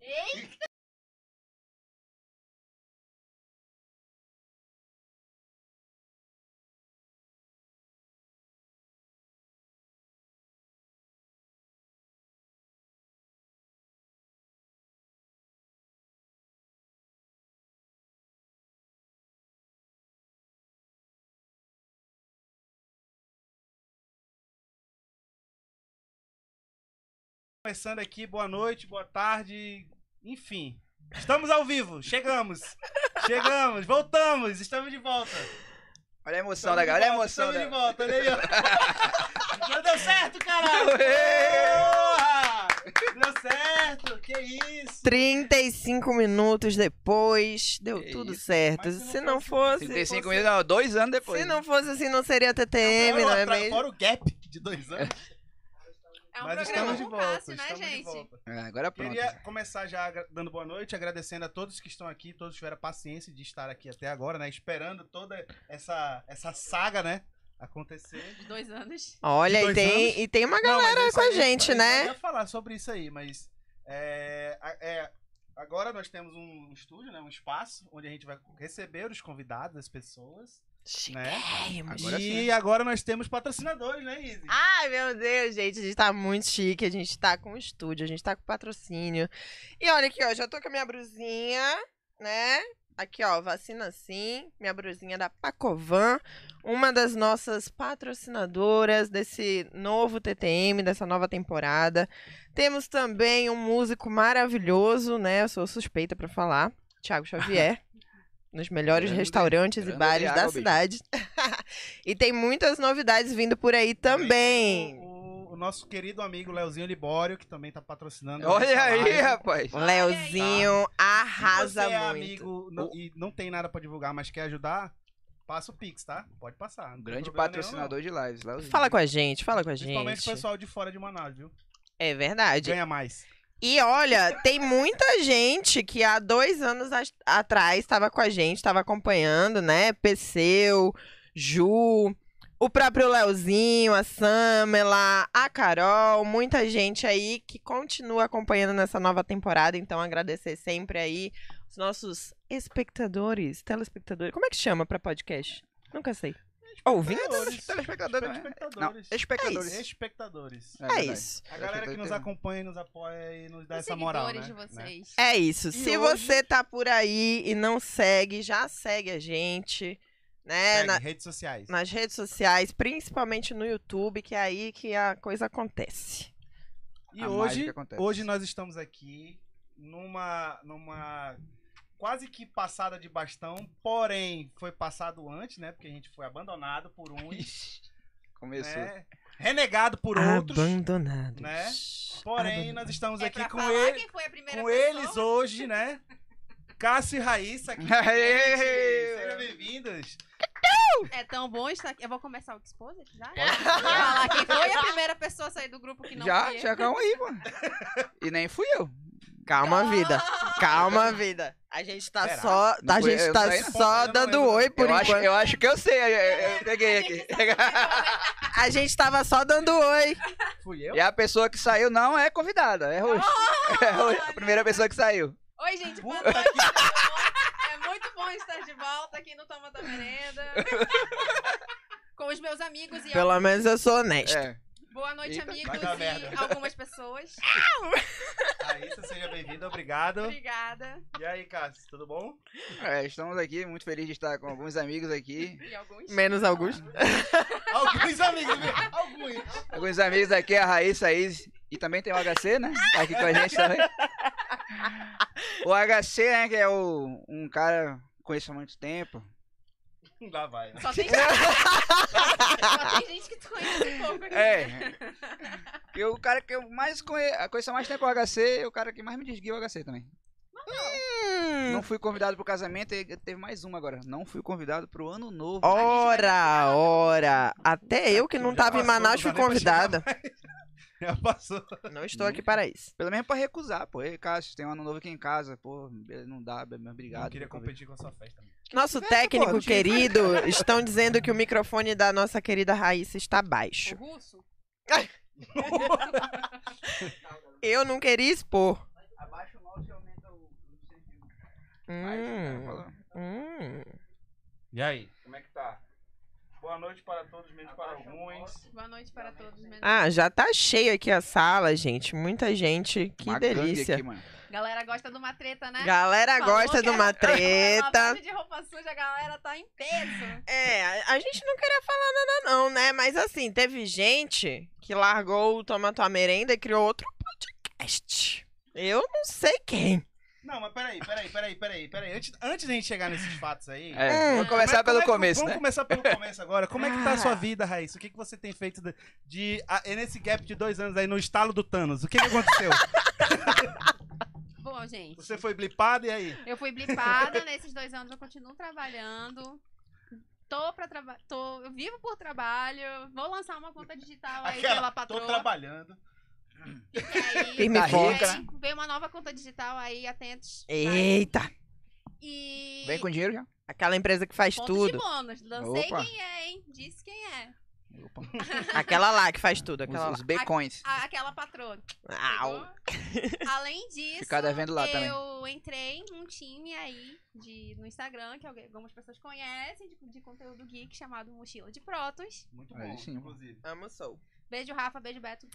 Ei! Começando aqui, boa noite, boa tarde, enfim. Estamos ao vivo, chegamos! Chegamos, voltamos, estamos de volta. Olha a emoção Estamos da de galera, olha a volta, emoção Estamos de da volta, olha aí, ó. Já deu certo, caralho! Ué! Porra! Deu certo, que isso! 35 minutos depois, deu Que tudo isso. certo. Mas se não fosse. 35 fosse- minutos, não, dois anos depois. Se não fosse assim, não seria TTM, Fora o não é atra- mesmo? Fora o gap de dois anos. É um mas programa estamos de com volta, Cássio, né, estamos de gente? volta. Ah, agora pronto. Queria começar já agra- dando boa noite, agradecendo a todos que estão aqui, todos tiveram a paciência de estar aqui até agora, né? Esperando toda essa, essa saga, né? Acontecer. De dois anos. Olha, dois e tem, anos? e tem uma Não, mas galera isso com a aí- gente, eu né? ia falar sobre isso aí, mas. é, a- é, agora nós temos um estúdio, né? Um espaço onde a gente vai receber os convidados, as pessoas. Né? Chiquérrimos. Agora e sim. agora nós temos patrocinadores, né, Izzy? Ai, meu Deus, gente, a gente tá muito chique, a gente tá com estúdio, a gente tá com patrocínio. E olha aqui, ó, já tô com a minha brusinha, né? Aqui, ó, vacina sim, minha brusinha da Pacovan, uma das nossas patrocinadoras desse novo TTM, dessa nova temporada. Temos também um músico maravilhoso, né? Eu sou suspeita pra falar, Thiago Xavier. Nos melhores Grande- restaurantes e grande bares da Thiago, bicho. cidade. e tem muitas novidades vindo por aí também. O, o nosso querido amigo Leozinho Libório, que também tá patrocinando. Olha essa live. aí, rapaz. Leozinho arrasa Se você é muito. amigo não- O- e não tem nada pra divulgar, mas quer ajudar, passa o Pix, tá? Pode passar. não Um tem grande problema patrocinador de lives. Lá Fala com a gente, fala com a nenhum, não. Principalmente o gente. pessoal de fora de Manaus, viu? É verdade. Ganha mais. E olha, tem muita gente que há dois anos as- atrás estava com a gente, estava acompanhando, né? Perseu, Ju, o próprio Leozinho, a Samela, a Carol, muita gente aí que continua acompanhando nessa nova temporada. Então, agradecer sempre aí os nossos espectadores, telespectadores. Como é que chama para podcast? Nunca sei. É tipo, Ouvintes? Espectadores. telespectador, né? Espectadores. Espectadores. É Espectadores. É verdade. isso. A galera que nos Espectador. acompanha, nos apoia e nos dá Os essa moral, né? seguidores de Né? vocês. É isso. Se hoje- você tá por aí e não segue, já segue a gente, né? Segue na- redes sociais. nas redes sociais, principalmente no YouTube, que é aí que a coisa acontece. E A hoje, mágica acontece. hoje nós estamos aqui numa, numa quase que passada de bastão, porém foi passado antes, né? Porque a gente foi abandonado por uns, Ixi, Começou. né? Renegado por outros. Abandonados. né? Porém, nós estamos É aqui pra com, falar ele, quem foi a primeira com pessoa? eles hoje, né? Cássio e Raíssa aqui. com a gente. Aê! Sejam bem-vindos. É tão bom estar aqui. Eu vou começar o Exposed já? falar quem foi a primeira pessoa a sair do grupo que não Já, fui eu. já É calma aí, mano. E nem fui eu. Calma, vida. Ah, Calma, vida. A gente tá Será? só. Não a foi- gente eu tá saí, não. só Eu não dando lembro. oi por eu, acho, enquanto. eu acho que eu sei. eu- Eu, eu peguei aqui. A gente tava só dando oi. Fui eu? E a pessoa que saiu não é convidada, é roxo. É roxo, a primeira pessoa que saiu. Oi, gente. boa Puta noite, tudo bom? É muito bom estar de volta aqui no Toma da Merenda. Com os meus amigos e Pelo menos eu sou honesta. É. boa noite, Eita, amigos vai dar e merda. algumas pessoas. Raíssa, seja bem-vinda, obrigado. Obrigada. E aí, Cássio, tudo bom? É, estamos aqui, muito felizes de estar com alguns amigos aqui. E alguns. Menos Augusto. Alguns amigos, né? alguns. Alguns amigos aqui, a Raíssa aí. E também tem o HC, né? Tá aqui com a gente também. O HC, né, que é o, um cara que conheço há muito tempo. Lá vai, né? Só tem, gente... Só tem gente que tu conhece um pouco aqui. É. né? E o cara que eu mais conheço, conheço há mais tempo é o HC, e o cara que mais me desguia é o HC também. É. Hum. Hum. Não fui convidado pro casamento e teve mais uma agora. Não fui convidado pro ano novo. Ora, ora. Até eu que não Já tava em passou, não Manaus dá fui nem pra chegar convidada. Já passou. Não estou aqui para isso. Pelo menos pra recusar, pô. Ei, Cássio, tem um ano novo aqui em casa. Pô, be- não dá, be- obrigado. Eu queria pelo competir convite. com a sua festa. Nosso Vem, é técnico pô, tio. querido estão dizendo que o microfone da nossa querida Raíssa está O baixo. russo? Eu não Hum, queria expor. Abaixa o mouse que eu Mas, tá, cara, Hum, falou. hum. E aí? Como é que tá? Boa noite para todos, menos para alguns. Boa noite para todos. né? menos- Ah, já tá cheio aqui a sala, gente. Muita gente. Que Uma gangue delícia. aqui, mano. Galera gosta de uma treta, né? Galera Falou gosta que de uma era- Uma treta. parte de roupa suja, a galera tá em peso. É, a- a gente não queria falar nada, não, né? Mas assim, teve gente que largou o Toma Tua Merenda e criou outro podcast. Eu não sei quem. Não, mas peraí, peraí, peraí, peraí, peraí. Antes, antes da gente chegar nesses fatos aí. É, Hum, vamos Mas começar como pelo é que- começo, Vamos né? começar pelo começo agora. Como é que tá a sua Ah. vida, Raíssa? O que, que você tem feito de, de- a- nesse gap de dois anos aí no estalo do Thanos? O que, que aconteceu? Bom, gente, você foi blipado e aí? eu fui blipada nesses dois anos, eu continuo trabalhando. Tô pra trabalhar. Tô... Eu vivo por trabalho. Vou lançar uma conta digital aí Aquela, pela Tô patroa. trabalhando. E aí, Firme e tá forte, aí, Veio uma nova conta digital aí, atentos. tá? Eita! E. Vem com dinheiro já. Aquela empresa que faz Ponto de tudo. bônus. Lancei Opa. quem é, hein? Disse quem é. Opa, Aquela lá que faz tudo. Aquela os, lá. os bacons. A- aquela patroa. Au. Pegou? Além disso, Ficar devendo lá também. eu entrei num time aí de, no Instagram, que alguém- algumas pessoas conhecem, de, de conteúdo geek, chamado Mochila de Protos. Muito Aí bom, sim. inclusive. Amo sou. Beijo, Rafa. Beijo, Beto.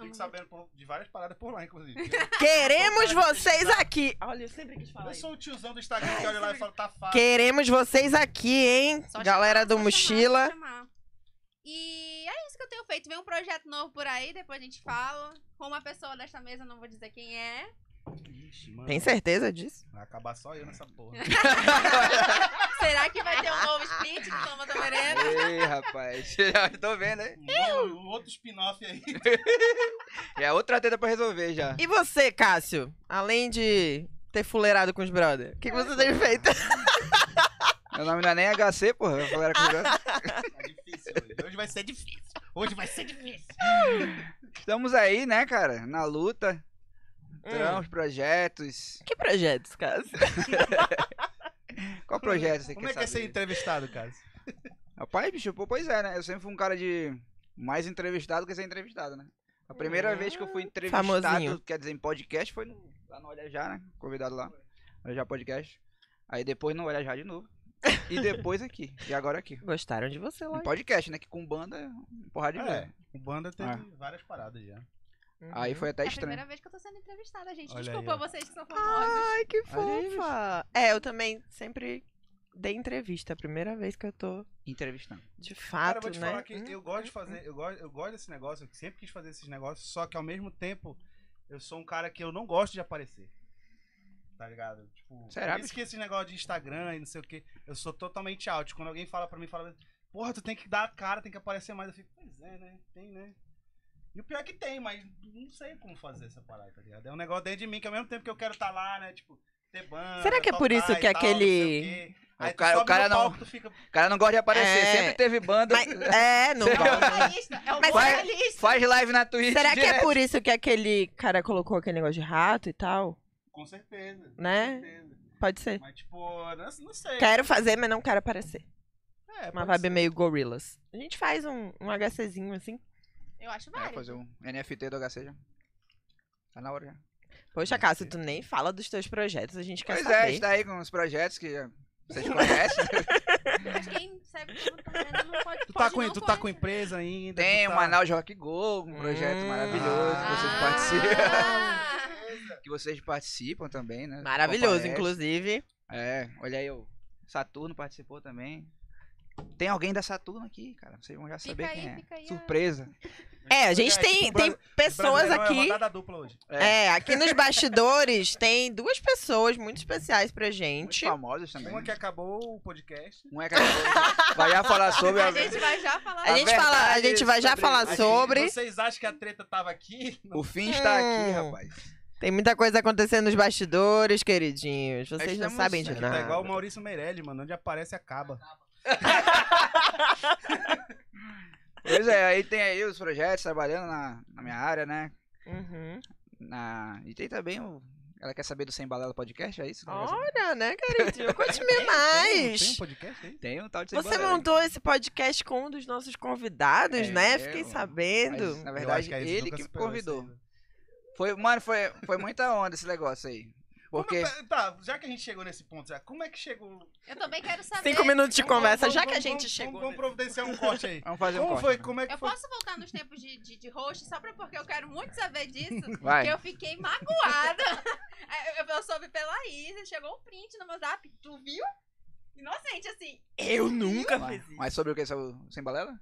Amo Fico sabendo por- de várias paradas por lá, inclusive. Queremos vocês aqui. Olha, eu sempre quis falar Eu isso. sou o tiozão do Instagram que olha lá e fala, tá fácil. Queremos vocês aqui, hein? muito. Só Galera chamar, do só Mochila. chamar, só chamar. E é isso que eu tenho feito. Vem um projeto novo por aí, depois a gente fala. Com uma pessoa desta mesa, não vou dizer quem é. Ixi, mano. Tem certeza disso? Vai acabar só eu nessa porra. Será que vai ter um novo split do Toma Tomerena? Ei, rapaz. Já tô vendo, hein? Mano, o Um outro spin-off aí. Já é outra teta pra resolver já. E você, Cássio? Além de ter fuleirado com os brother, o que, que você tem feito? Meu nome não é nem HC, porra. Eu falei, era Tá difícil hoje. Hoje vai ser difícil. Hoje vai ser difícil. Estamos aí, né, cara? Na luta. Hum. Tramos, projetos. Que projetos, Cássio? Qual projeto você Como quer é que é ser saber? entrevistado, cara? Rapaz, bicho, pô, pois é, né? Eu sempre fui um cara de mais entrevistado que ser entrevistado, né? A primeira Ah, vez que eu fui entrevistado, famosinho. quer dizer, em podcast, foi no- lá no Olha Já, né? Convidado lá. Olha Já Podcast. Aí depois no Olha Já de novo. E depois aqui. E agora aqui. Gostaram de você Em lá. podcast, né? Que com banda é um porrada de É. mulher. O Banda teve Ah. várias paradas já. Aí Uhum. foi até É a estranho. primeira vez que eu tô sendo entrevistada, gente. Olha Desculpa aí, ó. vocês que são famosos. Ai, que Olha aí, fofa. É, eu também sempre dei entrevista. É a primeira vez que eu tô, Entrevistando. de Cara, eu fato, vou te né? falar que Hum. eu gosto de fazer, eu gosto, eu gosto desse negócio, eu sempre quis fazer esses negócios, só que ao mesmo tempo eu sou um cara que eu não gosto de aparecer. Tá ligado? Tipo, Será, por isso que esse negócio de Instagram e não sei o que, eu sou totalmente out. Quando alguém fala pra mim, fala, porra, tu tem que dar a cara, tem que aparecer mais. Eu fico, pois é, né? Tem, né? E o pior é que tem, mas não sei como fazer essa parada, tá ligado? É um negócio dentro de mim que ao mesmo tempo que eu quero estar tá lá, né? Tipo, ter banda. Será que é por tocar isso e que é tal, não sei aquele- o quê. Aí O cara- o o cara cara não- palco, tu fica, O cara não gosta de aparecer. É. Sempre teve banda. Mas, é, não Será- gosto. um Jornalista, é o Mas será- jornalista. Faz live na Twitch. Será que é direto. por isso que aquele cara colocou aquele negócio de rato e tal? com certeza. Né? Com certeza. Pode ser. Mas, tipo, não, não sei. Quero fazer, mas não quero aparecer. É, Uma pode vibe ser. meio gorillas. A gente faz um, um HCzinho assim. Eu acho É, válido. fazer um NFT do HC já. Tá na hora já. Poxa, Cássio, tu nem fala dos teus projetos, a gente quer Pois é, a saber. gente tá aí com os projetos que já vocês conhecem. né? Mas quem segue o Toma Tomerena não pode. Tu tá, pode com, não tu tá com conhecer. empresa ainda? Tem tu o tá... Manaus Rock Go, um projeto Hum. maravilhoso que vocês participam. Ah, Que vocês participam também, né? Maravilhoso, Comparecem. inclusive. É, olha aí, o Saturno participou também. Tem alguém da Saturno aqui, cara. Vocês vão já Fica saber aí, quem é. fica aí a- Surpresa. É, a gente É, tem, tipo, tem Bra- pessoas Brasileirão É aqui. rodada dupla hoje. É, aqui nos bastidores tem duas pessoas muito especiais pra Muito gente. famosos também. Uma que acabou o podcast. Um é que acabou- vai já falar sobre a gente vai já falar. A gente, A fala, a verdade gente vai já sobre- falar a gente- sobre. Vocês acham que a treta tava aqui? O fim está aqui, Hum. rapaz. Tem muita coisa acontecendo nos bastidores, queridinhos. Vocês não Estamos- sabem de Aqui nada. Tá igual o Maurício Meirelli, mano. Onde aparece, acaba. Pois é, aí tem aí os projetos trabalhando na, na minha área, né? Uhum. Na... E tem também o. Ela quer saber do Sem Balela Podcast, é isso? Não quer saber? Olha, né, queridinho? Conte-me Tem, um- tem um mais. podcast aí? Tem um tal de Sem Você Balela. montou esse podcast com um dos nossos convidados, É, né? eu- Fiquei mas- sabendo. Mas, Eu na acho verdade, a Isa ele nunca que me superou isso convidou. aí. Foi, mano, foi, foi muita onda esse negócio aí. Porque Como- tá, já que a gente chegou nesse ponto, já, como é que chegou? Eu também quero saber. Cinco minutos de Vamos- conversa, vamos- já que a vamos- gente vamos- chegou. né? Vamos providenciar um corte aí. vamos fazer um Como corte. foi? Como é que Eu foi? posso voltar nos tempos de, de, de host, só pra- porque eu quero muito saber disso. Vai. Que eu fiquei magoada. eu, eu soube pela Isa, chegou um print no meu zap. Tu viu? Inocente, assim, Eu nunca Vai. fiz isso. Mas sobre o que? Sem balela?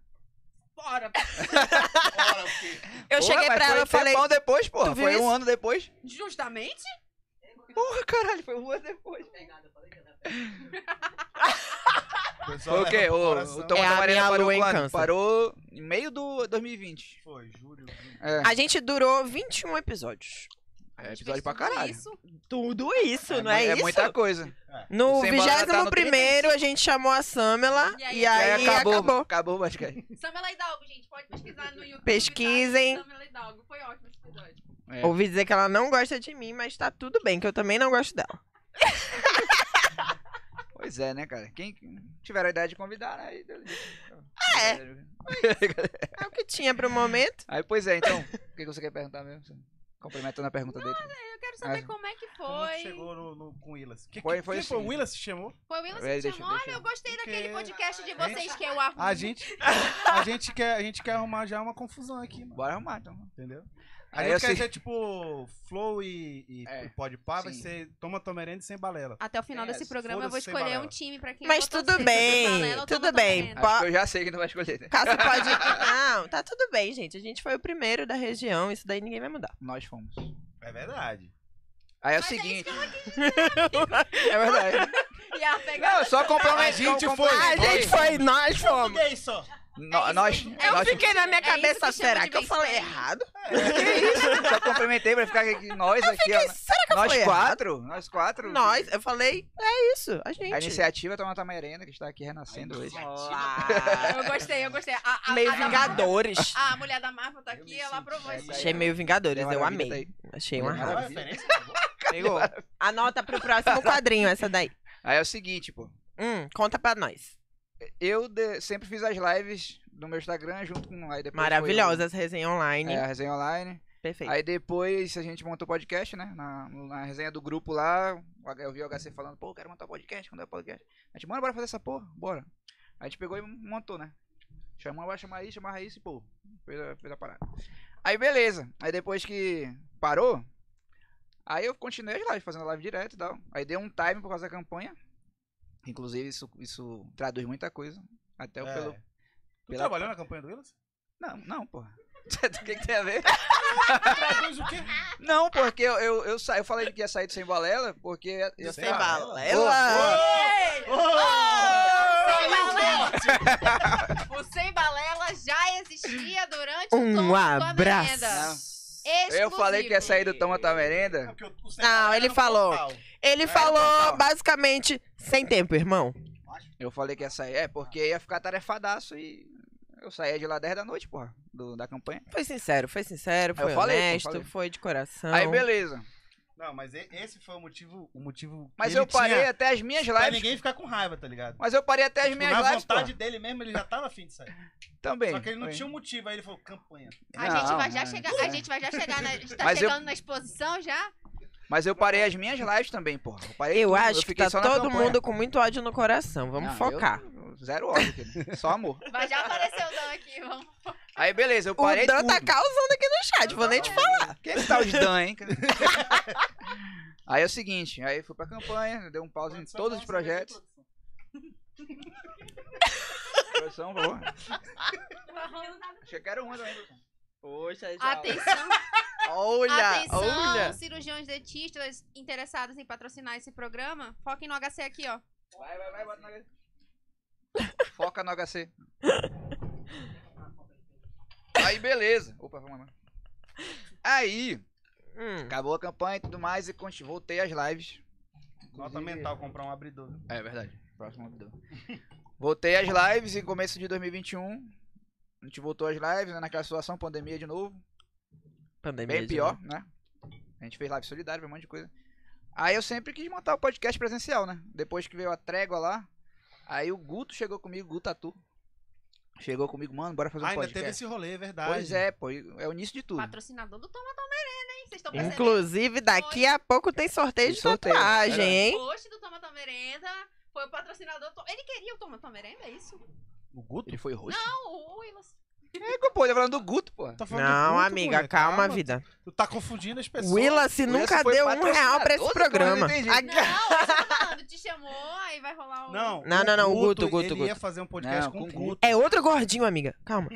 bora. Bora, porque- Eu Porra, cheguei mas pra foi um ela e falei. tempão depois, porra. "Tu viu Foi um isso?" ano depois. Justamente? Porra, caralho, foi um ano depois. pessoal Foi o quê? leva pro O, coração. o Tom É a da Mariana minha parou lua em quando? câncer. Parou em meio do 2020. Foi, Júlio. É, A gente durou 21 episódios. é Gente, episódio fez pra tudo caralho. Isso. Tudo isso, não é, mu- isso? muita coisa. No Sem bala, ela tá no 21 a gente chamou a Samela E aí- e aí, E acabou. É, acabou. Acabou o podcast. Samela Hidalgo, gente, pode pesquisar no YouTube. Pesquisem. tá? Samela Hidalgo, foi ótimo esse episódio. É. Ouvi dizer que ela não gosta de mim, mas tá tudo bem, que eu também não gosto dela. Pois é, né, cara? Quem tiver a ideia de convidar, né? aí... Ah, é. É o que tinha pro momento. Aí, pois é, então. O que que você quer perguntar mesmo? Complementando a pergunta dele. Eu quero saber Ah. como é que Como que foi. chegou no, no- com o Willis? Que, Foi- que- foi quem foi assim. o Willis que chamou? Foi o Wilson Peraí, que deixa- chamou. deixa Olha, eu- eu gostei Porque- daquele podcast de vocês que eu arrumo. A gente, a gente quer, a gente quer arrumar já uma confusão aqui, mano. Bora arrumar, então. Entendeu? A Aí gente eu quer sei- ser tipo Flow e, e, É, e Pode Pá, vai sim. ser Toma Tomerende sem balela. Até o final É, desse programa eu vou foda-se sem escolher um balela. time pra quem Mas eu vou tudo torcer, bem, se é balela ou tudo Toma bem. Tormenta. Acho que eu já sei que não vai escolher. né? Cássio pode. Não, tá tudo bem, gente. A gente foi o primeiro da região, isso daí ninguém vai mudar. Nós fomos. É verdade. Aí é o Mas é isso seguinte. que É verdade. E a pegada Não, só A complemento. gente foi. A gente foi, nós fomos. Português só. No- É Nós. isso aí. Eu nós fiquei na minha É isso que cabeça, chama será de que eu falei bem-estar. errado? Só complementei pra ficar aqui, nós aqui, ó. Será que eu Nós falei errado? quatro, nós quatro. Nós, eu falei, é isso, a gente. A iniciativa é Toma Tamarena, que está aqui renascendo hoje. Olá. Eu gostei, eu gostei. A, a, Meio a- a- Vingadores. A, mulher da Marvel tá Eu aqui, me ela senti aprovou essa isso. aí. Achei meio Vingadores, eu Maravilha, tá amei. aí. Achei É uma Maravilha. raiva. referência? Pegou. Anota pro próximo quadrinho essa daí. Aí é o seguinte, pô. Hum, conta pra nós. Eu de- sempre fiz as lives no meu Instagram junto com. Aí depois foi Maravilhosa essa resenha o- online. É, a resenha online. Perfeito. Aí depois a gente montou o podcast, né? Na, na resenha do grupo lá. o H- Eu vi o HC falando, pô, eu quero montar podcast, quando é podcast. A gente, mano, bora fazer essa porra, bora. Aí a gente pegou e montou, né? Chamou, vai chamar isso, chamar isso e pô, fez a, fez a parada. Aí beleza. Aí depois que parou, aí eu continuei as lives, fazendo live direto e tal. Aí dei um time por causa da campanha. Inclusive, isso, isso traduz muita coisa. Até o pelo. É. Tu pela- trabalhou na campanha do Willis? Não, não, porra. o que, que tem a ver? Traduz o quê? Não, porque eu, eu, eu, sa- eu falei que ia sair do Sem Balela, porque ia, ia Sem ser- Balela. Ah. balela. Ei, Ô, o Sem Balela já existia durante o Tom Um da abraço. Merenda. Eu falei que ia sair do Toma Tamerenda. É porque o- o sem Não, balela ele é no falou. portal. Ele É, falou total. basicamente sem tempo, irmão. Eu falei que ia sair. É, porque ia ficar tarefadaço e eu saía de lá 10 da noite, porra, do- da campanha. Foi sincero, foi sincero, foi falei, eu honesto, falei. foi de coração. Aí beleza. Não, mas e- esse foi o motivo, o motivo. que Mas ele eu parei tinha até as minhas Pra lives. ninguém ficar com raiva, tá ligado? Mas eu parei até as Tipo, minhas na lives, vontade porra. dele mesmo, ele já tava afim de sair. Também. Só que ele não foi. tinha um motivo, aí ele falou, campanha. A gente Não, vai já é. chegar, a gente vai já chegar na, a gente tá Mas eu- chegando na exposição já. Mas eu parei as minhas lives também, porra. Eu, parei Eu tudo, acho que fiquei tá só na todo campanha. mundo com muito ódio no coração. Vamos Não, focar. eu- zero ódio, querido. só amor. Vai já aparecer o Dan aqui, vamos. Aí beleza, eu O parei Dan tudo. tá causando aqui no chat, vou nem te falar. Quem é que tá os Dan, hein? aí é o seguinte, aí fui pra campanha, deu um pause em Produção, todos os produção, projetos. produção. Produção, por favor. Acho que eu quero uma também, produção. Poxa, Atenção, Olha, atenção, olha. cirurgiões dentistas interessados em patrocinar esse programa, foquem no HC aqui, ó. Vai, vai, vai, bota no HC. Foca no HC. Aí, beleza. Opa, vamos lá. Aí, Hum. acabou a campanha e tudo mais e conti- voltei às lives. Nota mental, comprar um abridor. É verdade. Próximo abridor. Voltei às lives em começo de 2021. A gente voltou às lives, né, naquela situação, pandemia de novo. Pandemia Bem de pior, novo. né? A gente fez live solidária, um monte de coisa. Aí eu sempre quis montar o podcast presencial, né? Depois que veio a trégua lá, aí o Guto chegou comigo, Guto Tatu. Chegou comigo, mano, bora fazer um Ah, ainda podcast. teve esse rolê, é verdade. Pois é, pô, é o início de tudo. Patrocinador do Toma Tomerenda, hein? vocês estão percebendo. Inclusive, daqui a pouco tem sorteio de Tem sorteio, é tatuagem, verdade. hein? O host do Toma Tomerenda foi o patrocinador. do- Ele queria o Toma Tomerenda, é isso? O Guto? Ele foi roxo? Não, o, o Ilos. É, pô, ele tá falando do Guto, pô. Tá falando do Não, Guto, amiga, mulher, calma, vida. Tu tá confundindo as pessoas. Willa se Willis nunca foi deu um real pra esse patrocinador do programa. Tomerenda, Não, entendi. A- eu tô falando, te chamou, aí vai rolar o. Não, Não, o não, não, o Guto, Guto, ele Guto. ia fazer um podcast Não, com o com Guto. É outro gordinho, amiga. Calma.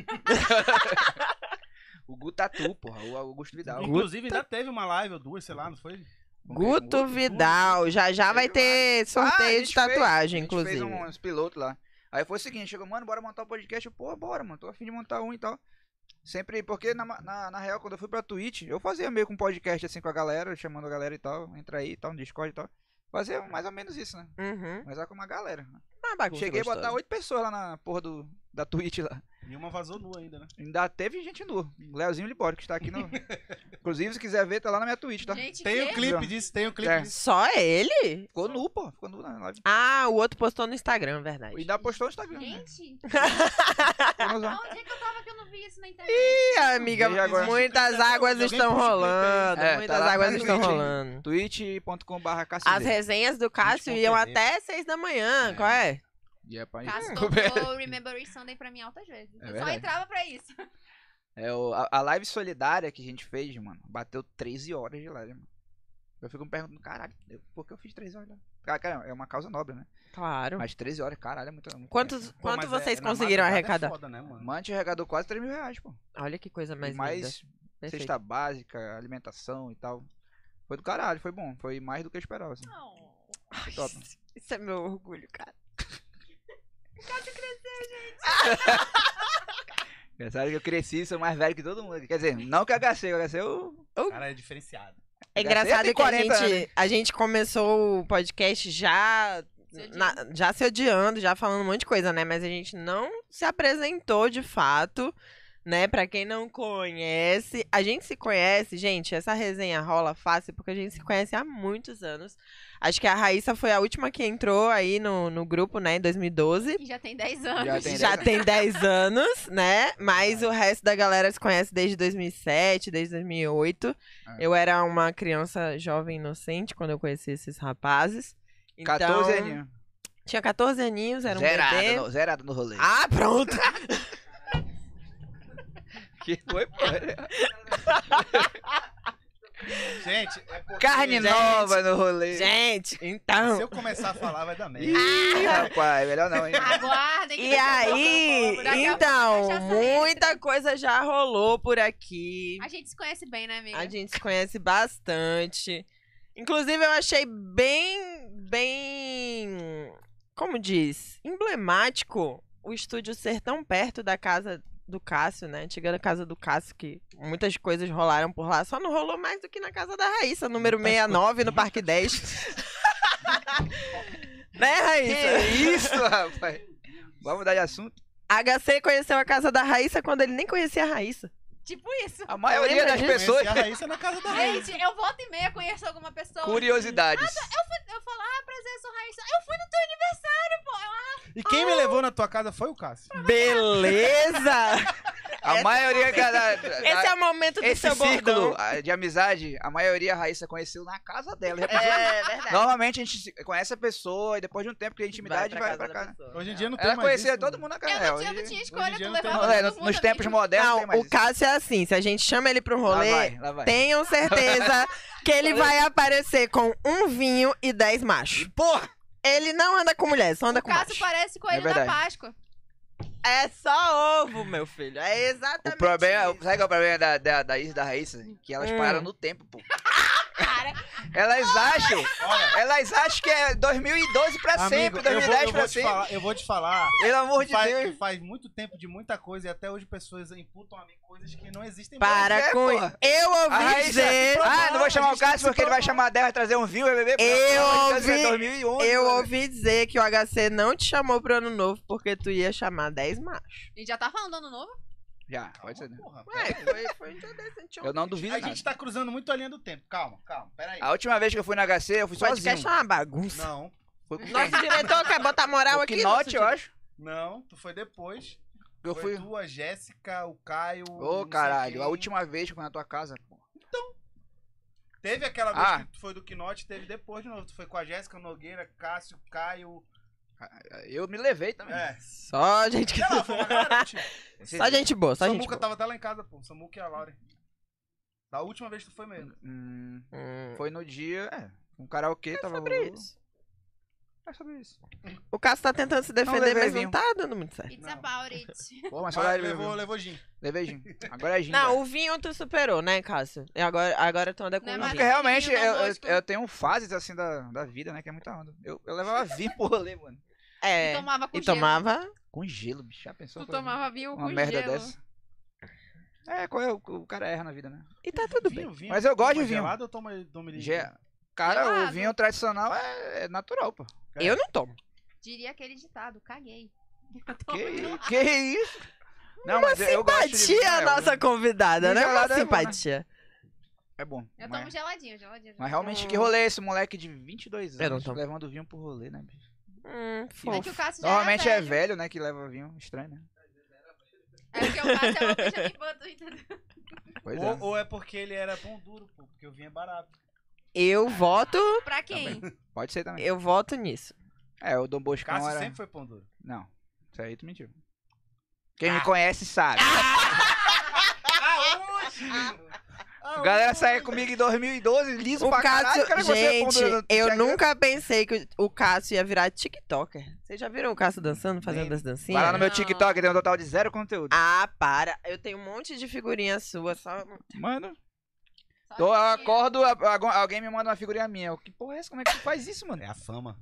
O Guto Tatu, porra. Tá, O Augusto Vidal. Inclusive, ainda teve uma live ou duas, sei lá, não foi? é Guto Vidal. Já já vai ter Ah, a sorteio gente de fez- tatuagem, A inclusive. gente fez um uns pilotos lá. Aí foi o seguinte, chegou, mano, bora montar o podcast. Eu, pô, bora, mano, tô afim de montar um e tal. Sempre, porque na, ma- na, na real, quando eu fui pra Twitch, eu fazia meio que um podcast assim com a galera, chamando a galera e tal, entra aí e tal, no Discord e tal. Fazia mais ou menos isso, né? Uhum. Mas lá com uma galera. Uma bagunça Cheguei a botar gostosa. oito pessoas lá na porra do, da Twitch lá. E uma vazou nua ainda, né? Ainda teve gente nua. Leozinho Libório, que está aqui no. Inclusive, se quiser ver, tá lá na minha Twitch, tá? Gente, Tem o que... clipe disso, tem o clipe É. disso. Só ele? Ficou nu, pô. Ficou nu na live. Ah, o outro postou no Instagram, verdade. E ainda postou no Instagram. Né? Gente, Ficou né? nuzão. onde é que eu tava que eu não vi isso na internet? Ih, amiga, Veja agora. muitas águas Alguém puxa o estão clipe aí. rolando. É, tá muitas lá na águas Twitch, estão hein? rolando. twitch.com.br As resenhas do Cássio Twitch.tv. iam até seis da manhã, É. qual é? E é pra Cássio tocou Remember It Sunday pra mim altas vezes. É eu só verdade. entrava pra isso. É, o- a, a live solidária que a gente fez, mano, bateu 13 horas de live, mano. Eu fico me perguntando, caralho, eu- por que eu fiz 13 horas? de live? Cara, cara, é uma causa nobre, né? Claro. Mas 13 horas, caralho, é muito. muito Quantos, Pô, quanto mas é- vocês na conseguiram madrugada é arrecadar? foda, né, mano? Mante arrecadou quase 3 mil reais, pô. Olha que coisa mais E linda. mais Perfeito. cesta básica, alimentação e tal. Foi do caralho, foi bom. Foi mais do que eu esperava, assim. Não. Ai, top. isso- Isso é meu orgulho, cara. Engraçado É que eu cresci, sou mais velho que todo mundo. Quer dizer, não que eu agacei, eu agacei eu. Cara, é diferenciado. Já sei, É engraçado tem que a 40 gente, a gente começou o podcast já, na- já se odiando, já falando um monte de coisa, né? Mas a gente não se apresentou de fato, né? Pra quem não conhece, a gente se conhece, gente, essa resenha rola fácil porque a gente se conhece há muitos anos. Acho que a Raíssa foi a última que entrou aí no, no grupo, né, em 2012. Que já tem É. 10 anos. Já tem já 10 tem 10 anos, né? Mas o resto da galera se conhece desde 2007, desde 2008. É. Eu era uma criança jovem inocente quando eu conheci esses rapazes. Então, 14 aninhos. Tinha 14 aninhos, era um bebê. Zerado, no, zerado no rolê. Ah, pronto! que foi, pô. Gente, é porque... Carne Gente, nova no rolê. Gente, então... Se eu começar a falar, vai dar merda. Ih, rapaz, melhor não, hein? Aguardem. E que daqui a pouco aí, eu vou, daqui a pouco a então, cachaça muita coisa já rolou por aqui. entra. A gente se conhece bem, né, amiga? A É. gente se conhece bastante. Inclusive, eu achei bem, bem, como diz, emblemático o estúdio ser tão perto da casa do Cássio, né? Antiga casa do Cássio, que muitas coisas rolaram por lá. Só não rolou mais do que na casa da Raíssa, número 69, no Parque 10. né, Raíssa? Que isso, rapaz? Vamos mudar de assunto. HC conheceu a casa da Raíssa quando ele nem conhecia a Raíssa. Tipo isso. A maioria Lembra das disso? pessoas. Conheci a Raíssa é na casa da Raíssa. Gente, eu volto e meia, conheço alguma é pessoa. Curiosidades. Eu falo, ah, prazer, eu sou Raíssa. Eu fui no teu aniversário, pô. Eu, E quem me levou na tua casa foi o Cássio. Beleza! A Essa- maioria da, da, Esse é o momento do esse seu bordão. círculo ah, de amizade, a maioria a Raíssa conheceu na casa dela. É verdade. Normalmente a gente se- conhece a pessoa e depois de um tempo que a intimidade vai pra casa. É. Hoje em dia não tem Ela mais conhecia isso, né? né? todo mano. mundo na eu casa dela. não, tinha, eu não Hoje- tinha É, hoje escolha, em dia tu não tem levava mais. É, todo nos, mundo. nos tempos amigo. modernos tem Não, mais o isso. Cássio é assim, se a gente chama ele pro Lá rolê, vai, lá vai. tenham certeza que ele vai aparecer com um vinho e dez machos. Porra! Ele não anda com mulher, só anda O com Cássio macho. parece coelho da verdade. Páscoa. É só ovo, meu filho. É exatamente O problema, sabe isso. qual é o problema da, da, da Isa e da Raíssa? Que elas Hum. pararam no tempo, pô. Cara, Elas acham, Olha, elas acham que é 2012 pra amigo, sempre, eu vou, 2010 eu pra vou te sempre. falar, eu vou te falar. Pelo amor de faz, Deus. faz muito tempo de muita coisa e até hoje pessoas imputam a mim coisas que não existem Para é, com porra. Eu A ouvi Raíssa, dizer... ah, não vou chamar o Cássio porque ele vai provar. chamar a Débora e trazer um vinho, vai beber. Eu Pelo amor de Deus, ouvi- é 2011, Eu mano. ouvi dizer que o HC não te chamou pro ano novo porque tu ia chamar dez machos. a gente já tá falando ano novo? Já, Calma, pode ser. né? porra, Ué, foi, foi um interessante. Eu não duvido A nada. gente tá cruzando muito a linha do tempo. Calma, calma, peraí. A última vez que eu fui na HC, eu fui O podcast sozinho. é uma bagunça. Não, Fui com Nosso diretor quer botar moral o aqui. nosso Knot, eu acho. não, tu foi depois. Eu foi fui... tu, a Jéssica, o Caio. Ô, não sei é. caralho, quem. a última vez que eu fui na tua casa, pô. Teve aquela vez Ah. que tu foi do Quinote, teve depois de novo. Tu foi com a Jéssica Nogueira, Cássio, Caio. Eu me levei também. É. Só gente que. Sei lá, foi uma galera, tipo. Só gente boa, só gente Samuca boa. tá tava até lá em casa, pô. Samuca e a Laura. Da última vez que tu foi mesmo. Hum, Hum, foi no dia. É, um karaokê tava sobre rolando. isso. É sobre isso. O Cássio tá tentando se defender, levei mas não é vinho. tá dando muito certo. It's Não. about it. Pô, mas Mas saudade levou, levou, vinho. levou gin. Levei gin. Agora é gin. Não, velho. o vinho tu superou, né, Cássio? E agora, agora tu anda com Não é o mais Porque vinho. nada. realmente eu, vinho não eu, gosto. eu tenho fases assim da, da vida, né? Que é muita onda. Eu, eu levava vinho pro rolê, mano. E É. tomava com E gelo. tomava. Com gelo, bicho. Já pensou? Tu coisa? tomava vinho Uma com merda gelo. dessa. É, qual é o, o cara erra na vida, né? E tá tudo bem. Vinho, vinho. Mas eu gosto Toma de vinho. Gelado ou toma toma ele- Ge- Cara, Gelado. o vinho tradicional é, é natural, pô. É. Eu não tomo. Diria aquele ditado, caguei. Que, que isso? Não, mas eu, eu gosto de vinho, Simpatia a é, nossa convidada, Vinho né? Uma gelado é bom, né? simpatia. É bom. Eu mas- tomo geladinho, geladinho. Mas realmente, que rolê é esse moleque de 22 Eu É, não anos tomo. levando vinho pro rolê, né, bicho? Hum, É que fofo. o Cássio já Normalmente era é velho, né, que leva vinho. Estranho, né? É porque o Cássio é uma coisa de bando, entendeu? Pois é. Ou, ou é porque ele era pão duro, pô. Porque o vinho é barato. Eu voto, Pra quem? Pode ser também. eu voto nisso. É, o Dom Bosco Cássio era... sempre foi pão duro. Não, isso aí tu mentiu. Quem Ah. me conhece sabe. A galera saiu comigo em 2012, liso O pra Cássio, caralho. cara, você é gente, pão duro, eu tinha- nunca pensei que o o Cássio ia virar TikToker. Vocês já viram o Cássio dançando, fazendo Nem- as dancinhas? Vai lá no meu Não. TikTok, tem um total de zero conteúdo. Ah, para. Eu tenho um monte de figurinha sua, só um Mano, Só tô, eu ninguém. acordo, a- a- alguém me manda uma figurinha minha. Eu, Que porra é essa? Como é que tu faz isso, mano? É a fama.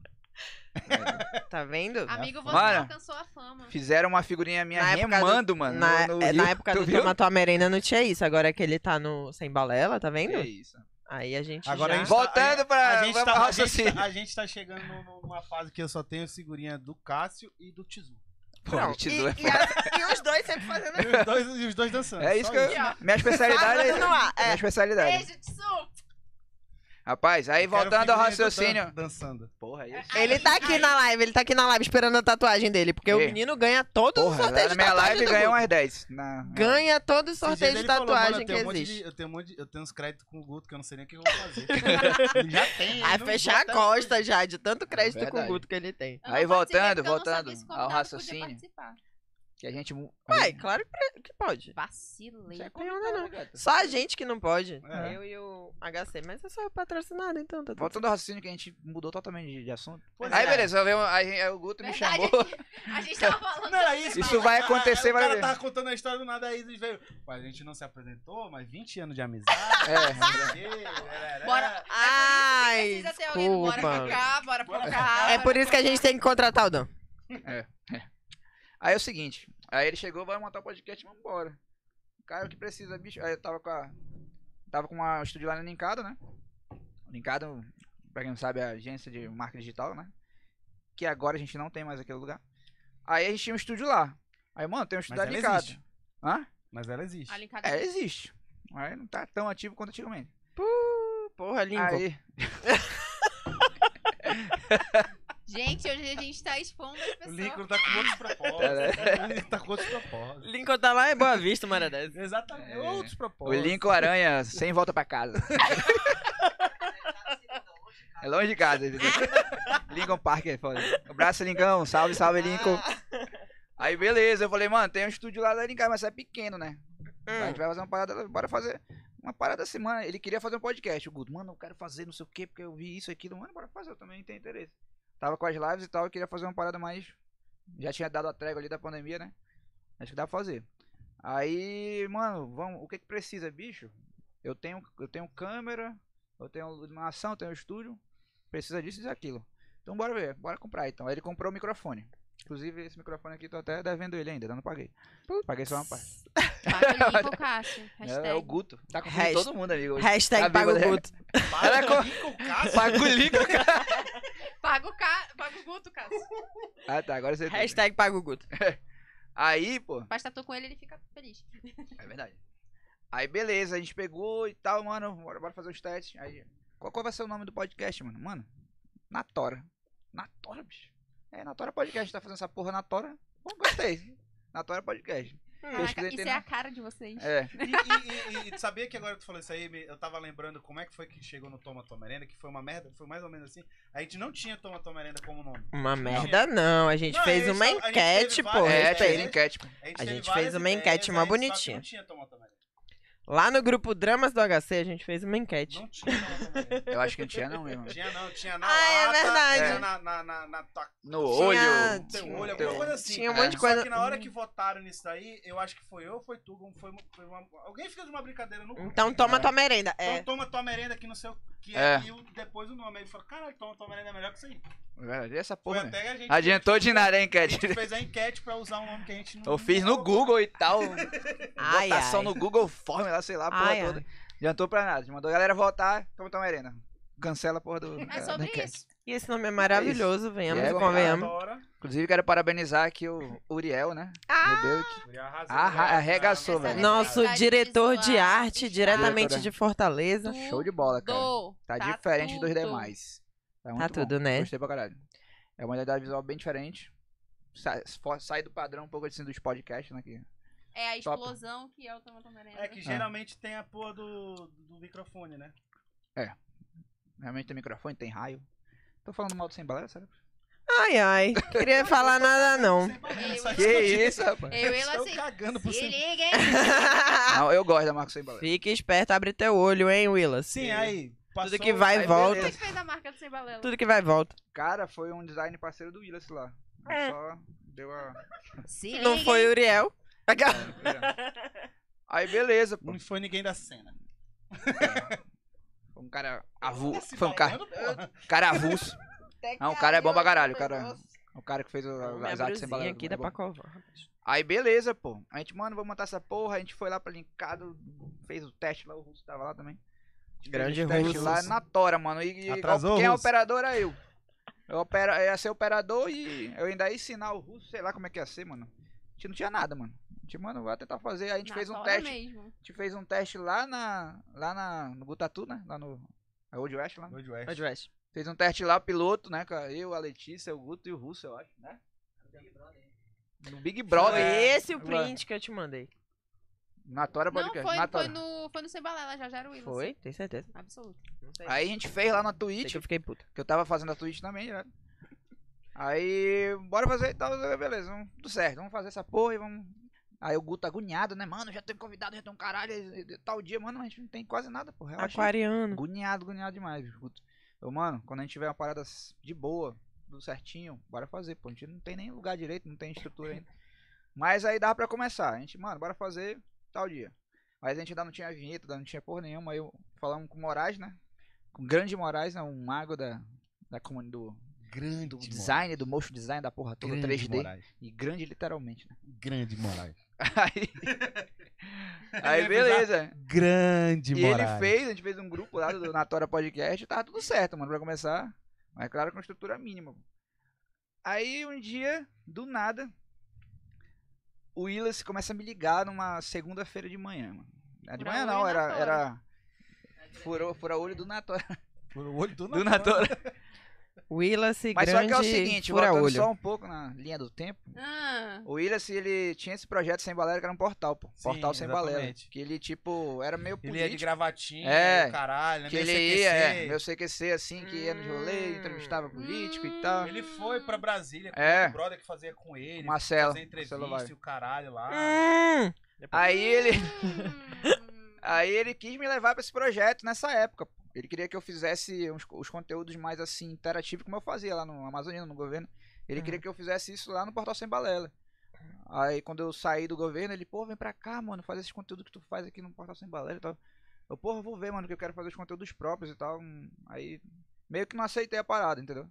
É. Tá vendo? Amigo, você Mara. alcançou a fama. Fizeram uma figurinha minha Na época do- remando, Ah, mano. na, no- no é, Rio. na época Tu do viu? Toma Tua Merenda não tinha isso. Agora que ele tá no Sem Balela, tá Que vendo? É isso. Aí a gente Agora é já... a gente tá- Voltando pra- a gente, pra- tá, É, pra assim. a, gente raciocínio. tá, a gente tá chegando num- numa fase que eu só tenho figurinha do Cássio e do Tizu. Pô, Não, o tesouro é e, e, a- e os dois sempre fazendo... E os dois, e os dois dançando. É só isso que eu. isso. Minha especialidade é. Sábado no ar, é. Minha especialidade. Beijo, Tissu! Rapaz, aí Eu quero voltando figurinha ao do é raciocínio. Dan- Dançando. Porra, aí. Ele tá aqui na live, ele tá aqui na live esperando a tatuagem dele, porque o Ei. menino ganha todos os Porra, lá sorteios na de minha tatuagem. live do ganhou Guto. umas 10. Na... Ganha todos os Esse dia sorteios de ele falou, "Mano, tatuagem eu tenho que um monte de- existe. eu, tenho um monte de- eu tenho uns créditos com o Guto que eu não sei nem o que eu vou fazer. Ele já tem. ele Vai não É fechar a bota- costa já, de tanto crédito com o verdade. Guto que ele tem. Eu não Aí, participei voltando, porque eu não sabia voltando se ao convidado podia raciocínio. participar. Que a gente. mu- Uhum. Ué, claro que- que pode. Vacilei. Você é tem onda, convidado, não. gata. Só a gente que não pode. É. Eu e o HC, mas é só eu patrocinado, então. Tá tudo Voltando ao raciocínio que a gente mudou totalmente de, de assunto. Pois aí é. beleza, eu veio, aí, aí o Guto me Verdade, chamou. A gente tava falando. Não, é isso. Isso vai acontecer, Aí O vai cara ver. tava contando a história do nada, aí eles veio. "Pô, A gente não se apresentou, mas 20 anos de amizade. É. É. Bora. Ai, é por isso que precisa ter alguém do bora pra desculpa. cá, bora pra Bora cá. É por isso que a gente tem que contratar o Dom. Aí é o seguinte, aí ele chegou, vai montar o podcast e vambora. Cara, o que precisa, bicho? Aí eu tava com a. Tava com uma um estúdio lá na Linkado, né? Linkado, pra quem não sabe, é a agência de marca digital, né? Que agora a gente não tem mais aquele lugar. Aí a gente tinha um estúdio lá. Aí, mano, tem um estúdio Mas da ela Linkado. existe. Hã? Mas ela existe. A linkada- É, existe. Mas não tá tão ativo quanto antigamente. Porra, Lincoln. Aí. Gente, hoje a gente tá expondo as O pessoas. Lincoln tá com outros propósitos. Ele tá com outros propósitos. Lincoln tá lá em Boa Vista, mano. né? Exatamente. É. Outros O propósitos. Lincoln Aranha, sem volta pra casa. é longe de casa. entendeu? Lincoln Park é foda. Um abraço, Lincoln. Salve, salve, Lincoln. Ah. Aí, beleza. Eu falei, mano, tem um estúdio lá da Lincoln, mas é pequeno, né? É. A Hum. gente vai fazer uma parada, bora fazer uma parada semana. Ele queria fazer um podcast, o Guto. Mano, eu quero fazer não sei o quê, porque eu vi isso, aquilo. Mano, bora fazer, eu também tenho interesse. Tava com as lives e tal, eu queria fazer uma parada mais... Já tinha dado a trégua ali da pandemia, né? Acho que dá pra fazer. Aí, mano, vamos, o que que precisa, bicho? Eu tenho, eu tenho câmera, eu tenho iluminação, eu tenho estúdio. Precisa disso e daquilo. Então bora ver, bora comprar então. Aí ele comprou o microfone. Inclusive, esse microfone aqui, tô até devendo ele ainda, ainda não paguei. Paguei só uma parte. Paga limpa o Cássio. Hashtag. É, é o Guto. Tá com Hashtag- todo mundo, amigo. Hashtag Amigo, paga o né? Guto. Ela é co- Lincoln Cássio. Bagulhinho. Paga o, Ca... Paga o Guto, Cássio. ah, tá. Agora você. tem. Hashtag paga o Guto. Aí, pô. Faz tatu tá com ele, ele fica feliz. É verdade. Aí, beleza. A gente pegou e tal, mano. Bora, bora fazer os testes. Aí, qual, qual vai ser o nome do podcast, mano? Mano, na Tora. Na Tora, bicho. É, na Tora Podcast. Tá fazendo essa porra na Tora. Bom, gostei. na Tora Podcast. Caraca, pesquisei, isso tem é na- a cara de vocês. É. E, e- e- e tu sabia que agora que tu falou isso aí, me- eu tava lembrando como é que foi que chegou no Toma Tua Merenda, que foi uma merda, foi mais ou menos assim. A gente não tinha Toma Tua Merenda como nome. Uma merda, não. A gente Não, fez eles uma são- a gente teve enquete, pô. várias É, Respeito. fez respeita. enquete. pô. A teve gente várias fez uma ideias, enquete, uma aí, só que bonitinha. Não tinha Toma Tua Merenda. Lá no grupo Dramas do HC, a gente fez uma enquete. Não tinha Toma Tua Merenda. Eu acho que não tinha, não, mesmo. Tinha não, tinha na Ah, é lata, verdade. tinha na, na, na, na tua- No Tinha- olho. no teu Tinha- um olho, Teu- alguma coisa assim. Tinha um cara. monte de coisa- Só que na hora que votaram nisso daí, eu acho que foi eu, foi tu, um- foi, uma- foi uma- alguém fez uma brincadeira no grupo. Então toma É. tua merenda. Então É. toma tua merenda aqui no seu. Que é, É. e o- depois o nome. Aí ele falou: caralho, toma tua merenda é melhor que isso aí. Velho, e essa Foi porra, né? até que a gente. Adiantou de nada, hein, A enquete. gente fez a enquete pra usar um nome que a gente não. Eu fiz no Google e tal. Ai, votação ai. no Google Form lá, sei lá, a porra Ai, toda. Adiantou pra nada. Mandou a galera votar, toma tua merenda. Cancela a porra do. É da- da sobre enquete. isso. E esse nome é maravilhoso, venhamos É, e vamos lá, convenhamos. Adora. Inclusive, quero parabenizar aqui o Uriel, né? Ah, Bebeu que Ele arrasou, Arra- ele arregaçou, arrasou. velho. É, nosso Verdade, diretor de visual, arte, bicho. diretamente Diretora. de Fortaleza. show de bola, cara. Do, Tá, diferente dos tudo. demais. Tá muito bom. tudo, né? Gostei pra caralho. É uma identidade visual bem diferente. Sai, fo- sai do padrão um pouco assim dos podcasts, né? Que... É a Top. explosão que é o Toma Tua Merenda. É que geralmente tem a porra do, do microfone, né? Realmente tem microfone, tem raio. Tô falando mal do sem balé, sério? Ai, ai. Queria falar nada, não. Sem problema, só Que discutir. isso, rapaz? É. Eu e ela Estou assim, cagando por se cima. liga, hein? Não, eu gosto da marca sem balé. Fique esperto, abre teu olho, hein, Willas? Sim, aí. Passou, que vai, aí volta. Quem beleza. fez a marca do Sem Balela? Tudo que vai, volta. Cara, foi um design parceiro do Willis lá. É. Só deu a. Se liga, Não foi hein? o Uriel. Aí beleza, pô. Não foi ninguém da cena. Foi um cara avulso. Se Foi um né? cara, falando, é porra. cara avulso. Não, o cara é bom pra caralho, o cara- Tá, O cara que fez o, Minha as artes sem balé. brusinha aqui é da bom. Pacova. Aí beleza, pô. A gente, mano, vamos montar essa porra. A gente foi lá pra Lincado, fez o teste lá, o Russo tava lá também. Fez Grande o teste Russo. lá na tora, mano. E, e Atrasou, quem é o Russo? operador é eu. Eu opera, ia ser operador e eu ainda ia ensinar o Russo, sei lá como é que ia ser, mano. A gente não tinha nada, mano. A gente, mano, vai tentar fazer. Aí a gente Na fez um hora teste. mesmo. A gente fez um teste lá na. lá na. no Butatu, né? Lá no. É Old West lá. né? Old West. Odwest. Fez um teste lá, piloto, né? Cara? Eu, a Letícia, o Guto e o Russo, eu acho, né? No Big Foi Brother. esse o Ué. print que eu te mandei. Na Tora Não, Podcast. foi, na foi, Tora. no, foi no Sem Balela, já já era o Willis. Foi? Tem certeza? Absoluto. Não sei. Aí a gente fez lá na Sei Twitch, que eu fiquei puto. que eu tava fazendo a Twitch também, né? Aí, bora fazer e tal, beleza, vamos- tudo certo, vamos fazer essa porra e vamos. Aí o Guto agoniado, né, mano? Já tem convidado, já tem um caralho, e- e- tal dia, mano, a gente não tem quase nada, porra. relaxa. Aquariano. Agoniado, agoniado demais, bicho, Guto. Eu, mano, quando a gente tiver uma parada s- de boa, tudo certinho, bora fazer, pô. A gente não tem nem lugar direito, não tem estrutura ainda. Mas aí dava pra começar. A gente, mano, bora fazer tal dia. Mas a gente ainda não tinha vinheta, ainda não tinha porra nenhuma. Aí eu falamos com o Moraes, né? Com o grande Moraes, né? Um mago da, da comuni- do, Grande do design, do motion design da porra toda, 3D. E grande literalmente, né? Grande Moraes. Aí, aí Ele ia precisar- beleza. Grande E ele fez, a gente fez um grupo lá do Natória Podcast e tava tudo certo, mano, pra começar. Mas claro, com estrutura mínima. pô. Aí um dia, do nada, o Willis começa a me ligar numa segunda-feira de manhã, mano. Não é De Fura manhã olho não, na era. tora. É era... Furou, fura olho do Natória. Por o olho do Do né? Natal. Natória. Willas e Mas grande só que é o seguinte, fura voltando olho. só um pouco na linha do tempo. Ah, O Willis, ele tinha esse projeto sem balela, que era um portal, pô. Sim, Portal sem balela. exatamente. Que ele, tipo, era meio Ele ia político. de gravatinha, É. é. caralho, né? Que meio ele CQC. ia, é, meu CQC, assim, que ia nos rolê, Hum. entrevistava político e tal. hum, Ele foi pra Brasília com É. o brother que fazia com ele. Marcelo, Fazer entrevista Marcelo vai. e o caralho lá. É, Hum. Aí ele, hum, aí ele quis me levar pra esse projeto nessa época. pô. Ele queria que eu fizesse uns, os conteúdos mais assim interativos, como eu fazia lá no Amazonino, no governo. Ele Uhum. queria que eu fizesse isso lá no Portal Sem Balela. Aí quando eu saí do governo, ele, pô, vem pra cá, mano, faz esse conteúdo que tu faz aqui no Portal Sem Balela e tal. Eu, porra, vou ver, mano, que eu quero fazer os conteúdos próprios e tal. Hum, Aí meio que não aceitei a parada, entendeu?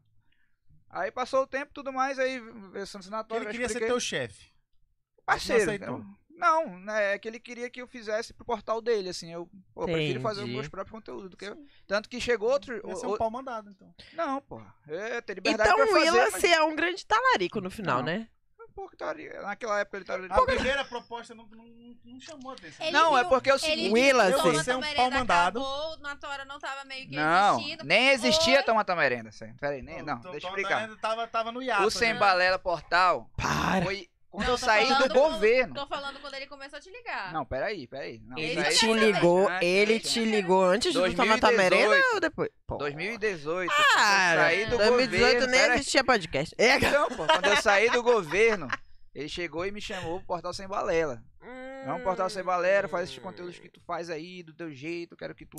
Aí passou o tempo e tudo mais, aí versão Ele sanatório. queria ser teu então. chefe. Não parceiro. né? é um aceitou. entendeu? Não, né? É que ele queria que eu fizesse pro portal dele, assim. Eu, pô, eu prefiro fazer os Entendi. meus próprios conteúdos do que. Tanto que chegou outro. Ia ser o- um o- pau mandado, então. Não, porra. É, tem liberdade Então pra o fazer, Willas mas... é um grande talarico no final, Não. né? Pô, que taria- Naquela época ele tava. A primeira proposta não, não, não chamou a atenção. Ele não, é viu- porque é o Ele seguinte. Willas, disse que você é um Toma Tua pau Merenda mandado. Acabou, na Tora não tava meio que Não, existindo. nem existia Oi? Toma Tamerenda. Peraí, nem. Não, Então, deixa eu Tom explicar. Dalena Tava, tava no hiato. O Sem né? Balela Portal Para. foi Quando Não, eu tô saí do falando quando- governo. Tô falando quando ele começou a te ligar. Não, peraí, peraí. Não, Ele isso Ele aí- já te é ligou, antes, ele antes, te antes. ligou antes de tu tomar tua 2018. merenda ou depois? Pô. 2018, Ah, quando eu saí do 2018 governo, nem peraí. existia podcast. É, cara. Então, pô, quando eu saí do governo, ele chegou e me chamou pro Portal Sem Balela. Vamos É um Portal Sem Balela, faz esses conteúdos que tu faz aí, do teu jeito, quero que tu...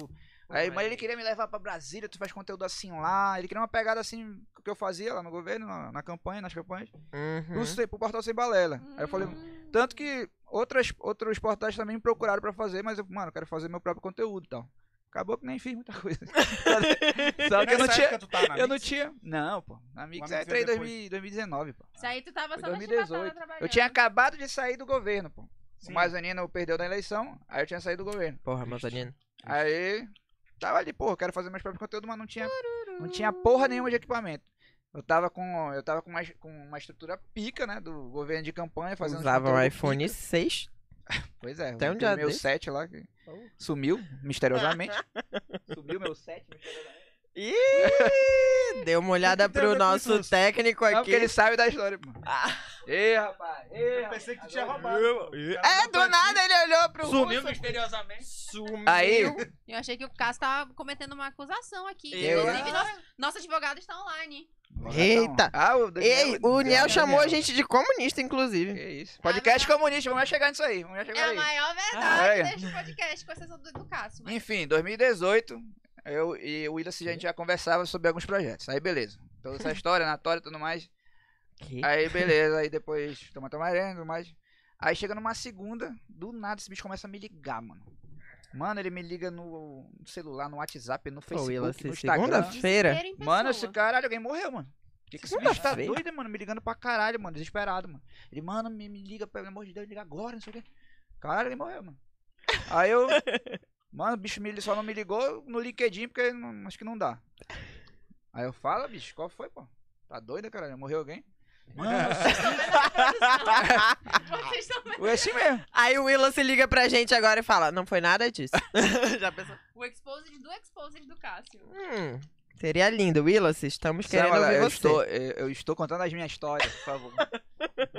Aí, mas ele queria me levar pra Brasília, tu faz conteúdo assim lá, ele queria uma pegada assim, que eu fazia lá no governo, na, na campanha, nas campanhas, Uhum. pro, se- pro Portal Sem Balela. Aí eu Uhum. falei, Hum. tanto que outras, outros portais também me procuraram pra fazer, mas eu, mano, eu quero fazer meu próprio conteúdo e tal. Acabou que nem fiz muita coisa. Só que eu não Nessa tinha... época tu tava na Eu não Mix? tinha. Não, pô. Na Mix é Mix eu veio entrei em depois. 2000 2019, pô. Isso aí tu tava Foi só na 2018. chibatada trabalhando. Eu tinha acabado de sair do governo, pô. Sim. O Mazanino perdeu na eleição, aí eu tinha saído do governo. Porra, Mazarino. Aí tava ali, pô, quero fazer meus próprios conteúdos, mas não tinha, não tinha porra nenhuma de equipamento. Eu tava com, eu tava com uma, com uma estrutura pica, né, do governo de campanha, fazendo os Usava um conteúdos iPhone pica. 6. Pois é, Até um o dia meu desse. 7 lá que Oh. sumiu misteriosamente. sumiu meu 7 misteriosamente. Ih, deu uma olhada que tem a pro ver com nosso isso? técnico Não, porque ele aqui. sabe da história, pô. Ah, Ei, rapaz. Ei, Eu pensei que tu tinha agora- roubado. pô. O cara É, botou do aqui. nada ele olhou pro Sumiu russo. misteriosamente. Sumiu. Aí, Eu achei que o Cássio tava cometendo uma acusação aqui. Eu- Inclusive, nosso, nosso advogado está online. Eita. Ah, o Daniel, Ei, o Niel Daniel. chamou a gente de comunista, inclusive. Que isso. Ah, Podcast mas- comunista, vamos lá chegar nisso aí. Vamos lá É a chegar aí. maior Ah, é. verdade deste podcast, com exceção do, do Cássio. mas- Enfim, 2018, eu e o Willis a gente já conversava sobre alguns projetos. Aí beleza. Toda essa história, Natória e tudo mais. Que? Aí beleza, aí depois toma tomarendo e tudo mais. Aí chega numa segunda, do nada esse bicho começa a me ligar, mano. Mano, ele me liga no celular, no WhatsApp, no Pô, Facebook, Willa, no se- Instagram. segunda-feira. Inteiro em Mano, esse pessoa. caralho, alguém morreu, mano. Que que esse bicho tá Segunda-feira. doido, mano? Me ligando pra caralho, mano. Desesperado, mano. Ele, mano, me, me liga, pelo amor de Deus, liga agora, não sei o quê. Caralho, alguém morreu, mano. Aí eu. Mano, o bicho me, só não me ligou no LinkedIn, porque não- acho que não dá. Aí eu falo, bicho, qual foi, pô? Tá doida, caralho? Morreu alguém? Mano, Vocês estão vendo? é assim mesmo. Aí o Willan se liga pra gente agora e fala: Não foi nada disso. Já pensou? O exposed do exposed do Cássio. Hum, seria lindo, Willis. Estamos querendo Sabe, ouvir eu, você. estou, eu, eu estou contando as minhas histórias, por favor.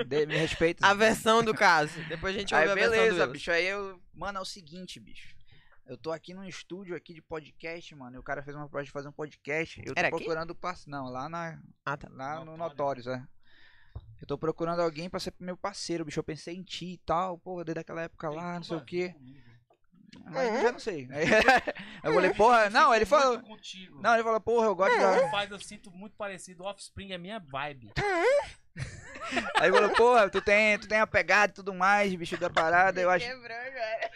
Dê- me respeita. A versão do caso. Depois a gente ouve Aí a beleza, versão do Willis. bicho. Aí eu. Mano, é o seguinte, bicho. Eu tô aqui num estúdio aqui de podcast, mano. E o cara fez uma proposta de fazer um podcast. Eu tô Era aqui? procurando parceiro. Não, lá na. Ah, tá. Lá no Notórios. Notórios, é. Eu tô procurando alguém pra ser meu parceiro, bicho. Eu pensei em ti e tal, pô, desde aquela época lá, não sei o quê. Mas Uhum. eu já não sei. Aí eu falei, porra, não, ele falou. Contigo. Não, é. ele falou, porra, eu gosto da. Não faz, eu sinto muito parecido. Offspring é minha vibe. Aí ele falou, porra, tu tem, tu tem a pegada e tudo mais, bicho da parada, eu acho. Quebrou agora.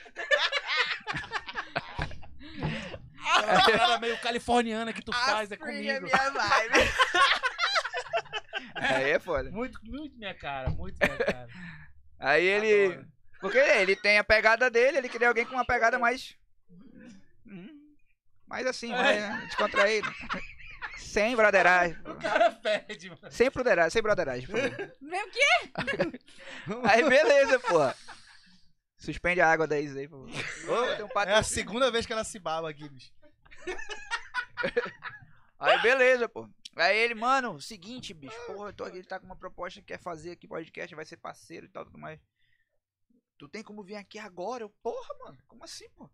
Aquela parada meio californiana que tu faz é Offspring é comigo. minha vibe. Aí é foda. Muito, muito minha cara, muito minha cara. Aí ele. Adoro. Porque ele tem a pegada dele, ele queria alguém com uma pegada mais. Hum, Mais assim, mais descontraído. sem broderagem. O cara perde, mano. Sem broderagem, sem broderagem. por favor. Meu quê? Aí beleza, porra. Suspende a água da Isa aí, por favor. Ô, tem um pato- É a segunda vez que ela se baba aqui, bicho. Aí beleza, pô. Aí ele, mano, seguinte, bicho, porra, eu tô aqui, ele tá com uma proposta que quer fazer aqui podcast, vai ser parceiro e tal, tudo mais. Tu tem como vir aqui agora? Eu, porra, mano, como assim, pô?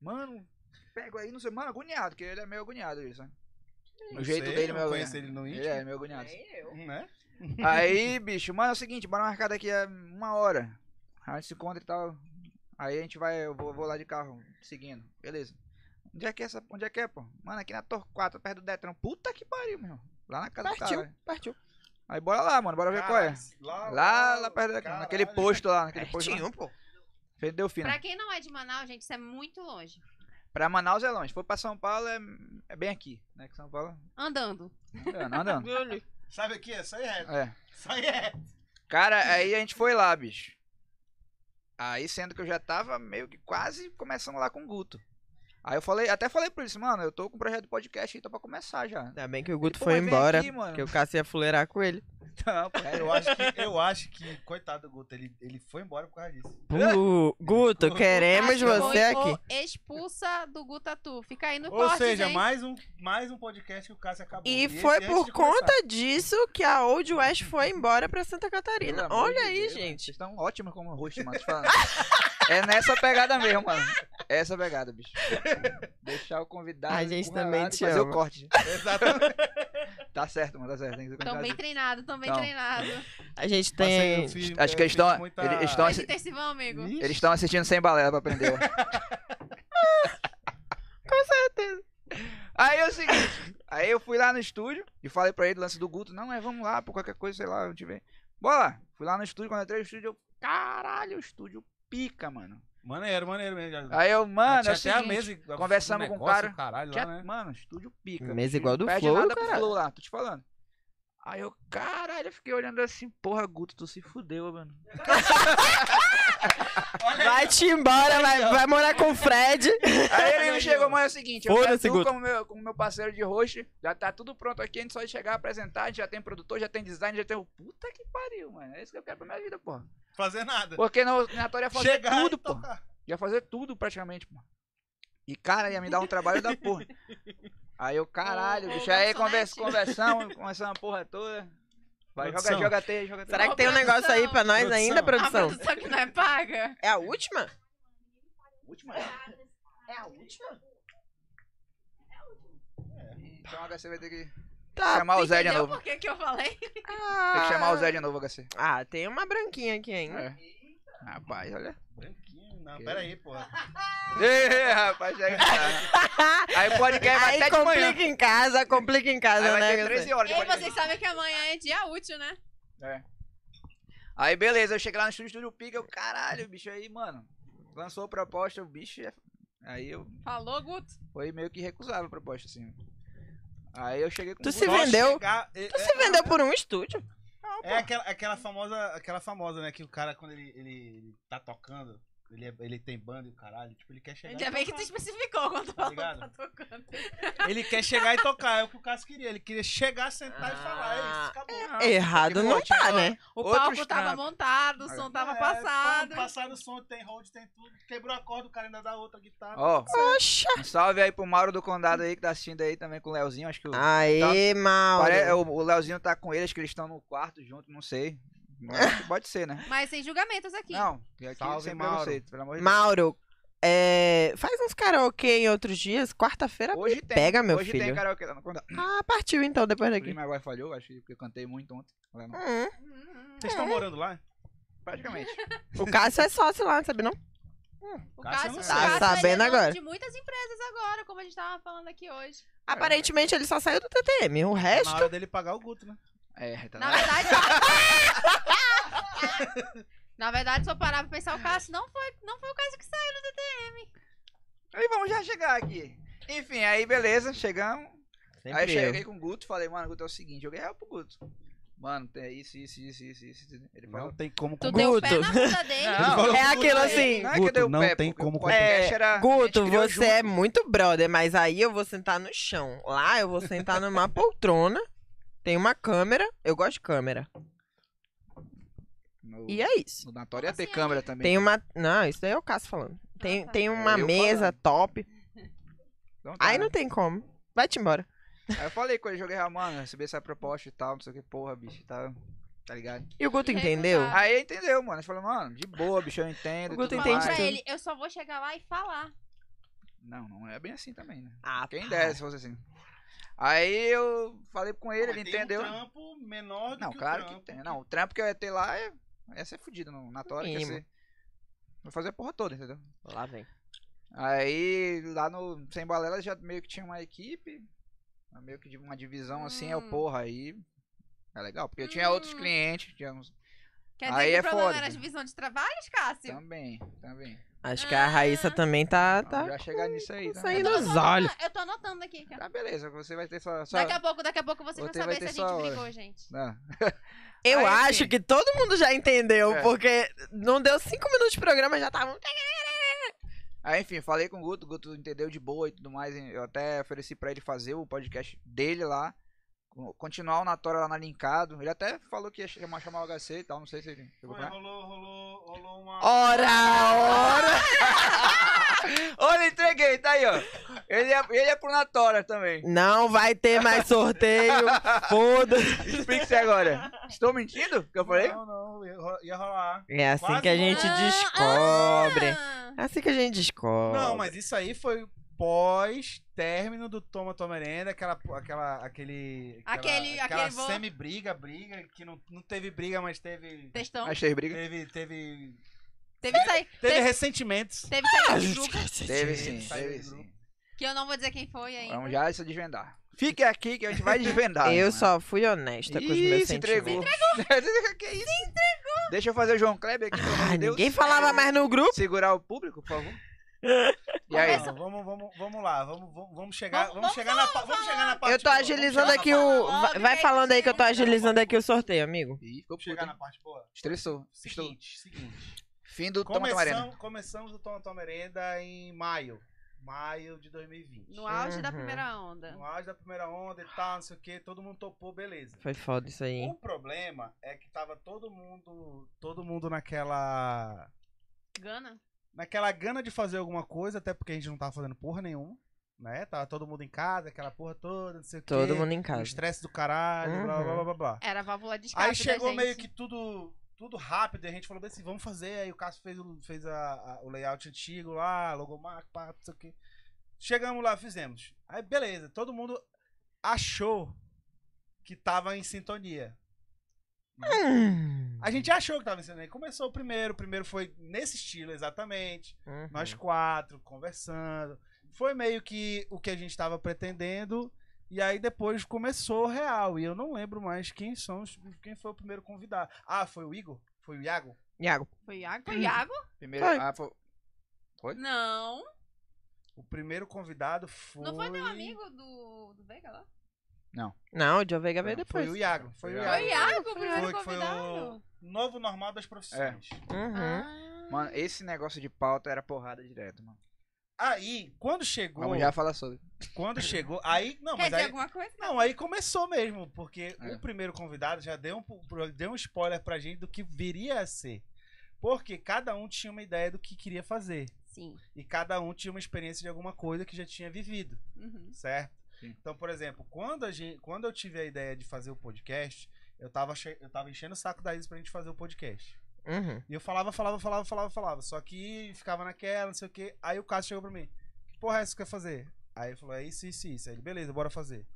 Mano, pego aí, não sei, mano, agoniado, porque ele é meio agoniado, isso, né? O Não jeito sei, dele, eu meu conheço agoniado. ele no Ele íntimo. é meio agoniado. Né? Aí, bicho, mano, é o seguinte, bora marcar daqui a uma hora. A gente se encontra e tal. Aí a gente vai, eu vou, vou lá de carro, seguindo. Beleza. Onde é que é essa. Onde é que é, pô? Mano, aqui na Torquato, perto do Detran. Puta que pariu, meu. Lá na casa do cara. Partiu, partiu. Aí bora lá, mano, bora ver qual é. Lá, Lá, lá perto do Detran, naquele posto lá, naquele posto. Lá. Pertinho, pô. Frente do Delfino. Pra quem não é de Manaus, gente, isso é muito longe. Pra Manaus é longe. Se for pra São Paulo, é, é bem aqui, né? Que São Paulo. Andando. Andando, andando. Sabe aqui? É só ir reto. É. Só ir reto. Cara, aí a gente foi lá, bicho. Aí, sendo que eu já tava meio que quase começando lá com o Guto. Aí eu falei, até falei pra eles, mano, eu tô com um projeto de podcast aí, tô pra começar já. Ainda bem que o Guto Pô, foi mas vem embora. aqui, mano. Porque o Cássio ia fuleirar com ele. Então, pô. Eu acho que, eu acho que coitado do Guto, ele, ele foi embora por causa disso. Gu- Guto, queremos Acho que você vou- aqui. vou Expulsa do Gutatu. Fica aí no Ou corte, seja, gente. mais um, mais um podcast que o Cássio acabou. E esse é foi antes por de começar. conta disso que a Old West foi embora pra Santa Pelo Catarina. amor Olha de aí, Deus, mano. Vocês gente. estão ótimos como host, mano. Tô te falando. é nessa pegada mesmo, mano. É essa pegada, bicho. Deixar o convidado. A gente encurralado também e te fazer ama. o corte. Exatamente. Tá certo, mano, tá certo. Tem que ser Tão convidado. bem treinado, tão bem Não. treinado. A gente Mas aí eu tem. fiz- Acho que eu eles fiz tão- muita- eles- eles tão- Então, Então, assim- intensivão, amigo. Ih, Eles estão assistindo sem balela pra aprender. ó. Aí é o seguinte, aí eu fui lá no estúdio e falei pra ele do lance do Guto, não, é, vamos lá, por qualquer coisa, sei lá, eu te ver. Bora lá. Fui lá no estúdio, quando eu entrei no estúdio, eu, caralho, o estúdio pica, mano. Maneiro, maneiro mesmo. Aí eu, mano, Ah, Tinha é o até a seguinte, mesa. conversamos um com o negócio, cara. Caralho, tinha- lá, né? mano, estúdio pica. Mesa igual do perde Flow, nada pro cara. Flow lá, tô te falando. Aí eu, caralho, eu fiquei olhando assim, porra, Guto, tu se fudeu, mano. Vai-te embora, vai, vai morar com o Fred. Aí ele me chegou, mas é o seguinte, eu quero Foda-se, tu Guto. como meu, como meu parceiro de host, já tá tudo pronto aqui, a gente só de chegar, apresentar, a gente já tem produtor, já tem design, já tem... o- Puta que pariu, mano, é isso que eu quero pra minha vida, porra. Fazer nada. Porque na Natória ia fazer Chegar então. tudo, e porra. tocar. Ia fazer tudo praticamente, pô. E, cara, ia me dar um trabalho da porra. Aí eu, caralho, Ô, ô, bicho. Aí conversa, garçonete. conversão, conversamos a porra toda. Vai, joga, Produção. joga teia, joga Será teia. que tem um negócio aí pra nós Produção. ainda, A produção? produção que não é paga. É a última? Última. É a última? Então o HC vai ter que, tem Tá. Chamar o Zé de Entendeu novo. por que, que eu falei? que Ah, chamar o Zé de novo, HC. Ah, tem uma branquinha aqui ainda. É. Rapaz, olha. Branquinho, não, pera aí, porra. Ei, rapaz, chega de tarde. Aí o podcast vai Aí até É, de manhã. complica em casa, complica em casa, Aí vai né? ter Gacê? 13 horas de Ei, podcast. vocês sabem que amanhã é dia útil, né? Aí beleza, eu cheguei lá no estúdio, estúdio pica, eu, caralho, bicho aí, mano. Lançou a proposta, o bicho é... Aí eu Falou, Guto. Foi meio que recusável a proposta, assim. Aí eu cheguei com um Tu o se Guto. Só vendeu? chegar- Tá é, Você vendeu por um estúdio? é, é aquela, aquela famosa, aquela famosa, né? Que o cara, quando ele, ele, ele tá tocando, ele, é- ele tem banda e o caralho, tipo, ele quer chegar. Ainda e bem que tocar. tu especificou quando Tá falou ligado? tá tocando. Ele quer chegar e tocar, é o que o Cássio queria. Ele queria chegar, sentar e falar, é Ah. isso, acabou. Errado Porque, não pô, tinha tá, né? O Outros palco tava trampos. montado, o som tava passado. É, passado o som, tem hold, tem tudo. Quebrou a corda, o cara ainda dá outra guitarra. Ó, Poxa. um salve aí pro Mauro do Condado aí, que tá assistindo aí também com o Leozinho, acho que o... Ah, Aê, mal. Tá. Pare- é, o, o Leozinho tá com ele, acho que eles estão no quarto junto, não sei. Mas Pode ser, né? Mas sem julgamentos aqui. Não, aqui Salve, sem Mauro. preconceito, pelo amor de Deus. Mauro, é, faz uns karaokê em outros dias. Quarta-feira Hoje me tem, pega, meu Hoje tem filho. karaokê lá no Condado. Ah, partiu então, depois daqui. Minha voz falhou, acho que eu cantei muito ontem. lá no- Hum, Ah, é? Vocês estão morando lá? Praticamente. o Cássio é sócio lá, sabe não? Cássio O Cássio, não o sei. Cássio, ele Tá sabendo é dono agora. de muitas empresas agora, como a gente tava falando aqui hoje. Aparentemente ele só saiu do TTM. O É, Tá na resto. hora dele pagar o Guto, né? É, tá Na na... verdade. Na verdade, se eu parar pra pensar, o Cássio não foi, não foi o Cássio que saiu. Aí vamos já chegar aqui. Enfim, aí beleza, chegamos. Sempre aí eu eu. cheguei com o Guto falei, mano, Guto é o seguinte, eu ganhava pro Guto. Mano, tem isso, isso, isso, isso, isso. isso. Ele falou. Não tem como Tu Guto. deu o pé na bunda dele. Não, falou É Guto, aquilo né? assim. É, Não é que Guto, deu não pé, tem porque como o podcast era- a Guto, gente criou você junto. é muito brother, mas aí eu vou sentar no chão. Lá eu vou sentar numa poltrona. Tem uma câmera. Eu gosto de câmera. No, E é isso. no Natório ia ter Assim, câmera também. Tem um uma. Não, isso daí é o Cássio falando. Tem, tá. tem uma É, eu mesa top. Então tá, Aí né? não tem como. Vai-te embora. Aí eu falei com ele, joguei, ah, mano, recebi essa proposta e tal, não sei o que, porra, bicho, tá, tá ligado? E o Guto Recusar. entendeu? Ah. Aí entendeu, mano. A gente falou, mano, de boa, bicho, eu entendo. O e Guto tudo Falou mais. entende pra tudo. ele, eu só vou chegar lá e falar. Não, não é bem assim também, né? Ah, Quem pá. é. dera se fosse assim. Aí eu falei com ele, Não, ele mas tem entendeu. Um trampo menor do Não, que claro o trampo. que tem. Não, o trampo que eu ia ter lá é, ia ser fudido no, na tora, ia Mínimo. ser. Vou fazer a porra toda, entendeu? Lá vem. Aí lá no Sem Balela já meio que tinha uma equipe, meio que de uma divisão assim, é o Hum. porra, aí é legal, porque eu tinha outros Hum. clientes, tinha uns... Quer Aí dizer que é o problema foda. era a divisão de trabalhos, Cássio? também, também. Acho que a Raíssa também tá. Vamos tá... Ah, já chegar nisso aí, isso também. aí Eu tô Então, nos anotando- olhos. Eu tô anotando aqui. cara. Tá, beleza, você vai ter sua... sua... né? Daqui a pouco, daqui a pouco vocês vão Você saber vai se a ter gente sua hora. brigou, gente. Não. Eu Aí, acho enfim. que todo mundo já entendeu, É. porque não deu cinco minutos de programa, já tava. um Aí, Ah, enfim, falei com o Guto, o Guto entendeu de boa e tudo mais. hein? Eu até ofereci pra ele fazer o podcast dele lá. co- continuar o Natório lá na Linkado. Ele até falou que ia chamar, chamar o HC e tal, não sei se ele chegou Foi, pra lá. rolou, rolou, rolou uma. Ora, ora! Olha, entreguei, tá aí, ó. Ele é, ele é pro Natório também. Não vai ter mais sorteio. Foda-se. Explique-se agora. Estou mentindo? Que eu falei? Não, não, ia ro- ia rolar. É assim Quase um que a não. gente Ah, descobre. Ah, É assim que a gente descobre. Não, mas isso aí foi pós-término do Toma Tua Merenda, aquela, aquela, aquele, aquela, Aquele- aquela aquele vo- semi-briga, briga, que não, não teve briga, mas teve, Textão. Achei briga. teve, teve, Teve isso aí. teve Ah, Teve, ressentimentos. teve isso aí. Juca, é Teve sim, Saiu teve do sim. Que eu não vou dizer quem foi ainda. Vamos já se desvendar. Fique aqui que a gente vai desvendar. Eu irmão. só fui honesta com os Ih, meus se sentimentos. entregou. que isso? Deixa eu fazer o João Kleber aqui, pelo amor Ah, de Deus. ninguém falava mais no grupo. Segurar o público, por favor. E Não, É aí? vamos, vamos, vamos lá, vamos, vamos, vamos chegar, Vamos- vamos, chegar na, pa- vamos chegar na parte Eu tô boa, vamos chegar agilizando na aqui parte- o. Logo, Vai- Vai que falando aí aí que eu tô você- agilizando aqui o sorteio, amigo. Ih, ficou Vamos chegar puto. na hein? parte boa. Estressou. Estressou. Seguinte, seguinte. Fim do Toma Tomarena. Começamos, começamos o Toma Tua Merenda em maio, maio de 2020. No auge da Uhum. primeira onda. No auge da primeira onda e tal, não sei o que, todo mundo topou, beleza. Foi foda isso aí. O problema é que tava todo mundo, todo mundo naquela, Gana? naquela gana de fazer alguma coisa, até porque a gente não tava fazendo porra nenhuma, né? Tava todo mundo em casa, aquela porra toda, não sei o que. Todo mundo em O casa. Uhum. estresse do caralho, blá blá blá blá blá. Era a válvula de escape Aí chegou da gente. meio que tudo, tudo rápido e a gente falou assim, vamos fazer. Aí o Cássio fez, o- fez a, a- o layout antigo lá, logomarca, pá, não sei o que. Chegamos lá, fizemos. Aí beleza, todo mundo achou que tava em sintonia. Hum. A gente achou que tava ensinando. Aí começou o primeiro, o primeiro foi nesse estilo exatamente. Uhum. Nós quatro, conversando. Foi meio que o que a gente tava pretendendo. E aí depois começou o real. E eu não lembro mais quem são os- quem foi o primeiro convidado. Ah, foi o Igor? Foi o Iago? Iago. Foi Iago? Foi Iago? Uhum. Primeiro. Foi. Ah, foi. Não. O primeiro convidado foi. Não foi meu amigo do, do Veiga lá? Não, o Joe Veiga veio Não, Foi o depois. Iago. Foi o Foi o Iago. Foi Iago o primeiro Foi que foi o convidado. novo normal das profissões. Uhum. Ah. Mano, esse negócio de pauta era porrada direto, mano. Aí, quando chegou. Vamos já falar sobre. Quando chegou. Aí. Não, Quer mas dizer aí. alguma coisa? Não, aí começou mesmo, porque É. o primeiro convidado já deu um, pro- deu um spoiler pra gente do que viria a ser. Porque cada um tinha uma ideia do que queria fazer. Sim. E cada um tinha uma experiência de alguma coisa que já tinha vivido, Uhum. certo? Sim. Então, por exemplo, quando, a gente, quando eu tive a ideia de fazer o podcast, eu tava, che- eu tava enchendo o saco da Isa pra gente fazer o podcast. Uhum. E eu falava, falava, falava, falava, falava. Só que ficava naquela, não sei o quê. Aí o Cássio chegou pra mim. Que porra é essa que você quer fazer? Aí ele falou, é isso, isso, isso. Aí ele, beleza, bora fazer.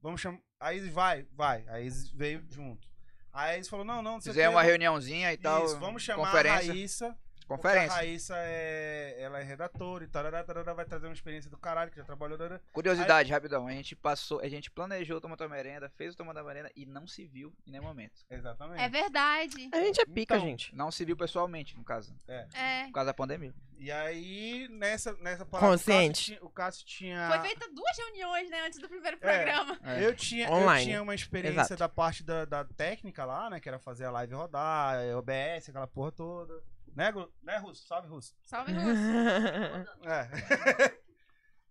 Vamos chamar. Aí ele, vai, vai. Aí eles veio junto. Aí eles falou, não, não, não sei o quê. Fizemos uma reuniãozinha e tal. Isso, vamos chamar Conferência. a Raíssa. porque A Conferência. Raíssa é, ela é redatora e tarará, tarará, vai trazer uma experiência do caralho, que já trabalhou. tarará. Curiosidade, rapidão. A gente passou, a gente planejou o Toma Tua Merenda, fez o Toma da Merenda e não se viu em nenhum momento. Exatamente. É verdade. A gente é pica, Então, gente. Não se viu pessoalmente, no caso. É. Por causa da pandemia. E aí, nessa, nessa parada, o Cássio Consciente. tinha- o Cássio tinha. Foi feita duas reuniões, né, antes do primeiro programa. É. Eu tinha, eu Online. tinha uma experiência Exato. da parte da, da técnica lá, né? Que era fazer a live rodar, eh, OBS, aquela porra toda. Né, Gru- né Russo? Salve, Russo. Salve, Russo. É.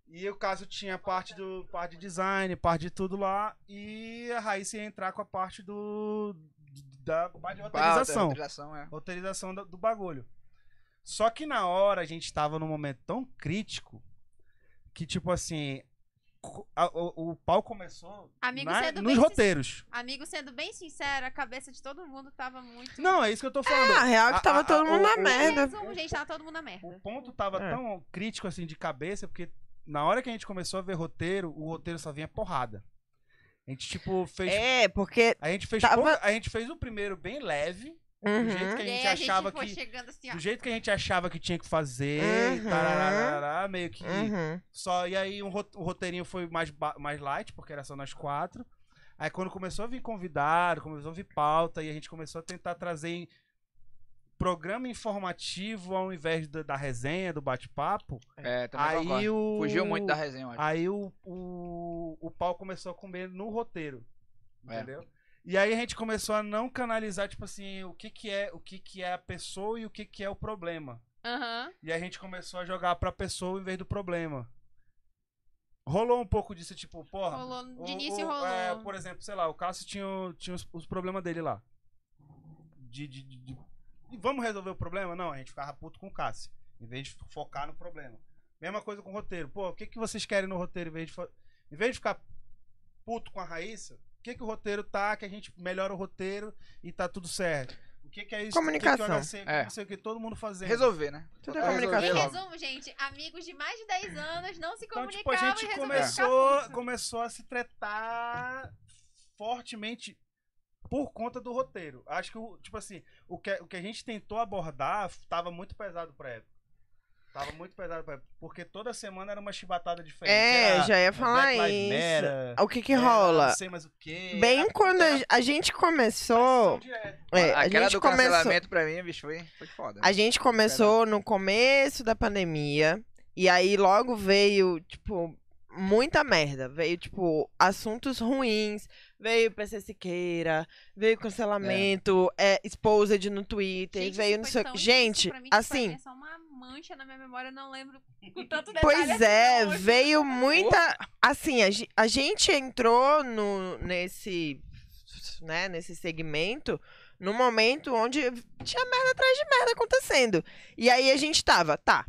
e o caso tinha a parte do parte de design, parte de tudo lá. E a Raíssa ia entrar com a parte do. da parte Ah, de Pauta, roteirização. Autorização, é. Roteirização do, do bagulho. Só que na hora a gente tava num momento tão crítico que, tipo assim. co- a- o, o pau começou Amigo, na- você é do nos bem, roteiros. Amigo, sendo bem sincero, a cabeça de todo mundo tava muito. Não, é isso que eu tô Ah! falando. Na Ah, real, que A- a- tava todo a- mundo o- na o- merda. Resumo, gente, tava todo mundo na O merda. ponto tava É. tão crítico assim de cabeça, porque na hora que a gente começou a ver roteiro, o roteiro só vinha porrada. A gente, tipo, fez. É, porque. A gente fez Tava- pouca- A gente fez o primeiro bem leve, do jeito Uhum. que a E gente aí achava foi que. chegando assim, ó. Do jeito que a gente achava que tinha que fazer, Uhum. tarararará, meio que. Uhum. Só, e aí um ro- o roteirinho foi mais, ba- mais light, porque era só nós quatro. Aí quando começou a vir convidado, começou a vir pauta, e a gente começou a tentar trazer em- programa informativo ao invés da, da resenha, do bate-papo. É, também Aí concordo. o. Fugiu muito da resenha, eu acho. Aí o, o, o pau começou a comer no roteiro. É. Entendeu? E aí a gente começou a não canalizar, tipo assim, o que, que é o que, que é a pessoa e o que, que é o problema. Aham. E a gente começou a jogar pra pessoa em vez do problema. rolou um pouco disso, tipo, porra. Rolou, o- de início o- rolou. é, por exemplo, sei lá, o Cássio tinha, o- tinha os, os problemas dele lá. De, de, de- de- e Vamos resolver o problema? Não, a gente ficava puto com o Cássio. Em vez de focar no problema. Mesma coisa com o roteiro. Pô, o que, que vocês querem no roteiro? Em vez de, fo- em vez de ficar puto com a Raíssa, o que, que o roteiro tá? Que a gente melhora o roteiro e tá tudo certo. O que, que é isso? Comunicação. O que, que o HC, É. não sei o que, todo mundo fazendo. Resolver, né? Tudo é Total Em comunicação. resolver. resumo, gente, amigos de mais de 10 anos não se Então, comunicavam tipo, a gente e resolveram ficar começou, puto. começou a se tretar fortemente por conta do roteiro. Acho que, o- tipo assim, o que, o que a gente tentou abordar tava muito pesado pra época. Tava muito pesado pra época. Porque toda semana era uma chibatada diferente. É, era já ia Black falar Lives isso. Matter, Ah, O que que era rola? Não sei mais o quê. Bem era quando pressão a- a gente começou. direta. é, a Aquela gente do começou. cancelamento pra mim, bicho, foi, foi foda. É, A gente começou no começo da pandemia. E aí logo veio, tipo, muita merda. Veio, tipo, assuntos ruins. Veio PC Siqueira. Veio cancelamento. É. exposed no Twitter. Gente, veio isso no foi seu. tão difícil Gente, pra mim que foi- assim. é só uma mancha na minha memória, eu não lembro com tanto detalhe. Pois é, assim, não. veio muita. Assim, a, ge- a gente entrou no, nesse, né, nesse segmento num momento onde tinha merda atrás de merda acontecendo. E aí a gente tava, tá.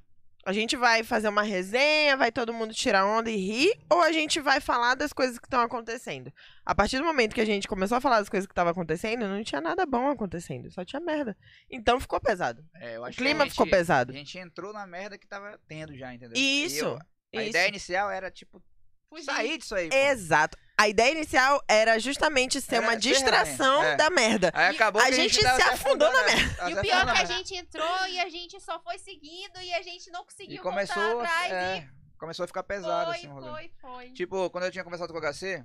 A gente vai fazer uma resenha, vai todo mundo tirar onda e rir, ou a gente vai falar das coisas que estão acontecendo. A partir do momento que a gente começou a falar das coisas que estavam acontecendo, não tinha nada bom acontecendo, só tinha merda. Então ficou pesado. É, eu O acho que a clima gente- ficou pesado. A gente entrou na merda que tava tendo já, entendeu? Isso, Eu- a isso. ideia inicial era, tipo, Fugir. sair disso aí. pô. Exato. A ideia inicial era justamente ser Tipo, Era uma ser distração resenha, é. da merda. Aí acabou a que gente tava se afundou na afundando, né? Tava E se o afundando pior é que a na merda. gente entrou e a gente só foi seguindo e a gente não conseguiu E começou, voltar atrás é, e começou a ficar pesado, foi, assim, o rolê. foi, foi. Tipo, quando eu tinha conversado com o HC,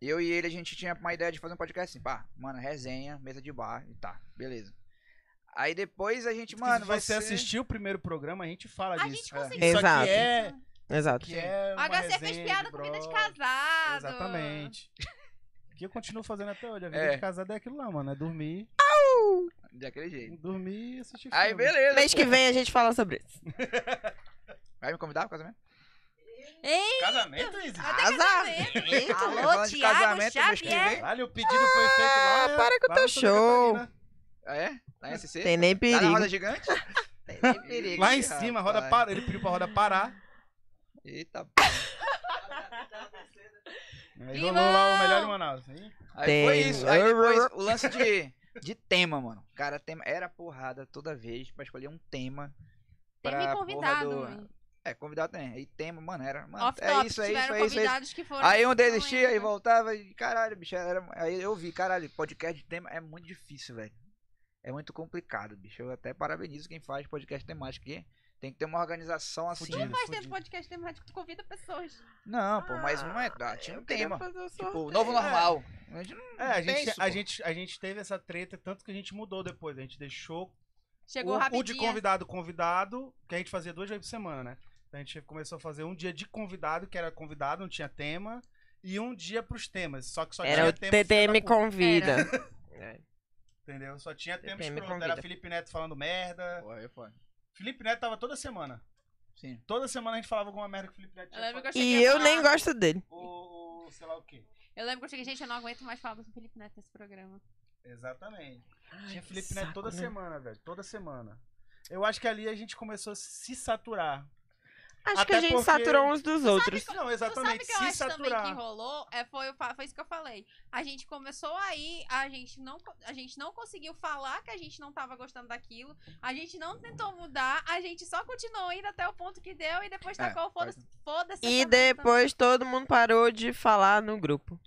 eu e ele, a gente tinha uma ideia de fazer um podcast assim, pá, mano, resenha, mesa de bar e tá, beleza. Aí depois a gente, mano, Se vai você ser... assistiu o primeiro programa, a gente fala a disso. gente É. conseguiu. Isso Exato. aqui é... né? Exato. Que é O uma HC fez resenha piada com vida de brother. casado. Exatamente. Que eu continuo fazendo até hoje. A vida É. de casada é aquilo lá, mano. É dormir, Daquele jeito. dormir e assistir filme. Aí beleza. Mês que pô. vem a gente fala sobre isso. Vai me convidar pro casamento? Casamento, Isis? Até Azar. casamento. Alô, falando de Thiago casamento, mês que Xavier. vem. Caralho, o pedido foi feito lá. né? Ah, para que eu lá tô em Santa show. Catarina. Ah, é? Lá em SC? Tem nem Lá né? Tá na perigo. roda gigante? Tem nem perigo. Lá em Ih, cima, rapaz. roda para... ele pediu pra roda parar. Eita, pô. Aí rolou lá o melhor em Manaus. hein? Aí Tem. foi isso. Aí depois o lance de, de tema, mano. Cara, tema era porrada toda vez pra escolher um tema. Tem pra me porra convidado. do- mano. É, convidado tem. Aí tema, mano, era. Mano, Off é top, isso, é isso, tiveram é isso, é isso. convidados que foram. Aí um não desistia e lembro. voltava e caralho, bicho, era... aí eu vi, caralho, podcast de tema é muito difícil, velho. É muito complicado, bicho. Eu até parabenizo quem faz podcast temático, que tem que ter uma organização assim. Fudido. Faz tempo um podcast temático, tu convida pessoas. Não, pô, mas não é, ah, tinha Eu um queria tema. fazer um Tipo, o sorteio. novo normal. A gente não É, a tem gente, isso, a, pô. gente, a gente teve essa treta, tanto que a gente mudou depois. A gente deixou Chegou o, rapidinho. o de convidado convidado, que a gente fazia duas vezes por semana, né? Então a gente começou a fazer um dia de convidado, que era convidado, não tinha tema, e um dia pros temas. Só que só Era o tinha tema. filha da TTM puta, convida. É. Entendeu? Só tinha tema TTM escroto. Era convida. Felipe Neto falando merda. Pô, aí é foi. Felipe Neto tava toda semana. Sim. Toda semana a gente falava alguma merda que o Felipe Neto Eu tinha lembro que eu falado. cheguei E a eu falar- nem gosto dele. Ou, ou sei lá o quê. Eu lembro que eu cheguei, gente, eu não aguento mais falar do Felipe Neto nesse programa. Exatamente. Tinha que Felipe Neto saco, toda né? semana, velho. Toda semana. Eu acho que ali a gente começou a se saturar. Acho que Até a gente porque- saturou uns dos outros. Não, Tu Então, sabe exatamente. que eu Se acho também saturar. que rolou? É, foi, o fa- foi isso que eu falei. A gente começou aí, a gente, não, co- a gente não conseguiu falar que a gente não tava gostando daquilo, a gente não tentou mudar, a gente só continuou indo até o ponto que deu e depois É, tacou o foda-se. foda-se E essa né? merda. depois todo mundo parou de falar no grupo.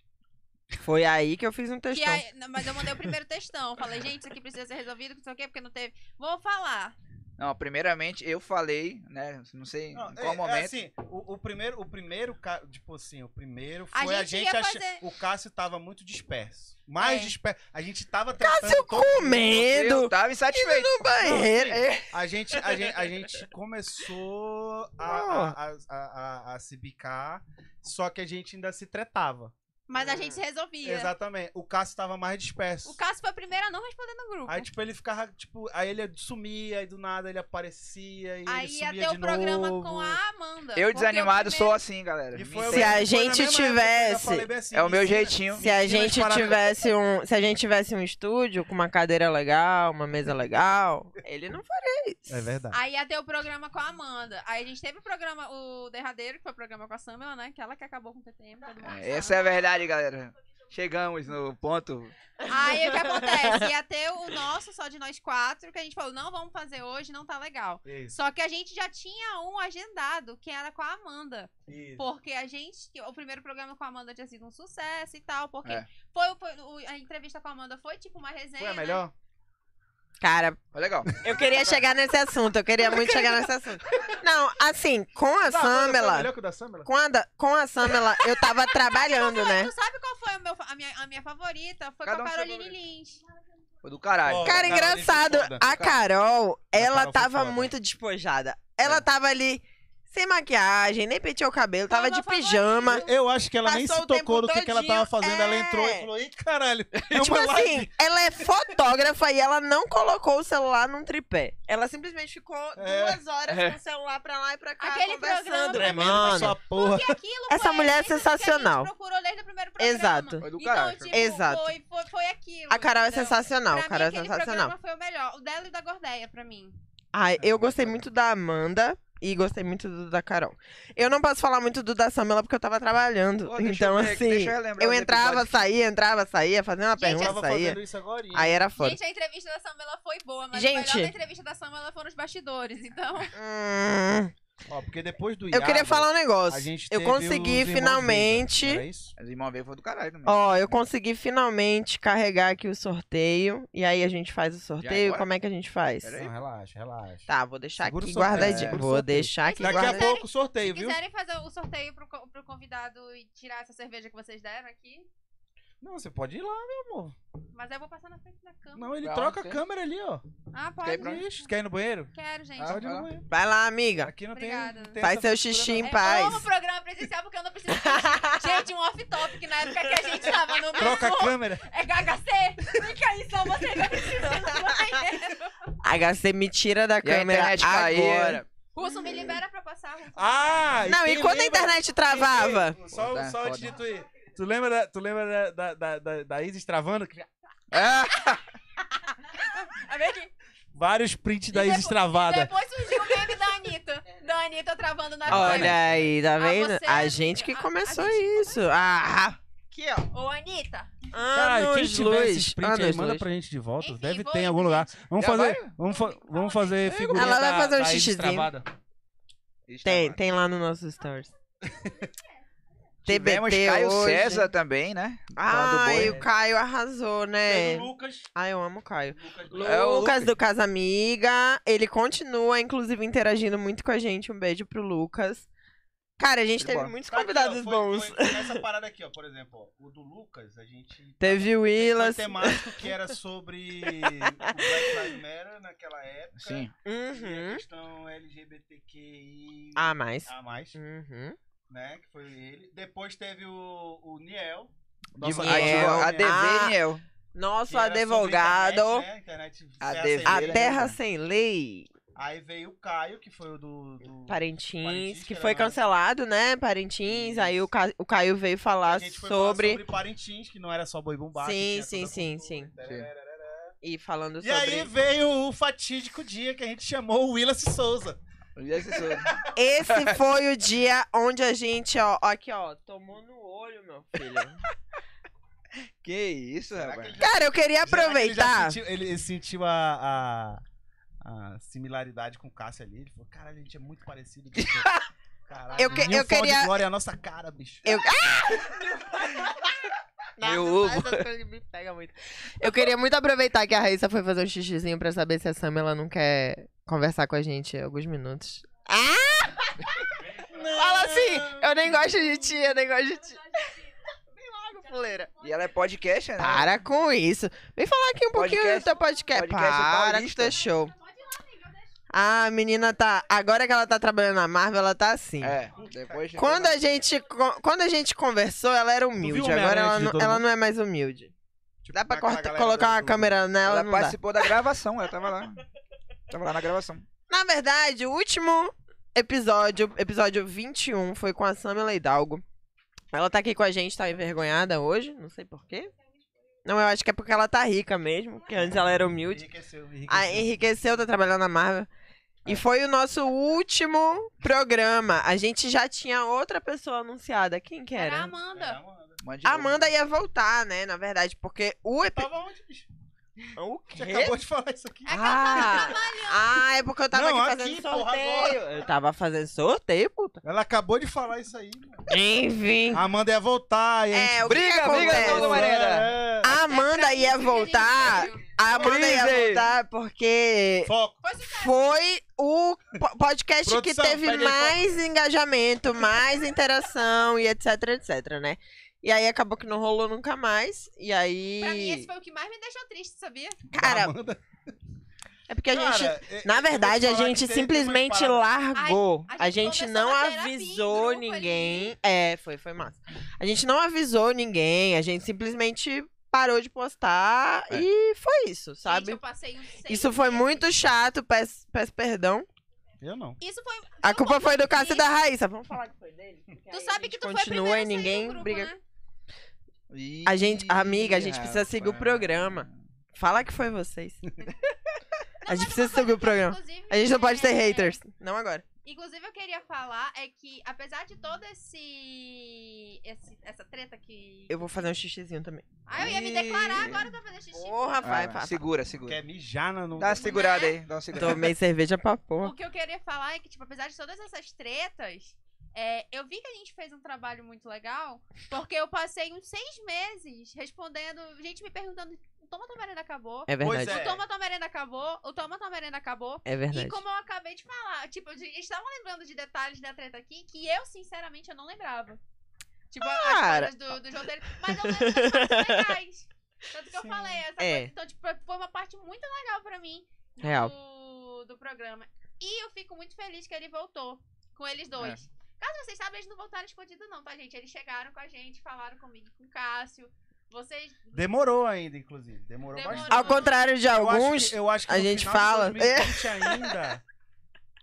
Foi aí que eu fiz um Que textão. aí- não, mas eu mandei o primeiro textão. Falei, gente, isso aqui precisa ser resolvido, que não sei o quê, porque não teve. Vou falar. Não, primeiramente eu falei, né? Não sei Não, em qual é- é momento. assim, o, o primeiro, o primeiro, ca- tipo assim, o primeiro A foi a gente gente, ia acha- fazer- o Cássio tava muito disperso. Mais É. disperso. A gente tava tratando todo- Comendo Eu assim. tava insatisfeito. no banheiro. Não, É. A gente, a gente, a gente começou a, a, a, a- a- a se bicar, só que a gente ainda se tretava. Mas a gente se resolvia. Exatamente. O Cássio tava mais disperso. O Cássio foi a primeira a não responder no grupo. Aí, tipo, ele ficava, tipo, aí ele sumia, aí do nada ele aparecia, e ele Aí ia sumia ter de o programa novo. com a Amanda. Eu porque o desanimado sou primeiro- assim, galera. E Me foi- Se segue. foi a na mesma gente época que eu já tivesse- falei bem assim, É o meu me ensina- jeitinho. Se a me ensina as gente paradas. tivesse um, se a gente tivesse um estúdio com uma cadeira legal, uma mesa legal, ele não faria isso. É verdade. Aí ia ter o programa com a Amanda. Aí a gente teve o programa, o derradeiro, que foi o programa com a Samela, né? Que ela que acabou com o TTM. todo mundo sabe. É, Essa é a verdade, galera. Chegamos no ponto. Aí o que acontece? Ia ter o nosso, só de nós quatro, que a gente falou, não vamos fazer hoje, não tá legal. Isso, Só que a gente já tinha um agendado, que era com a Amanda. isso. Porque a gente. O primeiro programa com a Amanda tinha sido um sucesso e tal. Porque É. foi, o- foi o- a entrevista com a Amanda foi tipo uma resenha. Foi é a né? melhor? Cara, Foi legal. eu queria chegar nesse assunto, eu queria muito chegar nesse assunto. Não, assim, com a Da Amanda foi Samela, é melhor que o da Samela? com a, da- com a Samela, eu tava trabalhando, né? Tu sabe qual foi o meu fa- a, minha, a minha favorita? Foi Cada com a um chegou Caroline Lynch. Foi do caralho. Ó, Carol, Cara, isso é engraçado, foda. a Carol, ela Carol foi tava foda. É. muito despojada. Ela tava ali sem maquiagem, nem penteou o cabelo, tava Foi de o meu pijama. favorito. Eu acho que ela nem Passou se o tempo tocou do que, que ela todinho, tava fazendo. Ela é. entrou e falou: Ih, caralho. É tipo uma live. assim, ela é fotógrafa e ela não colocou o celular num tripé. Ela simplesmente ficou É. duas horas com o celular pra lá e pra cá Aquele conversando. programa- Tremendo essa porra. Porque aquilo Essa foi a mulher é essência do que sensacional. a gente procurou desde o primeiro programa. Exato. Foi do caralho. Então, tipo, Exato. Foi, foi, foi aquilo. A Carol é entendeu? sensacional, Pra a Carol é mim, aquele sensacional. programa foi o melhor. O dela e o da Gordeia, pra mim. Ai, eu gostei muito da Amanda e gostei muito do da Carol. Eu não posso falar muito do da Samela porque eu tava trabalhando. Pô, deixa então, eu ver aqui, assim, deixa eu relembrar eu os entrava, episódios. saía, entrava, saía, fazia uma Gente, Eu pergunta, tava saía. fazendo isso agora. Aí era foda. Gente, a entrevista da Samela foi boa, mas o Gente. melhor da entrevista da Samela foram os bastidores. Então, Hum, Ó, porque depois do eu queria Iago, falar um a negócio. gente Eu teve os consegui irmãos finalmente. Veiga, não era isso? Mas o irmão veio foi do caralho também. Ó, eu consegui finalmente carregar aqui o sorteio. E aí a gente faz o sorteio. agora? Como é que a gente faz? Peraí. Não, relaxa, relaxa. Tá, vou deixar Segura aqui o sorteio, guardadinho. segura o vou sorteio. deixar aqui Daqui a guardadinho. pouco sorteio, se viu? quiserem fazer o sorteio pro, co- pro convidado e tirar essa cerveja que vocês deram aqui, Não, você pode ir lá, meu amor. mas eu vou passar na frente da câmera. Não, ele Pra troca onde? a câmera ali, ó. Ah, Quer ir pode. pra onde? Ixi, quer ir no banheiro? Quero, gente. Ah, Pode ir vai no lá. banheiro. Vai lá, amiga. Aqui não tem, Obrigada. não tem Faz essa seu frescura, xixi não. em Eu amo paz. o programa presencial porque eu não preciso. gente, um off-top que na época que a gente tava no Troca a mesmo- câmera. É HC? Fica aí só você que eu preciso ir no banheiro. HC me tira E da a câmera internet caiu. agora. Russo, me libera pra passar, Russo. Ah! Não, tem e quando a lembra- internet travava? Ei, ei, Só, Foda, só antes de foda. tu ir. Tu lembra da, tu lembra da, da, da, da Isis travando? Que- Ah, Ah, vem aqui. Vários prints da E Isis depois- travada. Depois surgiu o meme da Anitta. Da Anitta travando na câmera. Olha aí, tá Ah, vendo? você- A gente que a- a começou gente que isso. Ah, aqui, ó. Ô, Anitta. Cara, quem Anos tiver luz. esses prints aí, Anos manda luz. pra gente de volta. Enfim, Deve vou ter em indo, algum lugar. Vamos Já fazer, vai? vamos, fa- vamos fazer figurinha Ela vai da- fazer um da Isis xixizinho. travada. Tem, tem lá no nosso stories. Tivemos TBT um Caio hoje. César também, né? Falando Ai, boi. o Caio arrasou, né? Teve o Lucas. Ai, eu amo o Caio. É o Lucas Lucas. do Casa Amiga, ele continua, inclusive, interagindo muito com a gente. Um beijo pro Lucas. Cara, a gente Muito teve bom. muitos Tá aqui, convidados ó, foi- bons. foi- foi Essa parada aqui, ó, por exemplo, ó, o do Lucas, a gente. Teve o Tem um Willas. temático que era sobre o Black Lives Matter naquela época. Sim. E a Uhum. questão LGBTQI Ah, mais. a mais, Uhum. né? Que foi ele. Depois teve o, o Niel. Nossa, Niel, Niel, a DV Ah, Niel. Nosso que era sobre advogado. Internet, né? internet A sem DV. A acender, Terra né? Sem Lei. Aí veio o Caio, que foi o do. do- Parintins, Parintins, que que foi era mais- cancelado, né? Parintins. Aí o, Ca... o Caio veio A falar gente foi falar sobre... sobre Parintins, que não era só boi bumbá. que Sim, tinha sim, toda a sim, cultura, sim. tarará. E falando E aí sobre. veio o fatídico dia que a gente chamou o Willis Souza. né? Ah. Um Esse foi o dia onde a gente, ó, aqui, ó, tomou no olho, meu filho. Que isso, rapaz. Cara, eu queria aproveitar. Ele, já sentiu, ele- ele sentiu a, a- a similaridade com o Cássio ali. Ele falou: caralho, a gente é muito parecido. bicho." Caralho, Eu que- Nil eu Ford queria- Glória é a nossa cara, bicho. Eu- Meu Nada, ovo. faz as coisas que me pega muito. Eu queria muito aproveitar que a Raíssa foi fazer um xixizinho pra saber se a Samela não quer conversar com a gente alguns minutos. Ah! Fala assim, eu nem gosto de ti, eu nem gosto de ti. Vem logo, fuleira. E ela é podcast, né? Para com isso. Vem falar aqui um pouquinho Podcast- do teu podcast. podcast Para com o paulista. teu show. Ah, a menina tá. Agora que ela tá trabalhando na Marvel, ela tá assim. É, depois. Quando a gente co- quando a gente conversou, ela era viu o humilde. Homem-Aranha Agora ela de não, todo ela mundo? não é mais humilde. Dá pra com aquela cortar- é galera colocar do- uma do- câmera nela? Ela não dá. participou da gravação, ela tava lá. Tava lá na gravação. Na verdade, o último episódio, episódio 21, foi com a Samela Hidalgo. Ela tá aqui com a gente, tá envergonhada hoje, não sei porquê. Não, eu acho que é porque ela tá rica mesmo, porque antes ela era humilde. Enriqueceu, A enriqueceu. enriqueceu, tá trabalhando na Marvel. É. E foi o nosso último programa. A gente já tinha outra pessoa anunciada. Quem que Era a era? É, Amanda. mano. Mande A Amanda ia voltar, né? Na verdade, porque o epi... Tava onde, Tá bicho? Tá O Você quê? acabou de falar isso É aqui. Ah, ah, é porque eu tava Não, aqui fazendo aqui, porra, sorteio. agora. Eu tava fazendo sorteio, puta. Ela acabou de falar isso aí. mano. Enfim. A Amanda ia voltar. E a gente- É, o que Briga, que briga, acontece? todo mundo. É, A Amanda ia voltar. A Amanda ia Crise. voltar porque é. Foco. foi o po- podcast que Produção, teve pede aí, mais engajamento, mais interação e etc, etc, né? E aí acabou que não rolou nunca mais. E Pra mim, esse aí. foi o que mais me deixou triste, sabia? A Cara, Amanda- é porque a gente Cara, eu- Na eu vou verdade, te a falar gente que tem- tem simplesmente umas paradas- largou. Ai, A a gente, gente não começou na terapia em avisou grupo ninguém. É, foi, foi massa. A gente não avisou ninguém, a gente simplesmente parou de postar É. e foi isso, Gente, sabe? eu passei uns seis Isso foi meses. muito chato, peço, peço perdão. Eu não. Isso foi. A culpa foi do Cássio e da Raíssa. Raíssa. Vamos falar que foi dele. porque aí Tu a sabe gente que tu foi a continua primeira e a sair do ninguém grupo, briga. né? Ih, A gente- amiga, a gente precisa rapaz. seguir o programa. Fala que foi vocês. a gente precisa subir o programa. Inclusive, A gente não pode ter é, haters. Não agora. Inclusive, eu queria falar é que, apesar de toda esse, esse- essa treta que. Eu vou fazer um xixizinho também. Ah, eu ia me declarar agora pra fazer xixi. Porra, vai, Ah, vai. Segura, segura. Quer mijar na... no- Dá uma segurada aí, dá uma vai. segurada. Tomei cerveja pra porra. O que eu queria falar é que, tipo, apesar de todas essas tretas, é, eu vi que a gente fez um trabalho muito legal, porque eu passei uns seis meses respondendo, gente me perguntando, o Toma Tua Merenda acabou? É verdade. Pois O Toma Tua Merenda acabou? O Toma Tua Merenda acabou? É verdade. E como eu acabei de falar, tipo, a gente tava lembrando de detalhes da treta aqui que eu, sinceramente, eu não lembrava. Tipo, Cara. as coisas do, do roteiro. Mas eu lembro das partes legais. Tanto que eu Sim. falei essa É. coisa. Então, tipo, foi uma parte muito legal pra mim do, Real. do programa. E eu fico muito feliz que ele voltou com eles dois. Caso vocês saibam, eles não voltaram escondido, não, tá, gente? Eles chegaram com a gente, falaram comigo e com o Cássio. Vocês. Demorou ainda, inclusive. Demorou, Demorou. bastante. Ao contrário de Eu acho que- alguns, eu acho que a no gente final de fala. 2020 ainda,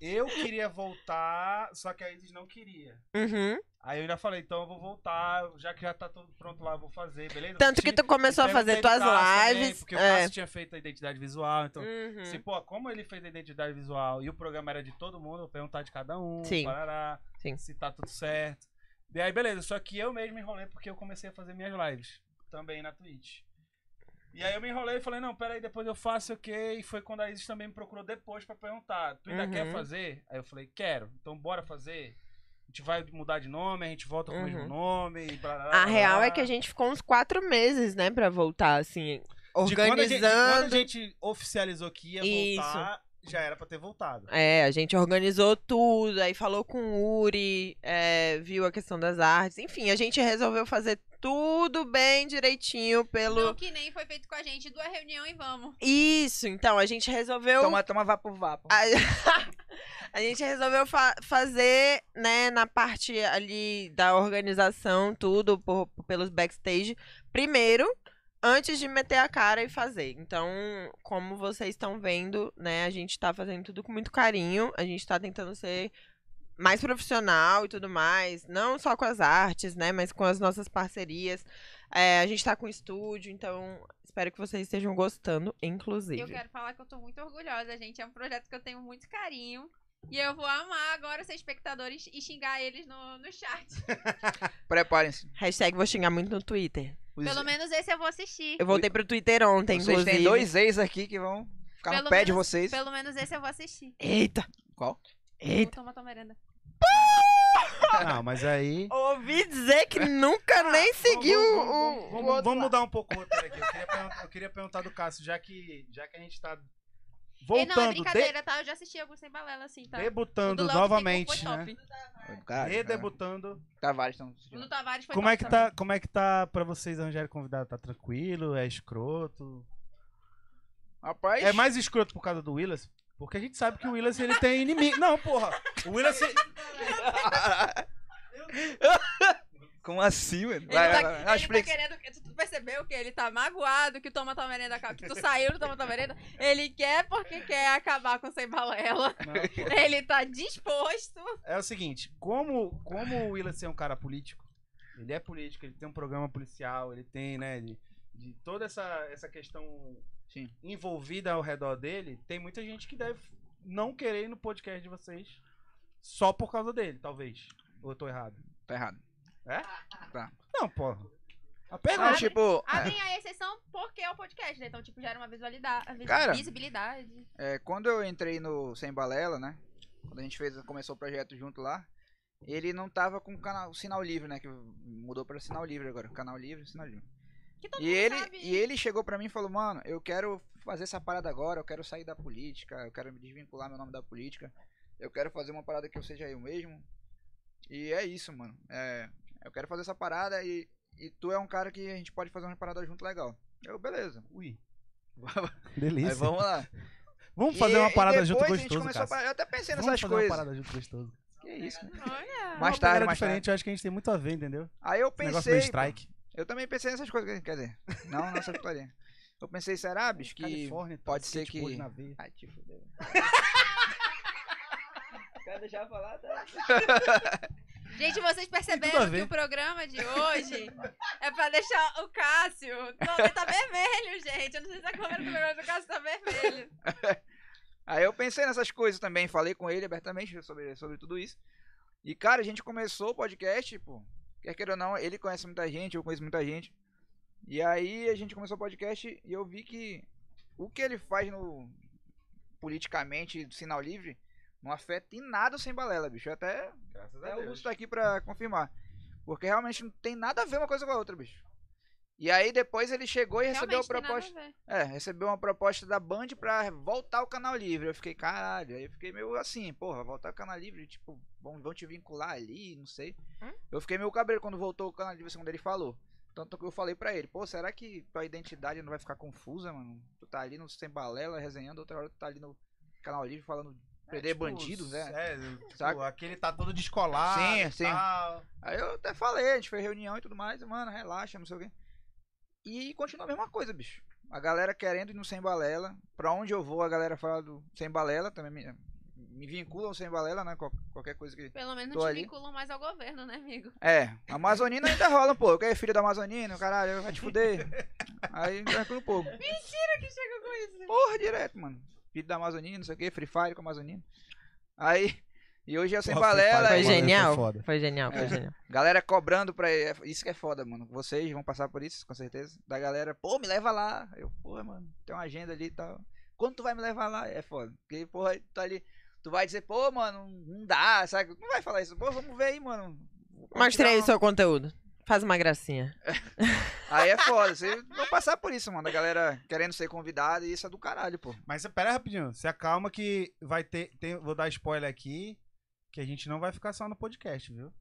eu queria voltar, só que a Isis não queria. Uhum. Aí eu ainda falei, então eu vou voltar, já que já tá tudo pronto lá, eu vou fazer, beleza? tanto que tu começou a E fazer perguntei do tuas Cássio um também, lives. porque o é. Cássio tinha feito a identidade visual, então... Uhum. Se, pô, como ele fez a identidade visual e o programa era de todo mundo, eu vou perguntar de cada um, Sim. parará, Sim. se tá tudo certo. E aí, beleza, só que eu mesmo enrolei porque eu comecei a fazer minhas lives também na Twitch. E aí eu me enrolei e falei, não, peraí, depois eu faço, ok. E foi quando a Isis também me procurou depois pra perguntar, tu ainda Uhum. quer fazer? Aí eu falei, quero, então bora fazer. A gente vai mudar de nome, a gente volta com o mesmo Uhum. nome. E blá, blá, blá, blá, A real é blá. que a gente ficou uns quatro meses, né, pra voltar, assim, De quando a gente- de quando a organizando. gente oficializou que ia voltar, já era pra ter voltado. É, a gente organizou tudo, aí falou com o Uri, é, viu a questão das artes. Enfim, a gente resolveu fazer tudo bem direitinho pelo. Não, que nem foi feito com a gente, duas reuniões e vamos. Isso, então, a gente resolveu. Toma, toma vapo vapo. A, a gente resolveu fa- fazer, né, na parte ali da organização, tudo por- pelos backstage, primeiro, antes de meter a cara e fazer. Então, como vocês estão vendo, né, a gente tá fazendo tudo com muito carinho, a gente tá tentando ser mais profissional e tudo mais, não só com as artes, né, mas com as nossas parcerias. É, a gente tá com estúdio, então espero que vocês estejam gostando, inclusive. Eu quero falar que eu tô muito orgulhosa, gente. É um projeto que eu tenho muito carinho. E eu vou amar agora ser espectadores e xingar eles no, no chat. Preparem-se. Hashtag vou xingar muito no Twitter. Os- Pelo menos esse eu vou assistir. Eu voltei pro Twitter ontem, Vocês inclusive. têm dois ex aqui que vão ficar no Pelo pé de menos- vocês. Pelo menos esse eu vou assistir. Eita! Qual? Vou Eita! tomar tua merenda. Não, mas aí. Ouvi dizer que nunca nem seguiu Ah, Vamos- o. Vamos, o vamos- outro vamos lá. mudar um pouco o roteiro aqui. Eu queria, perguntar, eu queria perguntar do Cássio, já que, já que a gente tá E não, é voltando, de- brincadeira, tá? Eu já assisti alguns sem balela, assim, tá? O do debutando Léo que novamente, ficou foi né? top. Cara, é Redebutando. Tá vários, então. O do Tavares foi Como é, top que também. tá, como é que tá pra vocês arranjarem convidado? Tá tranquilo? É escroto? Rapaz, É É mais escroto por causa do Willis? Porque a gente sabe que o Willis ele tem inimigo. Não, porra. O Willis. Como assim, mano? Ele, Vai, tá, vai, vai. ele Não, tá explica. querendo. que- Tu, tu percebeu que ele tá magoado, que toma tua merenda. acaba- Que tu saiu do toma tua merenda. Ele quer porque quer acabar com sem balela. Não. Ele tá disposto. É o seguinte: como, como o Willis é um cara político, ele é político, ele tem um programa policial, ele tem, né, de, de toda essa, essa questão Sim. envolvida ao redor dele, tem muita gente que deve não querer ir no podcast de vocês só por causa dele, talvez. Ou eu tô errado? Tá errado. Não, porra. A Não, tá pergunta. tipo, Abrem a exceção porque é o podcast, né? Então, tipo, gera uma visualidade, a vis- Cara. visibilidade. é, quando eu entrei no Sem Balela, né? Quando a gente fez, começou o projeto junto lá, ele não tava com o canal, o sinal livre, né? Que mudou pra sinal livre agora. Canal livre, sinal livre. Que todo E mundo ele, sabe. e ele chegou pra mim e falou, mano, eu quero fazer essa parada agora, eu quero sair da política, eu quero me desvincular meu nome da política, eu quero fazer uma parada que eu seja eu mesmo. E é isso, mano. É, eu quero fazer essa parada e, e tu é um cara que a gente pode fazer uma parada junto legal. Eu, beleza. Ui. Delícia. é- Aí vamos lá. Vamos fazer uma E- e parada depois junto a gente gostoso, começou a cara. par- Eu até pensei Vamos nessas fazer uma coisas. parada junto gostoso. Que É. isso, mano. Olha. Mais Uma pegada tarde, mais tarde. diferente, eu acho que a gente tem muito a ver, entendeu? Aí eu Esse negócio meio pensei, strike. eu também pensei nessas coisas, quer dizer, não nessa putaria. Eu pensei, será, bicho, é que Califórnia, pode ser skateboard que- na veia. Ai, te fudeu. Quer deixar eu falar? Tá? Gente, vocês Tem tudo perceberam a que ver. o programa de hoje é pra deixar o Cássio. Não, ele tá vermelho, gente. Eu não sei se tá a câmera do programa do Cássio tá vermelho. Aí eu pensei nessas coisas também, falei com ele abertamente sobre, sobre tudo isso. E, cara, a gente começou o podcast, pô. Quer queira ou não, ele conhece muita gente, eu conheço muita gente. E aí a gente começou o podcast e eu vi que o que ele faz no politicamente do sinal livre não afeta em nada o sem balela, bicho. Eu Até, Graças até o Lúcio tá aqui pra confirmar. Porque realmente não tem nada a ver uma coisa com a outra, bicho. E aí depois ele chegou e recebeu a Realmente tem nada a proposta. ver. É, recebeu uma proposta da Band pra voltar ao Canal Livre. Eu fiquei, caralho. Aí eu fiquei meio assim, porra, voltar ao Canal Livre, tipo, vão, vão te vincular ali, não sei. Hum? Eu fiquei meio cabreiro quando voltou ao Canal Livre, segundo ele falou. Tanto que eu falei pra ele, pô, será que tua identidade não vai ficar confusa, mano? Tu tá ali no Sem Balela resenhando, outra hora tu tá ali no Canal Livre falando perder bandido, né? tipo, É, tipo, Saca? aquele tá todo descolado. Sim, e sim. tal. Aí eu até falei, a gente fez reunião e tudo mais, mano, relaxa, não sei o quê. E continua a mesma coisa, bicho. A galera querendo ir no Sem Balela. Pra onde eu vou, a galera fala do Sem Balela, também me, me vinculam ao Sem Balela, né? qual- Qualquer coisa que. Pelo menos Tô não te ali. vinculam mais ao governo, né, amigo? É, a Amazonina ainda rola, pô. Eu quero filho da Amazonina, caralho, vai te fuder. Aí me tranquilo um pouco. que chegou com isso? Porra, direto, mano. Filho da Amazonina, não sei o quê, Free Fire com a Amazonina. Aí. E hoje é o Sem Porra, Free Fire Balela. com a Foi e- Amazonina. genial. foi foda. Foi genial, foi É. genial. Galera cobrando pra. é, Isso que é foda, mano. Vocês vão passar por isso, com certeza. Da galera, pô, me leva lá. Eu, pô, mano, tem uma agenda ali e tal. Quando tu vai me levar lá? É foda. Porque, porra, aí tu tá ali. Tu vai dizer, pô, mano, não dá, sabe? Não vai falar isso. Pô, vamos ver aí, mano. Vamos Mostra tirar aí uma- seu conteúdo. Faz uma gracinha. Aí é foda. Vocês vão passar por isso, mano. A galera querendo ser convidada e isso é do caralho, pô. Mas pera aí rapidinho, se acalma que vai ter, tem- Vou dar spoiler aqui, que a gente não vai ficar só no podcast, viu?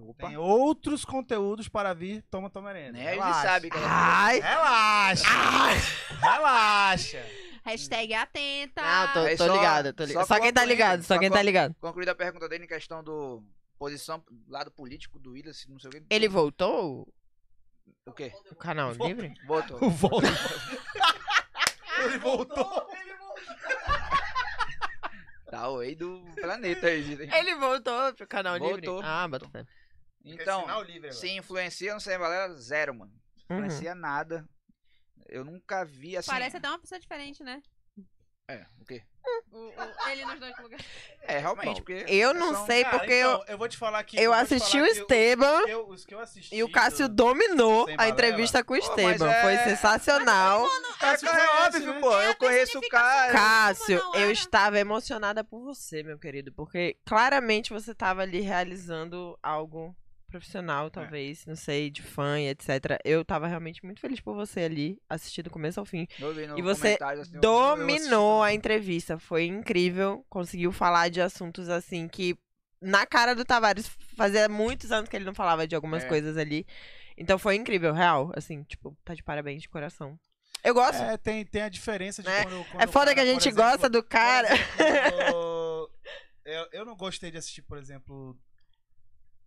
Opa. Tem outros conteúdos para vir, toma tua merenda. Né? Ele Relaxa. sabe, galera. Ai! É? Relaxa! Relaxa! Hashtag atenta. Não, tô, assim. É tô só- ligado, tô só ligado. Só, quem tá concluindo, ligado, só, só quem tá conclu- ligado. Concluída a pergunta dele em questão do. Posição, lado político do Willis, não sei o quê. Ele voltou O quê? o canal livre? Votou. O Volta. Ele voltou! Tá o rei do planeta aí, gente. Ele voltou pro canal livre? Voltou. Ah, bota fé. Então, livre se influencia no Sem Balela, zero, mano. Uhum. Influencia nada. Eu nunca vi assim. Parece até uma pessoa diferente, né? É, o quê? O- o- ele nos dois lugares. É, um realmente, Bom, porque. Eu não são- sei Cara, porque então, eu, vou te falar que. eu, eu vou te assisti o falar que Esteban os que eu- os que eu assisti e o Cássio do- dominou Sem a balela. entrevista com o Pô, mas Esteban. Foi é- sensacional. É, Cássio cara, é conhece, óbvio, né? pô. É a Eu conheço o personificação cara. Cássio, Como não eu era? estava emocionada por você, meu querido, porque claramente você estava ali realizando algo É. profissional, talvez, não sei, de fã e etc. Eu estava realmente muito feliz por você ali, assistindo do começo ao fim. Eu vi no E você comentário, assim, eu- Dominou um- eu a assisti entrevista, foi incrível, conseguiu falar de assuntos assim que na cara do Tavares fazia muitos anos que ele não falava de algumas É. coisas ali. Então foi incrível, real, assim, tipo, tá de parabéns de coração. Eu gosto. É, tem, tem a diferença de É. quando, quando É, foda o cara, que a por gente exemplo, gosta do cara. Quando- eu, eu não gostei de assistir, por exemplo,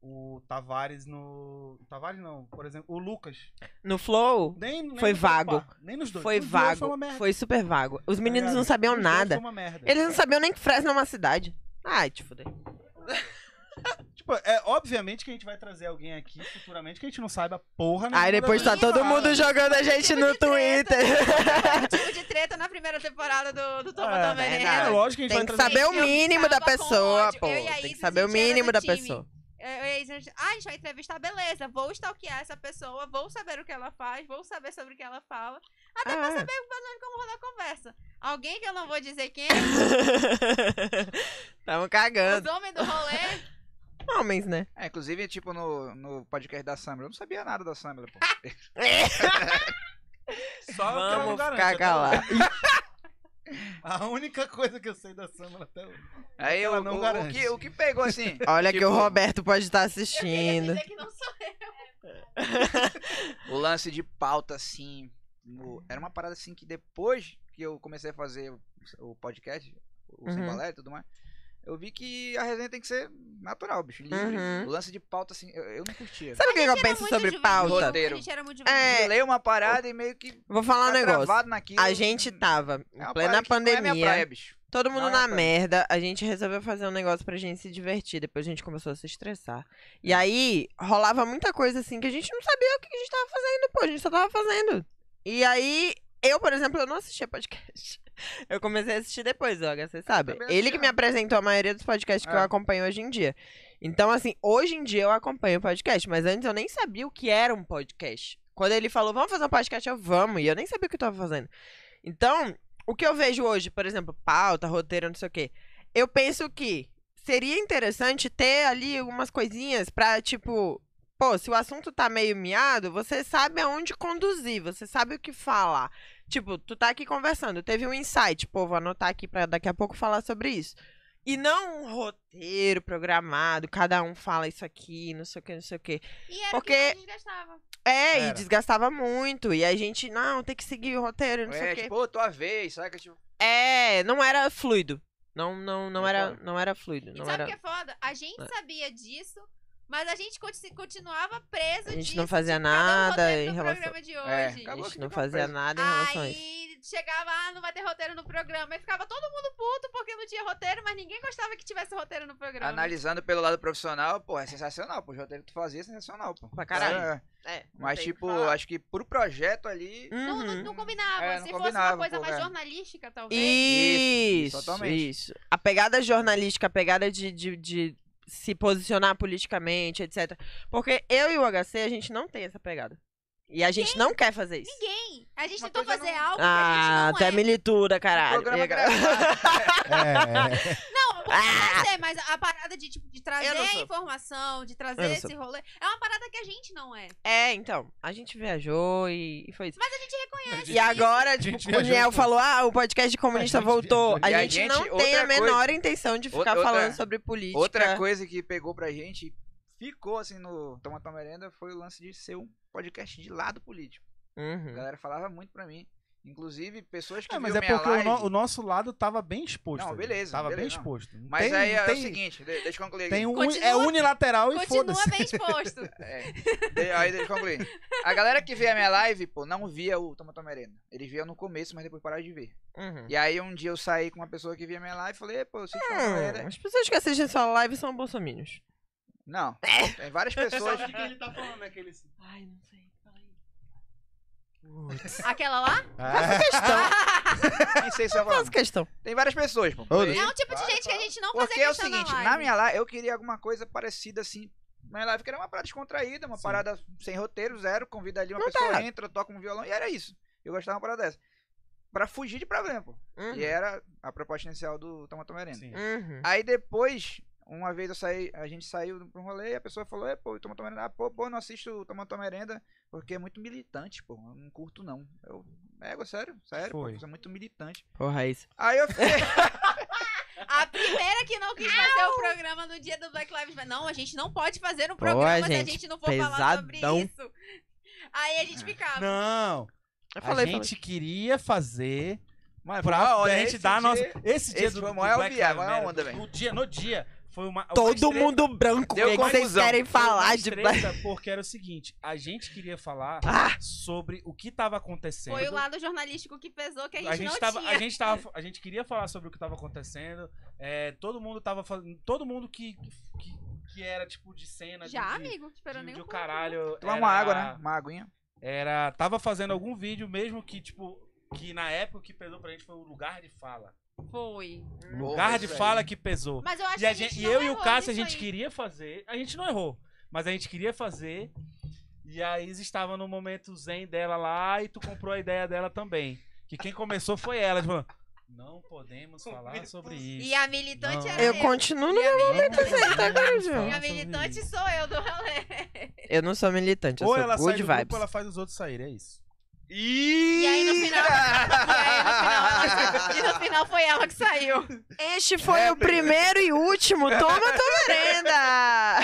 o Tavares no. Tavares não, por exemplo, o Lucas. No Flow, Nem, nem Foi nos dois vago. par- Nem nos dois. foi Os dois vago. Foi uma Foi, merda. super vago. Os tá meninos ligado? não sabiam Os dois nada. Foi uma merda. tá Eles não sabiam nem que Fresno é uma cidade. Ai, te fudei. Tipo, é obviamente que a gente vai trazer alguém aqui futuramente que a gente não saiba porra nenhuma. Aí depois da tá todo vida. mundo jogando a gente no Twitter. Tipo de treta na primeira temporada do, do Toma É, Tua Veneno. É, lógico que a gente Tem vai que trazer. saber o Eu mínimo da tava com pessoa, ódio. pô. Eu e a Tem que Isis, saber a o gente era mínimo do da time. pessoa. Eu- eu- eles- ah, a gente vai entrevistar, beleza. Vou stalkear essa pessoa, vou saber o que ela faz, vou saber sobre o que ela fala. Até pra Ah. saber mais ou menos como rolar a conversa. Alguém que eu não vou dizer quem, os Tamo cagando. homens do rolê, Homens, né? É, inclusive, tipo, no, no podcast da Samira, eu não sabia nada da Samira, pô. Só o que eu não Vamos garanto, tá ficar até hoje. calado. A única coisa que eu sei da Samara até hoje. Aí Ela o, não o- o garante. que, o que pegou assim? Olha que Tipo, o Roberto pode estar eu queria assistindo. dizer que não sou eu. O lance de pauta, assim. Uhum. no- Era uma parada assim que depois que eu comecei a fazer o- o podcast, o Sem Uhum. Balé e tudo mais, eu vi que a resenha tem que ser natural, bicho. Livre. Uhum. O lance de pauta, assim, eu, eu não curtia. Sabe o que A gente eu era penso muito né? sobre juvenil, pauta? A gente era muito juvenil. É, Eu leio uma parada e meio que Vou falar um Tá ficar negócio. travado naquilo. A gente tava É uma em plena parada que não é minha praia, pandemia, bicho. todo mundo Não é na praia. merda. A gente resolveu fazer um negócio pra gente se divertir. Depois a gente começou a se estressar. E aí rolava muita coisa assim que a gente não sabia o que a gente tava fazendo, pô. A gente só tava fazendo. E aí, eu, por exemplo, eu não assistia podcast. Eu comecei a assistir depois, ó, você sabe. também Ele assistia. que me apresentou a maioria dos podcasts que É. eu acompanho hoje em dia. Então, assim, hoje em dia eu acompanho podcast, mas antes eu nem sabia o que era um podcast. Quando ele falou, vamos fazer um podcast, eu vamos, e eu nem sabia o que eu tava fazendo. Então, o que eu vejo hoje, por exemplo, pauta, roteiro, não sei o quê, eu penso que seria interessante ter ali algumas coisinhas pra, tipo, pô, se o assunto tá meio miado, você sabe aonde conduzir, você sabe o que falar. Tipo, tu tá aqui conversando, teve um insight, pô, vou anotar aqui pra daqui a pouco falar sobre isso. E não um roteiro programado, cada um fala isso aqui, não sei o que, não sei o que. E era porque- o que a gente gastava. É, e Era. desgastava muito. E a gente, não, tem que seguir o roteiro, não sei É, o quê. tipo, ô, tua vez, saca? Tipo, É, não era fluido. Não, não, não, Não era, foi. não era fluido. E Não sabe o era... que é foda? A gente É. sabia disso, mas a gente conti- continuava preso A gente disso. não fazia Cada um nada roteiro em do relação. programa de É, hoje. A Acabou gente que não ficou fazia preso. nada em relação a isso. Aí chegava, ah, não vai ter roteiro no programa. E ficava todo mundo puto porque não tinha roteiro, mas ninguém gostava que tivesse roteiro no programa. analisando pelo lado profissional, pô, é sensacional, pô. O roteiro que tu fazia é sensacional, pô. Pra caralho. É. É, não Mas, tem o que tipo, falar. acho que pro projeto ali. Não, Uhum. não, não combinava. É, não Se combinava, fosse uma coisa pô, mais é. jornalística, talvez. Isso, Isso, isso, totalmente. A pegada jornalística, a pegada de, de, de se posicionar politicamente, etc. Porque eu e o HC, a gente não tem essa pegada. E a gente não quer fazer isso. Ninguém. A gente Uma tentou coisa fazer não- Ah, algo que até a gente não é. militura, caralho. programa E- gravado. É, é. Não, pode Ah! ser, mas a parada de, tipo, de trazer Eu não sou. informação, de Eu trazer não esse rolê, é uma parada que a gente não é. É, então, a gente viajou e, e foi isso. Mas a gente reconhece. E agora, tipo, gente o viajou Niel junto. falou, ah, o podcast de comunista A gente voltou. viajou. A E a gente, gente, não tem outra a menor coisa- intenção de Outra- ficar outra- falando sobre política. Outra coisa que pegou pra gente, ficou assim no Toma Tua Merenda, foi o lance de ser um podcast de lado político. A Uhum. galera falava muito pra mim. Inclusive, pessoas que. É, mas viam é minha porque o, no- live- o nosso lado tava bem exposto. Não, ali. beleza, Tava beleza, bem não. exposto. Não Mas tem- aí é tem, o seguinte, de- deixa eu concluir. aqui. Tem um, Continua- é unilateral e Continua foda-se. bem exposto. É. De- aí deixa eu concluir. A galera que via minha live, pô, não via o Toma Tua Merenda. Eles viam no começo, mas depois pararam de ver. Uhum. E aí um dia eu saí com uma pessoa que via minha live e falei, pô, eu sei que Ah, Toma Tua Merenda. Hum, as pessoas que assistem sua live são bolsominions. Não, É. tem várias pessoas. que ele tá falando, né? Aqueles... Ai, não sei. Falei. Hum, Aquela lá? É, Tá Nem sei se eu Faço questão. Tem várias pessoas, pô. Foda-se. É um tipo de Claro, gente que a claro. gente não fazia Porque é o questão seguinte, live. na minha live, eu queria alguma coisa parecida assim. Minha live que era uma parada descontraída, uma Sim. parada sem roteiro, zero, convida ali, uma Não tá pessoa errado. entra, toca um violão, e era isso. Eu gostava de uma parada dessa. Pra fugir de problema, pô. Uhum. E era a proposta inicial do Toma Tomerenda. Sim. Uhum. Aí depois, uma vez eu saí, a gente saiu pra um rolê e a pessoa falou, é, pô, Toma Tomerenda, ah, pô, pô, não assisto o Toma Tomerenda, porque é muito militante, pô. Eu não curto, não. Eu. É, sério, sério, pô, Foi. você é muito militante. Porra, isso. Aí eu fiquei. A primeira que não quis fazer o programa no dia do Black Lives Matter. Não, a gente não pode fazer um Pô, programa se a gente, gente não for falar sobre pesadão. isso. Aí a gente ficava. Não. Eu A falei, gente falei. queria fazer Mano, foi pra uma hora, a gente É, esse dar a dia- nossa. Esse dia esse do, foi a do maior Black via- Lives maior Matter, onda, velho. No dia, no dia, foi uma. uma Todo estrela- mundo branco, o que Deu é que vocês confusão. querem falar de Foi uma treta, porque era o seguinte, a gente queria falar Ah! sobre o que tava acontecendo. Foi o lado jornalístico que pesou que a gente, a gente É não tava, tinha. a gente tava, a gente queria falar sobre o que tava acontecendo. é, todo mundo tava fazendo, todo mundo que que, que era tipo de cena de- Já, de, amigo? Esperando de, nem de um o pouco. caralho. Tomar era- uma água, né? Uma aguinha. Era tava fazendo algum vídeo mesmo que tipo que na época o que pesou pra gente foi o lugar de fala. Foi. Lugar de velho. fala que pesou. Mas eu acho E, a que a gente gente- e não eu e o errou Cássio, a nisso gente aí. queria fazer. A gente não errou, mas a gente queria fazer. E a Isa estava no momento zen dela lá e tu comprou a ideia dela também. Que quem começou foi ela. Tipo, não podemos falar sobre isso. E a militante Não. era Eu eu. continuo no E a Não podemos militante, falar e João. a sobre militante isso. sou eu do rolê. Eu não sou militante, eu Ou sou ela sai good do vibes. grupo, ela faz os outros saírem, é isso. E aí no final. E aí no final, e no final foi ela que saiu. Este foi o primeiro e último Toma Tua Merenda!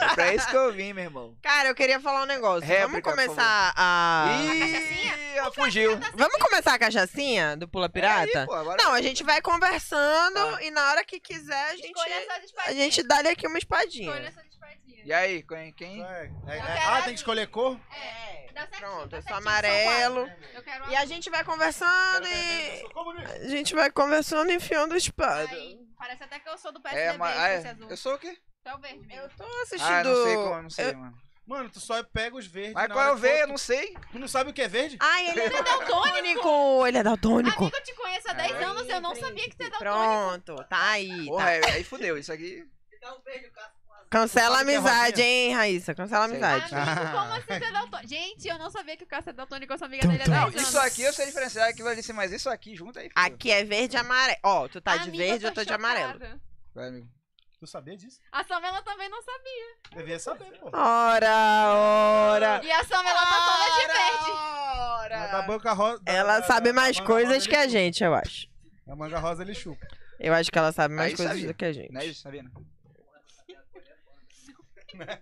É pra isso que eu vim, meu irmão. Cara, eu queria falar um negócio. Réplica, Vamos por começar Ah. a... cachaçinha? Ih, ela fugiu. Vamos começar a cachaçinha do Pula Pirata? Aí, pô, agora- Não, a gente vai conversando Tá. e na hora que quiser a gente, Escolha essas a espadinhas. gente dá-lhe aqui uma Escolha espadinha. essas espadinhas. E aí, quem? quem? É, é- Eu é- quero ah, a- tem que escolher cor? É. Dá certinho, Pronto, dá eu sou certinho, amarelo. são quatro. né? Eu quero E a gente vai é conversando e Comunista. a gente vai conversando e enfiando o espada. Ai, parece até que eu sou do É, PSDB, ma- se ah, fosse azul. eu sou o quê? Tu é o verde mesmo. Eu tô Ah, assistindo. não sei como, não sei, mano. Mano, tu só pega os verdes. Mas na qual hora é o que V? Eu for- não sei. Tu não sabe o que é verde? Ai, ele é daltônico! Ele é daltônico! Amigo, eu te conheço há 10 Ai, anos, eu não sabia que você é daltônico. Pronto, tá aí. Porra, é. Tá. aí, aí fudeu. Isso aqui. Cancela a Sabe que é amizade, rosinha? hein, Raíssa? Cancela a Sei. amizade. Amigo, como assim você é daltônico? Gente, eu não sabia que o Cássio é daltônico, eu sou amiga Tum, dele há tum. 10 Não, anos. isso aqui eu sei diferenciar aquilo ali, sim, mas isso aqui junto aí. fudeu. Aqui é verde e amarelo. Ó, tu tá de Amiga, verde, eu tô de amarelo. chocada. Vai, amigo. Tu sabia disso? A Samela também não sabia. Devia saber, pô. Ora, ora. E a Samela tá toda de verde. Mas da banca rosa. da- Ela da- sabe da- mais da manga coisas rosa, que a ele chupa. gente, eu acho. Da manga rosa ele chupa. Eu acho que ela sabe mais Aí coisas sabia. do que a gente. Não é isso, Sabina?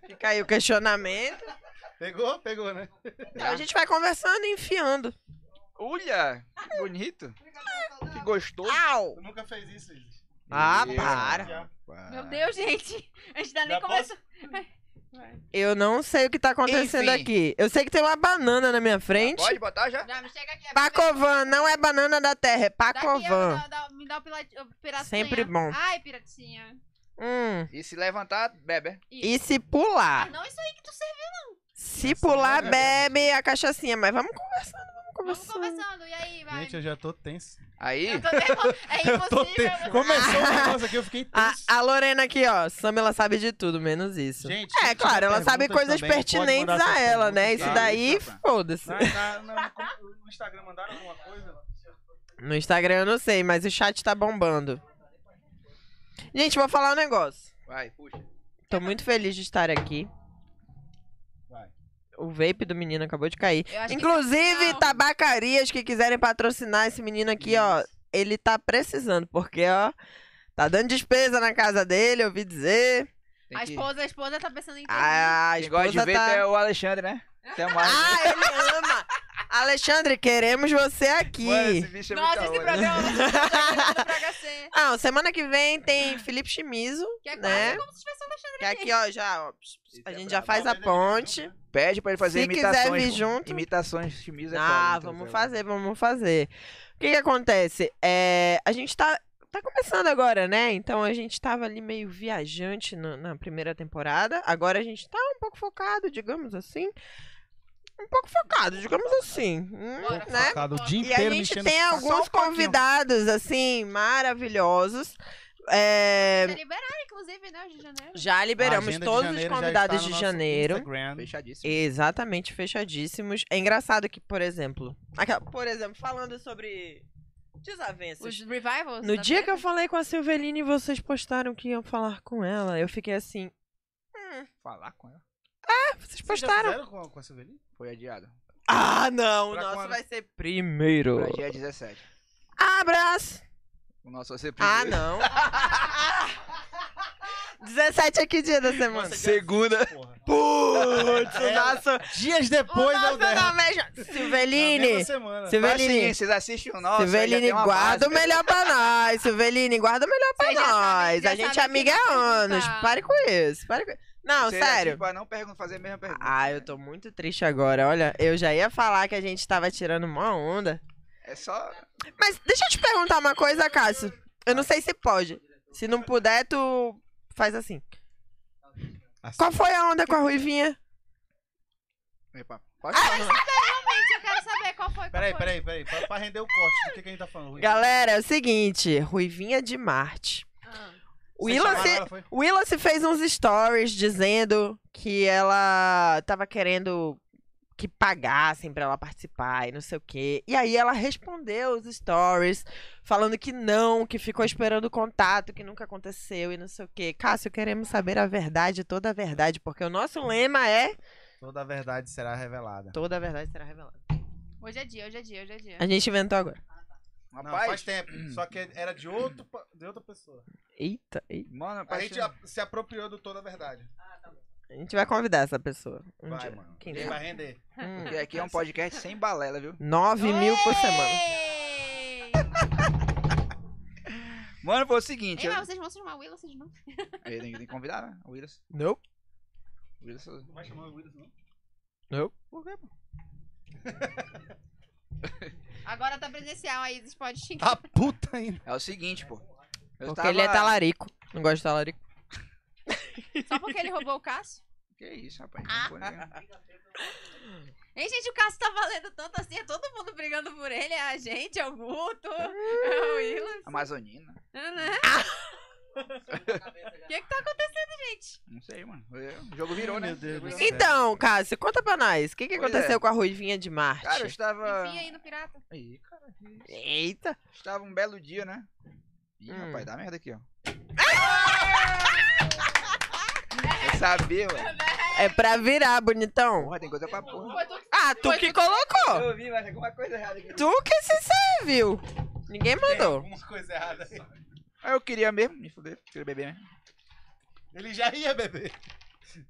Fica aí o questionamento. Pegou? Pegou, né? Então, a gente vai conversando e enfiando. Olha, que bonito. Que gostoso. Au! Tu nunca fez isso, Isis. Ah, Meu para. rapaz. Meu Deus, gente. A gente ainda Já nem posso? começou. Eu não sei o que tá acontecendo Enfim. aqui. Eu sei que tem uma banana na minha frente. Pode botar já? Já me chega aqui. é Pacovan, não é banana da terra, é Daqui eu- Pacovan. dá- dá- me dá o pilati- o piratinha. Sempre bom. Ai, piratinha. Hum. E se levantar, bebe. E se Ah, pular? não, isso aí que tu serviu. Se pular, bebe a cachaçinha. Mas vamos conversando, vamos Vamos conversando. conversando. E aí, vai? Gente, eu já tô tenso. Aí. Eu tô nervosa. É Eu tô te... impossível. né? você- é Começou o negócio aqui, eu fiquei A, tenso. a Lorena aqui, ó. Samela sabe de tudo, menos isso. Gente, É, se claro, tiver ela sabe perguntas coisas também, pode pertinentes mandar a suas ela, né? perguntas Isso tá? lá. daí, Isso, rapaz. foda-se. Na- na- na- no Instagram mandaram alguma coisa? No Instagram eu não sei, mas o chat tá bombando. Gente, vou falar um negócio. Vai, puxa. Tô muito feliz de estar aqui. Vai. O vape do menino acabou de cair. Eu acho que- é Inclusive, legal. tabacarias que quiserem patrocinar esse menino aqui, ó. Ele tá precisando, porque, ó. Tá dando despesa na casa dele, eu ouvi dizer. Tem a que- esposa, a esposa tá pensando em ter. A Quem gosta de esposa ver é tá... o Alexandre, né? Até mais. Ah, ele ama! Alexandre, queremos você aqui. Mano, esse bicho é Nossa, muito esse da hora. programa vai ser muito pra HC. Ah, semana que vem tem Felipe Chimizo, Que é quase Né? como se tivesse um Alexandre. que aqui, ó, já, ó, a é gente já brabo. faz a né, ponte. Pede pra ele fazer Se quiser imitações. vir pô. junto. Imitações de Chimizo é Ah, foda, então, vamos sei lá. fazer, vamos fazer. O que que acontece? É, a gente tá, tá começando agora, né? Então a gente tava ali meio viajante na- na primeira temporada. Agora a gente tá um pouco focado, digamos assim. Um pouco focado, digamos assim. hum, Bora, né? Focado o dia E a inteiro gente mexendo. tem só alguns um pouquinho. convidados, assim, maravilhosos. É, Já liberaram, inclusive, né? o De janeiro. já A liberamos agenda de todos os janeiro já convidados está no de nosso janeiro. Instagram. Fechadíssimo. Exatamente, fechadíssimos. É engraçado que, por exemplo, aquela- por exemplo, falando sobre Os desavenças. revivals. tá No da dia treta. que eu falei com a Silveline e vocês postaram que iam falar com ela, eu fiquei assim, Falar com ela. "Ah, vocês Vocês já postaram? fizeram com, com a Silvelin? Foi adiado. Ah, não, o Pra nosso quando? vai ser primeiro. Pra dia 17. Abraço! é O nosso vai ser Ah, primeiro. não. 17 é que dia da semana? É. Segunda. Porra. Putz, o nosso. Dias O depois eu nosso der. nome é Jo- Na mesma Silveline! semana. Mas sim, Silveline! assim, vocês assistem o nosso. aí já Silveline, tem uma guarda o base. melhor pra nós. Silveline, guarda o melhor pra Vocês já sabem- nós. já a gente é sabem amiga o que há anos. perguntar. Pare com isso. Pare com... Não, Vocês sério. assistem pra não pergun- fazer a mesma pergunta. Ah, eu tô muito triste agora. Olha, eu já ia falar que a gente tava tirando uma onda. É só. Mas deixa eu te perguntar uma coisa, Cássio. Eu não sei se pode. Se não puder, tu faz assim. Assim. Qual foi a onda com a Ruivinha? Epa, pode Ah, falar. Gente, eu quero saber qual foi. qual Peraí, foi. peraí, peraí. Pra, pra render o corte, do que, que a gente tá falando? Rui? Galera, é o seguinte. Ruivinha de Marte. Ah. O Vocês Ilan chamaram se... ela, foi? Willa se fez uns stories dizendo que ela tava querendo que pagassem pra ela participar e não sei o quê. E aí ela respondeu os stories falando que não, que ficou esperando o contato, que nunca aconteceu e não sei o quê. Cássio, queremos saber a verdade, toda a verdade, porque o nosso lema é Toda a verdade será revelada. toda a verdade será revelada. Hoje é dia, hoje é dia, hoje é dia. A gente inventou agora. Não, Rapaz, faz tempo. Só que era de, outro, pa- de outra pessoa. Eita, eita. Mano, A rapaz, gente a- se apropriou do toda a verdade. A gente vai convidar essa pessoa. Um Vai, dia. mano. Quem Ele sabe? vai render. Hum, porque aqui é um podcast sem balela, viu? 9 mil por semana. Ei! Mano, foi o seguinte. Ei, Eu... mas vocês vão se chamar Willa, vocês não? Aí tem que- tem que convidar, né? O Willis. Não? O Willis. Não vai chamar o Willis, não? Não. Por quê, pô? Agora tá presencial aí, vocês podem xingar. Tá puta ainda. É o seguinte, pô. Eu Porque tava... ele é talarico. Não gosto de talarico. Só porque ele roubou o Cássio. Que isso, rapaz. Ah. Não foi ninguém. Hein, gente, o Cássio tá valendo tanto assim, é todo mundo brigando por ele, é a gente, é o Guto, é o Willa. Amazonina. Né? O que que tá acontecendo, gente? Não sei, mano. O jogo virou, né? Meu Deus do Virou. céu. Então, Cássio, conta pra nós. O que, que Pois aconteceu é. com a Ruivinha de Marte? Cara, eu estava. Enfia aí no pirata. Aí, cara. que isso. Eita. Estava um belo dia, né? Ih, Hum. rapaz, dá merda aqui, ó. Eu sabia, ué. É pra virar, bonitão. Porra, tem coisa pra porra. Foi tu que Ah, tu que colocou. Eu vi, mas alguma coisa errada aqui. Tu que se serviu. Ninguém Tá Tem mandou. alguma coisa errada aí. Aí eu queria mesmo, me fuder. Queria beber mesmo. Ele já ia beber.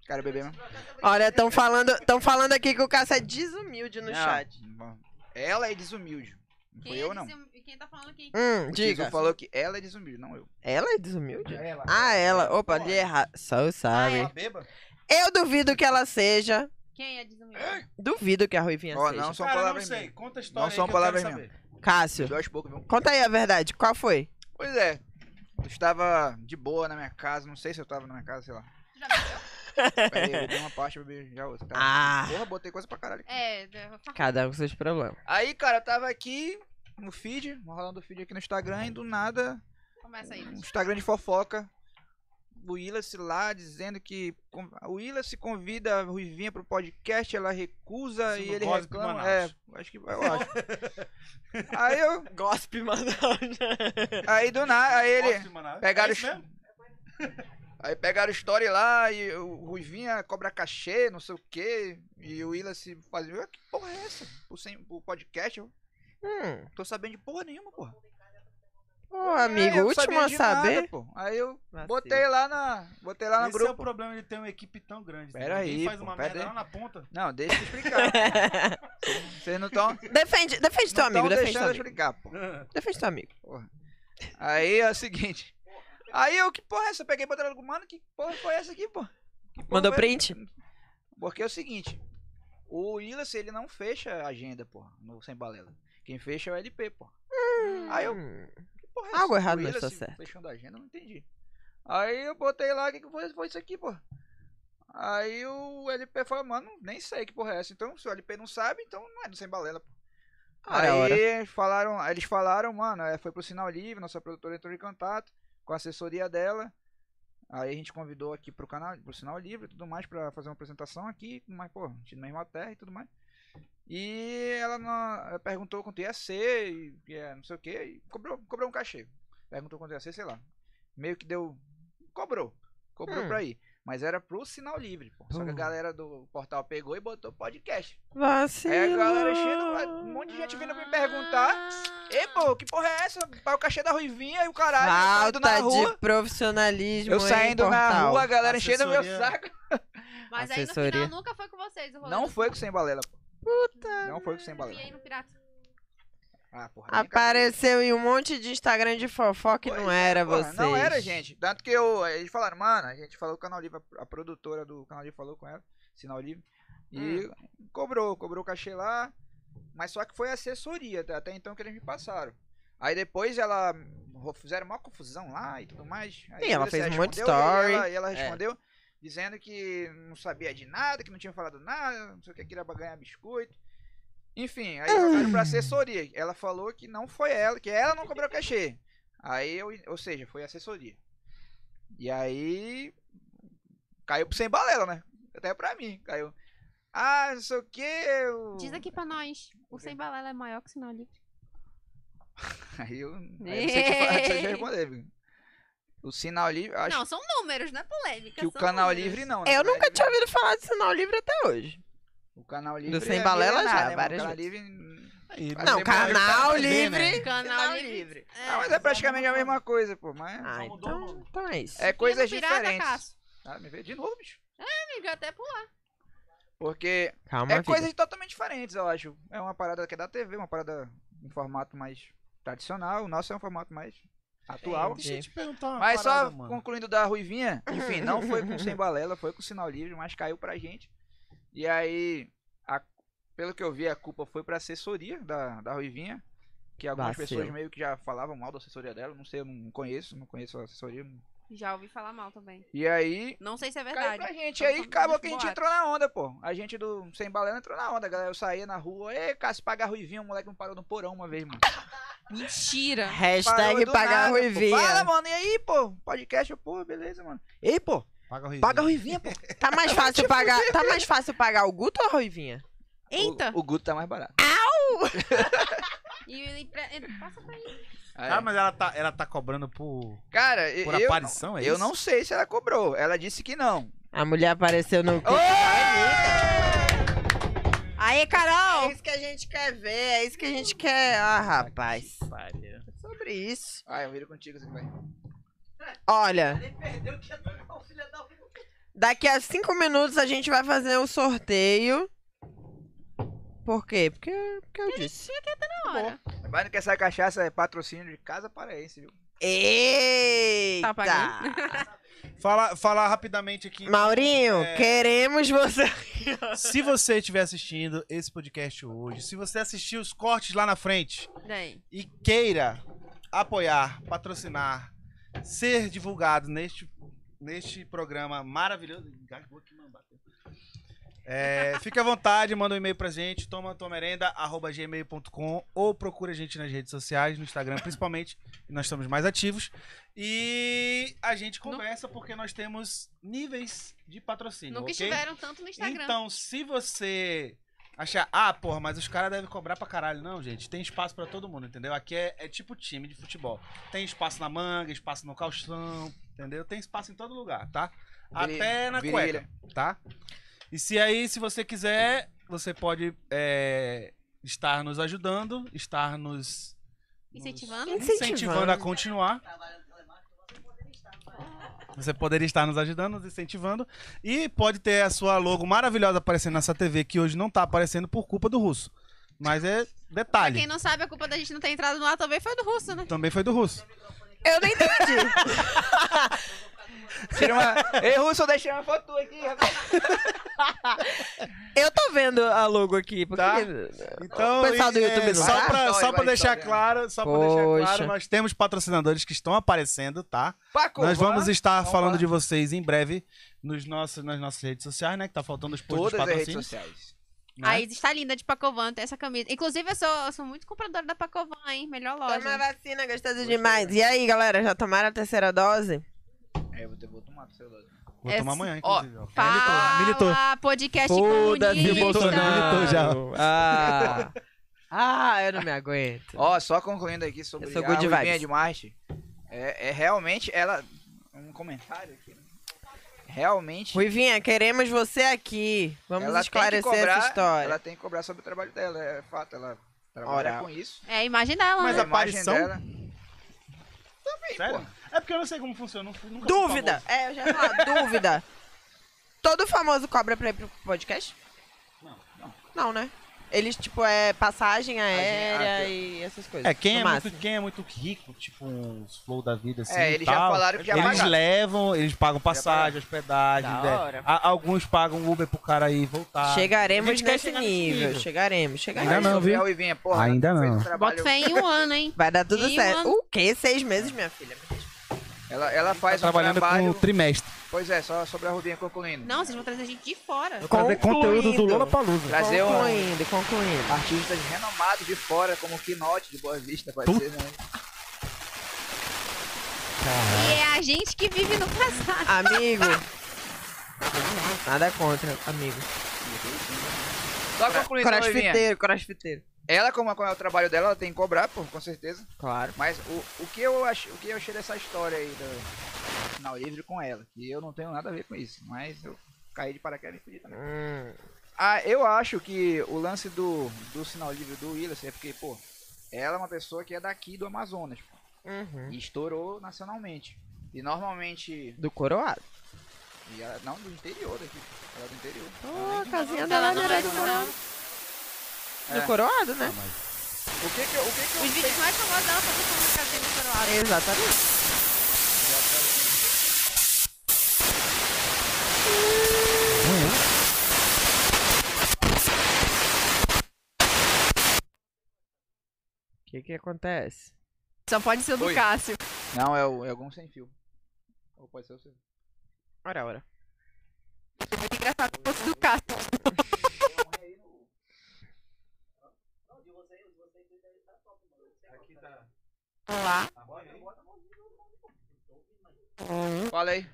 Quero beber mesmo. Olha, estão falando, tão falando aqui que o Cássio é desumilde no Não, chat. não. Ela é desumilde. Não fui Quem, eu, é não. desse- quem tá falando aqui? Hum, O diga. Tizu falou que ela é desumilde, não eu. Ela é desumilde? Ela. Ah, ela. Opa, Porra. li errado. Só Ah, Ela sabe. é beba? é. Eu duvido que ela seja. Quem é desumilde? Duvido que a Ruivinha Ó, seja. não são Cara, não palavras sei. minhas. Conta a história Não são aí que eu quero palavras saber. Cássio, Dois poucos, viu? conta aí a verdade. Qual foi? Pois é. Eu estava de boa na minha casa, não sei se eu estava na minha casa, sei lá. Tu já bebeu? Peraí, eu bebi uma parte, eu bebi já outra. Tá? Ah. Porra, botei coisa pra caralho. aqui. É, eu vou falar. Cada um com seus problemas. Aí, cara, eu tava aqui no feed, rolando o feed aqui no Instagram e do nada, começa aí. um Instagram de fofoca. O Willis lá dizendo que com- o Willis se convida a Ruivinha pro podcast, ela recusa Isso e no ele Cosmic reclama. Manaus. É, acho que eu acho. aí eu, Gospe, Manaus. aí do nada, aí ele Posso te mandar? pegaram É isso os- mesmo? Aí pegaram o story lá e o Ruivinha cobra cachê, não sei o quê. E o Willa se fazia. "Ué, Que porra é essa? O, sem, o podcast, eu Hum, não tô sabendo de porra nenhuma, porra. ô, É, eu amigo, não último sabia a de nada, saber. pô. Aí eu Vacilo. botei lá na. Botei lá no Ah, Esse é o grupo. problema de ter uma equipe tão grande. assim. Pera Ninguém aí, faz pô, uma pera merda aí. lá na ponta. Não, deixa eu explicar. pô. Vocês não estão. defende, defende teu Não amigo, estão Então defende teu deixando eu amigo. explicar, pô. Defende teu amigo. Aí é o seguinte. Aí eu, que porra é essa? Eu peguei e botei lá no grupo. Mano, que porra foi essa aqui, pô? Que porra Mandou foi print? Porque é o seguinte, o Willis, ele não fecha a agenda, porra, no Sem Balela. Quem fecha é o LP, porra. Aí eu, Hum, que porra é essa? O Algo errado não Willis está certo. fechando a agenda, eu não entendi. Aí eu botei lá, o que, que foi, foi isso aqui, porra? Aí o LP falou, mano, nem sei que porra é essa. Então, se o LP não sabe, então não é do Sem Balela, porra. Ora, Aí falaram, aí eles falaram, mano, é, foi pro Sinal Livre, nossa produtora entrou em contato com a assessoria dela. Aí a gente convidou aqui pro canal, pro Sinal Livre e tudo mais, pra fazer uma apresentação aqui, mas, pô, a gente na mesma terra e tudo mais. E ela, não- ela perguntou quanto ia ser, e, e, é, não sei o que, e cobrou, cobrou um cachê. Perguntou quanto ia ser, sei lá. Meio que deu. Cobrou. Cobrou Hum. pra ir. Mas era pro sinal livre, pô. Só que a Hum. galera do portal pegou e botou podcast. Vacilo. Aí a galera chega, vai- um monte de gente vindo me perguntar. Ah. Ei, pô, que porra é essa? Pau cachê da Ruivinha e o caralho. eu saindo na Falta rua. de profissionalismo. Eu hein, saindo na portal. rua, a galera enchendo meu Assessoria. saco. Mas aí no Assessoria. final nunca foi com vocês, o rolê Não do- foi com sem balela, pô. Puta. Não foi com sem E balela. aí no Pirata. Ah, porra. aí Apareceu em um monte de Instagram de fofoca e Pois é, não era Porra, vocês. Não era, gente. Tanto que eu, eles falaram, mano, a gente falou com o Canal Livre, a produtora do Canal Livre falou com ela, Sinal Livre, e Hum. cobrou, cobrou o cachê lá, mas só que foi assessoria, tá? até então que eles me passaram. Aí depois ela ro- fizeram uma confusão lá e tudo mais. Aí E ela você fez um monte de respondeu, e story. Ela, e ela É. respondeu dizendo que não sabia de nada, que não tinha falado nada, não sei o que, que era pra ganhar biscoito. Enfim, aí jogaram pra assessoria. Ela falou que não foi ela, que ela não cobrou cachê. Aí eu, ou seja, foi assessoria. E aí caiu pro sem balela, né? Até pra mim, caiu. Ah, não sei o que. Eu... Diz aqui pra nós. O Sem Balela é maior que o Sinal Livre. Aí eu, aí eu não sei te falar, não sei te É. responder, viu? O sinal livre, acho Não, são números, não é polêmica. que o são canal números. livre não. né? Eu O canal nunca livre- tinha ouvido falar de sinal livre é até hoje. O canal livre. Sem é Balela já, milenar, né, mano? várias O canal vezes. É, livre. Aí, é Vai Não, ser maior tá canal pra ver, né? livre. Canal Sinal livre. livre. É. Ah, mas é praticamente a mesma coisa, pô. Mas Ah, Só mudou o então, nome. então é isso. é coisas E no pirata, diferentes. Cássio? Ah, me vê de novo, bicho. Amigo, eu até pular. Porque Calma, é vida. coisas totalmente diferentes, eu acho. É uma parada que é da TV, uma parada em formato mais tradicional. O nosso é um formato mais atual. É, Deixa eu te perguntar uma Mas parada, só mano. concluindo da Ruivinha, enfim, não foi com sem balela, foi com sinal livre, mas caiu pra gente. E aí, a- pelo que eu vi, a culpa foi pra assessoria da, da Ruivinha. Que algumas Vacilo. pessoas meio que já falavam mal da assessoria dela. Não sei, eu não conheço, não conheço a assessoria. Já ouvi falar mal também. E aí, Não sei se é caiu verdade. pra gente. Então, Aí são acabou muitos que a gente boatos. entrou na onda, pô. A gente do Sem Balela entrou na onda, galera. Eu saía na rua, ê, Cássio, paga a Ruivinha, o moleque não parou no porão uma vez, mano. Mentira. Hashtag do pagar nada, pô. Fala, Ruivinha. mano, e aí, pô? Podcast, eu, pô, beleza, mano. Ei, pô, Paga o paga a Ruivinha, pô. Tá mais fácil pagar, tá mais fácil pagar o Guto ou a Ruivinha? Eita. O, o Guto tá mais barato. E ele pre- ele passa pra ele. É. Ah, mas ela tá, ela tá cobrando por, Cara, eu, por aparição, é eu isso? não sei se ela cobrou. Ela disse que não. A mulher apareceu no Guto. Aê, É Carol! isso que a gente quer ver, é isso que a gente quer. Ah, rapaz. É sobre isso. Ah, eu viro contigo, você que vai. Olha, daqui a cinco minutos a gente vai fazer o sorteio. Por quê? Porque, porque eu disse. Na hora. Mas não quer essa cachaça é patrocínio de casa paraense, viu? Eita! Tá pagando? Fala, falar rapidamente aqui. Maurinho, É. queremos você. Se você estiver assistindo esse podcast hoje, se você assistir os cortes lá na frente Daí. e queira apoiar, patrocinar, ser divulgado neste, neste programa maravilhoso. Engasgou aqui, mano, bateu. É, fique à vontade, manda um e-mail pra gente, toma tua merenda, arroba gmail.com ou procura a gente nas redes sociais, no Instagram principalmente, que nós estamos mais ativos. E a gente conversa porque nós temos níveis de patrocínio. Nunca ok? estiveram tanto no Instagram. Então, se você achar, ah, porra, mas os caras devem cobrar pra caralho. Não, gente, tem espaço pra todo mundo, entendeu? Aqui é, é tipo time de futebol. Tem espaço na manga, espaço no calção, entendeu? Tem espaço em todo lugar, tá? Virilha, Até na virilha. cueca, tá? E se aí, se você quiser, você pode é, estar nos ajudando, estar nos Incentivando? nos incentivando a continuar. Você poderia estar nos ajudando, nos incentivando. E pode ter a sua logo maravilhosa aparecendo nessa TV que hoje não tá aparecendo por culpa do russo. Mas é Pra detalhe. quem não sabe, a culpa da gente não ter entrado no ar também foi do Russo, né? Também foi do russo. Eu nem entendi. Tira uma... Ei, Russo, deixa eu tirar uma foto tua aqui, rapaz. Eu tô vendo a logo aqui. Porque... Tá. Então, O pessoal do e, YouTube não só vai? pra, só Vai, pra vai, deixar vai. claro, só pra deixar Poxa. claro, nós temos patrocinadores que estão aparecendo, tá? Paco, Nós vamos estar Vamos falando lá. de vocês em breve nos nossos, nas nossas redes sociais, né? Que tá faltando os posts dos todas as redes patrocínios. sociais. né? A Isis tá linda de Pacovan, tem essa camisa. Inclusive, eu sou, eu sou muito compradora da Pacovan, hein? Melhor Toma a loja. vacina, gostoso demais. E aí, galera, já tomaram a terceira dose? É, eu vou, ter- vou tomar pro celular. Vou É, tomar amanhã, ó, inclusive. ó. Fala, militou. podcast Foda-se, comunista. Bolsonaro. Militou já. Ah. ah, eu não me aguento. Ó, só concluindo aqui sobre Eu sou a good Ruivinha vibes. de Marte. É, é realmente ela. Um comentário aqui. né? Realmente, Ruivinha, queremos você aqui. Vamos ela esclarecer tem que cobrar, essa história. Ela tem que cobrar sobre o trabalho dela, é fato. Ela trabalha Ora. com isso. É, imagina ela, Mas né? a aparição? dela- Sério? É porque eu não sei como funciona. eu não fui- nunca fui Dúvida! É, eu já ia falar, dúvida. Todo famoso cobra pra ir pro podcast? Não, não. Não, né? Eles, tipo, é passagem aérea ah, e essas coisas. É, quem no é, máximo. muito, quem é muito rico, tipo uns flow da vida assim. É, e eles já tal, falaram que já Eles pagaram. levam, eles pagam passagem, hospedagem. Da né? hora. A- alguns pagam Uber pro cara ir voltar. A Chegaremos gente quer nesse chegar nesse nível. nível. Chegaremos, chegaremos. Ainda não, sobre viu? a Ruivinha, porra, Ainda ela fez não. um trabalho- Bota fé em um ano, hein? Vai dar tudo E certo. uma- O quê? Seis meses, minha filha? Ela, ela Tá faz um trabalhando trabalho... com o trimestre. Pois é, só sobre a Ruivinha concluindo. Não, vocês vão trazer gente de fora. Trazer Concluindo. conteúdo do Lola Palusa. Trazer um, Concluindo, concluindo. artistas renomados de fora, como o Quinote de Boa Vista, pode Puta. ser, né? E é a gente que vive no passado. Amigo. Nada contra, amigo. Só concluindo, Ruivinha. Crossfiteiro, crossfiteiro. Ela, como é, como é o trabalho dela, ela tem que cobrar, pô, com certeza. Claro. Mas o, o, que eu ach, o que eu achei dessa história aí do final livre com ela? Que eu não tenho nada a ver com isso, mas eu caí de paraquedas e fui também. Hum, Ah, eu acho que o lance do, do sinal livre do Willis é porque, pô, ela é uma pessoa que é daqui do Amazonas, pô, uhum. e estourou nacionalmente. E normalmente. Do coroado. E ela, não, do interior daqui. pô, Ela é do interior. Ela Oh, nem a de casinha Manaus. dela não era é do do Coroado. coroado. É. Do coroado, né? O que que eu. O que que eu Os vídeos mais famosos dela são do casinha do coroado. Exatamente. O que que acontece? Só pode ser o do Oi. Cássio. Não, é, o- é algum sem fio. Ou pode ser o seu. Ora, ora. Muito engraçado se fosse do Cássio. Lá. Fala aí.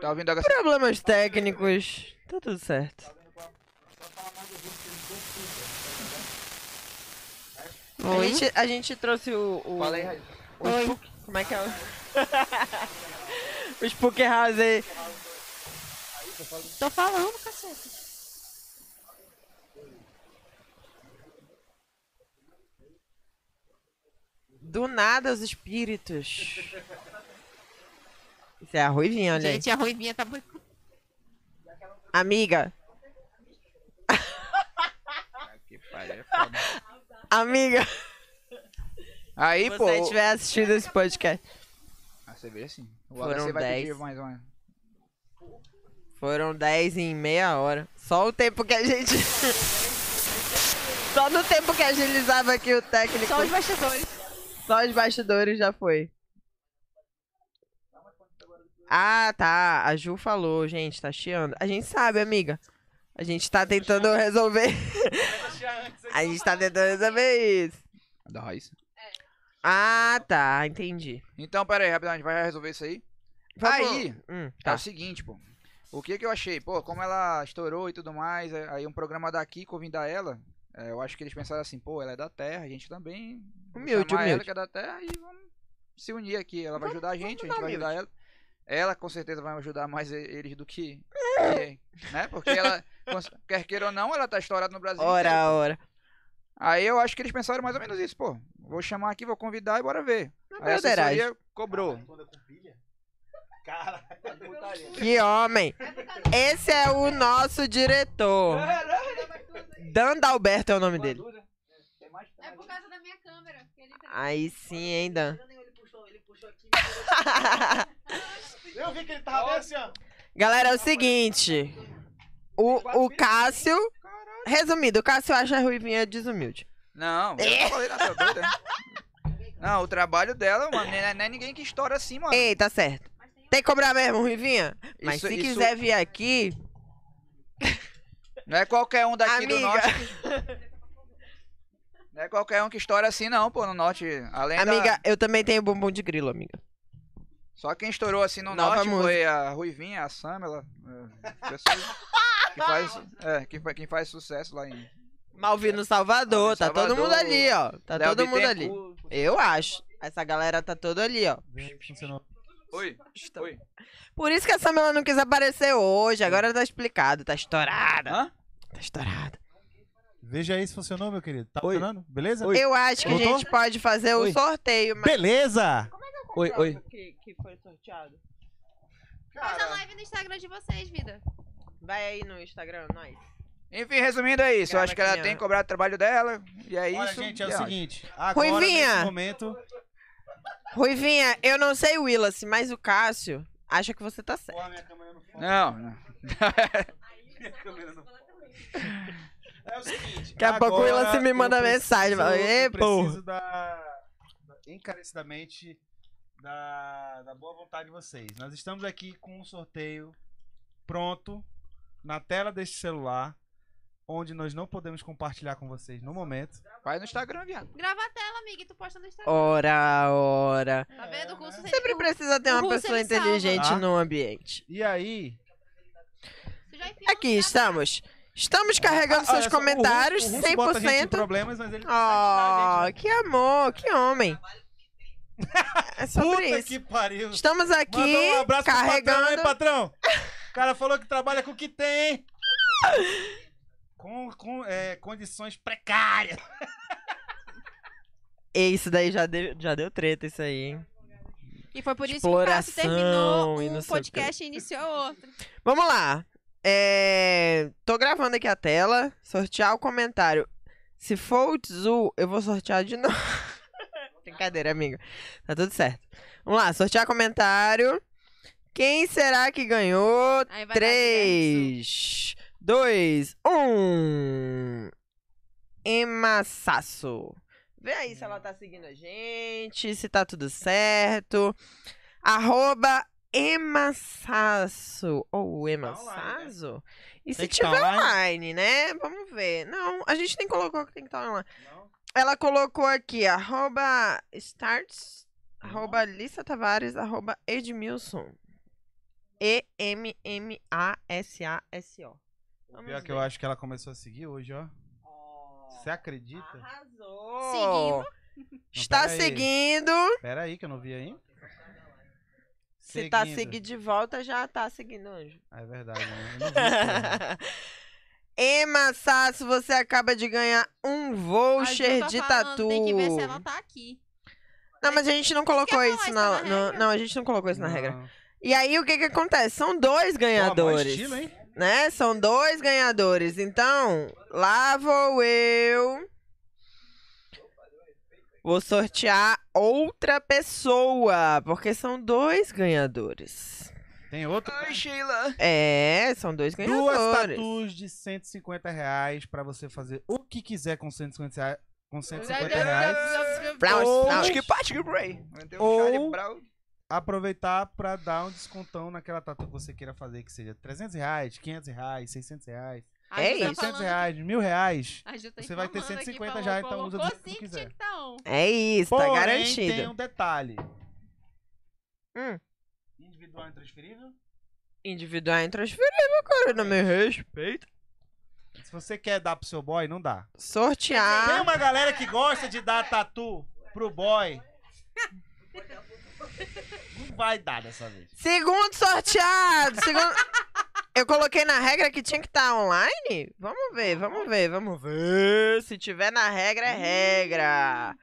Tá ouvindo a Gaci- Problemas técnicos. Tá tudo certo. A gente, a gente trouxe o. o Fala aí, Raíssa. o Spook. Como é que é o. o Spook House aí. Tô falando, cacete. Do nada os espíritos. Isso é a Ruivinha, olha aí. Gente, a Ruivinha tá muito. Amiga, Ah, que pariu, é foda. amiga, Aí, se pô. você tiver assistido esse podcast. A cerveja sim. O Foram HC vai pedir dez. mais uma. Foram 10 em meia hora. Só o tempo que a gente. Só no tempo que agilizava aqui o técnico. Só os bastidores. Só os bastidores já foi. Ah, tá. A Ju falou, gente, tá chiando. A gente sabe, amiga. A gente tá tentando resolver. A gente tá tentando resolver isso. Da Raíssa. Ah, tá. Entendi. Então, pera aí, rapidão, a gente vai resolver isso aí. Vamos- Aí, Hum, É tá. o seguinte, pô. O que que eu achei? Pô, como ela estourou e tudo mais, é- aí um programa daqui convidar ela, é, eu acho que eles pensaram assim, pô, ela é da terra, a gente também. vou Humilde, chamar humilde. ela que é da terra e vamos se unir aqui. Ela vai ajudar a gente, a gente dar vai humilde. ajudar ela. Ela com certeza vai ajudar mais e- eles do que. É. que- né? Porque ela, cons- quer queira ou não, ela tá estourada no Brasil. inteiro. Ora, ora. Aí eu acho que eles pensaram mais ou menos isso, pô. Vou chamar aqui, vou convidar e bora ver. Aí a Broderagem. assessoria cobrou. Cara, Que homem! Esse é o nosso diretor. Dando Alberto é o nome dele. É por causa da minha câmera. que ele Ah, tá- Aí sim, hein, Dan? eu vi que ele tava bem assim, ó. Galera, é o seguinte. O, o Cássio. Resumido, o Cássio acha a Ruivinha desumilde. Não, É. eu não falei nada, tá doida. Não, o trabalho dela, mano, não é, não é ninguém que estoura assim, mano. Ei, tá certo. Tem que cobrar mesmo, Ruivinha? Mas Isso- se isso- quiser vir aqui, Não é qualquer um daqui do Amiga. norte. que- Não é qualquer um que estoura assim, não, pô, no norte. Além da- amiga, eu também tenho bumbum de grilo, amiga. Só quem estourou assim no Nova norte música. foi a Ruivinha, a Samela. é, pessoas que faz, é, que, fa- quem faz sucesso lá em. Malvino Malvino Salvador, tá todo Salvador, mundo ali, ó. Tá Léo todo mundo ali. Bittencourt. Eu acho. Essa galera tá toda ali, ó. Vê se funcionou. Oi. Tá. Estou. Oi. Por isso que a Samela não quis aparecer hoje. Agora tá explicado. Tá estourada. Hã? Tá estourada. Veja aí se funcionou, meu querido. Tá Oi. funcionando? Beleza? Oi. Eu acho que a Voltou? gente pode fazer o Oi. sorteio. Mas... Beleza! Oi, oi. Que, que foi sorteado. Faz a live no Instagram de vocês, vida. Vai aí no Instagram, nós. Enfim, resumindo é isso. Eu acho que ela Grava aqui, tem ó. que cobrar o trabalho dela. E é Olha, isso. gente, é e o acho. seguinte. Agora, Ruivinha. nesse momento... Ruivinha, eu não sei o Willis, mas o Cássio acha que você tá certo. Porra, minha câmera não foca. Não, não. Minha câmera não foca. É o seguinte. Daqui a pouco o agora Willis me eu manda preciso- mensagem. Fala, "Ê, Eu pô. preciso da, da- encarecidamente da, da boa vontade de vocês. Nós estamos aqui com um sorteio pronto na tela deste celular, onde nós não podemos compartilhar com vocês no momento. Vai no Instagram, viado. Grava a tela, amiga, e tu posta no Instagram. Ora, ora. Tá vendo? O É. curso Sempre precisa ter O uma Russo, pessoa ele salva. inteligente Tá. no ambiente. E aí, Tu já enfiou Aqui no diabo. estamos. Estamos Ah, carregando olha seus só, o Russo- comentários o Russo bota a gente em 100%. problemas, mas ele Oh, que amor, que homem. É sobre Puta isso. que pariu. Estamos Manda aqui um abraço pro carregando. patrão, hein, patrão? O cara falou que trabalha com o que tem, hein? Com, com é, condições precárias. E Isso daí já deu, já deu treta, isso aí, hein? E foi por isso Exploração que o Cássio terminou e não sei um o quê. podcast e iniciou outro. Vamos lá. É... Tô gravando aqui a tela. Sortear o comentário. Se for o Tzu, eu vou sortear de novo. Brincadeira, amigo. Tá tudo certo. Vamos lá, sortear comentário. Quem será que ganhou? Aí vai dar diverso. 3, 2, 1. Emassaço. Vê aí se ela tá seguindo a gente, se tá tudo certo. Arroba Emassaço. Ou Tá né? Emassaço? E se Tem que tá tiver online? online, né? Vamos ver. Não, a gente nem colocou que tem que estar online. Ela colocou aqui, arroba starts, arroba Lissa Tavares, arroba Edmilson. E-M-M-A-S-A-S-O. Vamos Pior que ver. eu acho que ela começou a seguir hoje, ó. Você acredita? Arrasou! Está pera aí. seguindo. Pera aí que eu não vi aí. Se tá Seguindo. seguindo de volta, já tá seguindo, anjo. Ah, é verdade, né? Eu não vi, porra. Emma Sasso, você acaba de ganhar um voucher Mas eu tô de falando, tatu. Tem que ver se ela tá aqui. Não, mas a gente não colocou Quer falar isso isso na, na no- regra? Não, a gente não colocou isso na Não. regra. Ó, E aí, o que que acontece? São dois mó ganhadores. estilo, hein? né? São dois ganhadores. Então, lá vou eu. Vou sortear outra pessoa, porque são dois ganhadores. Tem outro. Ai, Sheila. É, são dois Duas ganhadores. tatus de 150 reais pra você fazer o que quiser com 150 reais. Com 150 Já- já- reais. já- já- Brown, Ou- Brown. Acho que parte que Bray. um Ou- aproveitar pra dar um descontão naquela tatu que você queira fazer, que seja 300 reais, 500 reais, 600 reais, A Ju Ei, tá 700 falando- reais, mil reais. a Ju tá Você vai ter informando aqui, 150 falou, já, então usa do colocou jeito que sim, quiser. tinha que tá on. É isso, tá Porém, garantido. tem um detalhe. Hum. Individual intransferível? Individual é intransferível, cara, não me respeita. Se você quer dar pro seu boy, não dá. Tem Sortear. uma galera que gosta de dar tatu pro boy. Não vai dar dessa vez. Segundo sorteado. segundo- Eu coloquei na regra que tinha que estar online? Vamos ver, vamos ver, vamos ver. Se tiver na regra, é regra.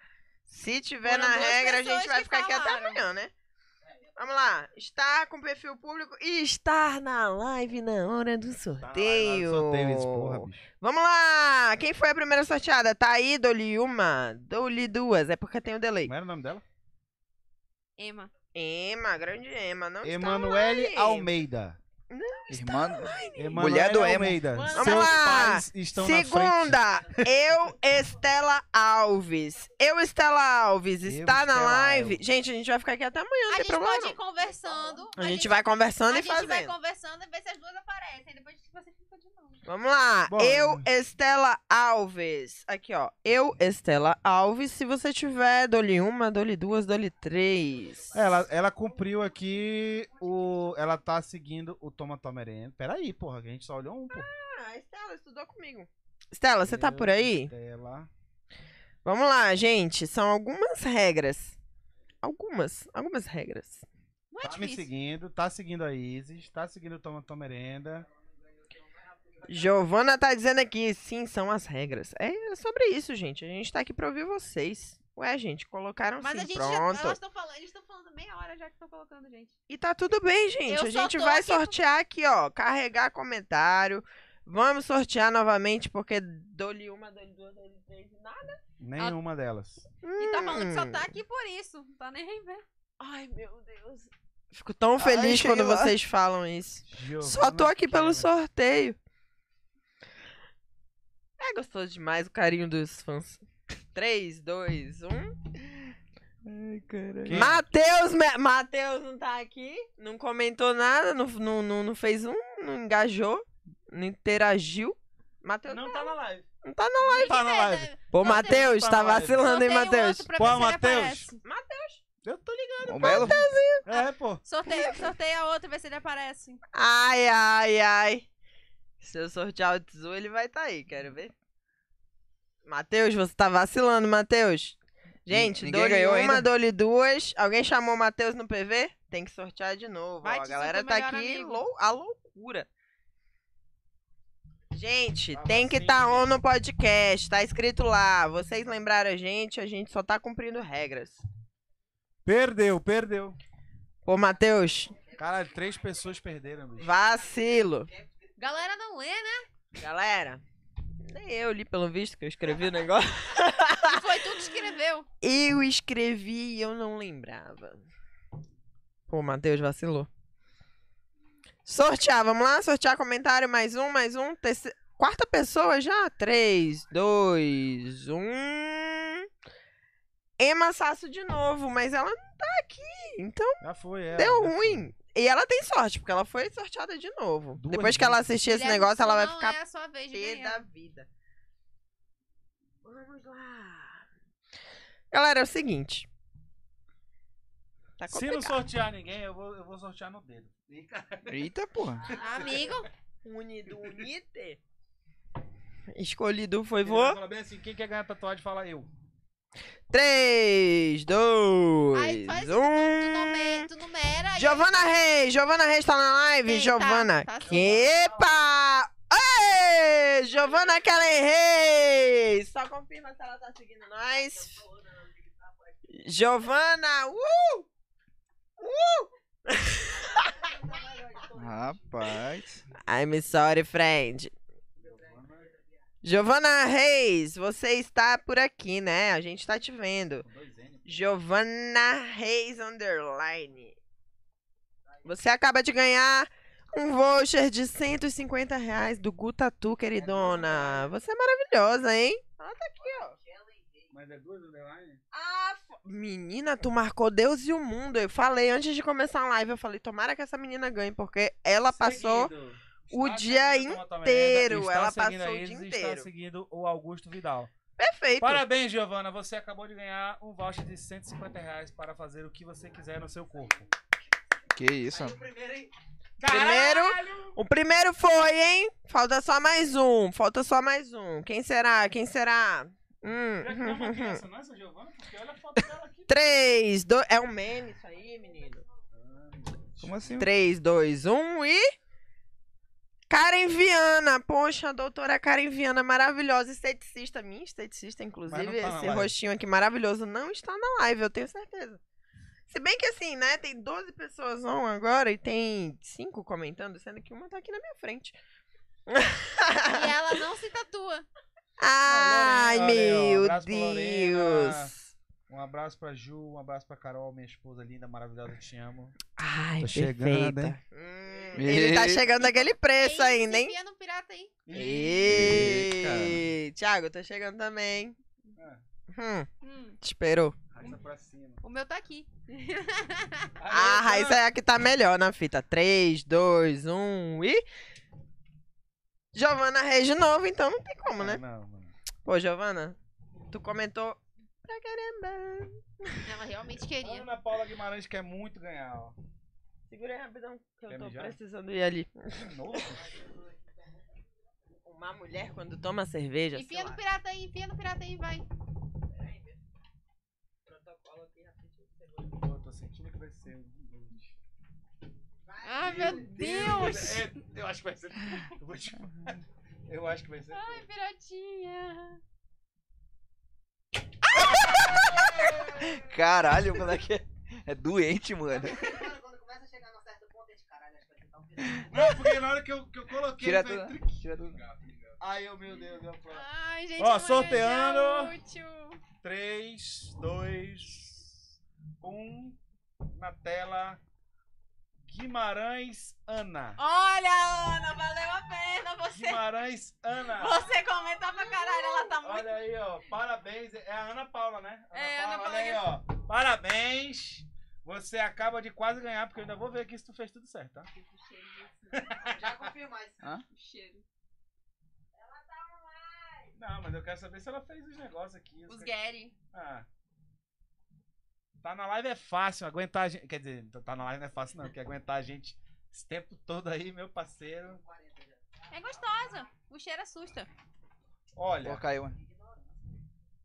Se tiver Foram na duas regra, a gente pessoas vai que ficar aqui até falaram. amanhã, né? Vamos lá. Estar com perfil público e estar na live na hora do Tá sorteio. Sorteio esse porra, bicho. Vamos lá! Quem foi a primeira sorteada? Tá aí, dou-lhe uma, dou-lhe duas. É porque tem o delay. Como era o nome dela? Emma. Ema, grande Ema, não está Emanuele online. Almeida. Irmã. Emanuele Mulher do emo. Almeida. Vamos Seus lá. pais estão na frente. Segunda, eu, Estela Alves. Eu, Estela Alves, Eu, está na Estela live. Alves. Gente, a gente vai ficar aqui até amanhã, não A tem gente problema. pode ir não. conversando. A gente vai conversando A e gente vai fazendo. conversando e ver se as duas aparecem. Depois você fica de novo. Vamos lá. Bora. Eu, Estela Alves. Aqui, ó. Eu, Estela Alves. Se você tiver, dou-lhe uma, dou-lhe duas, dou-lhe três. Ela, ela cumpriu aqui o. Ela tá seguindo o Toma Tomerendo. Peraí, porra, que a gente só olhou um, pô. Ah, Estela estudou comigo. Estela, você tá por aí? É, Ela. Vamos lá, gente. São algumas regras. Algumas, algumas regras. Não é Tá me difícil. seguindo, tá seguindo a Isis, tá seguindo o Toma Tua Merenda. Giovana tá dizendo aqui, sim, são as regras. É sobre isso, gente. A gente tá aqui pra ouvir vocês. Ué, gente, colocaram Mas sim, a gente assim, pronto. já. Elas estão falando, eles estão falando meia hora já que estão colocando, gente. E tá tudo bem, gente. Eu a só gente tô vai aqui pro- sortear aqui, ó. Carregar comentário. Vamos sortear novamente, porque dou-lhe uma, dou-lhe duas, dou-lhe três e nada. Nenhuma delas. E tá falando que só Hum. tá aqui por isso. Não tá nem aí vendo. Ai, meu Deus. Fico tão feliz cheguei quando lá. vocês falam isso. Só Giovana tô aqui Queira. pelo sorteio. É gostoso demais o carinho dos fãs. 3, 2, 1. Ai, caralho. Quem? Matheus, me- Matheus não tá aqui, não comentou nada, não, não, não, não fez um, não engajou, não interagiu. Matheus Não tá na live. não tá não. Não tá na É, live. né? Pô, Não tem- Matheus, tá tá na live. vacilando, hein, Sorteio Matheus? outro pra Qual, ver se ele Matheus? aparece. Eu tô ligado. O Melo? É, pô. Sorteia, sorteia outro, vê se ele aparece. Ai, ai, ai. Se eu sortear o Tzu, ele vai estar tá aí, quero ver. Matheus, você tá vacilando, Matheus. Gente, Ninguém dou-lhe ganhou uma, ainda. dou-lhe duas. Alguém chamou o Matheus no PV? Tem que sortear de novo. Vai, ó, a Tzu, galera teu tá melhor aqui amigo. lou a loucura. Gente, Tá tem que vacilando, estar tá on gente. no podcast. Tá escrito lá. Vocês lembraram a gente, a gente só tá cumprindo regras. Perdeu, perdeu. Ô, Matheus, Caralho, três pessoas perderam, bicho. vacilo. Galera não lê, né? Galera, nem eu li pelo visto que eu escrevi o negócio. E Foi tudo que escreveu. Eu escrevi e eu não lembrava. Pô, Matheus vacilou. Sortear, vamos lá? Sortear comentário, mais um, mais um. terce- Quarta pessoa já? Três, dois, um. Emma Sasso de novo, mas ela não tá aqui. Então Já foi, é. deu um. já foi. ruim. E ela tem sorte, porque ela foi sorteada de novo. Duas Depois que ela vezes. assistir esse Guilherme, negócio, ela vai não ficar É a sua vez de pé ganhar. da vida. Vamos lá. Galera, é o seguinte. Tá Se não complicado. sortear ninguém, eu vou, eu vou sortear no dedo. Eita, porra. Amigo, Unido, unite. Escolhido foi Ele vai vô. falar bem assim, quem quer ganhar tatuagem, fala eu. 3, 2, Aí faz 1. tu numera, tu numera aí Giovana Reis, Giovana Reis tá na live, Tem, tá, Giovana. tá sim. Epa! Ê, Giovana Kellen Reis! Só confirma se ela tá seguindo nós. Giovana, uh! Rapaz. I'm sorry, friend. Giovana Reis, você está por aqui, né? A gente tá te vendo. Com dois N. Giovana Reis Underline. Você acaba de ganhar um voucher de 150 reais do Gutatu, queridona. Você é maravilhosa, hein? Ela tá aqui, ó. Mas é duas underline? Ah, fo- menina, tu marcou Deus e o mundo. Eu falei antes de começar a live, eu falei, tomara que essa menina ganhe, porque ela passou Seguindo. o Está dia Tá seguindo Toma Tua inteiro, Merenda, ela está seguindo passou a o dia Isis e inteiro. Está seguindo o Augusto Vidal. perfeito. Parabéns, Giovana. Você acabou de ganhar um voucher de 150 reais para fazer o que você quiser no seu corpo. Que isso, rapaz. Primeiro- O primeiro foi, hein? Falta só mais um. Falta só mais um. Quem será? Quem será? Já que é uma Hum. criança, não é essa Giovana? Porque olha a foto dela aqui. Três, dois. É um meme isso aí, menino. Como assim? Três, dois, um e. Karen Viana, poxa, a doutora Karen Viana, maravilhosa, esteticista, minha esteticista, inclusive, Mas não tá na esse live. rostinho aqui maravilhoso não está na live, eu tenho certeza. Se bem que assim, né, tem 12 pessoas on agora e tem cinco comentando, sendo que uma tá aqui na minha frente. e ela não se tatua. Ai, Olha, meu olha, ó, abraço pra Lorena. Deus. Um abraço pra Ju, um abraço pra Carol, minha esposa linda, maravilhosa, te amo. Ai, Tô perfeita. chegando, né? hein? Hum, ele tá chegando naquele preço Ei, ainda, se hein? enfia no pirata aí. Ê, Ih, cara. Thiago, eu tô chegando também. Ah. Hum, Hum, te esperou. Raça pra cima. o meu tá aqui. Ah, a Raíssa é a que tá melhor na fita. 3, 2, 1 e. Giovana Reis de novo, então não tem como, né? Não, mano. Pô, Giovana, tu comentou. Pra caramba. Ela realmente queria. Ana Paula Guimarães quer muito ganhar, ó. Segura aí rapidão, que eu Quer tô mijar? precisando ir ali. De novo? Uma mulher quando toma cerveja. sei Enfia lá. no pirata aí, enfia no pirata aí, vai. protocolo aqui rapidinho. Pô, tô sentindo que vai ser um- um- Ai, meu Deus! É, eu acho que vai ser. Eu, vou te falar. Eu acho que vai ser. Ai, piratinha! Caralho, o moleque é- é doente, mano. Cara, quando começa a chegar num certo ponto, eu digo, caralho, acho que vai tentar um pedaço. Não, porque na hora que eu, que eu coloquei. Tira eu falei, tudo, né? "Triqui". Tira tudo. Obrigado, obrigado. Ai, eu, meu Deus, eu falo. Ai, gente, Ó, amanhã é sorteando. dia útil. 3, 2, 1. Na tela. Guimarães Ana. Olha, Ana, valeu a pena você. Guimarães Ana. Você comentou pra caralho, ela tá muito. Olha aí, ó. Parabéns. É a Ana Paula, né? É, Ana Paula Olha aí, ó. Parabéns. Você acaba de quase ganhar, porque eu ainda vou ver aqui se tu fez tudo certo, tá? O cheiro disso. Já confirmou isso. Hã? O cheiro. Não, mas eu quero saber se ela fez os negócios aqui. Os Gary. Ah. Tá na live é fácil, aguentar a gente. Quer dizer, tá- tá na live não é fácil, não, porque aguentar a gente esse tempo todo aí, meu parceiro. 40 já. É gostosa. O cheiro assusta. Olha, Pô, caiu, mano.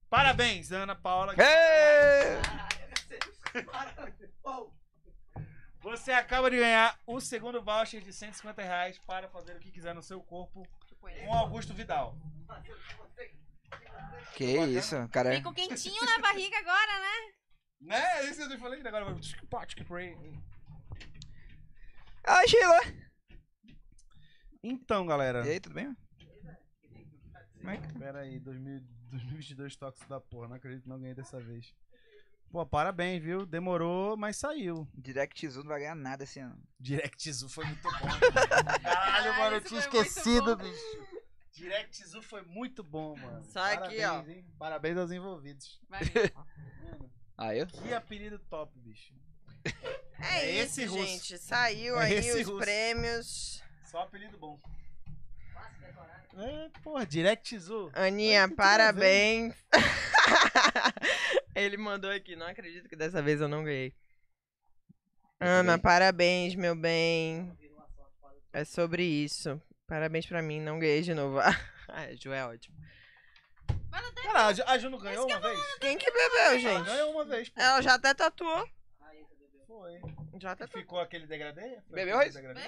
parabéns, Ana Paula. É. Ê! Pô, Você acaba de ganhar o segundo voucher de 150 reais para fazer o que quiser no seu corpo com Augusto Vidal. Que isso, cara. Ficou um quentinho na barriga agora, né? Né? É isso que eu te falei agora. vai- tchic, pá, tchic, pray. Ai, Ah, Sheila! Então, galera. E aí, tudo bem? Como é que tá? Pera aí, 2000 2022 toques da porra. Não acredito que não ganhei dessa vez. Pô, parabéns, viu? Demorou, mas saiu. Direct Zoo não vai ganhar nada esse ano. Direct Zoo foi muito bom. Caralho, Ah, mano, eu isso tinha foi muito esquecido, bom. bicho. Direct Zoo foi muito bom, mano. Só aqui, Parabéns, hein? Parabéns aos envolvidos. Vai ver. Mano, Ah, eu? que apelido top, bicho. É, É isso, esse russo. gente. Saiu É aí esse os russo. prêmios. Só apelido bom. fácil decorar. É, porra, Direct Zoo. Aninha, Ai, que parabéns. Ele mandou aqui, não acredito que dessa vez eu não ganhei. Ana, parabéns, meu bem. tipo, É sobre isso. Parabéns pra mim, não ganhei de novo. Ah, Ju é ótimo. Cara, a Ju- a Ju não ganhou uma vez? Quem que bebeu, Ela gente? É. ganhou uma vez, pô. Ela já até tatuou. Aí, você bebeu. Foi. Já até E ficou aquele degradê? Foi Bebeu aquele isso? degradê?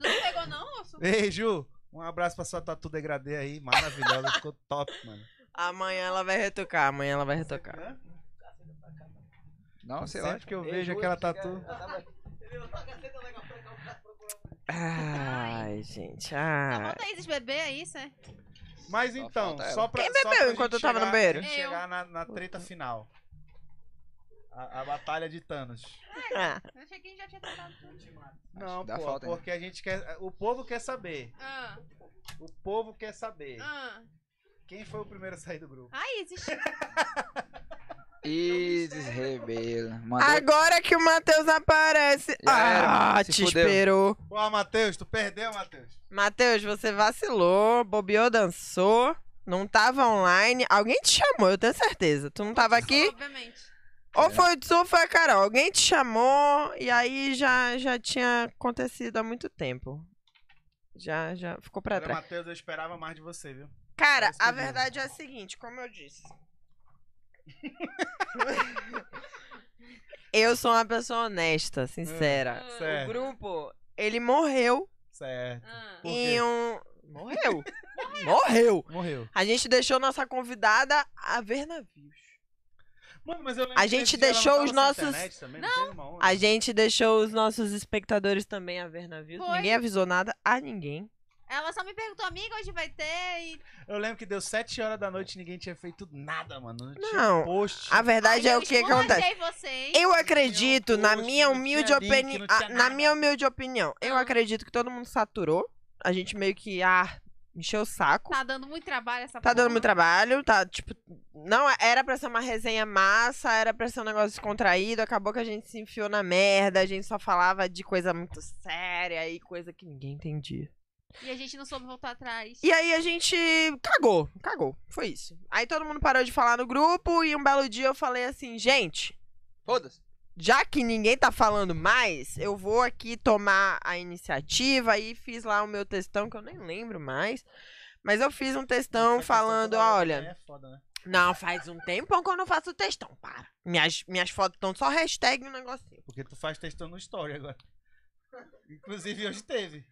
Não pegou, não, moço? Ei, Ju, um abraço pra sua tatu degradê aí, maravilhosa, ficou top, mano. Amanhã ela vai retocar, amanhã ela vai retocar. Não, sei lá. Sempre que eu vejo aquela tatu. Entendeu? Só que a seta legal pra cá, o cara procurou. Ai, gente. Só Ai. falta esses bebês aí, cê. Mas Só então, falta ela. só pra. Quem só bebeu pra enquanto gente eu tava no chegar- banheiro? a gente Eu. Chegar na, na treta final. A, a batalha de Thanos. Ah, Eu achei que a gente já tinha tentado tudo. Não, dá pô, falta, né? porque a gente quer. O povo quer saber. Ah, O povo quer saber. ah. Quem foi o primeiro a sair do grupo? Ai, existe. Isis Rebelo. Mandou... Agora que o Matheus aparece. Já era, ah, mano, se te fudeu. esperou. Pô, ah, Matheus, tu perdeu, Matheus. Matheus, você vacilou, bobeou, dançou. Não tava online. Alguém te chamou, eu tenho certeza. Tu não tava aqui? Obviamente. Ou é. foi o Tsu ou foi a Carol. Alguém te chamou e aí já, já tinha acontecido há muito tempo. Já, já ficou pra Olha, trás. Matheus, eu esperava mais de você, viu? Cara, Parece que a eu vi. verdade é a seguinte, como eu disse. eu sou uma pessoa honesta, sincera. Ah, Certo. O grupo, ele morreu Certo. ah. Por quê? em um. Morreu! morreu! Morreu. A gente deixou nossa convidada a ver navios. Mano, mas eu lembro A que gente nesse dia ela não tava deixou os sem nossos- internet Também, não. né? teve uma onda? A gente deixou os nossos espectadores também a ver navios. Foi. Ninguém avisou nada a ninguém. Ela só me perguntou, amiga, hoje vai ter e Eu lembro que deu 7 horas da noite e ninguém tinha feito nada, mano. Não, tinha Não, post. A verdade Ai, é eu o que que acontece. esculachei vocês. Eu acredito, na post, minha não humilde tinha link, opinião. não tinha Na nada. minha humilde opinião, eu Ah. acredito que todo mundo saturou. A gente meio que ah, encheu o saco. Tá dando muito trabalho essa Tá porra. dando muito trabalho, tá, tipo, não, era pra ser uma resenha massa, era pra ser um negócio descontraído, acabou que a gente se enfiou na merda, a gente só falava de coisa muito séria e coisa que ninguém entendia. E a gente não soube voltar atrás. E aí a gente cagou, cagou, foi isso. Aí todo mundo parou de falar no grupo e um belo dia eu falei assim, gente, Foda-se. já que ninguém tá falando mais, eu vou aqui tomar a iniciativa e fiz lá o meu textão, que eu nem lembro mais. Mas eu fiz um textão Essa falando, questão da hora olha, também É foda, né? não, faz um tempão que eu não faço textão, para. Minhas, minhas fotos estão só hashtag e um negocinho. Porque tu faz textão no story agora. Inclusive, hoje teve.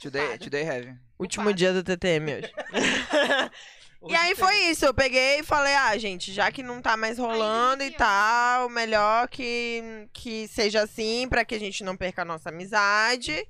Today, today é heavy. Último dia do TTM hoje. e Hoje aí teve. foi isso, eu peguei e falei, ah, gente, já que não tá mais rolando e desistiu. tal, melhor que, que seja assim, pra que a gente não perca a nossa amizade.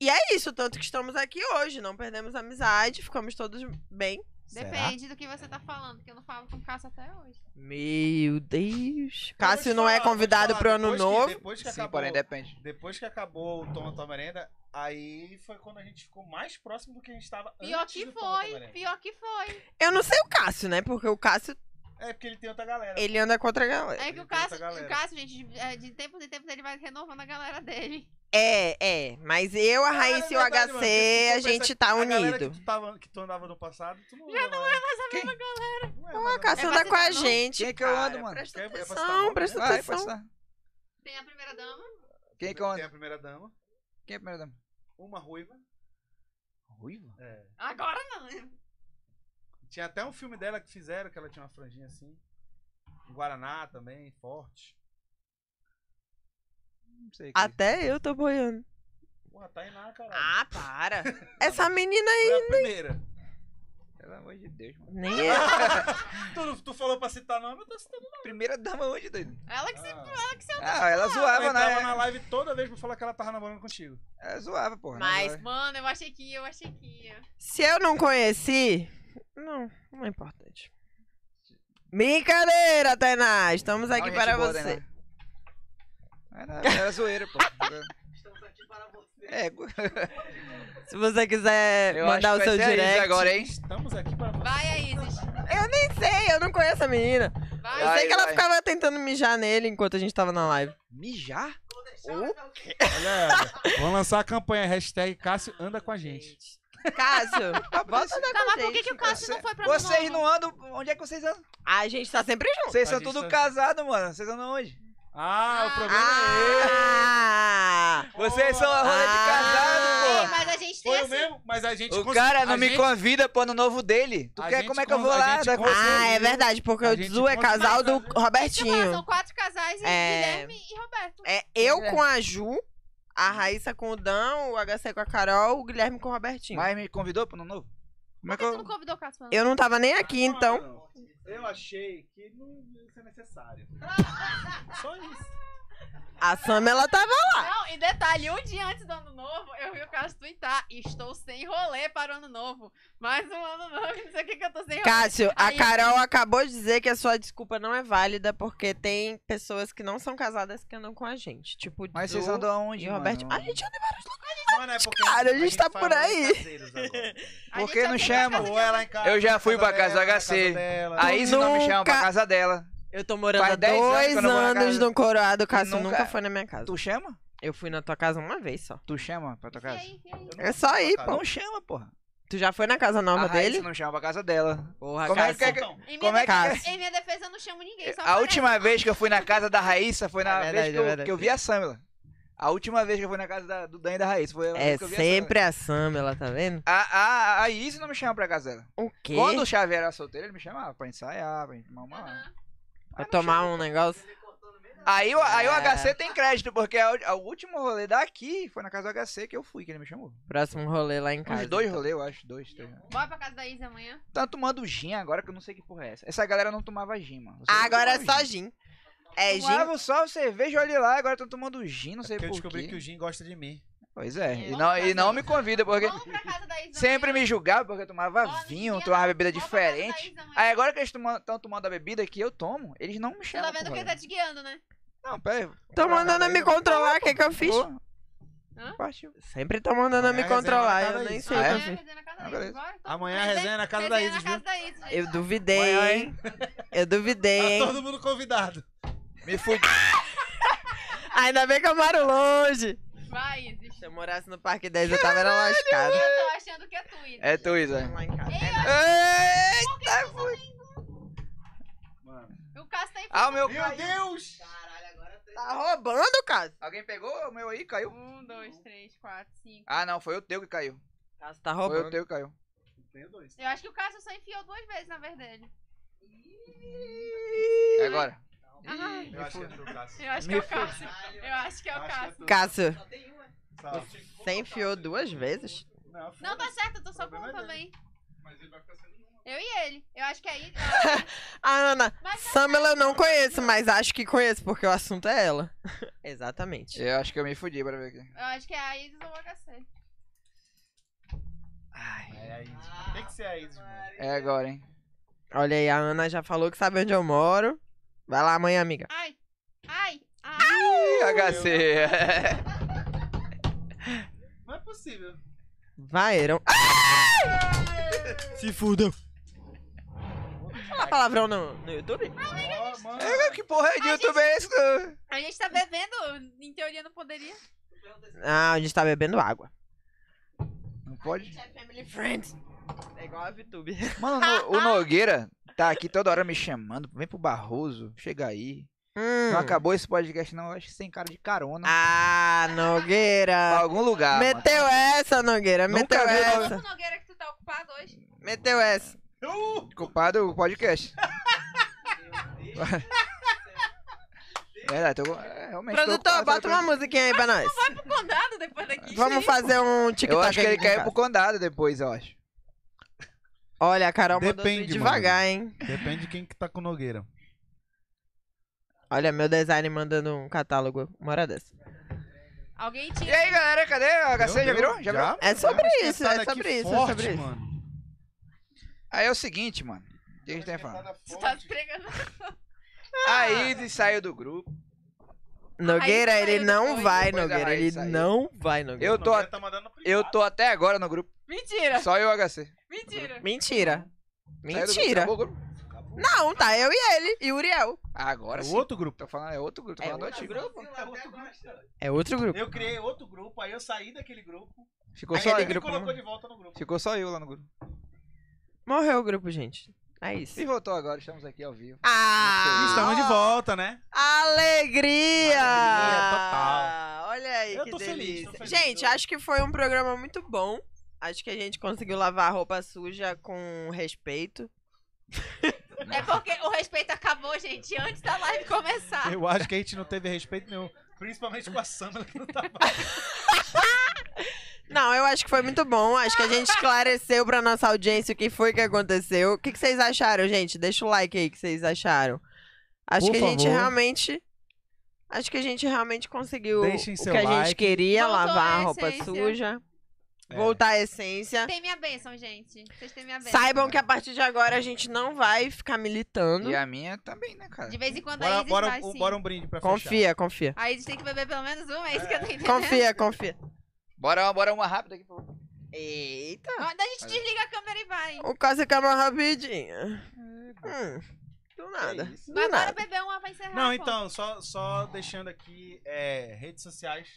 E é isso, tanto que estamos aqui hoje, não perdemos a amizade, ficamos todos bem. Depende do que você tá falando, porque eu não falo com Cássio até hoje. Meu Deus. Eu vou Cássio te não é falar, vou te convidado falar, pro ano depois que- novo. Depois que Sim, acabou. porém depende. Depois que acabou o Toma Tua Merenda, aí foi quando a gente ficou mais próximo do que a gente tava Pior antes que do Toma Tua foi, Merenda. pior que foi. Eu não sei o Cássio, né? Porque o Cássio, É porque ele tem outra galera. ele anda contra a galera. É Ele tem que o outra Cássio, o galera. Cássio, gente, de, é, de tempos em tempos ele vai renovando a galera dele. É, é. Mas eu, a Cara, é Raíssa e o verdade, mano, porque HC, se a for gente pensar tá a galera unido. Que tu, tava, que tu andava no passado, tu não Já não é mais a mesma galera. Não é mais O a Ah, Cássio É anda pra com a citar nome? gente. Quem é que eu cara. ando, mano? Presta Quem é pra citar atenção, nome? presta Vai, pode atenção. estar. Tem a primeira dama. Quem é que eu mesma. Tem ando? a primeira dama, Quem é a primeira dama? uma ruiva. Ruiva? É. Agora não. Tinha até um filme dela que fizeram, que ela tinha uma franjinha assim. Um Guaraná também, forte. Não sei. quem é. Até eu tô boiando. Porra, Tainá, caralho. Ah, para. Essa menina aí Foi a primeira. Pelo amor de Deus, mano. nem é. Tu, tu falou pra citar nome, eu tô citando Primeira dama hoje, doido. Ela que se. nome. tá Ah, ela zoava, Ela então, entrava né? na live toda vez pra falar que ela tava namorando contigo. Ela zoava, porra. Ah. Mas- Mano, eu achei que ia, eu achei que ia. Se eu não conheci. Não, não é importante. Brincadeira, Tainá. Estamos aqui para você. né? Era, era zoeira, pô. Estamos aqui para você. É, gu- Se você quiser eu mandar o acho que seu vai ser a Isa direct. agora, hein? Estamos aqui pra você. Vai, Aizes. Nem sei, eu não conheço a menina. Vai. Eu Vai, sei que ela vai. ficava tentando mijar nele enquanto a gente tava na live. Mijar? Vou deixar ela pra você. Olha, vamos lançar a campanha hashtag Cássio anda com a gente. Cássio, volta a andar Tá, com a mas por que, gente. que o Cássio não foi pra Vocês Ano não Novo? andam. Onde é que vocês andam? A gente tá sempre junto. Vocês A são gente tudo tá- casados, mano. Vocês andam onde? Ah, o problema é Ah! Vocês são a rola Ah. de Ei, casado, mas a gente é. tem Foi o assim. mesmo, mas a gente pô. O cons- cara não a me gente- convida pro ano novo dele. Tu A quer gente como é que eu con- vou a lá? gente Vai- con- Ah, é verdade, porque A o gente Zu é pode casal do Deixa fazer. eu falar, tipo, São Robertinho. quatro casais, É. Guilherme e Roberto. É eu com a Ju, a Raíssa com o Dan, o HC com a Carol, o Guilherme com o Robertinho. Mas me convidou pro ano novo? Como é é. que Por que tu não eu. convidou o Cássio pra Eu não tava nem aqui, então. Não, Eu achei que não ia ser necessário. Só isso. A Sam, ela tava. Não, e detalhe, um dia antes do ano novo, eu vi o Cássio twittar. Estou sem rolê para o ano novo. Mais um ano novo, não sei o que que eu tô sem rolê. Cássio, a Aí- Carol acabou de dizer que a sua desculpa não é válida porque tem pessoas que não são casadas que andam com a gente. Tipo, Mas Zu vocês andam e aonde? o mano? Robertinho. A gente anda. Mano, é porque Cara, a gente tá faz por aí. rolês caseiros agora. A gente por que já não tem chama? uma Ou casa ela em casa. Eu já na fui casa pra casa dela, na HC. dela. A Isa não me chama pra Nunca- casa dela. Eu tô morando Faz há 10 anos dois que eu não vou na anos casa- no Coroado, o Cássio nunca... nunca- foi na minha casa. Tu chama? Eu fui na tua casa uma vez só. Tu chama pra tua E casa? aí, e aí? Eu não fui É só pra ir, casa. pô. Não chama, porra. Tu já foi na casa nova A Raíssa dele? não chama pra casa dela. Porra, Como é que Cássio. é que- Então, Em minha, Como é que- defesa, em minha defesa, eu não chamo ninguém. Só A última vez que eu fui na casa da Raíssa foi na É verdade, vez que eu, é verdade. que eu vi a Samila. A última vez que eu fui na casa da- do Dan e da Raíssa foi a É vez que eu vi sempre a Sam, ela tá vendo? a Samila. A, a, a Isa não me chama pra casa dela. O quê? Quando o Xavier era solteiro, ele me chamava pra ensaiar, pra gente tomar uma. Aham. Pra tomar um negócio? Ele cortou no meio da Aí, o- aí o É. HC tem crédito, porque a- o último rolê daqui foi na casa do HC que eu fui, que ele me chamou. Próximo rolê lá em casa. Uns dois rolês, eu acho, dois, três. Bora pra casa da Isa amanhã. Tá tomando gin agora que eu não sei que porra é essa. Essa galera não tomava gin, mano. Vocês não Agora é tomavam só gin. É gin. Tomava só cerveja, olha lá, agora estão tomando gin, não sei É porque eu por descobri quê. que o Jim gosta de mim. Pois é, É. e não, e não me convida, porque Vamos pra casa da Isa sempre amanhã. me julgava porque eu tomava Bora, vinho, né? ninguém- tomava bebida Bora pra casa da diferente. Isa amanhã. Aí agora que eles estão tomando a bebida que eu tomo, eles não me Tu tá chamam. vendo porra. que ele tá te guiando, né? Não, pera. Tô mandando me controlar, o que que eu fiz? Vou. Hã? Partiu. Sempre tô mandando Amanhã me é a resenha controlar, vai na eu casa nem da sei o Amanhã que a eu fiz. resenha na casa Ah, da Isa. beleza. Bora, então. Amanhã a resenha é na casa da Resenha Isa, na viu? casa da Isa, gente. Eu duvidei, Amanhã, hein? Eu É. duvidei, Tá hein? todo mundo convidado. Me fui. Ainda bem que eu moro longe. Vai, É. Isa. Se eu morasse no Parque 10, eu tava era lascado. Eu tô achando que é tu, Isa. É tu, Isa. Lá em casa. Eita, fui. Mano. O Cássio tá em Ah, o meu Meu caiu. Deus! Caralho, agora tem. Tá roubando, cara. Alguém pegou o meu aí? Caiu? Um, dois, três, quatro, cinco. Ah, não, foi o teu que caiu. Cássio tá Foi o roubando. teu que caiu. Tenho dois. Eu acho que o Cássio só enfiou duas vezes na verdade. É agora. Ai, Eu acho que é do Cássio. eu acho que é o Cássio. Eu acho que é o Acho que é Cássio. do- Cássio, Só tem uma. Sabe? você enfiou duas vezes? Não, foda-se. Não, tá certo, eu tô só com um Problema também. Mas ele vai ficar sem nenhuma. Eu e ele. Eu acho que é aí. A Ana, Mas tá Samela eu não conheço, mas acho que conheço, porque o assunto é ela. Exatamente. Eu acho que eu me fudi pra ver aqui. Eu acho que é a Isis ou o HC. É a Isis. mano. Tem que ser a Isis, mano. É agora, hein? Olha aí, a Ana já falou que sabe onde eu moro. Vai lá amanhã, amiga. Ai, ai, ai. Ih, HC. Não é possível. Vai, Eron. Ah! Se fudam. Ah, Fala palavrão no, no YouTube? Ó, mano. que porra é de A YouTube é isso? cara? A gente tá bebendo, em teoria não poderia. Ah, a gente tá bebendo água. Não pode? É family friends. É igual a VTube. Mano, no- o Nogueira tá aqui toda hora me chamando. Vem pro Barroso, chega aí. Hum. Não acabou esse podcast, não. Eu acho que sem cara de carona. Ah, Pra Nogueira. algum lugar. mano. Meteu essa, Nogueira. Nunca Meteu vi o essa. Vamos, Nogueira, que tu tá ocupado hoje. Meteu essa. Uh! Culpado é o podcast. Verdade, eu, é, realmente. tô Produtor, ocupado, bota tô- uma musiquinha aí pra nós. Pro condado depois daqui. Vamos fazer um TikTok. Eu acho que tá aqui ele em caiu casa. pro condado depois, eu acho. Olha, a Carol mandou tu ir Depende, devagar, hein? Depende de quem que tá com Nogueira. Olha, meu design mandando um catálogo. Uma hora dessa. Ah, Alguém E tira. aí, galera, cadê a HC? Já virou? Já virou? É sobre isso, é Esquentada sobre aqui isso, é forte, sobre isso. Mano. Aí é o seguinte, mano. O que a gente tem falando? Tu tá se pregando. A Isis Ah, saiu do grupo. Nogueira, Aí ele saiu não depois. vai, Depois a Nogueira. Raíssa Ele saiu. não vai, Nogueira. Eu tô, Nogueira tá mandando no eu tô até agora no grupo. É. Mentira, Só eu e o HC. mentira. Mentira. Saiu do grupo, Mentira. acabou o grupo. Não, tá eu e ele. E o Uriel. Agora privado. sim. outro grupo. Tô falando, é outro grupo. Tô É falando do outro antigo. grupo? É outro grupo. É outro grupo. Eu criei outro grupo, aí eu saí daquele grupo. Ficou aí só, um? ele eu, me grupo, colocou mano. de volta no grupo. ficou só eu lá no grupo. Morreu o grupo, gente. É E isso. voltou agora, estamos aqui ao vivo. Ah! Estamos de volta, né? Alegria! Alegria total. Olha aí, Eu que tô delícia. feliz, tô feliz. Gente, acho que foi um programa muito bom. Acho que a gente conseguiu lavar a roupa suja com respeito. É porque o respeito acabou, gente, antes da live começar. Eu acho que a gente não teve respeito nenhum. Principalmente com a Sandra que não tá. tava. Não, eu acho que foi muito bom. Acho que a gente esclareceu pra nossa audiência o que foi que aconteceu. O que, que vocês acharam, gente? Deixa o like aí que vocês acharam. Acho Por que a gente favor. realmente. Acho que a gente realmente conseguiu Deixem o seu que a gente like. queria, Voltou lavar a a roupa essência. suja, É. voltar à essência. Tem minha bênção, gente. Vocês têm minha bênção. Saibam que a partir de agora a gente não vai ficar militando. E a minha também, né, cara? De vez em quando Bora, a Isis bora, vai um, sim. bora um brinde pra fechar. Confia, confia. A Isis tem que beber pelo menos uma, é isso que eu tô entendendo. Confia, confia. Bora, uma- bora uma rápida aqui, por favor. Eita. Ó, Daí a gente desliga a câmera e vai. O caso é uma rapidinha. Hum, do nada. isso? Mas Do bora nada. beber uma pra encerrar. Não, Ah, pô. então, só, só deixando aqui é, redes sociais.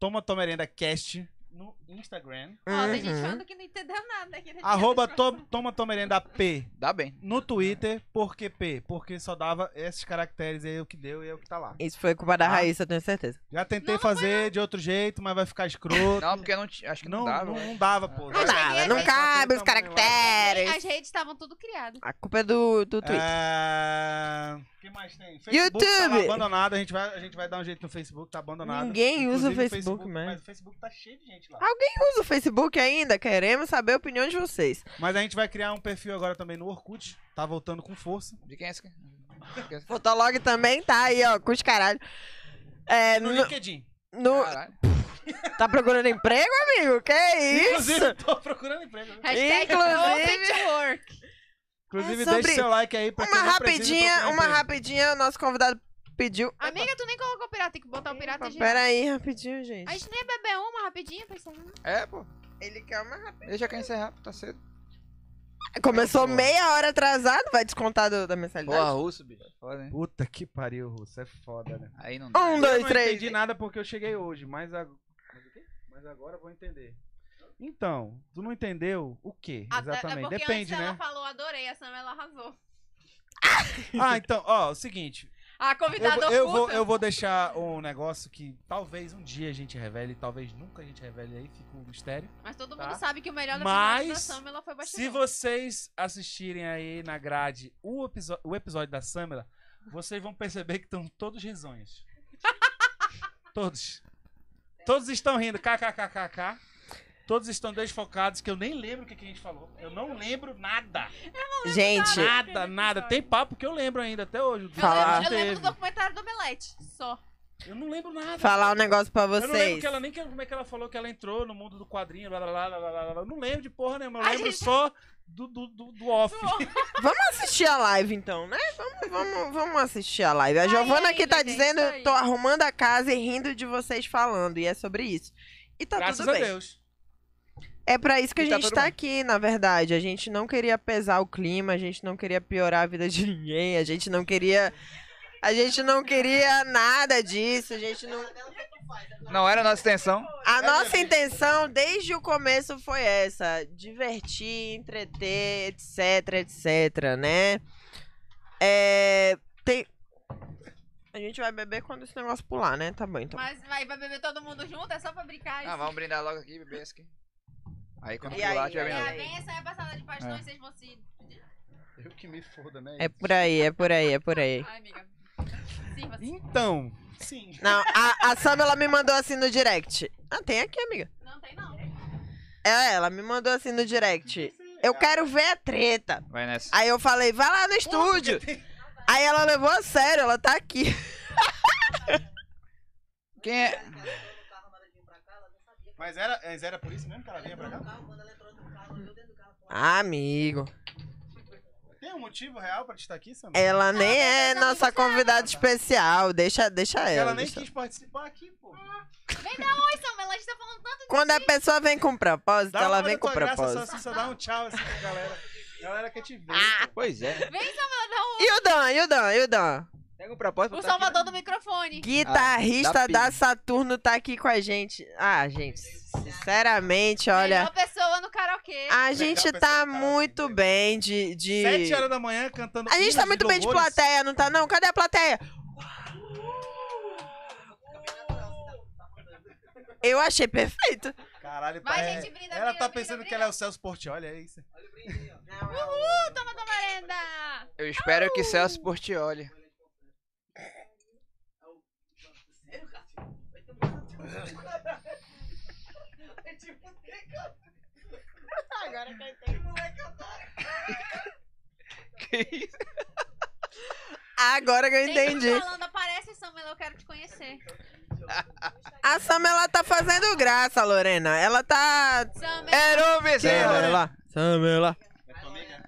Toma Tomerenda Cast no Instagram. Ó, tem gente Uhum. falando que não entendeu nada aqui. Arroba to, Toma Tomerenda P Dá bem. no Twitter. Por que P? Porque só dava esses caracteres aí, o que deu e é o que tá lá. Isso foi culpa da Ah. Raíssa, eu tenho certeza. Já tentei Não, não fazer de outro jeito, mas vai ficar escroto. Não, porque não, ti- acho que não, Não, dava. não, né? não dava, pô. Não Não cheguei a dava, não ver. cabe os Só aquele tamanho lá. caracteres. As redes estavam tudo criadas. A culpa é do, do Twitter. É... O que mais tem? Facebook tá lá YouTube. abandonado, a gente, vai, a gente vai dar um jeito no Facebook, tá abandonado. Ninguém usa o Facebook né? mais. Mas o Facebook tá cheio de gente lá. Alguém usa o Facebook ainda? Queremos saber a opinião de vocês. Mas a gente vai criar um perfil agora também no Orkut, tá voltando com força. De quem é esse? De quem é esse? Fotolog também tá aí, ó, com os caralho. É, No no, LinkedIn. no- Caralho. tá procurando emprego, amigo? Que isso? Inclusive, tô procurando emprego. né? Hashtag Inclusive- open to work. Inclusive, É sobre- deixe seu like aí pra quem Uma não precisa rapidinha, procurar uma emprego. rapidinha, o nosso convidado pediu. Amiga, tu nem colocou pirata, tem que botar o pirata e Pera aí, rapidinho, gente. A gente nem ia beber uma rapidinho, pessoal. É, pô. Ele quer uma rapidinha. Deixa quem encerrar, tá cedo. Começou Pô. meia hora atrasado, vai descontar do- da mensalidade. Porra, russo, bicho. Foda, né? Puta que pariu, Russo, é foda, né? Aí não dá. Um, eu dois, não três. entendi nada porque eu cheguei hoje, mas, ag- mas o quê? Mas agora eu vou entender. Então, tu não entendeu o quê? Até- É Exatamente. porque antes Depende, ela né? falou, adorei, a Sam, ela arrasou. Ah, então, ó, é o seguinte. A Eu, convidada vou- eu, vou, oculta. eu vou deixar um negócio que talvez um dia a gente revele, talvez nunca a gente revele aí, fica um mistério. Mas todo Tá. mundo sabe que o melhor da Mas, personagem da Sam, ela foi Se bastidor. vocês assistirem aí na grade o, episo- o episódio da Samela, vocês vão perceber que estão todos risonhos. Todos. Todos estão rindo. KKKKK. Todos estão desfocados, que eu nem lembro o que, que a gente falou. Eu não lembro nada. Gente, Nada, nada. Tem papo que eu lembro ainda até hoje. do Eu Falar. lembro, eu lembro do Teve. documentário do Omelete, só. Eu não lembro nada. falar um negócio pra Eu não lembro vocês. que ela nem que- como é que ela falou que ela entrou no mundo do quadrinho, lá, lá, lá, lá, lá, lá, lá. Eu não lembro de porra nenhuma. Eu A lembro gente- só do, do, do, do off. Vamos assistir a live então, né? Vamos, vamos, vamos assistir a live. A Aí, Giovana aqui aí, tá gente, dizendo, isso aí. tô arrumando a casa e rindo de vocês falando. E é sobre isso. E tá Graças tudo a bem. Deus. É pra isso que a E tá gente todo tá mundo. aqui, na verdade. A gente não queria pesar o clima, a gente não queria piorar a vida de ninguém, a gente não queria. A gente não queria nada disso, a gente não. Não era a nossa intenção. A nossa intenção desde o começo foi essa: divertir, entreter, etc, etc, né? É. Tem. A gente vai beber quando esse negócio pular, né? Tá bom, então. Mas vai, vai beber todo mundo junto? É só pra brincar? Ah, vamos brindar logo aqui, beber essa aqui. Aí quando E pular, aí, tiver e É, brindando. a benção é a passada de pastão É. e vocês vão se. Eu que me foda, né? É por aí, é por aí, é por aí. Ai, amiga. Sirva-se. Então, Sim. Não, a, a Sam, ela me mandou assim no direct. Ah, tem aqui, amiga. Não tem, não. É, ela me mandou assim no direct. Eu quero ver a treta. Vai nessa. Aí eu falei, vai lá no estúdio. Aí ela levou a sério, ela tá aqui. Quem é? Mas era, mas era por isso mesmo que ela vinha pra cá? Ah, amigo. Tem um motivo real pra te estar aqui, Sandra? Ela nem é mas amigo nossa convidada especial. Deixa, deixa ela, ela. nem deixa ela. quis participar aqui, pô. Vem dar oi, Sam. Ela está tá falando tanto. Quando a pessoa vem com propósito, uma ela olhada vem com tua graça, propósito. Ah, Só, só dá um tchau assim pra galera. Galera quer te ver. Pois é. E o Dan, e o Dan, e o Dan? Pega um propósito. O tá aqui, né? salvador do microfone. Guitarrista Ah, da da Saturno tá aqui com a gente. Ah, gente, sinceramente, olha. Melhor pessoa no karaokê. Ah. A gente Legal tá pensar no cara, muito entendeu? bem de. de... sete horas da manhã cantando. A gente tá hinos muito bem de louvores. plateia, não tá não? Cadê a plateia? Eu achei perfeito. Caralho, Vai, tá- gente, brinda, brinda, Ela tá brinda, pensando brinda. que ela é o Celso Portiolli, é isso. Uhul, toma tua merenda. Eu espero que Celso Portioli. Agora que eu Tem gente entendi. falando, aparece, Samuel, eu quero te conhecer. A Sam, ela tá fazendo graça, Lorena. Ela tá. Samuel, Era o Olha bezerro. né? lá. Samuel lá.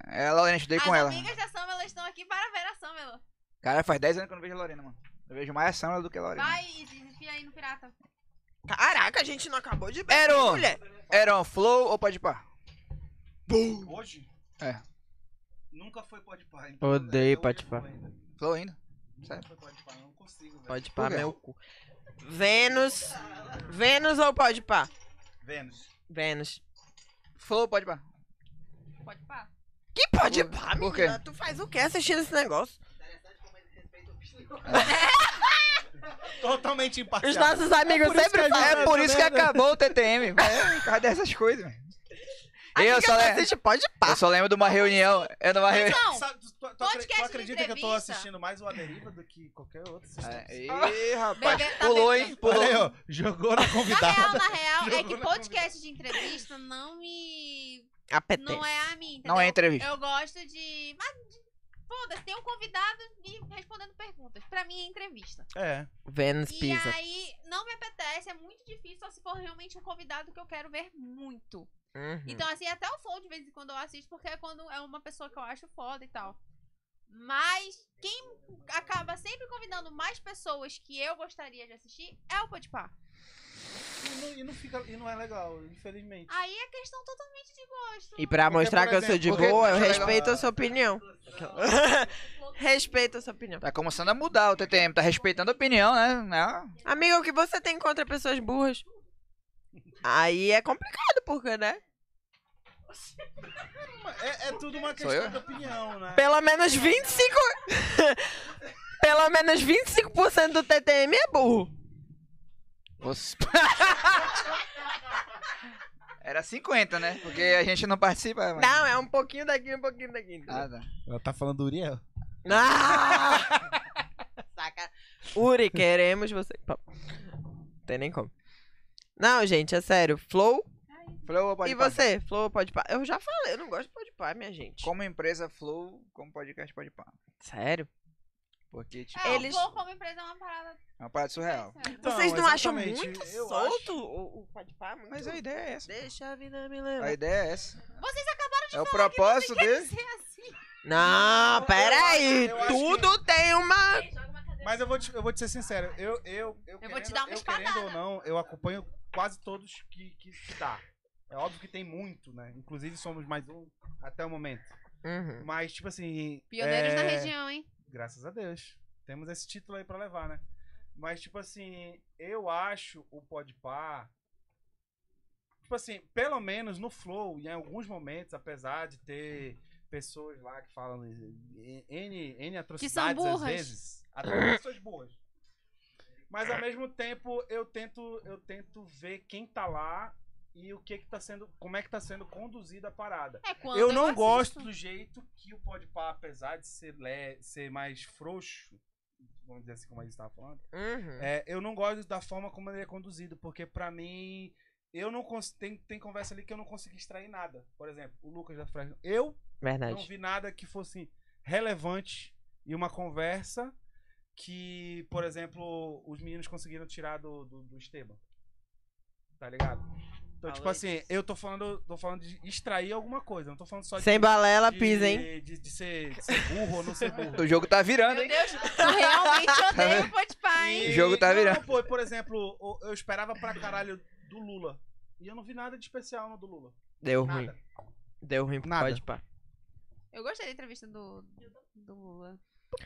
É, a Lorena, estudei as com ela. amigas da Samuel estão aqui para ver a Samuel. Cara, faz 10 anos que eu não vejo a Lorena, mano. Eu vejo mais a Sandra do que a Lorena. Vai e desfia aí no pirata. Caraca, a gente não acabou de beber, Era um. mulher. Era um flow ou pode par? Hoje? É. Nunca foi pode par. Odeio pode par. Flow ainda. Nunca foi pode par, não consigo, velho. Pode pá, Por quê? meu cu. Vênus. Vênus ou pode pá? Vênus. Vênus. Flow ou pode par? Pode pá. Que pode Por- pá, por menina? Tu faz o que assistindo esse negócio? Totalmente Os imparcial. nossos amigos por isso sempre que a gente- falam. É por isso que acabou o TTM. velho. É, por causa dessas coisas, velho. Eu só, é não le... assiste pode pá. eu só lembro de uma reunião. É numa reunião. Então, Sabe, tu, tu, tu, podcast acre- tu de acredita que eu tô entrevista. assistindo mais o A Deriva do que qualquer É, outro? sistema? É, Ih, rapaz. bebê- tá Pulou, bebendo. hein? Olha Pulou. aí, ó, jogou na na real, convidada. na real, é Jogou que na podcast de entrevista não me. Apetece. Não é a mim, entendeu? Não é entrevista. Eu gosto de. Mas, de- foda-se, tem um convidado me respondendo perguntas. Pra mim é entrevista. É. Vênus E pisa. aí, não me apetece, é muito difícil, só se for realmente um convidado que eu quero ver muito. Hum. Uhum. Então, assim, até o Flow de vez em quando eu assisto, porque é quando é uma pessoa que eu acho foda e tal. Mas quem acaba sempre convidando mais pessoas que eu gostaria de assistir é o Podpah. E não, e não fica, e não é legal, infelizmente. Aí é questão totalmente de gosto. É, E pra Porque, mostrar por que eu sou de exemplo, boa, eu porque- respeito a sua opinião. respeito a sua opinião. Tá começando a mudar o TTM. Tá respeitando a opinião, né? Não. Amiga, o que você tem contra pessoas burras? Aí é complicado, porque, né? Ah, É, é tudo uma Sou questão eu? de opinião, né? Pelo menos 25. Pelo menos 25% do TTM é burro. Você- Era 50, né? Porque a gente não participa. Mas... Não, é um pouquinho daqui, um pouquinho daqui. Ah, tá. Ela tá falando do Uriel. Ah! Uri, queremos você. Pô, Não tem nem como. Não, gente, é sério. Flow. Flow ou e Podpah? você? Flow ou pode pá? Eu já falei, eu não gosto de pode pá, minha gente. Como empresa Flow, como podcast Podpah. Sério? Porque, tipo, É, Eles- o Flow como empresa é uma parada é uma parada surreal. interessante. Então, Vocês não acham exatamente, muito eu solto o, o pode pá? Muito... Mas a ideia é essa. Deixa a vida me levar. A ideia é essa. Vocês acabaram de É o falar que você propósito quer dele. dizer assim. Não, peraí. eu acho que- Tudo tem uma. Mas eu vou te, eu vou te ser sincero, eu, eu, eu, Eu vou te dar uma eu querendo ou espadada. não, eu acompanho quase todos que, que se dá. É óbvio que tem muito, né? Inclusive somos mais um até o momento. Uhum. Mas, tipo assim. Pioneiros é, na região, hein? Graças a Deus. Temos esse título aí pra levar, né? Mas, tipo assim, eu acho o Podpah. Tipo assim, pelo menos no Flow, em alguns momentos, apesar de ter pessoas lá que falam N, N atrocidades às burras. vezes. Até pessoas boas. Mas ao mesmo tempo, eu tento, eu tento ver quem tá lá e o que que tá sendo, como é que tá sendo conduzida a parada. É quando Eu não gosto assisto. do jeito que o Podpah, apesar de ser, le- ser mais frouxo, vamos dizer assim como a gente estava falando, Uhum. é, eu não gosto da forma como ele é conduzido, porque pra mim, eu não cons- tem, tem conversa ali que eu não consegui extrair nada. Por exemplo, o Lucas da Fresno. Eu não Verdade. vi nada que fosse relevante e uma conversa que, por exemplo, os meninos conseguiram tirar do, do, do Esteban. Tá ligado? Então, Falou tipo assim, eu tô falando, tô falando de extrair alguma coisa, não tô falando só de Sem balela, de- pisa, hein? De, de ser, de ser burro ou não ser burro. O jogo tá virando, Meu hein? Deus, eu realmente odeio o Podpah, hein? E- O jogo tá não, virando. pô, por exemplo, o- eu esperava pra caralho do Lula. E eu não vi nada de especial no do Lula. Deu ruim. Nada. Deu ruim pro Nada. pode pá. Eu gostei da entrevista do, do Lula.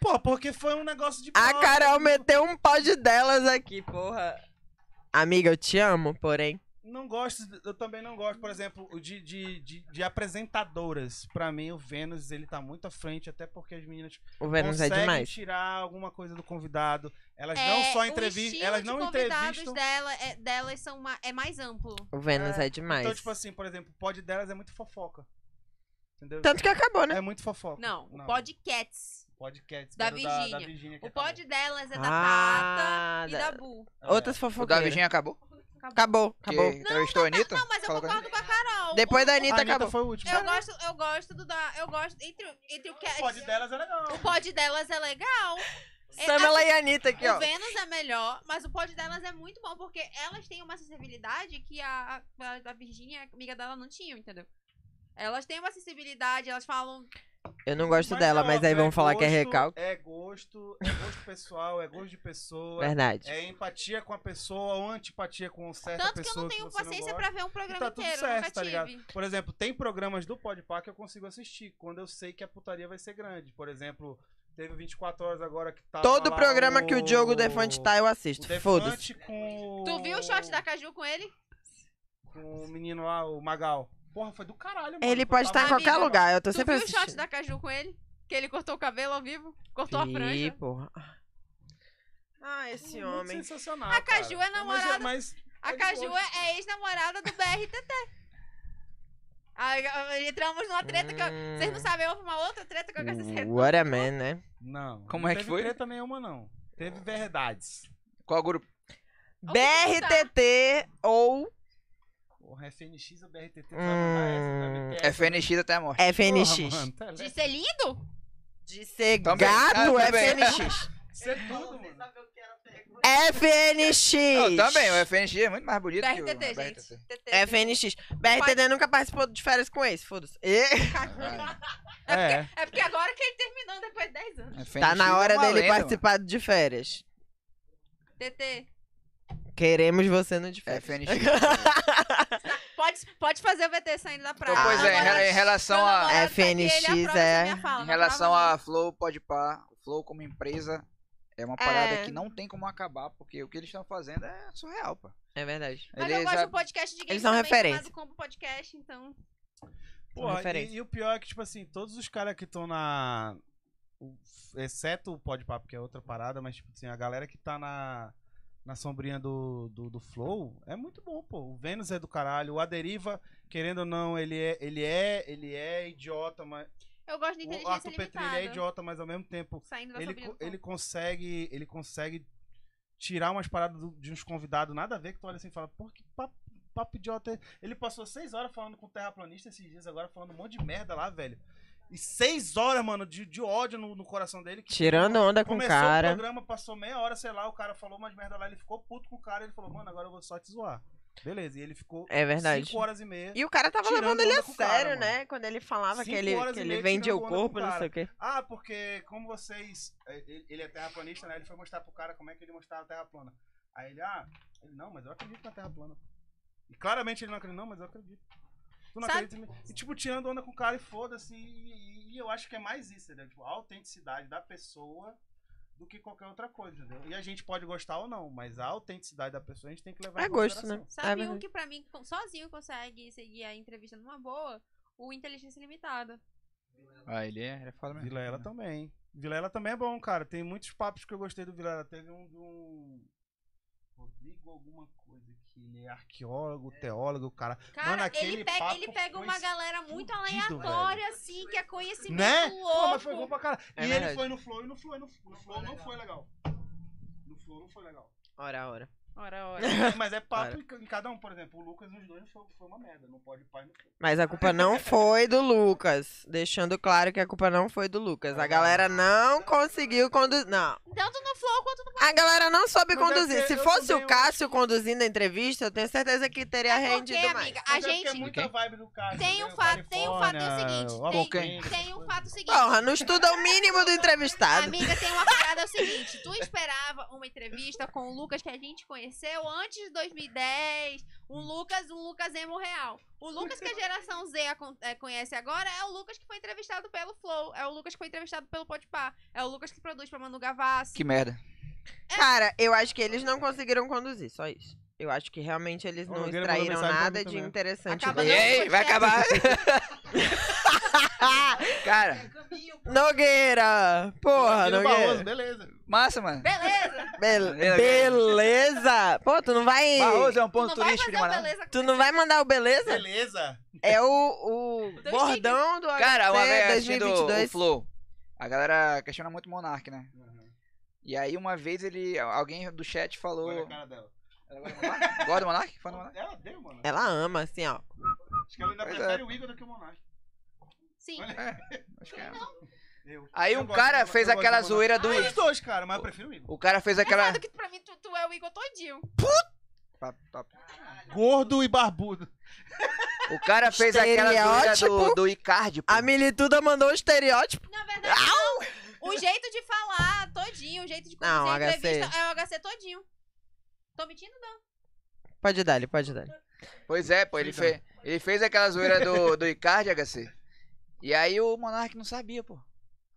Pô, porque foi um negócio de. A prova. Carol meteu um pau de delas aqui, porra. Amiga, eu te amo, porém. Não gosto, eu também não gosto, por exemplo, o de, de, de, de apresentadoras. Pra mim, o Vênus, ele tá muito à frente, até porque as meninas O Vênus é conseguem demais. tirar alguma coisa do convidado. Elas É, não o só entrevistam, estilo elas de não convidados entrevistam. Dela, é, delas são ma- é mais amplo. O Vênus é, demais. Então, tipo assim, por exemplo, o pod delas é muito fofoca. Entendeu? Tanto que acabou, né? É muito fofoca. Não, o podcast. Podcast Da era da, da Virgínia. Virgínia que O acabou. pod delas é tá da Ah, Tata e da- da Bu. Outras O da fofoqueiras. Virgínia acabou? Acabou, acabou. Que entrevistou a Anitta? Não, mas eu Falou com a concordo com a Carol. Depois O- da A Anitta, acabou. foi o último. Eu gosto, eu gosto do da. Eu gosto. Entre, o- entre o O cast. pod delas é legal. O pod delas é legal. É, Samela assim, e Anitta aqui, O ó. Vênus é melhor, mas o pod delas é muito bom, porque elas têm uma acessibilidade que a, a da Virgínia, amiga dela, não tinha, entendeu? Elas têm uma acessibilidade, elas falam. Eu não gosto Mas dela, é mas aí óbvio, vão falar que é gosto, recalque. É gosto, é gosto pessoal, é gosto de pessoa. Verdade. É empatia com a pessoa ou antipatia com certa Tanto que eu pessoa. não que tenho você paciência não gosta. pra ver um programa tá tudo inteiro, certo, eu nunca tá ligado? tive. Por exemplo, tem programas do Podpah que eu consigo assistir quando eu sei que a putaria vai ser grande. Por exemplo, teve o 24 horas agora que tá. Todo programa que o Diogo Defante tá, eu O assisto. Foda-se. Defante com. Tu viu o shot da Caju com ele? Com o menino lá, o Magal. Porra, foi do caralho, é mano. Ele Eu pode estar tava em qualquer vendo. lugar, eu tô tu sempre viu o shot assistindo. da Caju com ele? Que ele cortou o cabelo ao vivo? Cortou a Ih, franja? porra. Ah, esse Muito homem. sensacional, A Caju cara. é namorada- Mas, mas A É de Caju gosto. é, é ex-namorada do BRTT. Aí, ah, entramos numa treta que eu- Vocês Hum. não sabem, houve uma outra treta que eu acessei. What a man, né? Não. Como não é que teve foi? treta nenhuma, não. Teve verdades. Qual grupo? Ou que tá. BRTT ou Porra, FNX ou BRTT tá Hum, na essa, FNX até a morte. FNX? tá De ser lindo? De ser Também. gato, Ah, também. FNX. Isso é tudo, mano. FNX! Eu também, o FNX é muito mais bonito que o BRTT, gente. assim. BRTT. TT. FNX. BRTT nunca participou de férias com esse, foda-se. E- É porque, é porque agora que ele terminou depois de 10 anos. FNX Tá na hora é uma dele lenda, participar de férias. TT. Queremos você no de mano. férias. FNX. Pode, pode fazer o VT saindo da praia. Então, pois é, em Agora- re- em relação meu a- namorado tá aqui, ele FNX aprova é- essa minha fala, Em Ah, não relação aprova, a Flow, Podpah, o Flow como empresa é uma parada que não tem como acabar, porque o que eles estão fazendo é surreal, pô. É verdade. não. Mas eu gosto já- do podcast de games Eles são também, referência. chamado Combo Podcast, então... Porra, referência. e, e o pior é que, tipo assim, todos os caras que estão na. o- exceto o Podpapo, que é outra parada, mas, tipo assim, a galera que tá na. Na sombrinha do, do, do Flow, é muito bom, pô. O Vênus é do caralho. O Aderiva, querendo ou não, ele é, ele é, ele é idiota, mas. Eu gosto de O inteligência Arthur é Petrilli limitada. é idiota, mas ao mesmo tempo Saindo da ele, sombrinha co- do ele corpo. consegue ele consegue tirar umas paradas do- de uns convidados nada a ver, que tu olha assim e fala, pô, que papo, papo idiota. é- Ele passou seis horas falando com o terraplanista esses dias agora, falando um monte de merda lá, velho. E seis horas, mano, de, de ódio no, no coração dele. que Tirando onda com o Começou o cara. programa, passou meia hora, sei lá, o cara falou umas merda lá, ele ficou puto com o cara, ele falou, mano, agora eu vou só te zoar. Beleza, e ele ficou É verdade. cinco horas e meia. E o cara tava Tirando levando ele onda a com o cara, sério, mano. né? Quando ele falava que Cinco ele, horas que e ele meia vendia o tirando onda com o corpo, não cara. sei o quê. Ah, porque como vocês. Ele, ele é terraplanista, né? Ele foi mostrar pro cara como é que ele mostrava a terra plana. Aí ele, ah, ele, não, mas eu acredito na terra plana. E claramente ele não acredita, não, mas eu acredito. Tu não Sabe- acredita em mim? E tipo, tirando onda com o cara e foda-se. E, e- e eu acho que é mais isso, entendeu? Tipo, a autenticidade da pessoa do que qualquer outra coisa, entendeu? E a gente pode gostar ou não, mas a autenticidade da pessoa a gente tem que levar É em gosto, consideração. né? É Sabe um verdade. que pra mim co- sozinho consegue seguir a entrevista numa boa? O Inteligência Limitada. Ah, ele é, ele é foda mesmo. Vilela também. Vilela também é bom, cara. Tem muitos papos que eu gostei do Vilela. Teve um do. Rodrigo alguma coisa, que ele é arqueólogo, teólogo, cara. Cara, Mano, ele aquele pega, papo ele pega foi uma galera muito fudido, aleatória, assim, que é conhecimento Né? louco. Pô, mas foi bom pra cara. É e verdade. ele foi no flow e no flow, e no, no flow não foi legal. No flow não foi legal. Ora, ora. Ora, ora. Mas é papo em, em cada um, por exemplo. O Lucas nos dois foi, foi uma merda. Não pode pai no flow. Mas a culpa não foi do Lucas. Deixando claro que a culpa não foi do Lucas. A galera não conseguiu conduzir. Não. Tanto no Flow quanto no. A galera não soube Mas é conduzir. porque Se eu fosse também o Cássio conduzindo a entrevista, eu tenho certeza que teria É porque, rendido mais. amiga, a Mas é porque gente. É muita vibe do cara. Tem um entendeu? fato, tem um fato é o Califórnia, seguinte. Oaxaca, tem- essas Tem, um coisas. fato seguinte. Porra, não estuda o mínimo do entrevistado. Amiga, tem uma parada é o seguinte: tu esperava uma entrevista com o Lucas que a gente conheceu antes de 2010, um Lucas, um Lucas emo real. O Lucas que a geração Z acon- eh, conhece agora é o Lucas que foi entrevistado pelo Flow, é o Lucas que foi entrevistado pelo Podpah, é o Lucas que produz pra Manu Gavassi. Que merda. Cara, eu acho que eles não conseguiram conduzir, só isso. Eu acho que realmente eles Ô, não Nogueira mandou extraíram mensagem pra nada mim de também. interessante. Acaba dele. não. Ei, vai acabar. Cara, É caminho, pô. Nogueira! Porra, Aquele Barroso, Nogueira! beleza. massa, mano. Beleza! Bele- Nogueira. beleza! Pô, tu não vai. Barroso é um Tu ponto não vai turístico fazer de o Manaus. beleza com Tu não vai mandar o beleza? Beleza. É o, o Então bordão do Cara, é uma HC vez assistindo o 2022. Flow, a galera questiona muito o Monark, né? E aí uma vez ele, alguém do chat Olha a falou... cara dela. Gosta do Monark? Fã do Monark? Ela deu, mano. Ela ama, assim, ó. Acho que ela ainda É, Pois é. prefere o Igor do que o Monark. Sim. Acho que é. Eu. Aí Eu um gosto cara do- fez eu gosto aquela do Monark. zoeira do... Ah, Os dois, cara, mas eu prefiro o Igor. O cara fez aquela... Engraçado que pra mim tu, tu é o Igor todinho. Pa- pa- Gordo e barbudo. O cara fez é aquela zoeira do, Estereótipo. do Icardi, pô. A Milituda mandou o estereótipo. Na verdade, não. o jeito de falar todinho, o jeito de conduzir Não, a HC. entrevista é o HC todinho. Tô mentindo? Pode dar, ele pode dar. Pois é, pô, ele, fe... ele fez aquela zoeira do, do Icardi, HC. E aí o Monark não sabia, pô.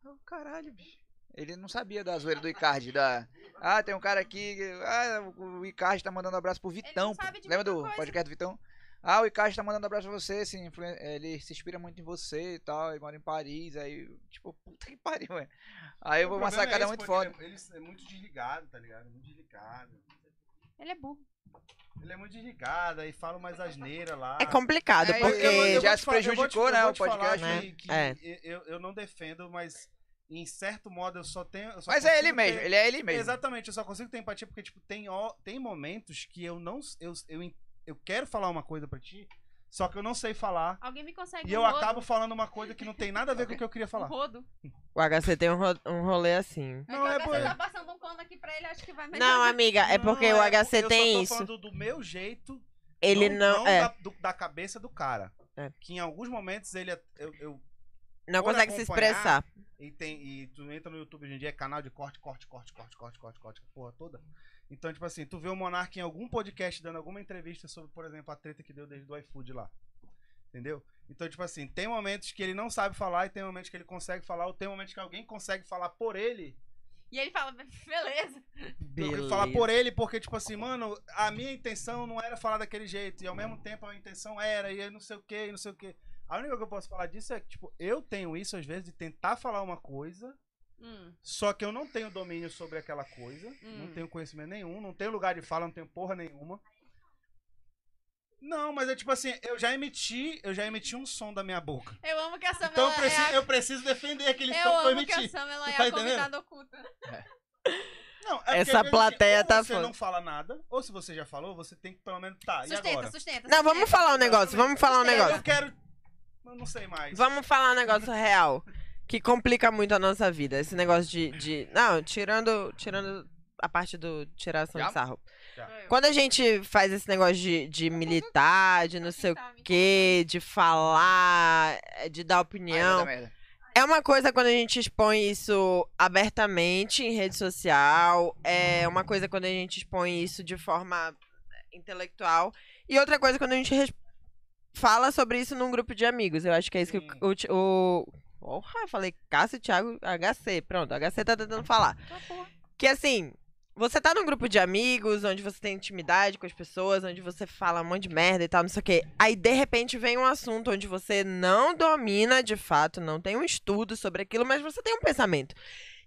Eu, caralho, bicho. Ele não sabia da zoeira do Icardi, da... Ah, tem um cara aqui, ah, o Icardi tá mandando abraço pro Vitão, não pô. sabe de Lembra muita do coisa. podcast do Vitão? Ah, o Icardi tá mandando abraço pra você, se influen- ele se inspira muito em você e tal, ele mora em Paris, aí, tipo, puta que pariu, ué. Aí eu vou uma sacada muito foda. Ele é muito desligado, tá ligado? Muito desligado. Ele é burro. Ele é muito desligado, aí fala umas asneiras lá. É complicado, É, eu- porque. eu- eu- já vou te se falar- eu vou te- prejudicou, eu né, vou o te falar podcast, né? que- que É. Eu, eu não defendo, mas em certo modo eu só tenho. eu só Mas é ele consigo mesmo, ter- ele é ele mesmo. Exatamente, eu só consigo ter empatia porque, tipo, tem, ó- tem momentos que eu não. Eu, eu, en- eu quero falar uma coisa pra ti, só que eu não sei falar. Alguém me consegue E eu um rodo? acabo falando uma coisa que não tem nada a ver com o que eu queria Um falar. rodo? O HC tem um, ro- um rolê assim. É Não, que é o HC por- tá passando um pano aqui pra ele, acho que vai melhorar. Não, amiga, é porque Não, o é HC eu só tem tô isso. falando do meu jeito. Ele não. é, da, do- da cabeça do cara. É. Que em alguns momentos ele. é- Eu, eu- não por consegue se acompanhar, expressar. e, tem, e tu entra no YouTube hoje em dia, é canal de corte, corte, corte, corte, corte, corte, corte, a porra toda. Então, tipo assim, tu vê o Monark em algum podcast dando alguma entrevista sobre, por exemplo, a treta que deu desde do iFood lá. Entendeu? Então, tipo assim, tem momentos que ele não sabe falar e tem momentos que ele consegue falar, ou tem momentos que alguém consegue falar por ele E ele fala, beleza. Eu queria falar por ele, porque, tipo assim, mano, a minha intenção não era falar daquele jeito. E ao mesmo tempo a intenção era, e eu não sei o que, não sei o que. A única que eu posso falar disso é que, tipo, eu tenho isso às vezes de tentar falar uma coisa, Hum, só que eu não tenho domínio sobre aquela coisa, Hum. não tenho conhecimento nenhum, não tenho lugar de fala, não tenho porra nenhuma. Não, mas é tipo assim, eu já emiti, eu já emiti um som da minha boca. Eu amo que a Samela Então eu preciso, é a... eu preciso defender aquele Eu som que eu amo que a emiti. Samela Tu é tá a entendendo? convidada oculta. Não, Não, é porque, Essa às vezes, plateia ou tá Você foda. não fala nada, ou se você já falou, você tem que pelo menos. Tá, e Sustenta, agora? sustenta. Não, vamos sustenta. falar um negócio, vamos falar um Eu- negócio. Eu quero. Eu não sei mais. Vamos falar um negócio real. Que complica muito a nossa vida. Esse negócio de. de- Não, tirando, tirando a parte do tiração de Já? sarro. Eu- Quando a gente faz esse negócio de, de militar, de não sei o Militar, Tá, me quê, de falar, eh, de dar Ai, vai dar opinião. merda. É uma coisa quando a gente expõe isso abertamente em rede social, é uma coisa quando a gente expõe isso de forma eh, intelectual, e outra coisa quando a gente res- fala sobre isso num grupo de amigos. Eu acho que é isso que Sim. o. o, Ti- o... Porra, eu falei Cássio, Thiago, HC. Pronto, HC tá tentando falar. Que assim, você tá num grupo de amigos, onde você tem intimidade com as pessoas, onde você fala um monte de merda e tal, não sei o quê. Aí, de repente, vem um assunto onde você não domina de fato, não tem um estudo sobre aquilo, mas você tem um pensamento.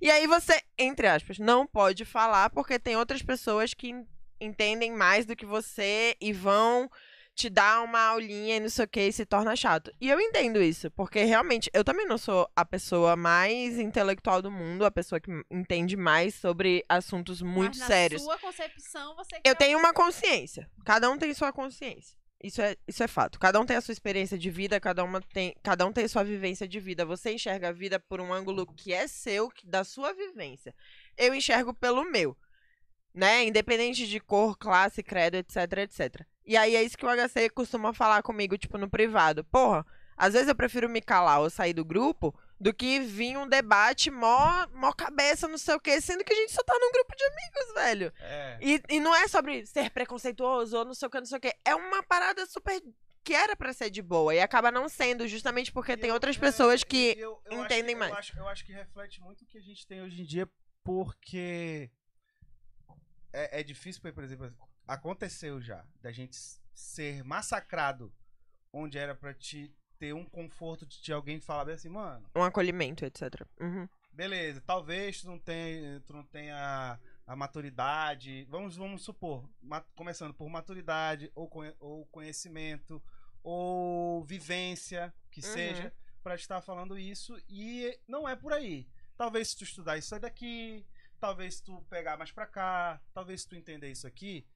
E aí você, entre aspas, não pode falar porque tem outras pessoas que en- entendem mais do que você e vão te dar uma aulinha e não sei o que e se torna chato. E eu entendo isso, porque realmente eu também não sou a pessoa mais intelectual do mundo, a pessoa que entende mais sobre assuntos muito Mas na sérios. sua concepção, você é Eu quer- tenho uma consciência. Cada um tem sua consciência. Isso é, isso é fato. Cada um tem a sua experiência de vida, cada, uma tem, cada um tem sua vivência de vida. Você enxerga a vida por um ângulo que é seu, que- da sua vivência. Eu enxergo pelo meu. Né? Independente de cor, classe, credo, etc, etc. E aí é isso que o HC costuma falar comigo, tipo, no privado. Porra, às vezes eu prefiro me calar ou sair do grupo do que vir um debate mó, mó cabeça, não sei o quê, sendo que a gente só tá num grupo de amigos, velho. É. E, e não é sobre ser preconceituoso ou não sei o que, não sei o que. É uma parada super. que era pra ser de boa e acaba não sendo, justamente porque tem Eu- outras é, pessoas eu- que. eu- eu acho entendem que- mais. Eu acho, eu acho que reflete muito o que a gente tem hoje em dia, porque é, é difícil, por exemplo, aconteceu já da gente s- ser massacrado onde era pra te ter um conforto de, de alguém falar bem assim, mano, Um acolhimento, etc. Uhum. beleza, talvez tu não tenha, tu não tenha a maturidade, vamos, vamos supor, ma- começando por maturidade ou, conhe- ou conhecimento ou vivência, que Uhum. seja, pra estar falando isso e não é por aí. Talvez se tu estudar isso daqui, talvez se tu pegar mais pra cá, talvez se tu entender isso aqui,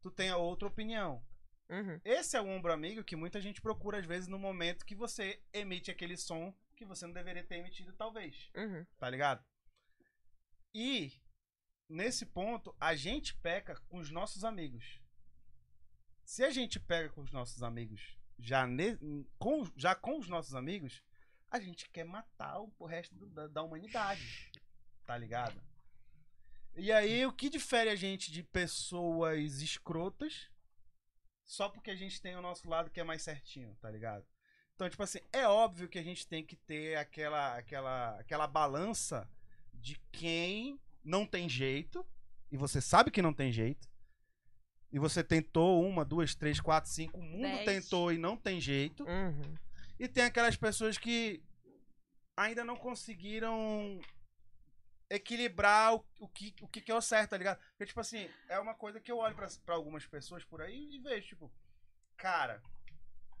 tu tenha outra opinião. Uhum. Esse é o ombro amigo que muita gente procura às vezes no momento que você emite aquele som que você não deveria ter emitido, talvez Uhum. tá ligado? E nesse ponto a gente peca com os nossos amigos. Se a gente pega com os nossos amigos, já ne- com, já com os nossos amigos, a gente quer matar o, o resto do- da, da humanidade, tá ligado? E aí o que difere a gente de pessoas escrotas? Só porque a gente tem o nosso lado que é mais certinho, tá ligado? Então, tipo assim, é óbvio que a gente tem que ter aquela, aquela, aquela balança de quem não tem jeito, e você sabe que não tem jeito, e você tentou uma, duas, três, quatro, cinco, o mundo Dez. tentou e não tem jeito, Uhum. e tem aquelas pessoas que ainda não conseguiram equilibrar o, o que, o que que é o certo, tá ligado? Porque, tipo assim, é uma coisa que eu olho pra, pra algumas pessoas por aí e vejo, tipo, cara,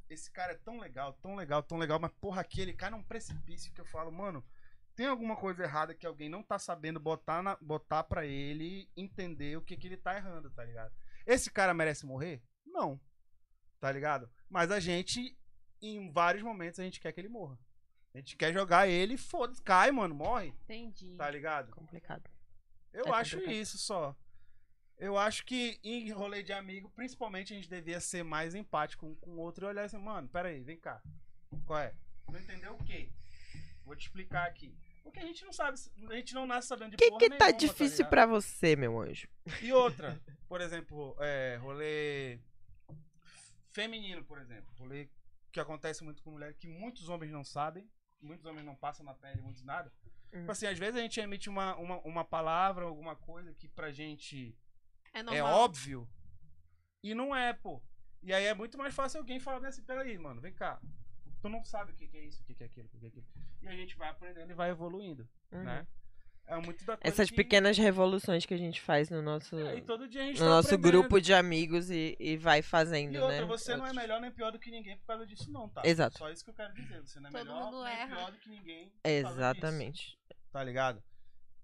esse cara é tão legal, tão legal, tão legal, mas porra, aquele cara é um precipício que eu falo, mano, tem alguma coisa errada que alguém não tá sabendo botar, na, botar pra ele entender o que que ele tá errando, tá ligado? Esse cara merece morrer? Não. Tá ligado? Mas a gente em vários momentos a gente quer que ele morra. A gente quer jogar ele e foda-se, cai, mano, morre, Entendi. tá ligado? Complicado. Eu É acho complicado. isso só. Eu acho que em rolê de amigo, principalmente, a gente devia ser mais empático um com o outro e olhar assim, mano, peraí, vem cá. Qual é? Não entendeu o quê? Vou te explicar aqui. Porque a gente não sabe, a gente não nasce sabendo de O que, porra que tá nenhuma, difícil ligado? pra você, meu anjo? E outra, por exemplo, é, rolê feminino, por exemplo. Rolê que acontece muito com mulher, que muitos homens não sabem, muitos homens não passam na pele, muitos nada. Uhum. Tipo assim, às vezes a gente emite uma, uma, uma palavra, alguma coisa que pra gente É é normal. óbvio e não é, pô. E aí é muito mais fácil alguém falar assim, peraí, mano, vem cá. Tu não sabe o que, que é isso, o que, que é aquilo, o que, que é aquilo. E a gente vai aprendendo e vai evoluindo, Uhum. né? É muito da coisa Essas que- pequenas revoluções que a gente faz no nosso, É, e no todo dia a gente tá nosso aprendendo. grupo de amigos e, e vai fazendo, E né? outra, você não é Outros. melhor nem pior do que ninguém por causa disso, não, tá? Exato. Só isso que eu quero dizer. Você não é Todo melhor mundo nem erra. pior do que ninguém. por causa disso, Exatamente. tá ligado?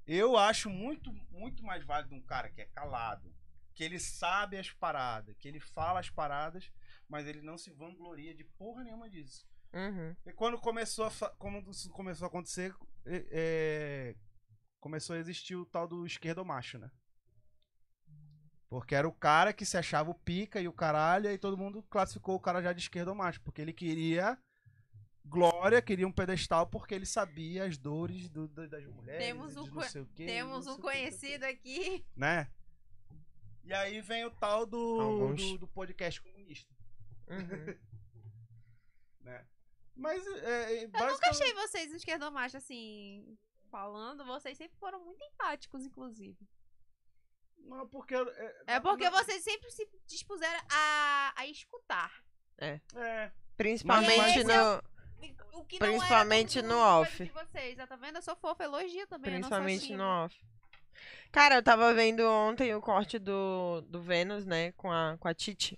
Eu acho muito, muito mais válido um cara que é calado, que ele sabe as paradas, que ele fala as paradas, mas ele não se vangloria de porra nenhuma disso. Uhum. E quando começou a, fa- como isso começou a acontecer, é, é, começou a existir o tal do esquerdomacho, né? Porque era o cara que se achava o pica e o caralho, e todo mundo classificou o cara já de esquerdomacho, porque ele queria glória, queria um pedestal, porque ele sabia as dores do- do- das mulheres, Temos de um não conhe- sei o quê, Temos não um sei o quê, não sei o quê conhecido aqui. né? E aí vem o tal do, Alguns. do, do podcast comunista, Uhum. né? Mas é, é, Eu nunca basicamente- achei vocês esquerdomachos assim. Falando, vocês sempre foram muito empáticos, inclusive. Não, porque é, É porque não- vocês sempre se dispuseram a, a escutar. é, Principalmente Mas- no. E- O que Principalmente não era no muito coisa off. De vocês, tá vendo? Eu sou fofa, elogio também. eu não sou Principalmente assim. no off. Cara, eu tava vendo ontem o corte do, do Vênus, né? Com a, com a Titi.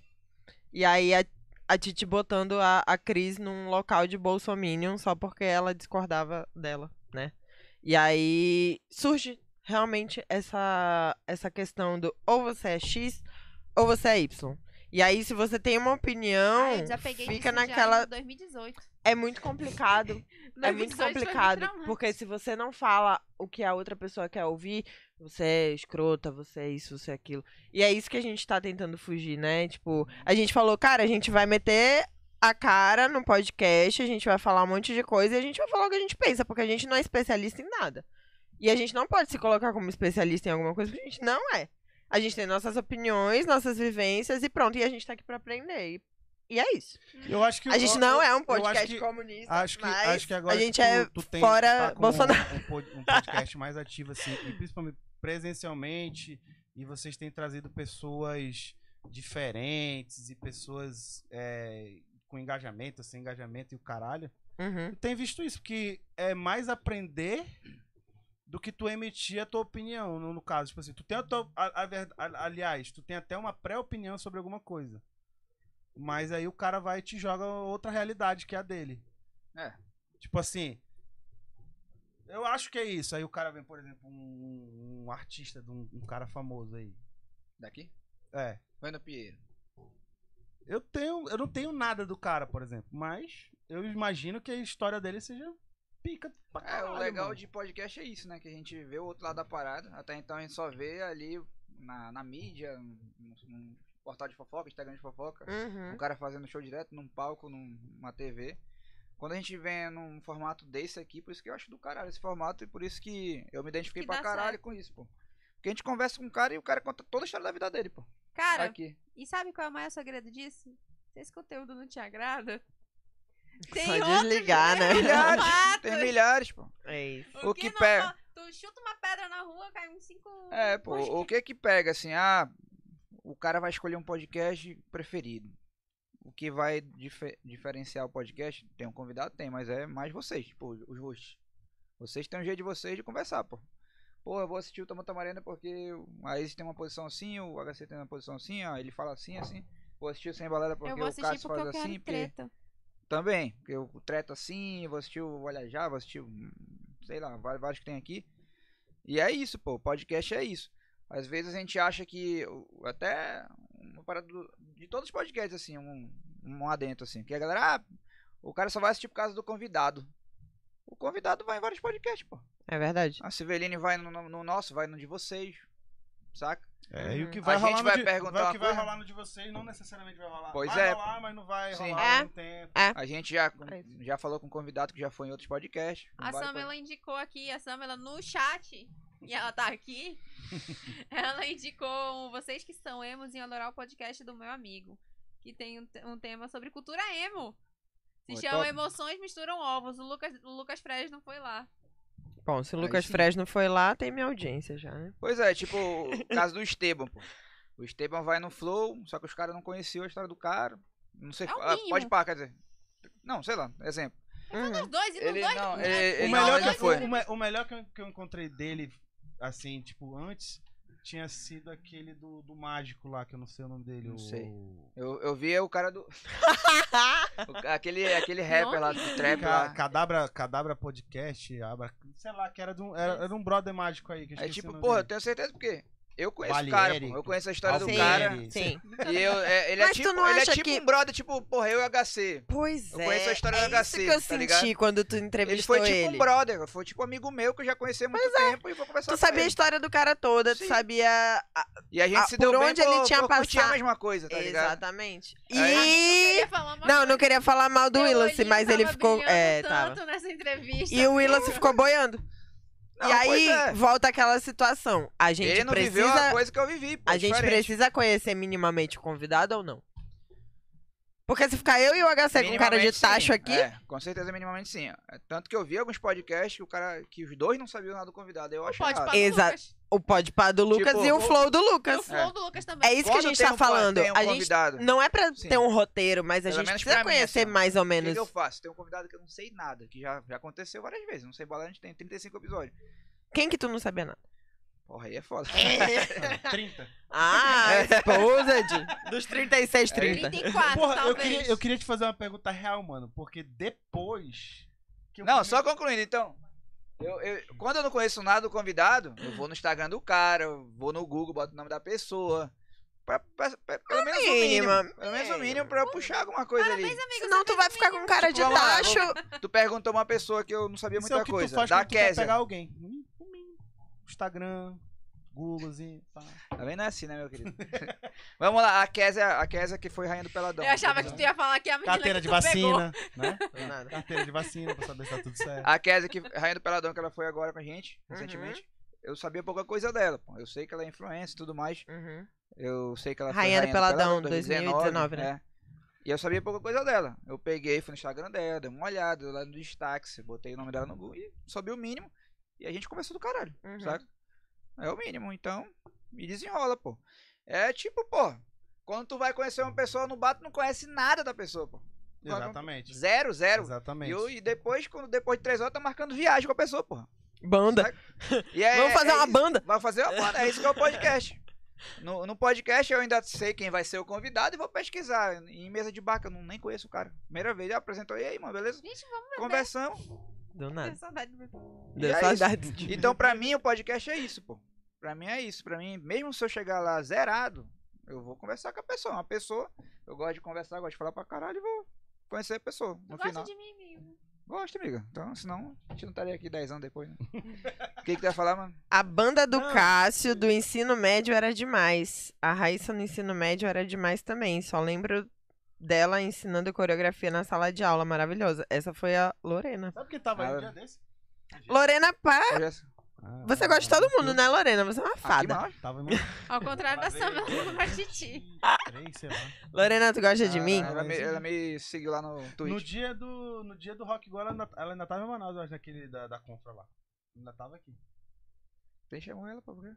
E aí a, a Titi botando a, a Cris num local de Bolsominion só porque ela discordava dela, né? E aí surge realmente essa, essa questão do ou você é X ou você é Y. E aí, se você tem uma opinião, Ah, eu desapeguei fica disso já naquela. em 2018. É muito complicado é muito 2018 foi complicado, traumático. porque se você não fala o que a outra pessoa quer ouvir, você é escrota, você é isso, você é aquilo. E é isso que a gente tá tentando fugir, né? Tipo, a gente falou, cara, a gente vai meter a cara no podcast, a gente vai falar um monte de coisa e a gente vai falar o que a gente pensa, porque a gente não é especialista em nada. E a gente não pode se colocar como especialista em alguma coisa, porque a gente não é. A gente tem nossas opiniões, nossas vivências e pronto, e a gente tá aqui pra aprender. E, e é isso. Eu acho que A gente não é um acho podcast que- comunista, acho que, mas acho que agora a gente tu, é tu tem, fora tá com Bolsonaro. Um, um pod- um podcast mais ativo assim, e principalmente presencialmente e vocês têm trazido pessoas diferentes e pessoas é, com engajamento, sem engajamento e o caralho. Uhum. Tu tem visto isso porque é mais aprender do que tu emitir a tua opinião, no, no caso, tipo assim, tu tem a tua a- a ver- a- aliás, tu tem até uma pré-opinião sobre alguma coisa. Mas aí o cara vai e te joga outra realidade que é a dele. É. Tipo assim, eu acho que é isso. Aí o cara vem, por exemplo, um, um artista de um, um cara famoso aí. Daqui? É. Vai no Pinheiro. Eu tenho, eu não tenho nada do cara, por exemplo, mas eu imagino que a história dele seja pica pra É, caralho, o legal mano. de podcast é isso, né? Que a gente vê o outro lado da parada. Até então a gente só vê ali na, na mídia, num, num portal de fofoca, Instagram de fofoca. Uhum. Um cara fazendo show direto num palco, num- numa TV. Quando a gente vem num formato desse aqui, por isso que eu acho do caralho esse formato e por isso que eu me identifiquei Que pra dá caralho certo. com isso, pô. Porque a gente conversa com um cara e o cara conta toda a história da vida dele, pô. Cara, aqui. e sabe qual é o maior segredo disso? Se esse conteúdo não te agrada, tem Só outros desligar, né? Milhares, formatos. tem milhares, pô. É isso. O que não- pega- Tu chuta uma pedra na rua, cai uns cinco. É, pô, mosquitos. o que que pega, assim, ah, o cara vai escolher um podcast preferido. O que vai dife- diferenciar o podcast, tem um convidado, tem, mas é mais vocês, tipo, os hosts. Vocês têm um jeito de vocês de conversar, pô. Pô, eu vou assistir o Tamo Tamarena porque a Isis tem uma posição assim, o HC tem uma posição assim, ó, ele fala assim, assim. Vou assistir o Sem Balada porque Eu vou o assistir Cássio porque faz eu quero assim, porque... treta. Também, porque eu treto assim, vou assistir o Olha Já, vou assistir, o- sei lá, vários, vários que tem aqui. E é isso, pô, podcast é isso. Às vezes a gente acha que, o- até uma parada do- de todos os podcasts, assim, um, um adentro, assim, que a galera, ah, o cara só vai assistir por causa do convidado. O convidado vai em vários podcasts, pô. É verdade. A Civeline vai no, no- no nosso, vai no de vocês, saca? É, e o que A vai gente rolar no vai de, perguntar vai, o uma que vai coisa? rolar no de vocês não necessariamente vai rolar. Pois vai é. rolar, mas não vai Sim. rolar É. ao mesmo tempo. A gente já, É isso. já falou com um convidado que já foi em outros podcasts. com A vários Samela indicou aqui, a Samela no chat, e ela tá aqui. ela indicou um vocês que são emos em adorar o podcast do meu amigo, que tem um, te- um tema sobre cultura emo. Pô, Se é chama top. Emoções Misturam Ovos. O Lucas, o Lucas Fres não foi lá. Bom, se o Aí Lucas sim. Fresno foi lá, tem minha audiência já, né? Pois é, tipo o caso do Esteban, pô. O Esteban vai no Flow, só que os caras não conheciam a história do cara. Não sei. É o ah, mínimo. pode par, quer dizer. Não, sei lá, exemplo. Uhum. Os dois e Ele dois. não, né? ele- O ele- melhor, não, que Dois eu, fui- foi. o, me- o melhor que eu, que eu encontrei dele, assim, tipo, antes, tinha sido aquele do, do mágico lá, que eu não sei o nome dele. Não o- sei. Eu, eu vi o cara do. o ca- aquele, aquele rapper lá, do trap Ca- lá. Cadabra, Cadabra Podcast, Abra, sei lá, que era de um, era, era um brother mágico aí. Que eu É esqueci o tipo, nome porra, eu dele. tenho certeza porque eu conheço Valieri, o cara, pô. Eu conheço a história do Alfieri. cara. Sim, sim. E eu, é, ele é Mas tu tipo, não ele é acha tipo que- um brother, tipo, porra, eu e o HC. Pois Eu é. conheço a história é do HC, isso que eu tá senti ligado? quando tu Ele entrevistou foi ele. é. tipo um brother, foi tipo um amigo meu que eu já conheci há muito tempo e vou conversar Tu com sabia a ele. história do cara toda, tu Sim. sabia... a- E a gente Ah, se deu por bem onde ele por- tinha por curtir a passado. mesma coisa, tá ligado? É. Exatamente. Eu E... queria falar uma Não, coisa. não queria falar mal do Meu Willis, olhinho mas ele tava ficou... brilhando É, tanto tava. nessa entrevista. E o Willis ficou boiando. Não, e aí, pois é. volta aquela situação. A gente Ele não viveu precisa... a coisa que eu vivi, pô, A gente É diferente. precisa conhecer minimamente o convidado ou não? Porque se ficar eu e o HC com cara de Minimamente, tacho sim. aqui, É, com certeza, minimamente sim. É, Tanto que eu vi alguns podcasts que o cara. que os dois não sabiam nada do convidado. Eu acho Pode errado. falar, Exato. Lucas. o podpá do Lucas Tipo, e o o- flow do E o Lucas. flow do Lucas também. É isso que a Quando gente tem tá um, falando. Tem um a gente convidado. não é pra Sim. ter um roteiro, mas a Pelo gente menos precisa pra mim, conhecer assim, ó. mais ou O que, menos. que eu faço? Tem um convidado que eu não sei nada, que já, já aconteceu várias vezes. Não sei balada, a gente tem 35 episódios. Quem que tu não sabia nada? Porra, aí é foda. 30. Ah, É. a esposa de, dos 36, 30. 34, Porra, eu talvez. queria, eu queria te fazer uma pergunta real, mano. Porque depois. que eu Não, fui- só concluindo, então. Eu, eu- quando eu não conheço nada do convidado, eu vou no Instagram do cara, eu vou no Google, boto o nome da pessoa. Pra, pra- pra- pelo menos o mínimo. mínima. Pelo menos o mínimo pra eu puxar alguma coisa ali. Senão tu vai ficar com cara de Tipo, vamos lá, tacho. Tu perguntou uma pessoa que eu não sabia Isso muita é o que coisa. tu faz da quando tu quer Kézia. pegar alguém. Hum, hum, Instagram, Google, assim. pá. Tá vendo? Não é assim, né, meu querido? Vamos lá, a Kézia, a Kézia que foi rainha do Peladão. Eu achava que tu ia falar que a menina Carteira de que tu pegou. vacina, né? Nada. Carteira de vacina pra saber se tá tudo certo. A Kézia que rainha do Peladão, que ela foi agora com a gente, Uhum. recentemente. Eu sabia pouca coisa dela, pô. Eu sei que ela é influência e tudo mais. Uhum. Eu sei que ela Rainha do foi Peladão, 2019, 2019, né? é. E eu sabia pouca coisa dela. Eu peguei, fui no Instagram dela, dei uma olhada lá no destaque, botei o nome dela no Google e soube o mínimo. E a gente conversou do caralho, Uhum. saca? É o mínimo, então me desenrola, pô. É tipo, pô, quando tu vai conhecer uma pessoa no bar, tu não conhece nada da pessoa, pô. Exatamente. Zero, zero. Exatamente. E, eu- e depois, quando depois de três horas, tá marcando viagem com a pessoa, pô. Banda. E é- Vamos fazer é uma isso. banda. Vai fazer uma banda, é isso que é o podcast. No, no podcast eu ainda sei quem vai ser o convidado e vou pesquisar. Em mesa de barca, eu não, nem conheço o cara. Primeira vez, ele apresentou, e aí, mano, beleza? Gente, vamos Conversamos. Do ter nada. saudade do bebê. Deu E é saudade de Então, pra mim, o podcast é isso, pô. Pra mim é isso. Pra mim, mesmo se eu chegar lá zerado, eu vou conversar com a pessoa. Uma pessoa, eu gosto de conversar, gosto de falar pra caralho e vou conhecer a pessoa. Tu No gosta final. de mim, amigo. Gosto, amiga. Então, senão, a gente não estaria aqui 10 anos depois, né? O que, que tu ia falar, mano? A banda do Não. Cássio do ensino médio era demais. A Raíssa no ensino médio era demais também. Só lembro dela ensinando coreografia na sala de aula. Maravilhosa. Essa foi a Lorena. Sabe quem tava aí Ah. um dia desse? Ah, Lorena, pá. Eu já- Você gosta de todo mundo, né, Lorena? Você é uma Aqui, fada. mano. Tava em Ao contrário da Prazer. Samela, eu gosto de ti. Três, sei lá. Lorena, tu gosta de mim? Ah, Ela me, ela me seguiu lá no Twitch. No dia do, no dia do Rock Go, ela ainda, ela ainda tava em Manaus, eu acho, naquele da, da Confra lá. Ainda tava aqui. Tem chamou ela pra quê?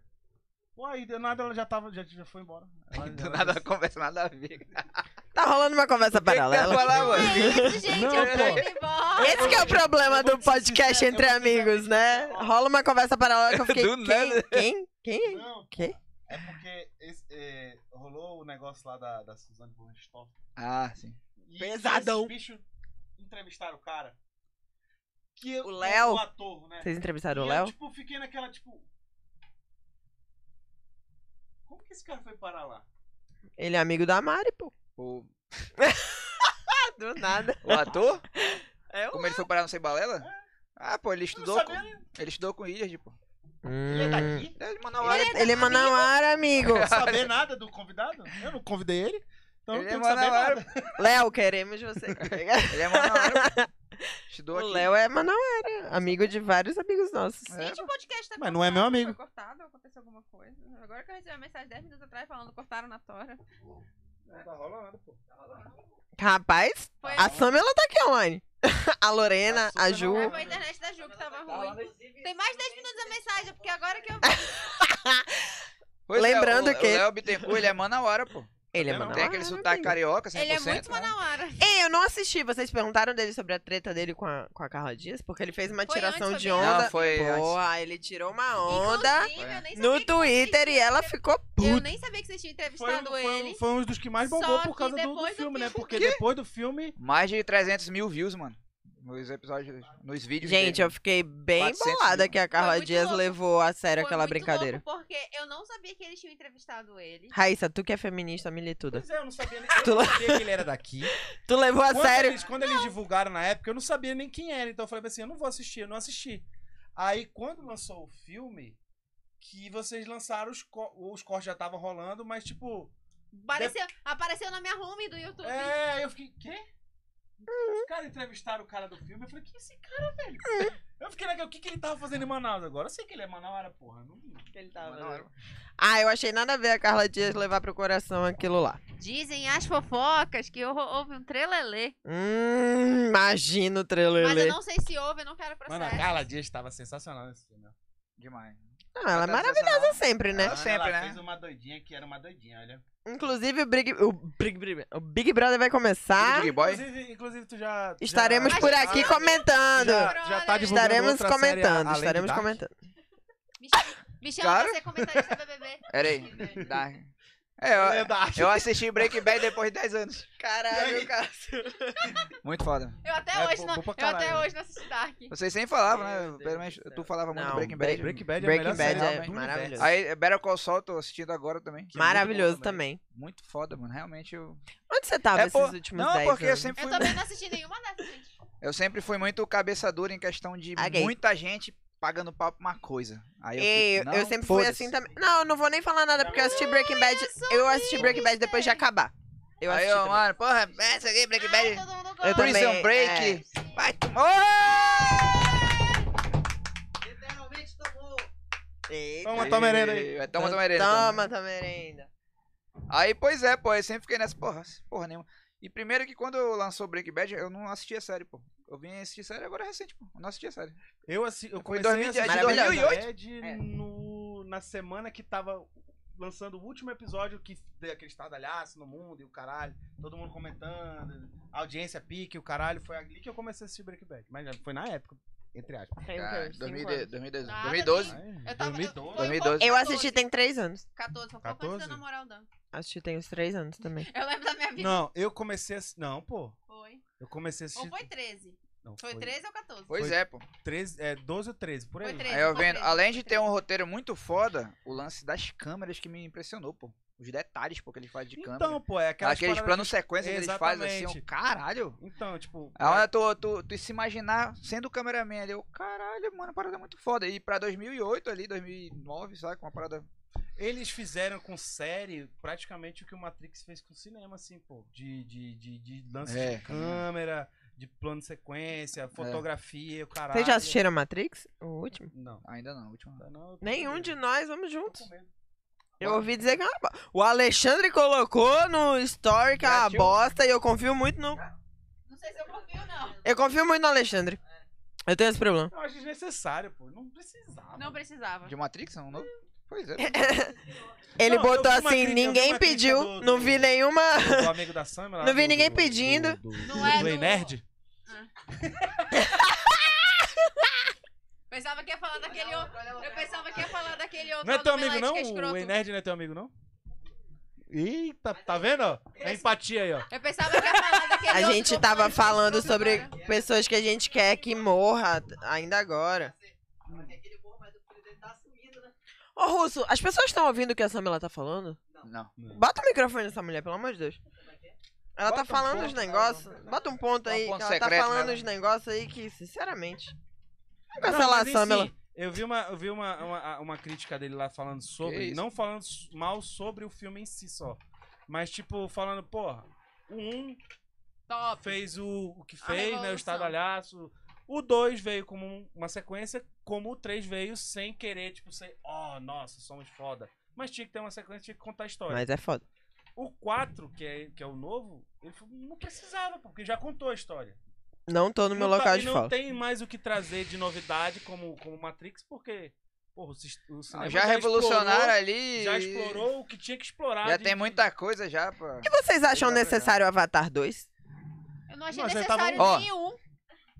Pô, aí do nada ela já tava, já, já foi embora. Ela- Do ela nada disse- conversa, nada a ver. Tá rolando uma conversa O que que tu ia paralela. falar, É mano? isso, gente. Não, eu pô. tô indo embora. Esse que é o problema Eu vou do te ser podcast sincero, entre eu vou te ser amigos, né? sincero. Rola uma conversa paralela que eu fiquei. Do nada. Quem? Quem? Quem? Não, Quê? é porque esse, é, rolou o negócio lá da, da Suzane von Richthofen. Ah, sim. E Pesadão. esses bichos entrevistaram o cara. Que O Léo? O ator, né? Vocês entrevistaram o E Eu, Léo? tipo, fiquei naquela, tipo. Como que esse cara foi parar lá? Ele é amigo da Mari, pô. O, Do nada. o ator? É o Como ele foi parar no Sem Balela? Ah, pô, ele Eu estudou não sabia, com, né? ele estudou com o Ilhard, pô. Ele é Hum. daqui? Ele mandou Ele, lá. é- ele é Manauara, amigo. Eu não saber nada do convidado? Eu não convidei ele. Então eu Ele não tenho é que saber Manauara. nada. Léo, queremos você. aqui. Ele é Manaus. Estudou o aqui. Léo é Manauara, amigo de vários amigos nossos. É, Gente, o podcast tá Mas não é meu cortado, amigo. Foi cortado, aconteceu alguma coisa. Agora que eu recebi uma mensagem 10 minutos atrás falando cortaram na tora. Não, tá rolando, pô. Tá rolando. Rapaz, Foi a Samela tá aqui online. A Lorena, A a Suca Ju. não É, é. foi a internet da Ju que Tá tava né? ruim. Inclusive, Tem mais 10 minutos a mensagem, porque agora que eu vi. Pois é, Lembrando o- que- O Léo Bittencourt, ele é Manauara, pô. Ele é Não, Tem Manauara. aquele sotaque carioca, 100%. Ele é muito né? manauara. Ei, eu não assisti. Vocês perguntaram dele sobre a treta dele com a, com a Carla Dias? Porque ele fez uma Foi tiração antes, de foi bem onda. Não, foi antes. Boa, ele tirou uma onda Inclusive, eu nem sabia no que Twitter e existia. ela ficou Eu puta. nem sabia que vocês tinham Foi, um- entrevistado foi um- ele. foi um dos que mais Só bombou que por causa do, do depois do filme, né? filme. Porque depois do filme. Mais de 300 mil views, mano. Nos episódios, nos vídeos. Gente, dele. eu fiquei bem 400 bolada mil. que a Carla muito Dias louco. levou a sério Foi aquela muito brincadeira. louco, porque eu não sabia que eles tinham entrevistado ele. Raíssa, tu que é feminista, milituda. Pois é, eu não sabia nem eu não sabia que ele era daqui. Tu levou a quando sério. Eles, quando eles divulgaram na época, eu não sabia nem quem era. Então eu falei assim, eu não vou assistir, eu não assisti. Aí quando lançou o filme, que vocês lançaram os, co- os cortes já estavam rolando, mas tipo. Apareceu, apareceu na minha home do YouTube. É, aí eu fiquei, quê? Uhum. Os caras entrevistaram o cara do filme, eu falei, que esse cara, velho? Eu fiquei naquele, o que, que ele tava fazendo em Manaus agora? Eu sei que ele é Manauara, porra, não vi. Mano, era- Ah, eu achei nada a ver a Carla Dias levar pro coração aquilo lá. Dizem as fofocas que hou- houve um trelelê. Hum, imagino o Mas eu trelelê. não sei se houve, eu não quero processo. Mano, a Carla Dias tava sensacional nesse filme. ó. Demais. Não, ela é maravilhosa sempre, né? Ela sempre, ela né? fez uma doidinha que era uma doidinha, olha. Inclusive, o Big, o Big, Big- o Big Brother vai começar. Big Boy. Inclusive, inclusive, tu já. Estaremos já- Mas por já- aqui já- comentando. Já, já tá divulgando Estaremos outra série comentando, além de estaremos Dark? comentando. Me chama, me chama Claro. pra ser comentarista BBB. Era né? aí. Dark. É, eu, eu assisti Breaking Bad depois de 10 anos. Caralho, cara. Tipo, Muito foda. Eu até, É, hoje, bom- não, bom pra eu até caralho. hoje não assisti Dark. Vocês sempre falavam, Meu né? Deus Pelo menos do céu. tu falava muito Não, Breaking Bad. né? Breaking Bad é a Breaking melhor Bad série é do maravilhoso. universo. Aí, Better Call Saul, tô assistindo agora também. que é muito bom Maravilhoso também. Muito foda, mano, realmente. Eu... Onde você tava É, esses pô, últimos Não, 10 porque eu anos? né? sempre, Eu fui, também não assisti nenhuma dessas, gente. eu sempre fui muito cabeça dura em questão de Ah, gay. muita gente pagando pau pra uma coisa. Aí eu, Ei, fico, eu, não, sempre fui foda-se. assim também. Não, eu não vou nem falar nada, porque eu assisti Breaking Bad. Eu assisti Breaking Bad depois de acabar. Eu Aí assisti. eu, também. mano, porra, essa aqui, Breaking Ai, Bad. Ah, todo mundo Eu gosta. também, Prison é. Break. Vai tomar. Literalmente tomou. Eita. Toma, toma merenda aí. Vai, É, Toma, toma, merenda, Toma, tua merenda. Aí, pois é, pô, eu sempre fiquei nessa porra, porra nenhuma. E primeiro que quando lançou Breaking Bad, eu não assistia a série, pô. Eu vim assistir série agora é recente, pô. Eu não assistia a série. Eu, assi eu Foi em comecei 2000 a assistir de Breaking 2008? Bad É. no, na semana que tava lançando o último episódio que deu aquele estardalhaço no mundo e o caralho, todo mundo comentando, audiência pique, o caralho, foi ali que eu comecei a assistir Breaking Bad. Mas já foi na época, entre aspas. né? Cara, 2010, 2012. Nada, 2012. gente. Ai, Eu tava, eu, 2012. foi um pouco- 2012. Eu assisti tem 3 anos. 14, foi um pouco antes da 14? Namoral Dan. Assisti tem uns 3 anos também. Eu lembro da minha vida. Não, eu comecei a. assi- Não, pô. Foi. Eu comecei a um Ou assistir. foi 13. Não, Foi 13 ou 14. Pois Foi- é, pô. 13, é, 12 ou 13, por Foi aí. 13. Aí eu foi vendo, 13, além de foi ter 13. um roteiro muito foda, o lance das câmeras que me impressionou, pô. Os detalhes, pô, que eles fazem de câmera. Então, pô, é aquelas Aqueles paradas planos sequência que eles fazem assim, Exatamente. ó, caralho. de- Então, tipo. A hora tu, tu, tu se imaginar sendo cameraman ali, eu, caralho, mano, a parada é muito foda. E pra 2008 ali, 2009, sabe, com uma parada... Eles fizeram com série praticamente o que o Matrix fez com o cinema, assim, pô. De, de, de, de lance É, de cara. câmera, de plano de sequência, fotografia, o caralho. Vocês já assistiram Matrix? O último? Não. Ainda não, última. Tá, não, eu tô Nenhum com de medo. nós, vamos Tô juntos. com medo. Eu ouvi dizer que é uma bo- O Alexandre colocou no story que é uma Gatil. bosta e eu confio muito no. Não sei se eu confio, não. Eu confio muito no Alexandre. Eu tenho esse problema. Eu acho desnecessário, pô. Não Tá precisava. Não precisava. De Matrix, é um novo? Pois é. Ele Não, eu botou vi uma assim, crítica- eu vi ninguém uma crítica pediu, do- não do- vi nenhuma. O amigo da Samara. lá Não vi do- ninguém do- pedindo. Do, do, Não é do Play do- Nerd? Pensava que ia falar daquele outro. Eu pensava que ia falar daquele outro. Não é lá do teu amigo, Omelete não? que é escroto. O né? Play Nerd não é teu amigo, não? Eita, tá vendo? ó? A empatia aí, ó. Eu pensava que ia falar daquele A outro. gente que tava eu falei, falando escroto sobre agora. pessoas que a gente quer que morra ainda agora. Aquele morro, mas o filho dele tá sumido, né? Ô, Russo, as pessoas estão ouvindo o que a Samela tá falando? Não. Bota o microfone nessa mulher, pelo amor de Deus. Ela Bota tá um falando ponto, os né? negócios. Bota um ponto Dá um aí. ponto que ela tá secreto falando nela. os negócios aí que, sinceramente. Vamos Não, cancelar a mas em Samela. si, eu vi, uma, eu vi uma, uma, uma crítica dele lá falando sobre, isso? não falando s- mal sobre o filme em si só, mas tipo, falando, porra, o 1 Top. fez o, o que A fez, né, o revolução. estadalhaço, o 2 veio como um- uma sequência, como o 3 veio sem querer, tipo, sem, ó, nossa, somos foda. Mas tinha que ter uma sequência, tinha que contar a história. Mas é foda. O 4, que é, que é o novo, ele falou, não precisava, porque já contou a história. Não tô no meu Não tá- local é e de não fala. tem mais o que trazer de novidade como, como Matrix, porque porra, o, sis- Ah, o cinema já, revolucionaram ali. explorou, já explorou o que tinha que explorar. Já de- tem de- muita coisa já, pô. O que vocês acham Dá pra necessário Avatar 2? Eu não achei Não, você tava- necessário Ó. nenhum.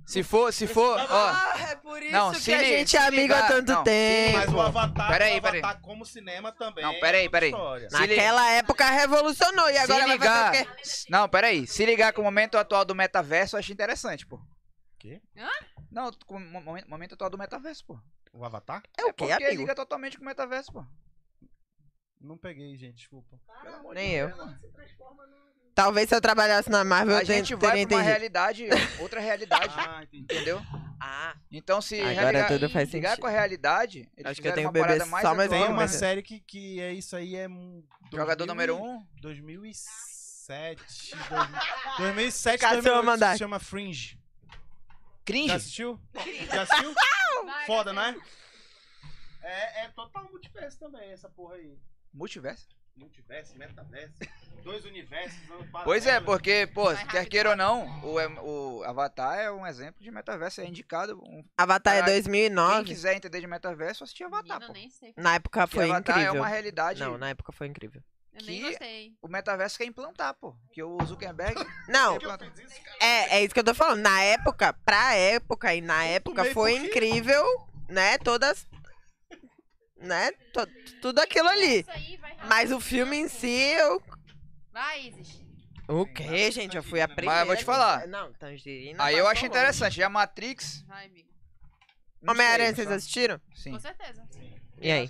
Se for, se for, ó. é por isso Não, se li- se ligar- não, se ligar- Mas o Avatar, Peraí, o Avatar peraí. como cinema também. Não, peraí, é outra peraí. história. se li- Naquela época revolucionou e agora vai fazer ligar. o quê? Não, peraí. Se ligar com o momento atual do metaverso, eu acho interessante, pô. Não, com o momento, momento atual do metaverso, pô. O Avatar? É o quê, porque amigo? liga totalmente com o metaverso, pô. Não peguei, gente, desculpa. Pelo amor Nem eu. Deus, mano. Talvez se eu trabalhasse na Marvel, A eu ten- gente vai pra teria uma entendido. realidade, outra realidade, Ah, entendi. entendeu? Ah, Então se Agora religar- tudo faz ligar sentido. com a realidade, eles Acho que eu fizeram tenho uma que beber parada mais só mais Tem atual, um, uma mas- série que, que é isso aí, é. um Jogador 2000 número e- 1. 2007. 2007, Cássio 2008, Amandai. se chama Fringe. Já Cringe. assistiu? Já assistiu? Foda, né? É, é total multiverso também, essa porra aí. Multiverso. Multiverso, metaverso, dois universos. um Pois é, paralelo. porque, pô, Vai se quer rápido. queira ou não, o, em- o Avatar é um exemplo de metaverso, é indicado. Um, Avatar é Caraca, quem 2009. quiser entender de metaverso, assistir Avatar, Menina, pô. nem sei. Na época Porque foi Avatar incrível. é uma realidade, Não, na época foi incrível. Eu nem que- gostei. o metaverso quer implantar, pô. Que o Zuckerberg... Não, Por que eu fiz isso, cara? é, é isso que eu tô falando. Na época, pra época, e na época tomei foi por quê? incrível, né? Todas. Né? to- tudo aquilo ali. Isso aí, vai rápido. Mas o filme em si, eu. Vai, Isis. O quê, gente? Eu fui a Mas eu primeira. vou te que- falar. Não, Tangerina. Aí eu passou acho longe. interessante, já Matrix... Vai, amigo. não Homem-Aranha, sei, vocês só- assistiram? Sim. Com certeza. E aí?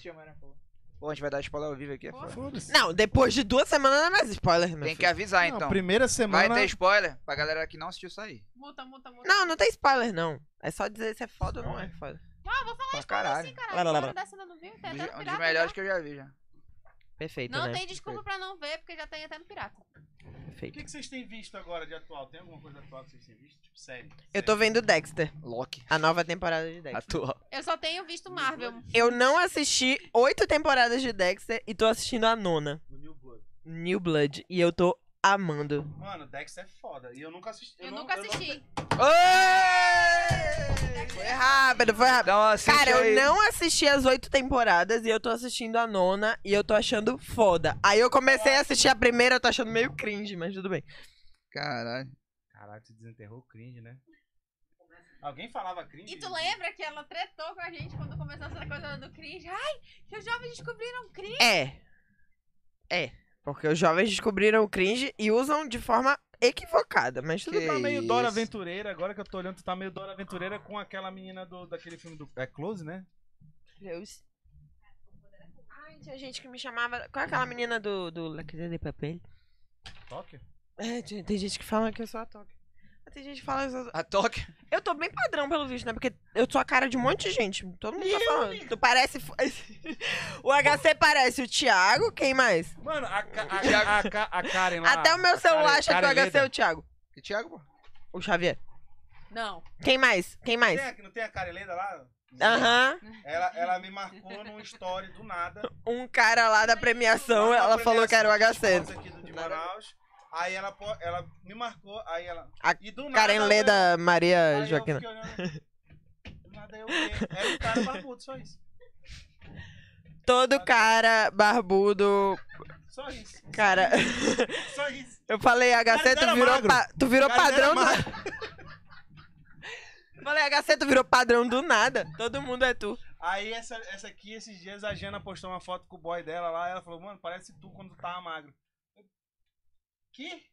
Bom, a gente vai dar spoiler ao vivo aqui, é foda. Foda-se. Não, depois de duas semanas não é mais spoiler, meu Tem que filho. avisar, Não, então. primeira semana. Vai ter spoiler pra galera que não assistiu sair. Multa, multa, multa. Não, não tem spoiler, não. É só dizer se é foda ou não é foda. Ah, vou falar Pra assim, caralho. caralho. Lá, lá, lá, Fora lá. dessa ainda não viu? Tem Um até dos- no um dos pirata, melhores tá? que eu já vi, já. Perfeito, Não né? tem desculpa pra não ver, porque já tem até no pirata. O Perfeito. que, que vocês têm visto agora de atual? Tem alguma coisa atual que vocês têm visto? Tipo, série. Eu tô vendo Dexter, Loki. a nova temporada de Dexter. Atual. Eu só tenho visto Marvel. Eu não assisti oito temporadas de Dexter e tô assistindo a nona, O New Blood. New Blood, e eu tô amando. Mano, Dexter é foda. E eu nunca assisti. Eu, nunca não- assisti. Foi É rápido, foi rápido. Então, assiste Cara, eu aí. não assisti as oito temporadas e eu tô assistindo a nona e eu tô achando foda. Aí eu comecei a assistir a primeira, eu tô achando meio cringe, mas tudo bem. Caralho. Caralho, tu desenterrou o cringe, né? Alguém falava cringe? E tu lembra que ela tretou com a gente quando começou essa coisa do cringe? Ai, que os jovens descobriram cringe. É. É. Porque os jovens descobriram o cringe e usam de forma equivocada, mas tudo Que bem. Tá meio isso. Dora Aventureira, agora que eu tô olhando, tu tá meio Dora Aventureira com aquela menina do, daquele filme do. É Close, né? Deus. Ai, tinha gente que me chamava. Qual é aquela menina do, do La Casa de Papel? Tóquio? É, tinha- tem gente que fala que eu sou a Toca. Tem gente que fala que eu sou... A Toque. Eu tô bem padrão, pelo visto, né? Porque eu sou a cara de um monte de gente. Todo mundo tá falando. Tu parece... fo- o HC parece o Thiago. Quem mais? Mano, a, Ca- a, a, Ca- a Karen lá. Até o meu a celular Karen- acha Karen que o HC é o Leda. Thiago. Que Thiago, pô? O Xavier. Não. Quem mais? Quem Tem mais? a- não tem a Careleda lá? Aham. Ela, ela me marcou num story do nada. um cara lá da premiação, Lá na Então, ela falou que era o premiação Tipo, de HC. esportes aqui do- de Nada a ver. Manaus. Aí ela, pô- ela me marcou, aí ela. A e do Karen eu- Leda aí Maria eu Joaquina. fiquei olhando. Do nada eu olhei. Era o cara barbudo, só isso. Todo cara barbudo, Só isso. cara. Só isso. Eu falei HC, Cara, tu era virou, magro. pa- tu virou Cara, era padrão. magro. Do... Falei HC, tu virou padrão do nada. Todo mundo é tu. Aí essa, essa aqui, esses dias, a Jana postou uma foto com o boy dela lá. Ela falou, mano, parece tu quando tu tava magro. Eu, Que?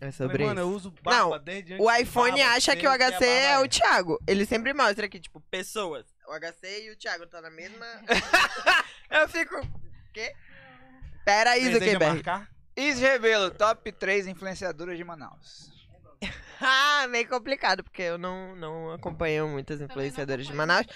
É Falei, mano, eu uso barba desde antes O de iPhone barba, acha que o desde a HC é barba o Thiago. Ele sempre mostra aqui, tipo, pessoas. O HC e o Thiago estão na mesma. eu fico. Quê? Pera aí, Deseja Zuckerberg. marcar? Is Rebelo, top 3 influenciadoras de Manaus. Ah, meio complicado, porque eu não, não acompanho muitas Também não influenciadoras de acompanho. Manaus.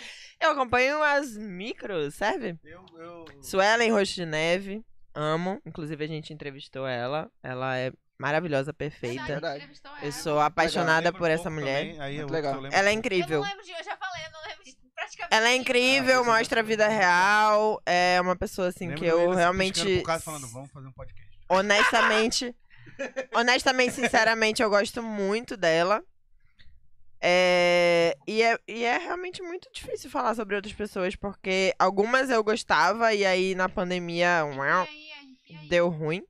Eu acompanho as micros, serve? Eu, eu... Suelen Roxo de Neve, amo. Inclusive, a gente entrevistou ela. Ela é maravilhosa, perfeita. Verdade. entrevistou ela. Eu sou apaixonada lembro por essa pouco mulher. também, aí Muito eu- legal. eu lembro Ela é pouco. Eu incrível. não lembro de. Eu já falei, eu não lembro de praticamente. Ela é Ah, incrível, pois é. mostra a vida real. É uma pessoa assim Lembro que dele, eu assim, piscando realmente. pro Cássio falando, vamos fazer um podcast. Honestamente. honestamente, sinceramente, eu gosto muito dela. É, e, é, e é realmente muito difícil falar sobre outras pessoas, porque algumas eu gostava e aí na pandemia uau, E aí, e aí? deu ruim.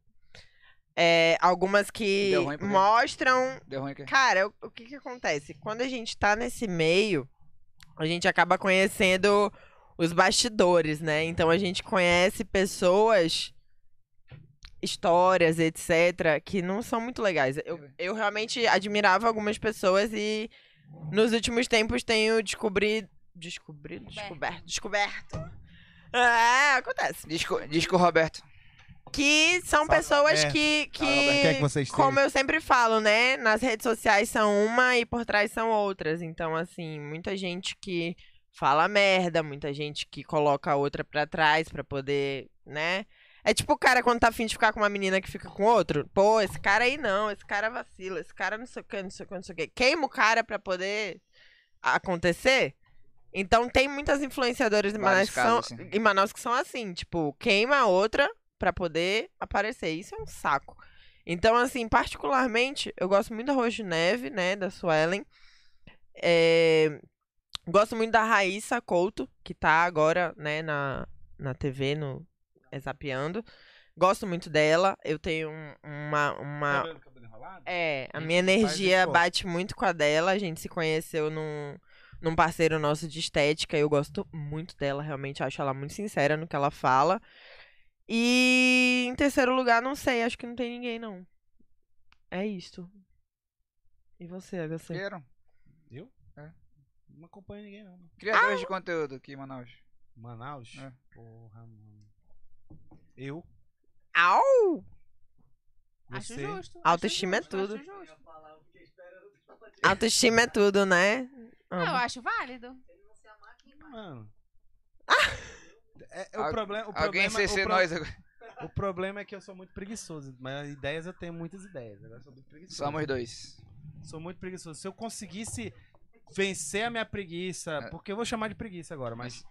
É, algumas que Deu ruim por quê? mostram. Deu ruim aqui. Cara, o, o que que acontece? Quando a gente tá nesse meio, a gente acaba conhecendo os bastidores, né? Então a gente conhece pessoas, histórias, etc., que não são muito legais. Eu, eu realmente admirava algumas pessoas e Nos últimos tempos tenho descobrido. Descobrido? Descoberto. Descoberto. Descoberto. É, acontece. Disco, disco Roberto. Que são pessoas Roberto. que. que Roberto. Quem é que você esteja? como eu sempre falo, né? Nas redes sociais são uma e por trás são outras. Então, assim, muita gente que fala merda, muita gente que coloca a outra pra trás pra poder, né? É tipo o cara quando tá afim de ficar com uma menina que fica com outro. Pô, esse cara aí não, esse cara vacila, esse cara não sei o que, não sei o que, não sei o que. Queima o cara pra poder acontecer. Então tem muitas influenciadoras em Manaus, Vários que são, casos, sim. em Manaus que são assim, tipo, queima a outra pra poder aparecer. Isso é um saco. Então, assim, particularmente, eu gosto muito da Rojo Neve, né, da Suelen. É, Gosto muito da Raíssa Couto, que tá agora, né, na, na TV, no é, Zapeando. Gosto muito dela. Eu tenho um- uma, uma, Cabelo, cabelo enrolado? é, a Gente, minha que faz energia esforço. bate muito com a dela. A gente se conheceu num, num parceiro nosso de estética. Eu gosto muito dela, realmente acho ela muito sincera no que ela fala. E em terceiro lugar, não sei, acho que não tem ninguém, não. É isto. E você, HC? Criaram. Não acompanho ninguém, não. Criadores de conteúdo aqui em Manaus. Manaus? É. Porra, mano. Eu? Au! Acho Você? justo. Autoestima é acho justo, tudo. Acho justo. Autoestima é tudo, né? Não, eu Amo. acho válido. Mano. É, é o Al- problema. O Alguém problema, CC o pro- nós agora. O problema é que eu sou muito preguiçoso, mas ideias eu tenho muitas ideias. Agora eu sou muito preguiçoso. Somos dois. Sou muito preguiçoso. Se eu conseguisse vencer a minha preguiça, É. porque eu vou chamar de preguiça agora, mas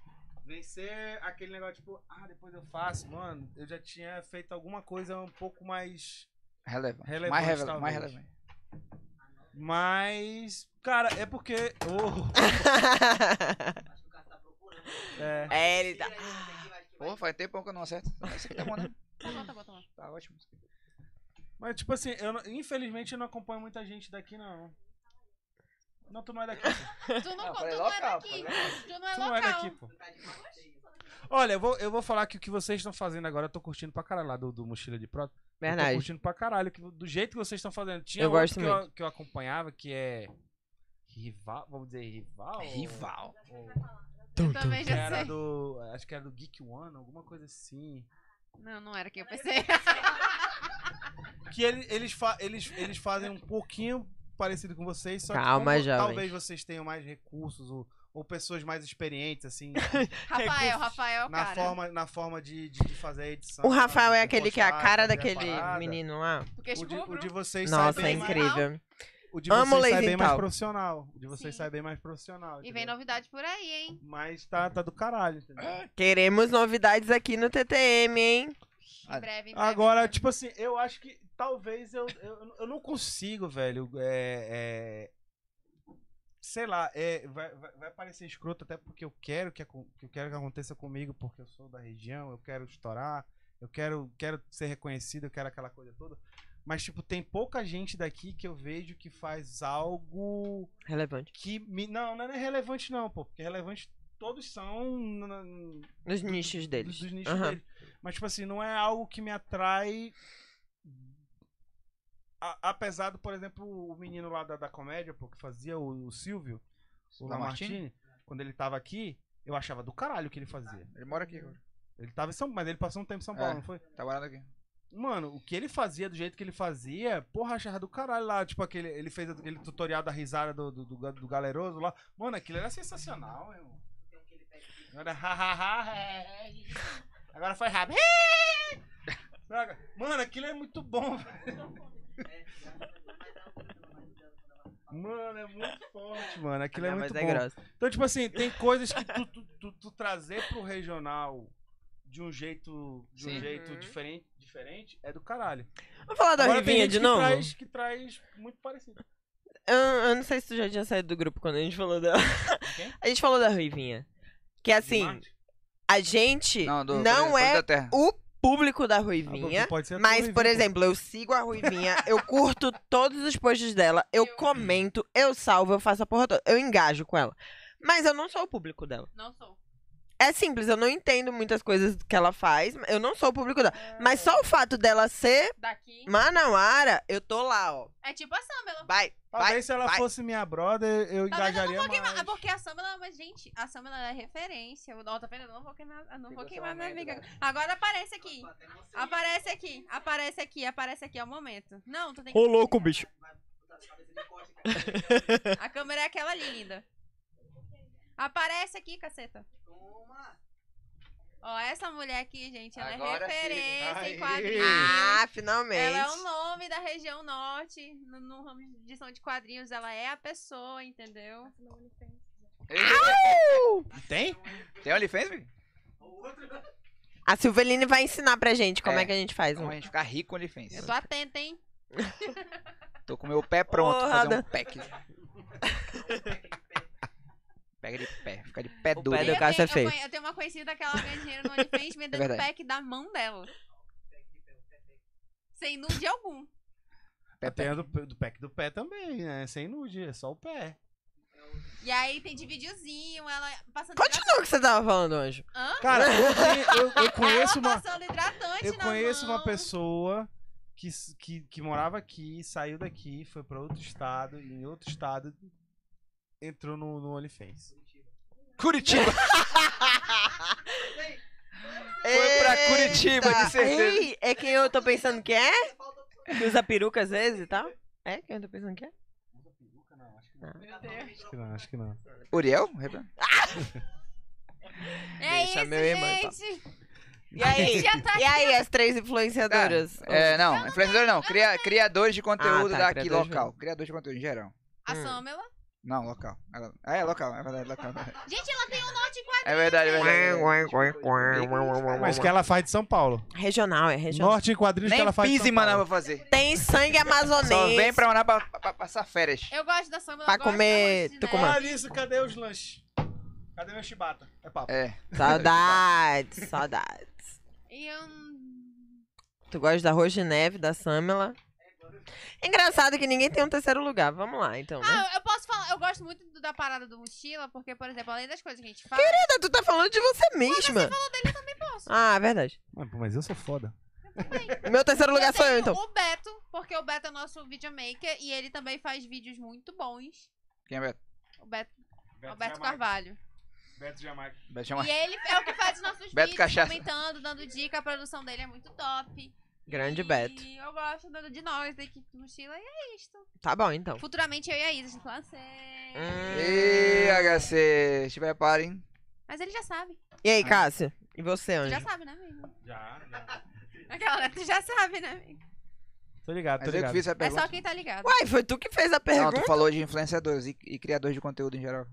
vencer aquele negócio tipo, ah, depois eu faço, mano, eu já tinha feito alguma coisa um pouco mais Relevante. Relevante, mais relevante. Mais talvez. relevante. mas cara, é porque oh, é, é, ele tá... Porra, faz tempo que eu não acerto. Isso aqui tá bom, né? Tá bom, tá bom, tá bom. Tá ótimo. mas tipo assim, eu não- infelizmente eu não acompanho muita gente daqui não. Não, tu não é daqui. Tu Tu não, Ah, tu falei não é local, daqui. falei local. Tu não é não é local. daqui, pô. Olha, eu vou, eu vou falar que o que vocês estão fazendo agora, eu tô curtindo pra caralho lá do, do Mochila de Pró. Eu tô Verdade. curtindo pra caralho que- do jeito que vocês estão fazendo. Tinha Eu outro gosto que, eu, que eu acompanhava que é rival, vamos dizer rival. Rival. Ou- Eu também que já era sei. do, acho que era do Geek One, alguma coisa assim. Não, não era quem é eu pensei. Que ele- eles, fa- eles, eles fazem um pouquinho parecido com vocês, só Calma, que como jovem. talvez vocês tenham mais recursos ou, ou pessoas mais experientes assim Rafael, Rafael é o na cara. forma na forma de, de, de fazer a edição. O Rafael de é aquele que é a postar, cara fazer a daquele parada. menino lá. Do queixo O de, o rubro. de vocês sai Nossa, é bem mais- incrível. O de Amo vocês sai Lazy bem mais Town. profissional. O de vocês Sim. sai bem mais profissional. E vem entendeu? novidade por aí, hein? Mas tá, tá do caralho, entendeu? Queremos novidades aqui no TTM, hein? Ah, Em breve, em breve. Agora, tipo assim, eu acho que talvez eu, eu, eu não consigo, velho. É, é, sei lá, é, vai, vai, vai parecer escroto até porque eu quero que, acon- que eu quero que aconteça comigo, porque eu sou da região, eu quero estourar, eu quero, quero ser reconhecido, eu quero aquela coisa toda. Mas, tipo, tem pouca gente daqui que eu vejo que faz algo Relevante. que me- não, não é relevante não, pô, porque relevante todos são n- n- Nos nichos deles. dos, dos nichos Aham. deles. Mas tipo assim, não é algo que me atrai a- apesar do, por exemplo, o menino lá da, da comédia, pô, que fazia o, o Silvio, o Lamartine? Lamartine, quando ele tava aqui, eu achava do caralho o que ele fazia. Ele mora aqui agora. Ele tava em São, mas ele passou um tempo em São Paulo, É. não foi? Tá morando aqui. Mano, o que ele fazia, do jeito que ele fazia, porra, achava do caralho lá. Tipo, aquele, ele fez aquele tutorial da risada do, do, do, ga- do galeroso lá. Mano, aquilo era sensacional, meu. Agora, ha, ha, ha, é, é, é. Agora foi rápido. Droga. Mano, aquilo é muito bom, velho. Mano, é muito forte, mano. Aquilo é Não, muito mas é bom. grossa. Então, tipo assim, tem coisas que tu, tu, tu- tu trazer pro regional de um jeito, de um Sim. jeito Uhum. diferente, diferente é do caralho. Vamos falar da Agora tem Rivinha gente de que novo? Traz, que traz muito parecido. Eu, eu não sei se tu já tinha saído do grupo quando a gente falou dela. Quem? A gente falou da Ruivinha. Que assim, Demais. a gente não, Não, do, do- é Da terra. o público da Ah, Ruivinha. pode ser Mas, tudo, por viu? exemplo, eu sigo a Ruivinha, eu curto todos os posts dela, eu Eu- comento, eu salvo, eu faço a porra toda, eu engajo com ela. Mas eu não sou o público dela. Não sou. É simples, eu não entendo muitas coisas que ela faz. Eu não sou o público dela. Mas só o fato dela ser Daqui. Manauara, eu tô lá, ó. É tipo a Samela. Vai, Talvez vai. se ela vai. fosse minha brother, eu Tá vendo? Eu engajaria não vou queimar. mais. Ah, Porque a Samela, mas, gente, a Samela é referência. Eu- Ó, tá vendo? Eu não vou queimar, eu Pegou não vou seu queimar minha momento, amiga. Agora aparece aqui. Até você. Aparece aqui. Aparece aqui, aparece aqui, é o momento. Não, tu tem que. Ô, louco, bicho. Vai botar na cabeça de costa, cara. A câmera é aquela ali, linda. Aparece aqui, caceta. Toma. Ó, essa mulher aqui, gente, ela Agora é sim. referência Aí. em quadrinhos. Ah, finalmente. Ela é o nome da região norte, no, no ramo de edição de quadrinhos, ela é a pessoa, entendeu? é Tem? Tem OnlyFans, Vini? O outro. A Silveline vai ensinar pra gente como é, É. que a gente faz. Então Um... a gente ficar rico com OnlyFans. Eu tô atenta, hein? Tô com meu pé pronto, Porra, fazer Dan. um pack. Pega de pé, fica de pé O duro. pé eu, do tenho, Cássio é eu, feio. conhe- eu tenho uma conhecida que ela ganha dinheiro no É OnlyFans vendendo verdade. pack da mão dela. Sem nude algum. Pé, Tem pé. a do, do pack do pé também, né? Sem nude, é só o pé. E aí tem de videozinho, ela passando. Continua o que você tava falando, anjo. Hã? Cara, eu, tenho- eu- eu conheço ela uma. passando hidratante Eu na conheço mão. uma pessoa que, s- que, que morava aqui, saiu daqui, foi pra outro estado, e em outro estado entrou no, no OnlyFans. Curitiba! Foi pra Curitiba, de certeza. Ei, é quem eu tô pensando que é? Só falta o- Que usa peruca às vezes e tal? É quem eu tô pensando que é? Acho que não, acho que não. Uriel? É Deixa isso, meu irmão, então. gente. E aí? Já tá E aí, as três influenciadoras? É, não, influenciador não, cria- criadores de conteúdo tá, daqui criadores de- local. Ah, Criadores de conteúdo em geral. A Hum. Samela. Não, local. Ela- Ah, é local, é verdade, local. Gente, ela tem um norte em quadrinhos. É verdade, é verdade. Mas que ela faz de São Paulo. Regional, é regional. Norte em quadrinhos que Nem ela faz de pise, São mano, eu Paulo. vou fazer. Tem sangue amazonense. Só vem pra Maná pra, pra- pra passar férias. Eu gosto da Samela. Pra eu gosto comer da Ruth, tucumã. né? Ah, isso, cadê os lanches? Cadê meu chibata? É papo. É. Saudades, saudades. E um... Tu gosta da Roja Neve, da Samela? Engraçado que ninguém tem um terceiro lugar. Vamos lá, então. Né? Ah, eu posso falar. Eu gosto muito do- da parada do mochila, porque, por exemplo, além das coisas que a gente fala. Querida, tu tá falando de você mesma. posso. Ah, verdade. Mas eu sou foda. Meu terceiro lugar eu sou eu, tenho um. então. assim, O Beto, porque o Beto é nosso videomaker e ele também faz vídeos muito bons. Quem é Beto? O Beto, Alberto Carvalho. Beto Jamaica. Beto chama. E ele é o que faz os nossos Beto vídeos, Cachaça. comentando, dando dica. A produção dele é muito top. Grande e Beto. eu gosto do- de nós, da equipe do Mochila, e é isto. Tá bom, então. Futuramente eu e a Isa, a gente lança. Hum. Ê, HC, se preparem. Mas ele já sabe. E aí, Cássio? E você, Tu já Anjo? sabe, né, amigo? Já, já. Aquela, né? tu já sabe, né, amigo? Tô ligado, tô Mas eu que ligado. fiz essa É pergunta. só quem tá ligado. Uai, foi tu que fez a Não, pergunta. tu falou de influenciadores e, e criadores de conteúdo em geral.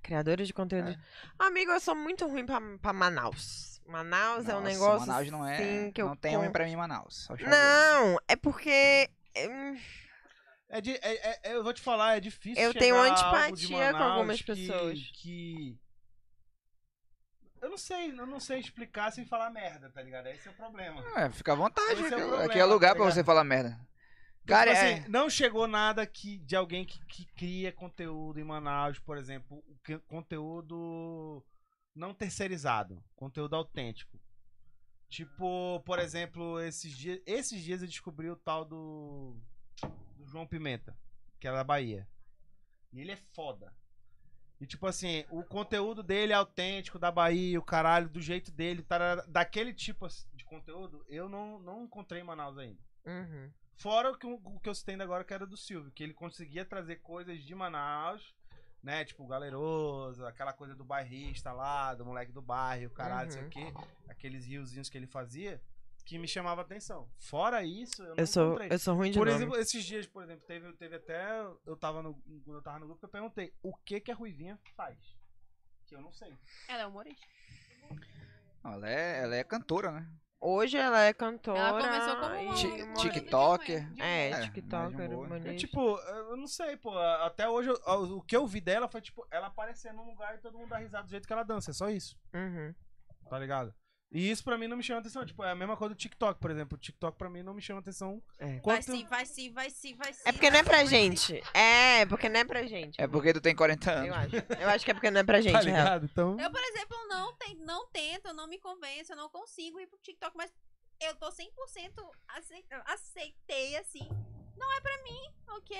Criadores de conteúdo. É. Amigo, eu sou muito ruim pra, pra Manaus. Manaus é um Nossa, negócio. Manaus não é. assim que eu não tem homem con- pra mim em Manaus. só Xavier. Não, é porque. hum, É de- é- é- é- eu vou te falar, é difícil. Eu tenho chegar a algo de antipatia com Manaus algumas que- pessoas. Que. Eu não sei, eu não sei explicar sem falar merda, tá ligado? Esse é o problema. É, fica à vontade. Esse é o aqui- problema, aqui é lugar tá pra você ligado? falar merda. Então, Cara, tipo é- assim, não chegou nada que, de alguém que, que cria conteúdo em Manaus, por exemplo, o que- conteúdo não terceirizado, conteúdo autêntico. Tipo, por exemplo, esses dias, esses dias eu descobri o tal do, do João Pimenta, que é da Bahia. E ele é foda. E tipo assim, o conteúdo dele é autêntico, da Bahia, o caralho, do jeito dele, tarará, daquele tipo assim, de conteúdo, eu não, não encontrei em Manaus ainda. uhum. Fora o que, um, o que eu citei ainda agora, que era do Silvio, que ele conseguia trazer coisas de Manaus, né? Tipo, galeroso, aquela coisa do bairrista lá, do moleque do bairro, caralho, isso Uhum. aqui, aqueles riozinhos que ele fazia, que me chamava atenção. Fora isso, eu não Eu sou, encontrei. eu sou ruim de Por nome. exemplo, esses dias, por exemplo, teve, teve até. Eu tava no. Quando eu tava no grupo, eu perguntei o que que a Ruivinha faz. Que eu não sei. Ela é humorista. Não, ela, é, ela é cantora, né? Hoje ela é cantora. Ela começou como e uma- Ti- uma- uma- TikTok. de manhã, de manhã. É, É, mas TikToker, de boa. humanista. É, tipo, eu não sei, pô. Até hoje, eu- o que eu vi dela foi, tipo, ela aparecendo num lugar e todo mundo dá risada do jeito que ela dança. É só isso, Uhum. tá ligado? E isso pra mim não me chama atenção. Tipo, é a mesma coisa do TikTok, por exemplo. O TikTok pra mim não me chama atenção. É. Vai Quanto... sim, vai sim, vai sim, vai sim. É porque não é pra gente. É, porque não é pra gente. É porque tu tem 40 Eu anos. acho. Eu acho que é porque não é pra gente, Tá real. ligado? Então. Eu, por exemplo, não, ten- não tento, não me convenço, eu não consigo ir pro TikTok, mas eu tô 100% acei- aceitei, assim. Não é pra mim, ok?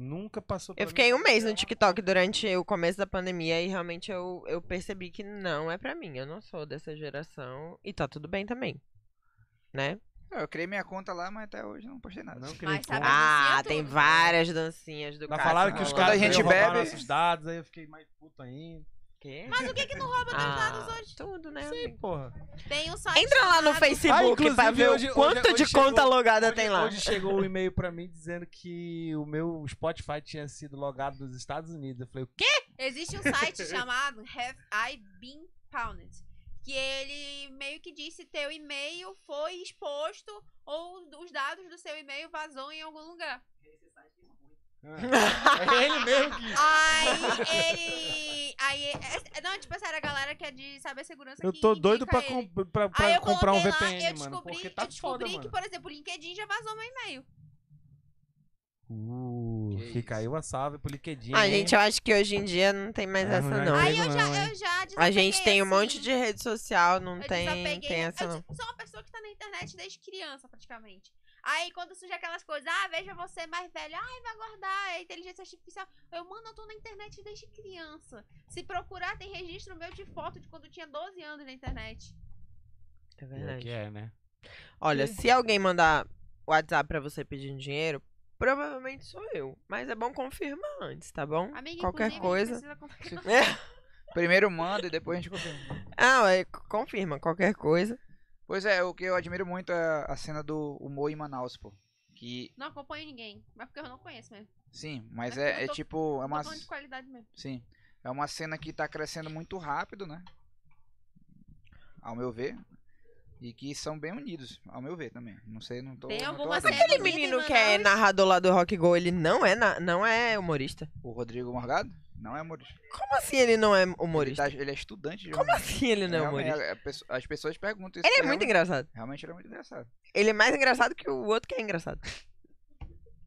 Nunca passou pra Eu mim. fiquei um mês no TikTok durante o começo da pandemia e realmente eu, eu percebi que não é pra mim. Eu não sou dessa geração e tá tudo bem também. Né? Eu criei minha conta lá, mas até hoje não postei nada. Não Mas criei sabe- conta. Ah, dancinha tem tudo. várias dancinhas do Mas Cássio falaram que os rolando. caras Quando a gente roubaram bebe- nossos dados, aí eu fiquei mais puto ainda. Quê? Mas o que que não rouba teus dados Ah, hoje? Tudo, né? Sim, amigo? porra. Tem um site Entra lá no chamado- Ah, Facebook inclusive, pra ver hoje- o quanto hoje- hoje de conta chegou- logada hoje, tem lá. hoje chegou um e-mail pra mim dizendo que o meu Spotify tinha sido logado dos Estados Unidos. Eu falei, o quê? Existe um site chamado Have I Been Pounded? Que ele meio que disse teu e-mail foi exposto ou os dados do seu e-mail vazou em algum lugar. É ele mesmo que. Aí ele. Aí. é- Não, tipo, sério, a galera que é de cibersegurança Eu que tô doido indica pra, ele. com- pra- pra Aí eu comprar um coloquei lá, VPN, eu mano. descobri, Porque tá eu descobri foda, que, mano. por exemplo, o LinkedIn já vazou meu e-mail. Uh, Que fica aí uma salve pro LinkedIn. Ah, hein? gente, eu acho que hoje em dia não tem mais Ah, essa, moleque. não. Ai, Aí eu Pego já, não, hein? eu já A gente desapeguei, tem um monte assim. de rede social, não Eu tem, desapeguei. tem essa, eu não. sou uma pessoa que tá na internet desde criança, praticamente. Aí quando surge aquelas coisas, ah, veja você mais velho, ai, vai guardar, é inteligência artificial. Eu, mano, eu tô na internet desde criança. Se procurar, tem registro meu de foto de quando eu tinha 12 anos na internet. É Pior verdade. que é, né? Olha, se alguém mandar WhatsApp pra você pedindo dinheiro, provavelmente sou eu. Mas é bom confirmar antes, tá bom? Amiga, Qualquer inclusive, coisa. A gente precisa comprar- Primeiro manda e depois a gente confirma. Ah, é, c- confirma qualquer coisa. Pois é, o que eu admiro muito é a cena do humor em Manaus, pô. Que, Não acompanho ninguém, mas porque eu não conheço mesmo. sim, mas Mas é, eu é tô- tipo. É Tô uma, falando de qualidade mesmo. sim, é uma cena que tá crescendo muito rápido, né? Ao meu ver. E que são bem unidos, ao meu ver também. Não sei, não tô. Tem não tô algumas adentro. cenas Aquele Bonito, menino hein, que é Manaus? narrador lá do Rock Go, ele não é, na- não é humorista? O Rodrigo Morgado? Não é humorista. Como assim ele não é Ele, humorista? tá- ele é estudante de Como assim ele não é Realmente, humorista? a- a pesso- As pessoas perguntam isso. Ele é porque muito realmente- engraçado. Realmente ele é muito engraçado. Ele é mais engraçado que o outro que é engraçado.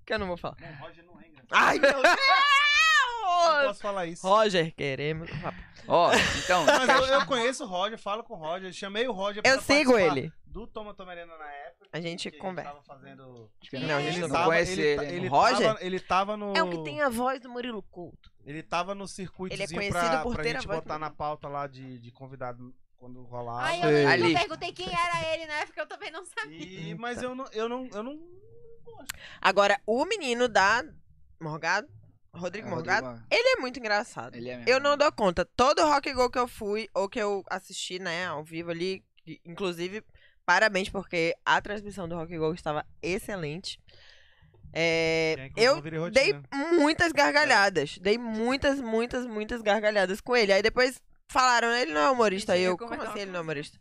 Que eu não vou falar. Não, Roger não é engraçado. Ai, meu Eu não Deus! posso falar isso. Roger, queremos. Ó, então. Mas eu, eu conheço o Roger, falo com o Roger, chamei o Roger pra Eu sigo participar ele. Do Toma Tomerena na época. A gente que conversa. tava fazendo. acho que Não, a gente ele não não conhece ele. tá- é ta- né? Roger? Tava, ele tava no. É o que tem a voz do Murilo Couto. Ele tava no circuito Ele é conhecido pra, por pra ter a gente voz botar do- na pauta lá de, de convidado quando rolar. Aí eu, Ah, sei. lembro que Ali. eu perguntei quem era ele, né? Porque eu também não sabia. E, mas eu não, eu não, eu não. Agora, o menino da Morgado, Rodrigo Morgado, ele é muito engraçado. Ele é mesmo. Eu não dou conta. Todo Rock Go que eu fui, ou que eu assisti, né, ao vivo ali, que- inclusive, parabéns, porque a transmissão do Rock Go estava excelente. É, Quem é que eu não vira rotina? dei muitas gargalhadas. Dei muitas, muitas, muitas gargalhadas com ele. Aí depois falaram, né, ele não é humorista. Aí eu, Como como é que assim é? ele não é humorista?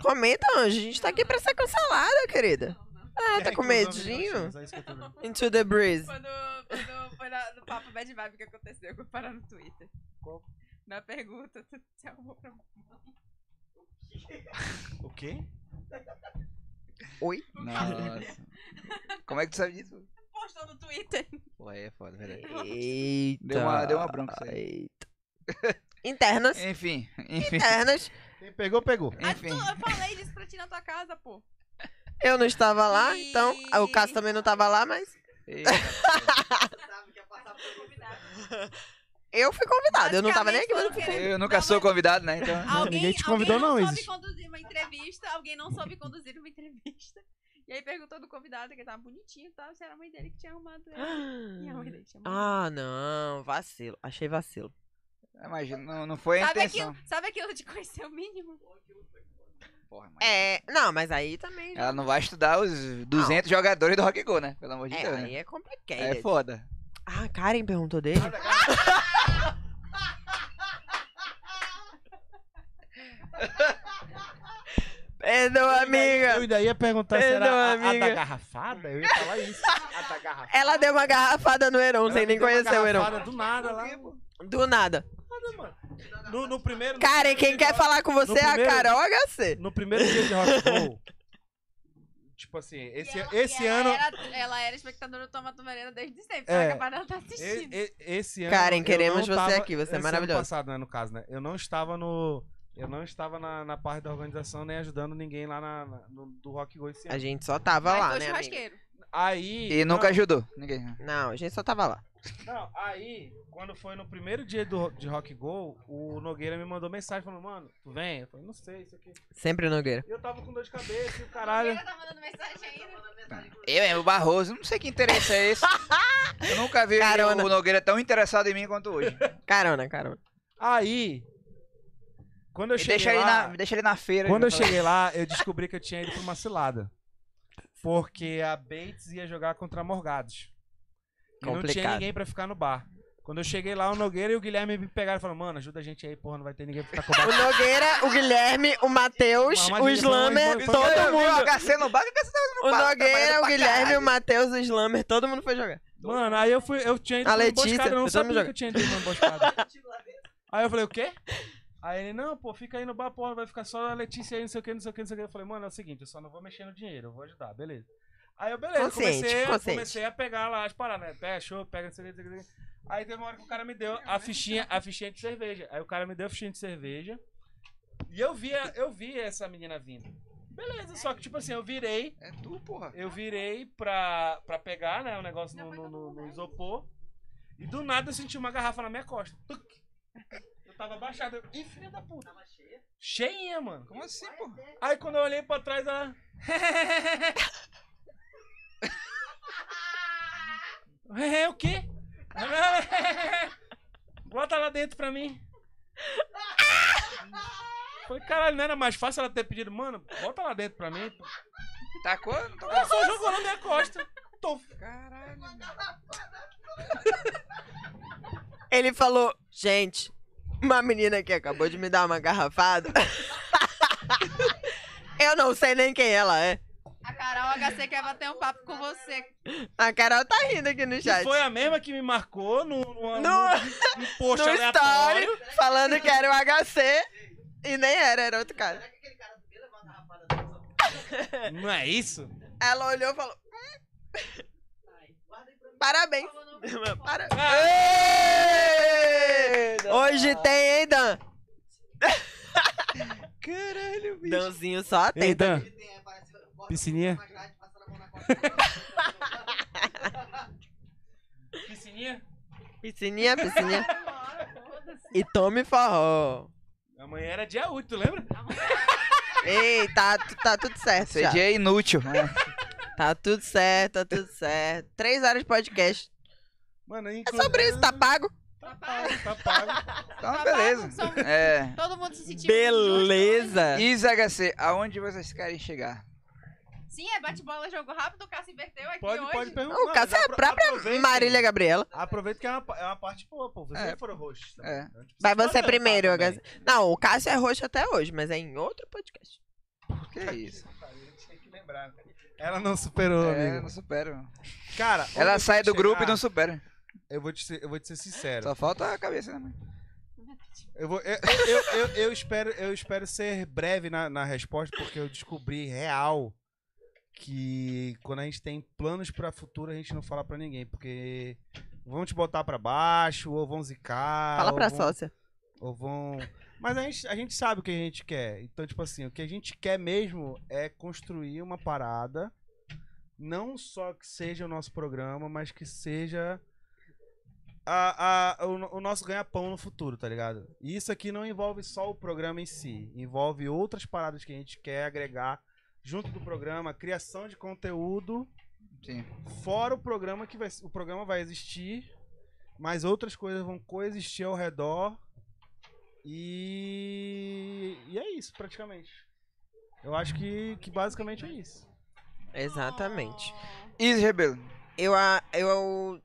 Comenta, anjo. A gente tá aqui pra ser cancelada, querida. Ah, Quem é tá que com não um vira medinho? rotinas? É isso que eu tô vendo. Into the breeze. Quando, quando foi na- no papo Bad Vibe que aconteceu, que eu parar no Twitter. Na pergunta, tu te arrumou pra O quê? Oi? Nossa. Como é que tu sabe disso? postou no Twitter. Pô, aí é foda, verdade. Eita. Deu uma- deu uma bronca isso aí. Eita. Internas. Enfim, enfim, Internas. Quem pegou, pegou. Ah, tu, enfim. eu falei disso pra ti na tua casa, pô. Eu não estava lá, E- então. ah, O Cássio também não estava lá, mas. Eita, Sabe que ia passar por convidado. Eu fui Ah, convidada. Eu não estava nem aqui, mas eu Basicamente, fui foi eu Não, nunca mas- sou convidado, né? Então. Alguém, ninguém te convidou, alguém não, não, soube Isis. conduzir uma entrevista, alguém não soube conduzir uma entrevista. E aí perguntou do convidado, que ele tava bonitinho e tal, se era a mãe dele que tinha arrumado ele. E a mãe convidada. dele tinha morrido. Ah, não. Vacilo. Achei vacilo. Imagina, não, não foi a Sabe intenção. aquilo, sabe aquilo de conhecer o mínimo? Porra, mas- É. Não, mas aí também. Ela não vai estudar os 200 jogadores do Rock Go, né? Pelo amor de É, Deus, aí né? é complicado. É foda. Ah, Karen perguntou dele? Perdão, Eu É, amiga. ainda ia perguntar se era Perdão, a, a amiga. da garrafada. Eu ia falar isso. A da garrafada. Ela deu uma garrafada no Heron, Ela sem me nem deu uma conhecer o Heron. garrafada Do nada lá. Do nada. Nada, mano. No, no primeiro. Karen, quem quer falar com você é a primeiro- Carol HC. No primeiro dia de Rock Go, tipo assim, esse, E ela- esse e ela ano. Era, ela era espectadora do Tomato Verena desde sempre. É. É. capaz dela tá e- assistindo. e- Esse ano. Karen, eu não queremos você tava- aqui, você é esse ano maravilhosa. passado, né, no caso, né? Eu não estava no. Eu não estava na, na parte da organização nem ajudando ninguém lá na, na- no, do Rock Go esse A ano. gente só tava Mas lá, foi né? amiga? churrasqueiro. Aí. E não, nunca ajudou ninguém. né? Não, a gente só tava lá. Não, aí, quando foi no primeiro dia do, de Rock Go, o Nogueira me mandou mensagem falando, mano, tu vem? Eu falei, não sei, isso aqui. Sempre Nogueira. E eu tava com dor de cabeça e o Ela caralho. tá mandando mensagem né? ainda. Eu mesmo, o Barroso, não sei que interesse é esse. Eu nunca vi Carona. o Nogueira tão interessado em mim quanto hoje. Carona, carona. Aí. Quando eu Me deixa, cheguei ele lá, na, me deixa ele na feira. né? Quando eu ele fala, cheguei lá, eu descobri que eu tinha ido pra uma cilada. Porque a Bates ia jogar contra Morgados. E não tinha Complicado. ninguém pra ficar no bar. Quando eu cheguei lá, o Nogueira e o Guilherme me pegaram e falaram, mano, ajuda a gente aí, porra, não vai ter ninguém pra ficar com o bar. O Nogueira, o Guilherme, o Matheus, Uma o armadilha, Slammer, foi- foi- "Quando todo eu vi mundo. O HC no bar, o que que você tá fazendo O no bar? Nogueira, Trabalhando o pra Guilherme, caralho." o Matheus, o Slammer, todo mundo foi jogar. Mano, aí eu fui, eu tinha ido A pra uma Letícia, emboscada, eu não eu também sabia joguei. que eu tinha ido pra uma emboscada. aí eu falei, o quê? Aí ele, não, pô, fica aí no bar, porra, vai ficar só a Letícia aí, não sei o que, não sei o que, não sei o que. Eu falei, mano, é o seguinte, eu só não vou mexer no dinheiro, eu vou ajudar, beleza. Aí eu, beleza, Consciente, comecei, consciente. comecei a pegar lá as paradas, né? Pega, show, pega, não sei o que, não sei o que. Aí teve uma hora que o cara me deu a fichinha, a fichinha de cerveja. Aí o cara me deu a fichinha de cerveja. E eu vi, a- eu vi essa menina vindo. Beleza, só que tipo assim, eu virei. É tu, porra. Eu virei pra, pra pegar, né? O negócio no, no, no- no isopor. E do nada eu senti uma garrafa na minha costa. Tuc. Eu tava abaixado. Eu, Ih, filha da puta. Tava cheia? Cheinha, mano. Como assim, porra? Aí quando eu olhei pra trás, ela. É o quê? Bota lá dentro pra mim. Falei, caralho, não era mais fácil ela ter pedido, mano, bota lá dentro pra mim. Tacou? Não tacou? Ela só jogou na minha costa. Tô Caralho. mano. Ele falou, gente, uma menina que acabou de me dar uma garrafada. Eu não sei nem quem ela é. A Carol HC quer bater um papo com você. A Carol tá rindo aqui no Que chat. foi a mesma que me marcou no, no, no, No- no post no aleatório. story, falando que era o HC. E nem era, era outro cara. Será que aquele cara também levou uma garrafada dessa? Não é isso? Ela olhou e falou, "Hum?" Ai, guarda aí pra mim. parabéns. Para- Hoje tem, hein, Dan? Caralho, bicho. Danzinho só tem. Dan, Ele tem, é, parece que bota Piscininha? mais tarde, passando a mão na costa. piscininha? Piscininha, piscininha. E tome forró. Amanhã era dia 8, tu lembra? Ei, tá, tu- tá tudo certo já. Esse dia é inútil, né? Tá tudo certo, tá tudo certo. Três horas de podcast. Mano, É sobre isso, tá pago? Tá pago, tá pago. Então, Tá beleza. pago, somos- É. Todo mundo se sentiu. Beleza. Isa HC, aonde vocês querem chegar? Sim, é bate-bola, jogo rápido. O Cássio inverteu aqui Pode, hoje. pode perguntar. O caso é a apro- própria aproveitem. Marília Gabriela. Aproveita que é uma, pa- é uma parte boa, pô. Vocês É. foram roxos. também. É. Então, né? tipo, tá Vai vocês você podem primeiro, levantar HC. também. Não, o Cássio é roxo até hoje, mas é em outro podcast. Que isso? Tem que lembrar. Ela não superou, É, amigo. não supero. Cara, onde Ela eu sai quero do grupo e chegar, não supera. Eu vou te ser, eu vou te ser sincero. Só falta a cabeça, né, mãe? Eu, vou, eu, eu, eu, eu- eu espero, eu espero ser breve na, na resposta, porque eu descobri real que quando a gente tem planos pra futuro, a gente não fala pra ninguém, porque vão te botar pra baixo, ou vão zicar. Fala ou pra vão- sócia. Ou vão. Mas a gente, a gente sabe o que a gente quer. Então, tipo assim, o que a gente quer mesmo é construir uma parada. Não só que seja o nosso programa, mas que seja a, a- o, no- o nosso ganha-pão no futuro, tá ligado? E isso aqui não envolve só o programa em si. Envolve outras paradas que a gente quer agregar junto do programa, criação de conteúdo Sim. Fora o programa que vai, o programa vai existir, mas outras coisas vão coexistir ao redor. E, e é isso, praticamente. Eu acho que, que basicamente é isso. Exatamente. Isa Rebelo. Eu, a- eu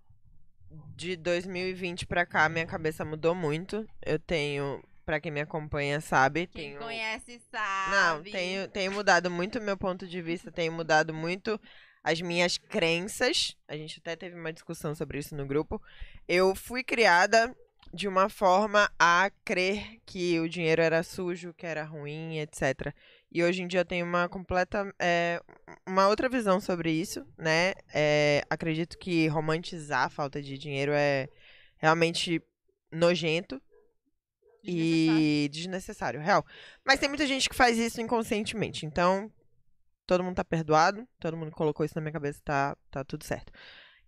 de 2020 pra cá, minha cabeça mudou muito. Eu tenho, pra quem me acompanha sabe, Quem tenho conhece sabe. Não, tenho, tenho mudado muito meu ponto de vista, tenho mudado muito as minhas crenças. A gente até teve uma discussão sobre isso no grupo. Eu fui criada de uma forma a crer que o dinheiro era sujo, que era ruim, etc. E hoje em dia eu tenho uma completa. é, uma outra visão sobre isso, né? É, acredito que romantizar a falta de dinheiro é realmente nojento É e desnecessário, real. Mas tem muita gente que faz isso inconscientemente, então todo mundo tá perdoado, todo mundo colocou isso na minha cabeça, tá, tá tudo certo.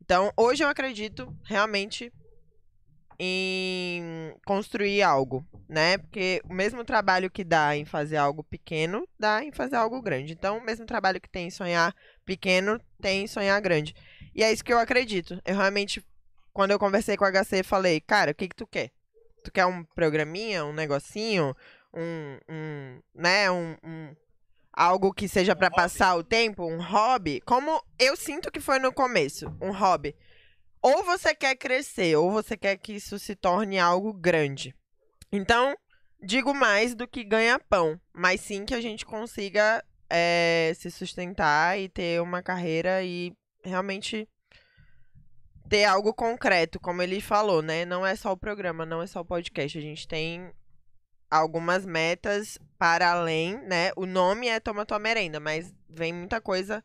Então, hoje eu acredito realmente em construir algo, né? Porque o mesmo trabalho que dá em fazer algo pequeno, dá em fazer algo grande. Então, o mesmo trabalho que tem em sonhar pequeno, tem em sonhar grande. E é isso que eu acredito. Eu realmente, quando eu conversei com o HC, falei, cara, o que que tu quer? Tu quer um programinha, um negocinho, um, um né, um, um- algo que seja Um pra hobby. passar o tempo, um hobby? Como eu sinto que foi no começo, um hobby. Ou você quer crescer, ou você quer que isso se torne algo grande. Então, digo mais do que ganha pão, mas sim que a gente consiga é, se sustentar e ter uma carreira e realmente ter algo concreto, como ele falou, né? Não é só o programa, não é só o podcast. A gente tem algumas metas para além, né? O nome é Toma Tua Merenda, mas vem muita coisa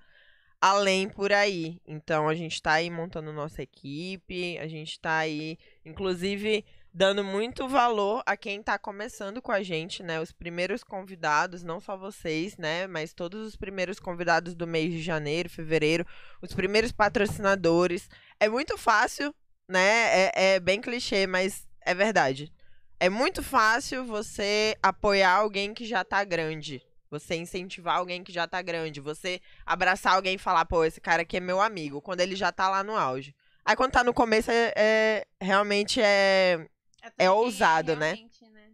além por aí. Então a gente tá aí montando nossa equipe, a gente tá aí, inclusive, dando muito valor a quem tá começando com a gente, né? Os primeiros convidados, não só vocês, né? Mas todos os primeiros convidados do mês de janeiro, fevereiro, os primeiros patrocinadores. É muito fácil, né? É, é bem clichê, mas é verdade. É muito fácil você apoiar alguém que já tá grande. Você incentivar alguém que já tá grande. Você abraçar alguém e falar, pô, esse cara aqui é meu amigo, quando ele já tá lá no auge. Aí quando tá no começo, é, é- realmente é também ousado, né? realmente, né?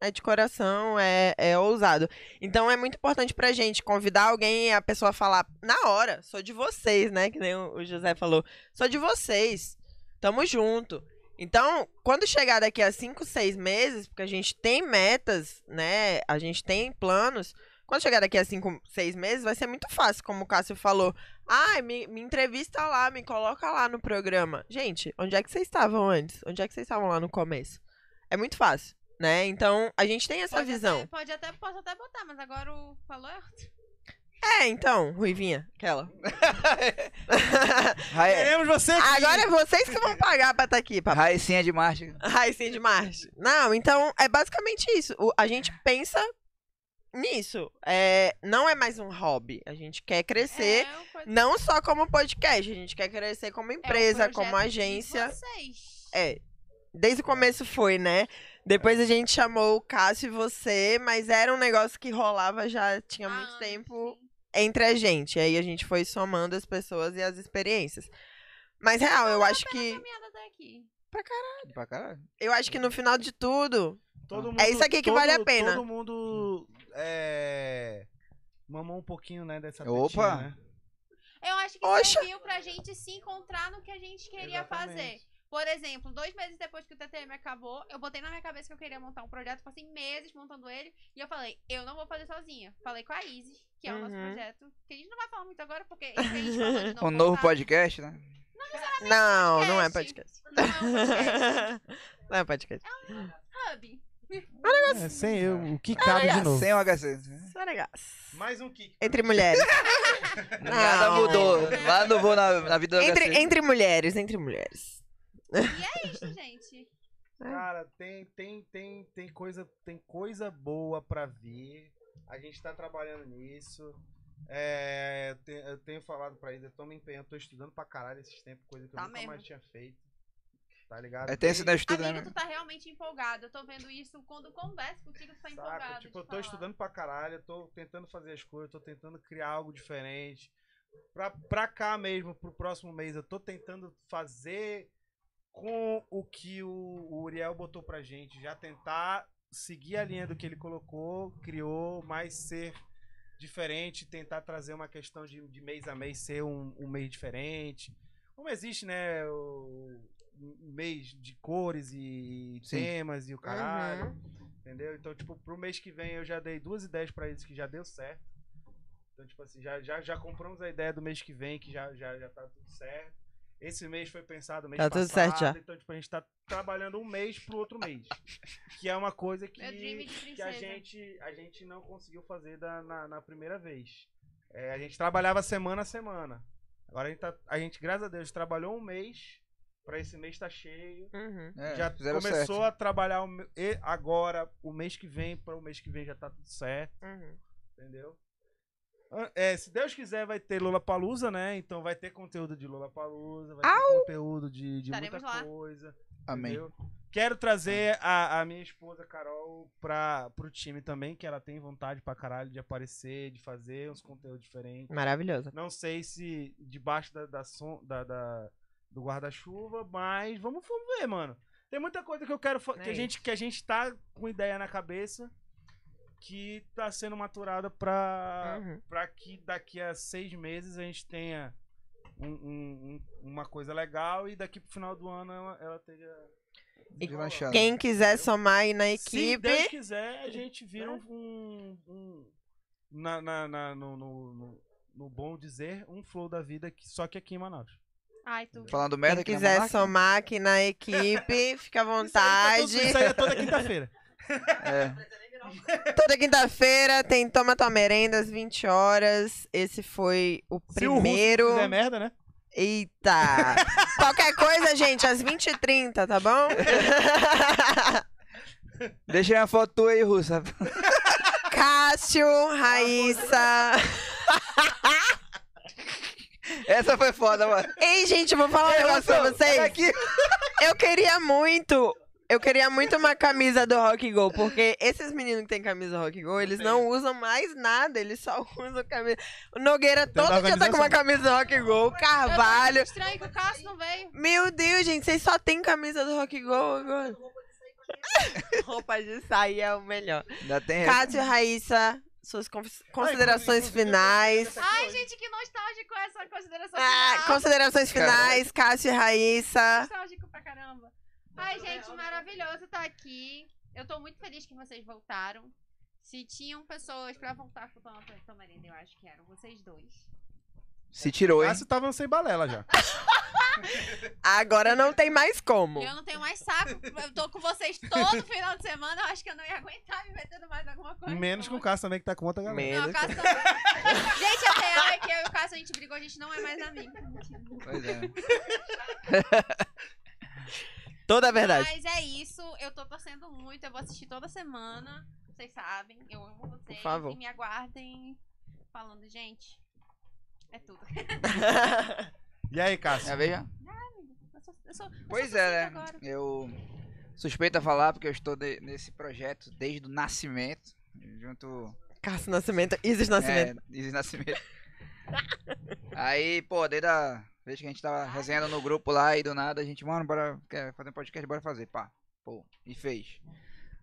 é de coração, é, é ousado. Então é muito importante pra gente convidar alguém e a pessoa falar na hora, sou de vocês, né? Que nem o o José falou, sou de vocês, tamo junto. Então, quando chegar daqui a cinco, seis meses, porque a gente tem metas, né? A gente tem planos. Quando chegar daqui a cinco, seis meses, vai ser muito fácil, como o Cássio falou. Ai, me, me entrevista lá, me coloca lá no programa. Gente, onde é que vocês estavam antes? Onde é que vocês estavam lá no começo? É muito fácil né? Então, a gente tem essa Pode visão. Até, pode até, posso até botar, mas agora o falou é outro. É, então, Ruivinha, aquela. Rai- Queremos você aqui. É. Agora é vocês que vão pagar pra estar aqui, papai. Raicinha de Marte. Raicinha de Marte. Não, então, é basicamente isso. O- a gente pensa nisso. É, não é mais um hobby. A gente quer crescer, É, uma coisa- não só como podcast, a gente quer crescer como é um empresa, projeto como de agência. vocês. É. Desde o começo foi, né? Depois a gente chamou o Cássio e você, mas era um negócio que rolava já tinha Há muito anos, tempo sim. entre a gente. Aí a gente foi somando as pessoas e as experiências. Mas real, eu acho Pela que caminhada até aqui. Pra caralho. eu acho que no final de tudo, Todo É isso aqui que todo- vale a pena. Todo mundo é, mamou um pouquinho, né, dessa Opa! tetinha, né? Eu acho que Oxa. serviu pra gente se encontrar no que a gente queria fazer. Exatamente. Por exemplo, dois meses depois que o TTM acabou, eu botei na minha cabeça que eu queria montar um projeto, passei meses montando ele, e eu falei, eu não vou fazer sozinha. Falei com a Isis, que é o nosso Uhum. projeto, que a gente não vai falar muito agora, porque isso que a gente falou de não Um novo voltar, podcast, né? não, não é podcast. podcast. não é um podcast, Não é podcast. hub. né? É, sem eu, o que cabe de novo. Sem o HC. Saragaço. Mais um kick. Entre mulheres. Nada Não. mudou. Lá não vou na, na vida do Ah, Entre, HC. entre mulheres, entre mulheres. E é isso, gente. É. Cara, tem, tem, tem, tem, coisa, tem coisa boa pra vir. A gente tá trabalhando nisso. É, te- eu tenho falado pra ele, eu tô me empenhando, tô estudando pra caralho esses tempos, coisa que eu Tá nunca mesmo. mais tinha feito. Tá ligado? É tenso, né? Estudo, Amiga, né? tu tá realmente empolgada. Eu tô vendo isso quando converso contigo, tu tá empolgada. Saca? Tipo, de eu tô falar. estudando pra caralho, eu tô tentando fazer as coisas, eu tô tentando criar algo diferente. Pra, pra cá mesmo, pro próximo mês, eu tô tentando fazer com o que o, o Uriel botou pra gente. Já tentar seguir a linha do que ele colocou, criou, mas ser diferente, tentar trazer uma questão de, de mês a mês ser um, um mês diferente. Como existe, né? O um mês de cores e Sim. temas e o caralho. Uhum. Entendeu? Então, tipo, pro mês que vem eu já dei duas ideias pra eles que já deu certo. Então, tipo assim, já, já, já compramos a ideia do mês que vem, que já, já, já tá tudo certo. Esse mês foi pensado mês Tá tudo passado. certo já. Então, tipo, a gente tá trabalhando um mês pro outro mês. que é uma coisa que Meu dream de que a princesa. gente, a gente não conseguiu fazer da- na, na primeira vez. É, a gente trabalhava semana a semana. Agora a gente, tá- a gente, graças a Deus, trabalhou um mês. Pra esse mês tá cheio. Uhum. É, já fizeram começou certo. a trabalhar o me- e agora, o mês que vem, para o mês que vem já tá tudo certo, Uhum. entendeu? Ah, é, se Deus quiser, vai ter Lula Palusa, né? Então vai ter conteúdo de Lula Palusa, vai ter conteúdo de, de muita Estaremos lá. coisa. Amém. Entendeu? Quero trazer a, a minha esposa, Carol, pra, pro time também, que ela tem vontade pra caralho de aparecer, de fazer uns conteúdos diferentes. Maravilhoso. Não sei se debaixo da, da, som- da- da- do guarda-chuva, mas vamos, vamos ver, mano. Tem muita coisa que eu quero fa- que a É gente que a gente tá com ideia na cabeça que tá sendo maturada pra, Uhum. para que daqui a seis meses a gente tenha um- um- um- uma coisa legal e daqui pro final do ano ela, ela esteja. E deslanchando. Quem quiser somar aí na Se equipe. Deus quiser, a gente vira um. um- um- na, na- na- no, no- no- no bom dizer, um flow da vida, que, só que aqui em Manaus. Ai, tu. Falando merda aqui Quem na quiser Monarca? somar aqui na equipe, fica à é Isso aí tá todo- vontade. Isso aí é toda quinta-feira. É. Toda quinta-feira tem Toma Tua Merenda às 20 horas. Esse foi o Se o Russo primeiro. fizer merda, né? Eita! Qualquer coisa, gente, às 20h30, tá bom? Deixa aí uma foto tua aí, Russa. Cássio, Raíssa. Essa foi foda, mano. Ei, gente, eu vou falar um Ei, negócio pra Russo, olha vocês. aqui. Eu queria muito. Eu queria muito uma camisa do Rock Go, porque esses meninos que têm camisa do Rock Go, eles não usam mais nada, eles só usam camisa. O Nogueira Tem da todo dia tá com uma camisa do Rock Go, o Eu tô Carvalho. achando Estranho que o Cássio não veio. Meu Deus, gente, vocês só tem camisa do Rock Go agora. Roupa de sair é o melhor. Ainda tem. Cássio e É. Raíssa, suas cons- considerações inclusive, Tá finais. Ai, gente, que nostálgico essa consideração. Ah, final. considerações finais, Cássio e Raíssa. nostálgico pra caramba. Ai, gente, maravilhoso estar aqui. Eu tô muito feliz que vocês voltaram. Se tinham pessoas pra voltar com o Tom Tamarina, eu acho que eram vocês dois. Se tirou, hein? Cássio tava sem balela já. Agora não tem mais como. E eu não tenho mais saco. Eu tô com vocês todo final de semana. Eu acho que eu não ia aguentar me metendo mais alguma coisa. Menos com o Então, Cássio também, que tá com outra galera. Não, Menos. o Cássio também. gente, a real é que eu e o Cássio, a gente brigou, a gente não é mais amigo. Pois é. Toda a verdade. Mas é isso, eu tô torcendo muito, eu vou assistir toda semana. Vocês sabem, eu amo vocês. Por favor. E me aguardem falando, gente. É tudo. E aí, Cássio? Minha vez já? Eu sou- eu sou- eu sou Pois sucinta é, né? agora. Eu suspeito a falar porque eu estou de- nesse projeto desde o nascimento. Junto. Cássio Nascimento, Isis Nascimento. É, desde o nascimento. Aí, pô, desde a. Desde que a gente tava resenhando no grupo lá e do nada a gente, mano, bora quer fazer um podcast, bora fazer, pá. Pô, e fez.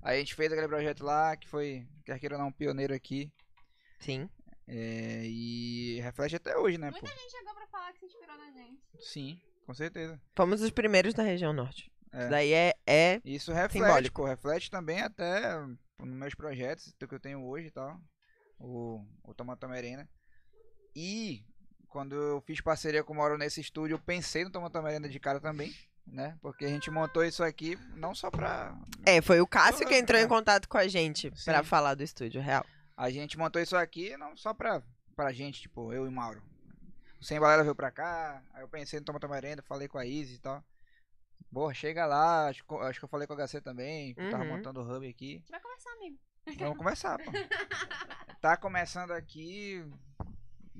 Aí a gente fez aquele projeto lá que foi, quer queira ou não, um pioneiro aqui. Sim. é, e reflete até hoje, né, Muita pô? gente chegou pra falar que se inspirou na gente. Sim, com certeza. Fomos os primeiros da região norte. É. Isso daí é, é Isso reflete, Simbólico. pô, reflete também até nos meus projetos, do que eu tenho hoje e tal. O, o Tomata Merenda. E quando eu fiz parceria com o Mauro nesse estúdio, eu pensei no Tomata Merenda de cara também, né? Porque a gente montou isso aqui não só pra. É, foi o Cássio que entrou É. em contato com a gente Sim. pra falar do estúdio real. A gente montou isso aqui não só pra, pra gente, tipo, eu e o Mauro. O Sem Valera veio pra cá, aí eu pensei no Tomata Merenda, falei com a Izzy e tal. Boa, chega lá, acho, que- acho que eu falei com a HC também, que eu tava Uhum. montando o hub aqui. A gente vai conversar, amigo. Vamos conversar, pô. Tá começando aqui.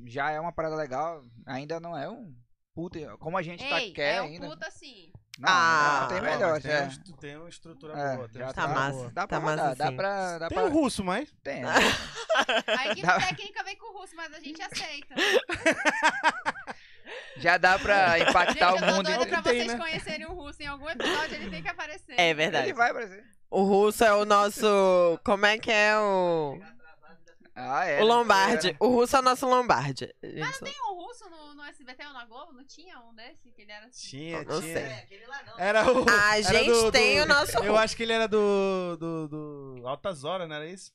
Já é uma parada legal. Ainda não é um puta. Como a gente tá Ei, quer é ainda. um puta assim. Não, Ah. não tem Pô, melhor. mas já. Tem, um- tem uma estrutura É, boa. Tem uma já Tá estrutura massa. boa. Dá Tá pra massa, rodar, dá sim. pra. Dá Tem um pra... o russo, mas. Tem. né? A equipe técnica vem com o russo, mas a gente aceita. Gente, Já dá pra impactar eu o tô Tá mundo doida pra inteiro. vocês né? conhecerem o russo. Em algum episódio ele tem que aparecer. É Ele verdade. vai aparecer. O russo é o nosso. Como é que é o. Ah, é. O Lombardi. O russo é o nosso Lombardi. Gente, Tem um russo no, no SBT ou na Globo? Não tinha um desse? Que ele era assim. Tinha, Não tinha. sei. aquele lá não. Era o. A era gente do- tem do- o nosso. Eu acho que ele era do. do, do Altas Horas, não era isso?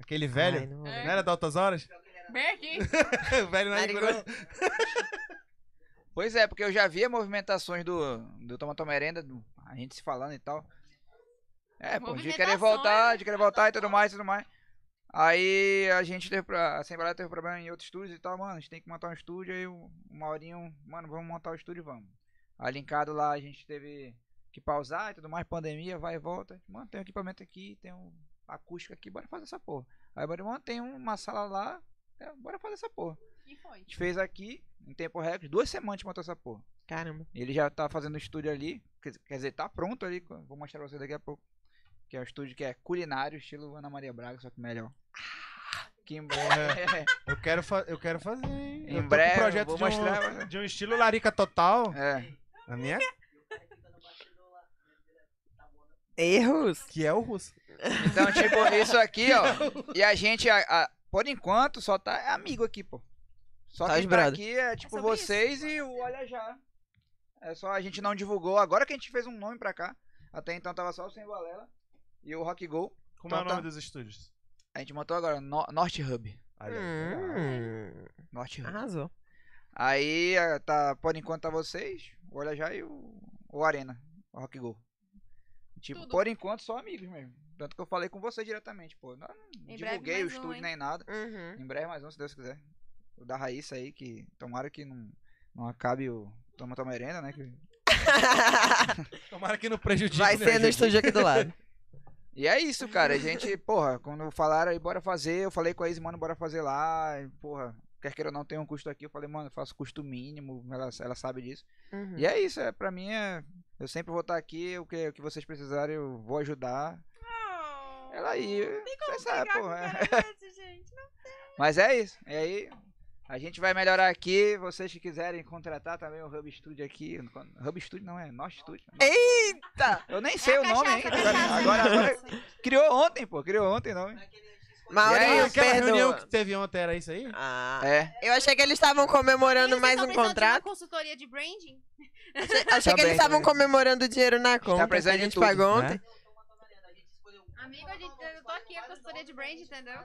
Aquele velho. Ai, não um, vou É, né? lembrar. assim. Não é era do Altas Horas? Vem aqui. o velho na Narigudo. ignorância. Pois é, porque eu já via movimentações do, do Tomatão Merenda, do- a gente se falando e tal. É, pô, de querer Movimentações, voltar, né? de querer voltar e tudo mais, tudo mais. Aí a gente teve pra. A Assembleia teve problema em outros estúdios e tal, mano. A gente tem que montar um estúdio. Aí o Maurinho, mano, vamos montar o estúdio, vamos. Aí linkado lá a gente teve que pausar e tudo mais, pandemia, vai e volta. Mano, tem um equipamento aqui, tem um acústico aqui, bora fazer essa porra. Aí, bora, mano, tem uma sala lá, é, bora fazer essa porra. E A foi. gente fez aqui, em tempo recorde, duas semanas a gente montou essa porra. Caramba. Ele já tá fazendo o estúdio ali. Quer dizer- quer dizer, tá pronto ali. co- Vou mostrar pra vocês daqui a pouco. Que é um estúdio que é culinário, estilo Ana Maria Braga, só que melhor. Ah! Que né? em breve. Eu quero, fa- eu quero fazer, hein? Em Eu tô com breve, um projeto vou de, um- mostrar. de um estilo larica total. é. A minha? Erros. Que é o russo. Então, tipo, isso aqui, ó. E a gente, a- a- por enquanto, só tá amigo aqui, pô. Só Tá que os tá brother. aqui é tipo sobre isso? vocês e o Olha Já. É só a gente não divulgou. Agora que a gente fez um nome pra cá. Até então tava só o Sem Valela e o Rock Go. Como é Então Tota- o nome tá. dos estúdios? A gente montou agora no Norte Hub. Olha aí. Hum, Norte Ah. Hub. arrasou. Aí, ah, tá, por enquanto tá vocês, o Olha Já e o, o Arena, o Rock Go. Tipo, Tudo. por enquanto só amigos mesmo. Tanto que eu falei com vocês diretamente, pô. Não, não Em breve divulguei o mais um, estúdio hein? nem nada. Uhum. Em breve mais um, se Deus quiser. O da Raíssa aí, que tomara que não, não acabe o Toma Toma Arena, né? que- Tomara que não prejudique. Vai né, ser no gente? estúdio aqui do lado. E é isso, cara. A gente, porra, quando falaram aí, bora fazer, eu falei com a Izzy, mano, bora fazer lá. E, porra, quer queira ou não, tem um custo aqui. Eu falei, mano, eu faço custo mínimo, ela, ela sabe disso. Uhum. E é isso, é, pra mim é. Eu sempre vou estar aqui, o que, o que vocês precisarem eu vou ajudar. Oh, Ela aí, você sabe, brigar com pô. um é. cara desse, gente. Mas é isso, e aí a gente vai melhorar aqui. Vocês que quiserem contratar também o Hub Studio aqui. Hub Studio não é, Norte Studio. Eita! Eu nem sei É o a nome ainda. cachaça, a Agora, cachaça, né? agora, a agora- cachaça. criou ontem, pô, criou ontem o nome. Maurinho, Ah, aquela reunião perdoa. que teve ontem era isso aí? Ah, É, eu achei que eles estavam comemorando Vocês mais estão um precisando de uma contrato. consultoria de branding? Achei, achei que Também, eles estavam também. comemorando o dinheiro na conta que precisando a de gente tudo, pagou né? ontem. Amigo, a gente- eu tô aqui, a consultoria de brand, entendeu?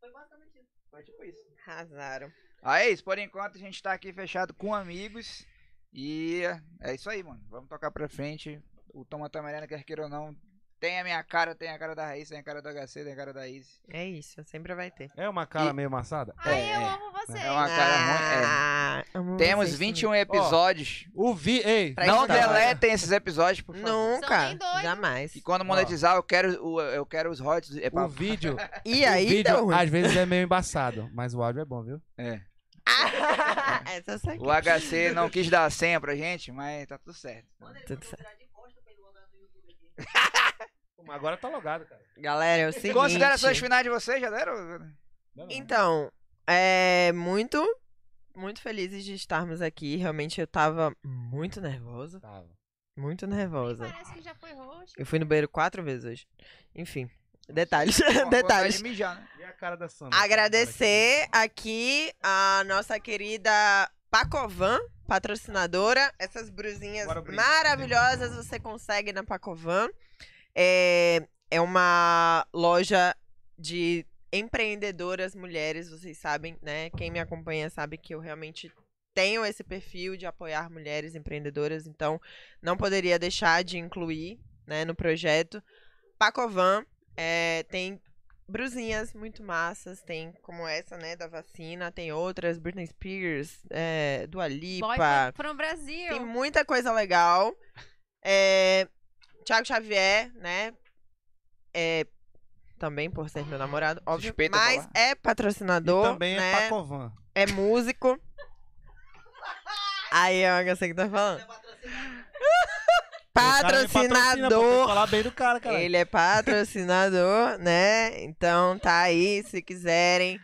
Foi basicamente isso. foi tipo isso. Arrasaram. Aí é isso, por enquanto a gente tá aqui fechado com amigos. E é isso aí, mano. Vamos tocar pra frente. O Toma Tamarena, quer queira ou não, tem a minha cara, tem a cara da Raíssa, tem a cara do HC, tem a cara da Izzy. É isso, sempre vai ter. É uma cara E- meio amassada? Ai, eu é. amo vocês. É uma cara ruim, é. amo Temos vocês 21 episódios. O vi. Ei, Pra Não escutar. deletem esses episódios, por também. favor. São Nunca, nem dois. jamais. E quando monetizar, eu quero, o- eu quero os hot. É pra... O vídeo, E o aí, deu vídeo ruim. às vezes é meio embaçado, mas o áudio é bom, viu? É. Essa é eu sei. O HC não quis dar a senha pra gente, mas tá tudo certo. Manda ele Tudo me certo. procurar de costa pra ele logar no YouTube aqui. Mas Agora tá logado, cara. Galera, é o seguinte. Considerações finais de vocês, já deram? Não, não. Então, é muito, muito felizes de estarmos aqui. Realmente eu tava muito nervosa, Tava. muito nervosa. Parece que já foi roxo. Eu fui no banheiro quatro vezes hoje. Enfim, detalhes, Pô, vontade detalhes. de mijar, né? E a cara da Sandra? Agradecer aqui a nossa querida Pacovan, patrocinadora. Essas brusinhas Bora, brinde. maravilhosas você consegue na Pacovan. É, é uma loja de empreendedoras mulheres, vocês sabem, né? Quem me acompanha sabe que eu realmente tenho esse perfil de apoiar mulheres empreendedoras, então não poderia deixar de incluir, né, no projeto. Pacovan é, tem brusinhas muito massas, tem como essa, né, da vacina, tem outras, Britney Spears, é, Dua Boy tá Lipa. from- from Brasil. Tem muita coisa legal. É, Tiago Xavier, né? É, também por ser meu namorado, óbvio. Suspeito eu mas falar. é E patrocinador, também né? é Pacovan. É músico. Aí, ó, eu sei o que tá falando. é Patrocinador. Falar bem do cara, cara. Ele é patrocinador, né? Então tá aí, se quiserem.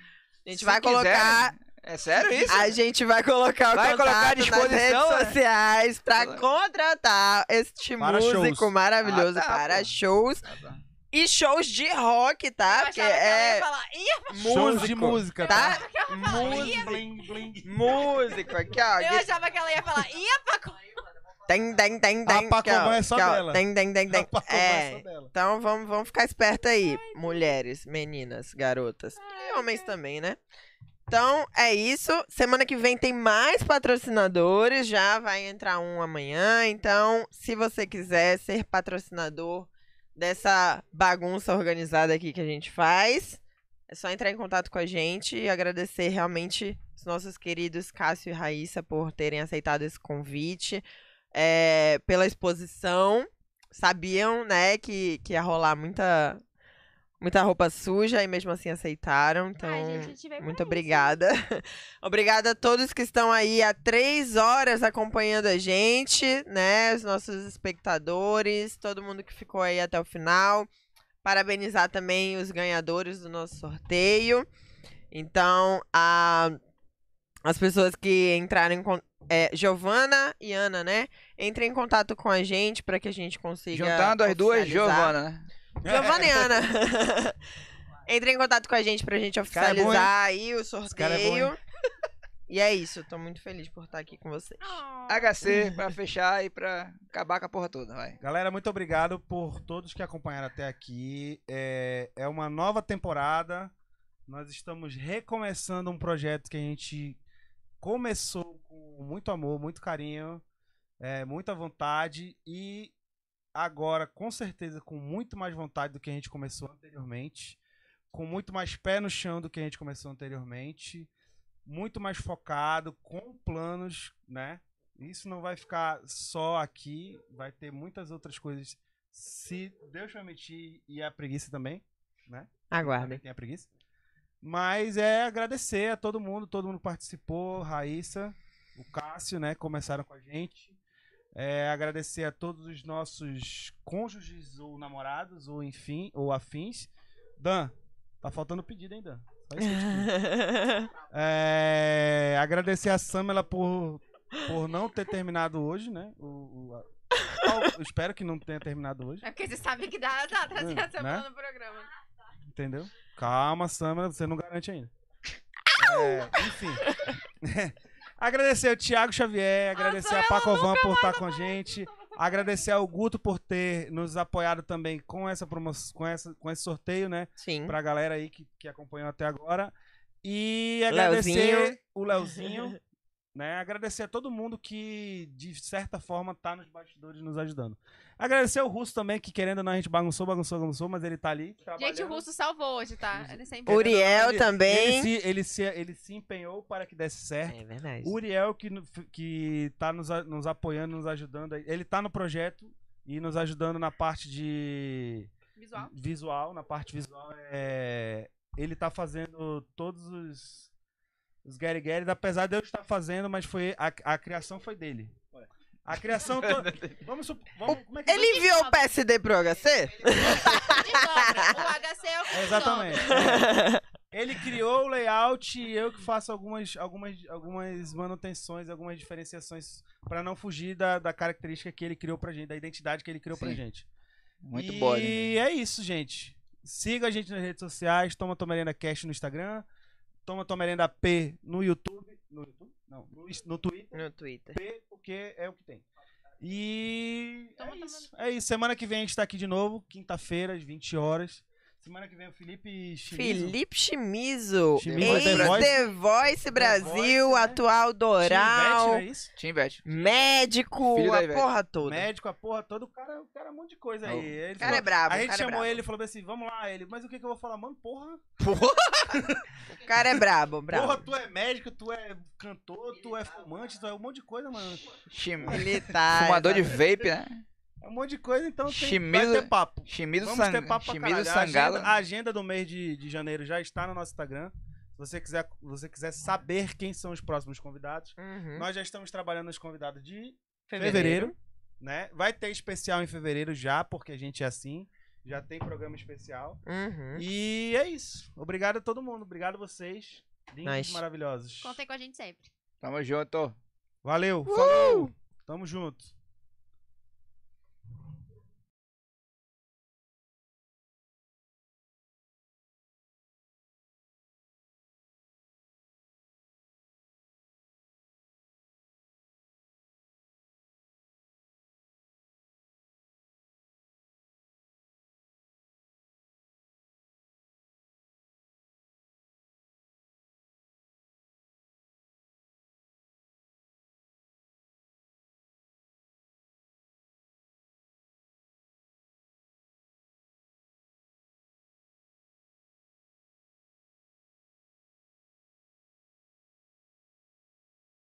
A gente Se vai colocar, É sério isso? a gente vai colocar o Vai contato colocar à nas disposição, né? redes sociais pra contratar este Para músico shows. maravilhoso Ah, tá, para pô. shows Ah, tá. e shows de rock, Eu tá? achava Porque que ela né? ia é falar. Ih, Shows de músico, música, tá? Música. Bling, bling. Músico aqui, ó. eu Que achava que ela ia falar. Ih, a Paco. tem, tem, tem, tem. A Pacoban aqui, ó, é só aqui, ó. dela. Tem, tem, tem, tem. Pacovan É. só dela. Então vamos, vamos ficar esperto aí, mulheres, meninas, garotas. e homens também, né? Então é isso. Semana que vem tem mais patrocinadores. Já vai entrar um amanhã. Então, se você quiser ser patrocinador dessa bagunça organizada aqui que a gente faz, é só entrar em contato com a gente e agradecer realmente os nossos queridos Cássio e Raíssa por terem aceitado esse convite, é, pela exposição. Sabiam, né, que, que ia rolar muita, muita roupa suja e mesmo assim aceitaram. Então... Ai, gente, a gente veio pra Muito isso. obrigada. obrigada a todos que estão aí há três horas acompanhando a gente, né? Os nossos espectadores, todo mundo que ficou aí até o final. Parabenizar também os ganhadores do nosso sorteio. Então, a- as pessoas que entraram em con- é, Giovana e Ana, né? Entrem em contato com a gente para que a gente consiga. Juntando as duas, oficializar. Giovana, né? Giovana e Ana. Entre em contato com a gente pra gente cara é bom, hein? oficializar aí o cara é bom, sorteio. e é isso, tô muito feliz por estar aqui com vocês. Ah. HC pra fechar e pra acabar com a porra toda, vai. Galera, muito obrigado por todos que acompanharam até aqui. É, é uma nova temporada. Nós estamos recomeçando um projeto que a gente começou com muito amor, muito carinho, é, muita vontade e agora, com certeza, com muito mais vontade do que a gente começou anteriormente, com muito mais pé no chão do que a gente começou anteriormente, muito mais focado, com planos, né? Isso não vai ficar só aqui, vai ter muitas outras coisas, se Deus permitir, e a preguiça também, também Aguardem. tem a preguiça. Mas é agradecer a todo mundo, todo mundo que participou, Raíssa, o Cássio, né, começaram com a gente. É, agradecer a todos os nossos cônjuges ou namorados, ou enfim, ou afins. Dan, tá faltando pedido, hein, Dan? Só isso que eu te digo. É, agradecer a Samela por, por não ter terminado hoje, né? O, o- a- tal- eu espero que não tenha terminado hoje, É porque você sabe que dá, dá Hum, trazer a semana né? no programa. entendeu? Calma, Samela, você não garante ainda. É, enfim. agradecer ao Thiago Xavier, agradecer a Pacovan por estar com a gente. Agradecer ao Guto por ter nos apoiado também com essa promoção, com, essa, com esse sorteio, né? Sim. Pra galera aí que, que acompanhou até agora. E Leozinho. agradecer o Leozinho, né? Agradecer a todo mundo que, de certa forma, tá nos bastidores nos ajudando. Agradecer o Russo também, que querendo ou não, a gente bagunçou, bagunçou, bagunçou, mas ele tá ali. trabalhando. Gente, o Russo salvou hoje, tá? Ele sempre Uriel Ele- Ele também. se, ele, se, ele se empenhou para que desse certo. É verdade. Uriel, que, no- que tá nos, a- nos apoiando, nos ajudando. aí. Ele tá no projeto e nos ajudando na parte de visual. visual, na parte visual, é... ele tá fazendo todos os, os Gary Gary, apesar de eu estar fazendo, mas foi a, a criação foi dele. A criação. to- Vamos supor. Vamos, como é que Ele enviou o PSD pro HC? De dobra. O HC é o que É, Exatamente. É. Ele criou o layout e eu que faço algumas, algumas, algumas manutenções, algumas diferenciações pra não fugir da, da característica que ele criou pra gente, da identidade que ele criou pra Sim. gente. Muito e bode. né? é isso, gente. Siga a gente nas redes sociais, Toma Tua Merenda Cast no Instagram, Toma Tua Merenda P no YouTube, no YouTube? Não, no, Inst- no Twitter, No Twitter. porque é o que tem. E Toma é Tua isso. É isso. Semana que vem a gente tá aqui de novo, quinta-feira, às 20 horas. Semana que vem o Felipe Chimizo. Felipe Chimizo, Chimizo, ex The Voice. The Voice né? Brasil, Voice, né? atual Chimivete, Doral, não é isso? Team Bet. médico, Filho da a Ivete. porra toda. Médico, a porra toda, o cara, o cara é um monte de coisa aí. Oh. Ele O cara é falou- brabo, a o gente cara é chamou brabo. ele e falou assim: vamos lá, ele, mas o que, que eu vou falar? Mano, porra, O cara é brabo, brabo. porra, tu é médico, tu é cantor, tu é fumante, tu é um monte de coisa, mano. Chim... Militar. Fumador de vape, né? É um monte de coisa, então tem, vai Chimizo- ter papo. Chimido, Vamos sang... ter papo pra Chimido caralho. A agenda, Sangalo. a agenda do mês de, de janeiro já está no nosso Instagram. Se você quiser, se você quiser saber quem são os próximos convidados, Uhum. nós já estamos trabalhando os convidados de Fevereiro. fevereiro, né? Vai ter especial em fevereiro já, porque a gente é assim. Já tem programa especial. Uhum. E é isso. Obrigado a todo mundo. Obrigado a vocês. Lindos, Nice. maravilhosos. Contem com a gente sempre. Tamo junto. Valeu. Falou. Tamo junto.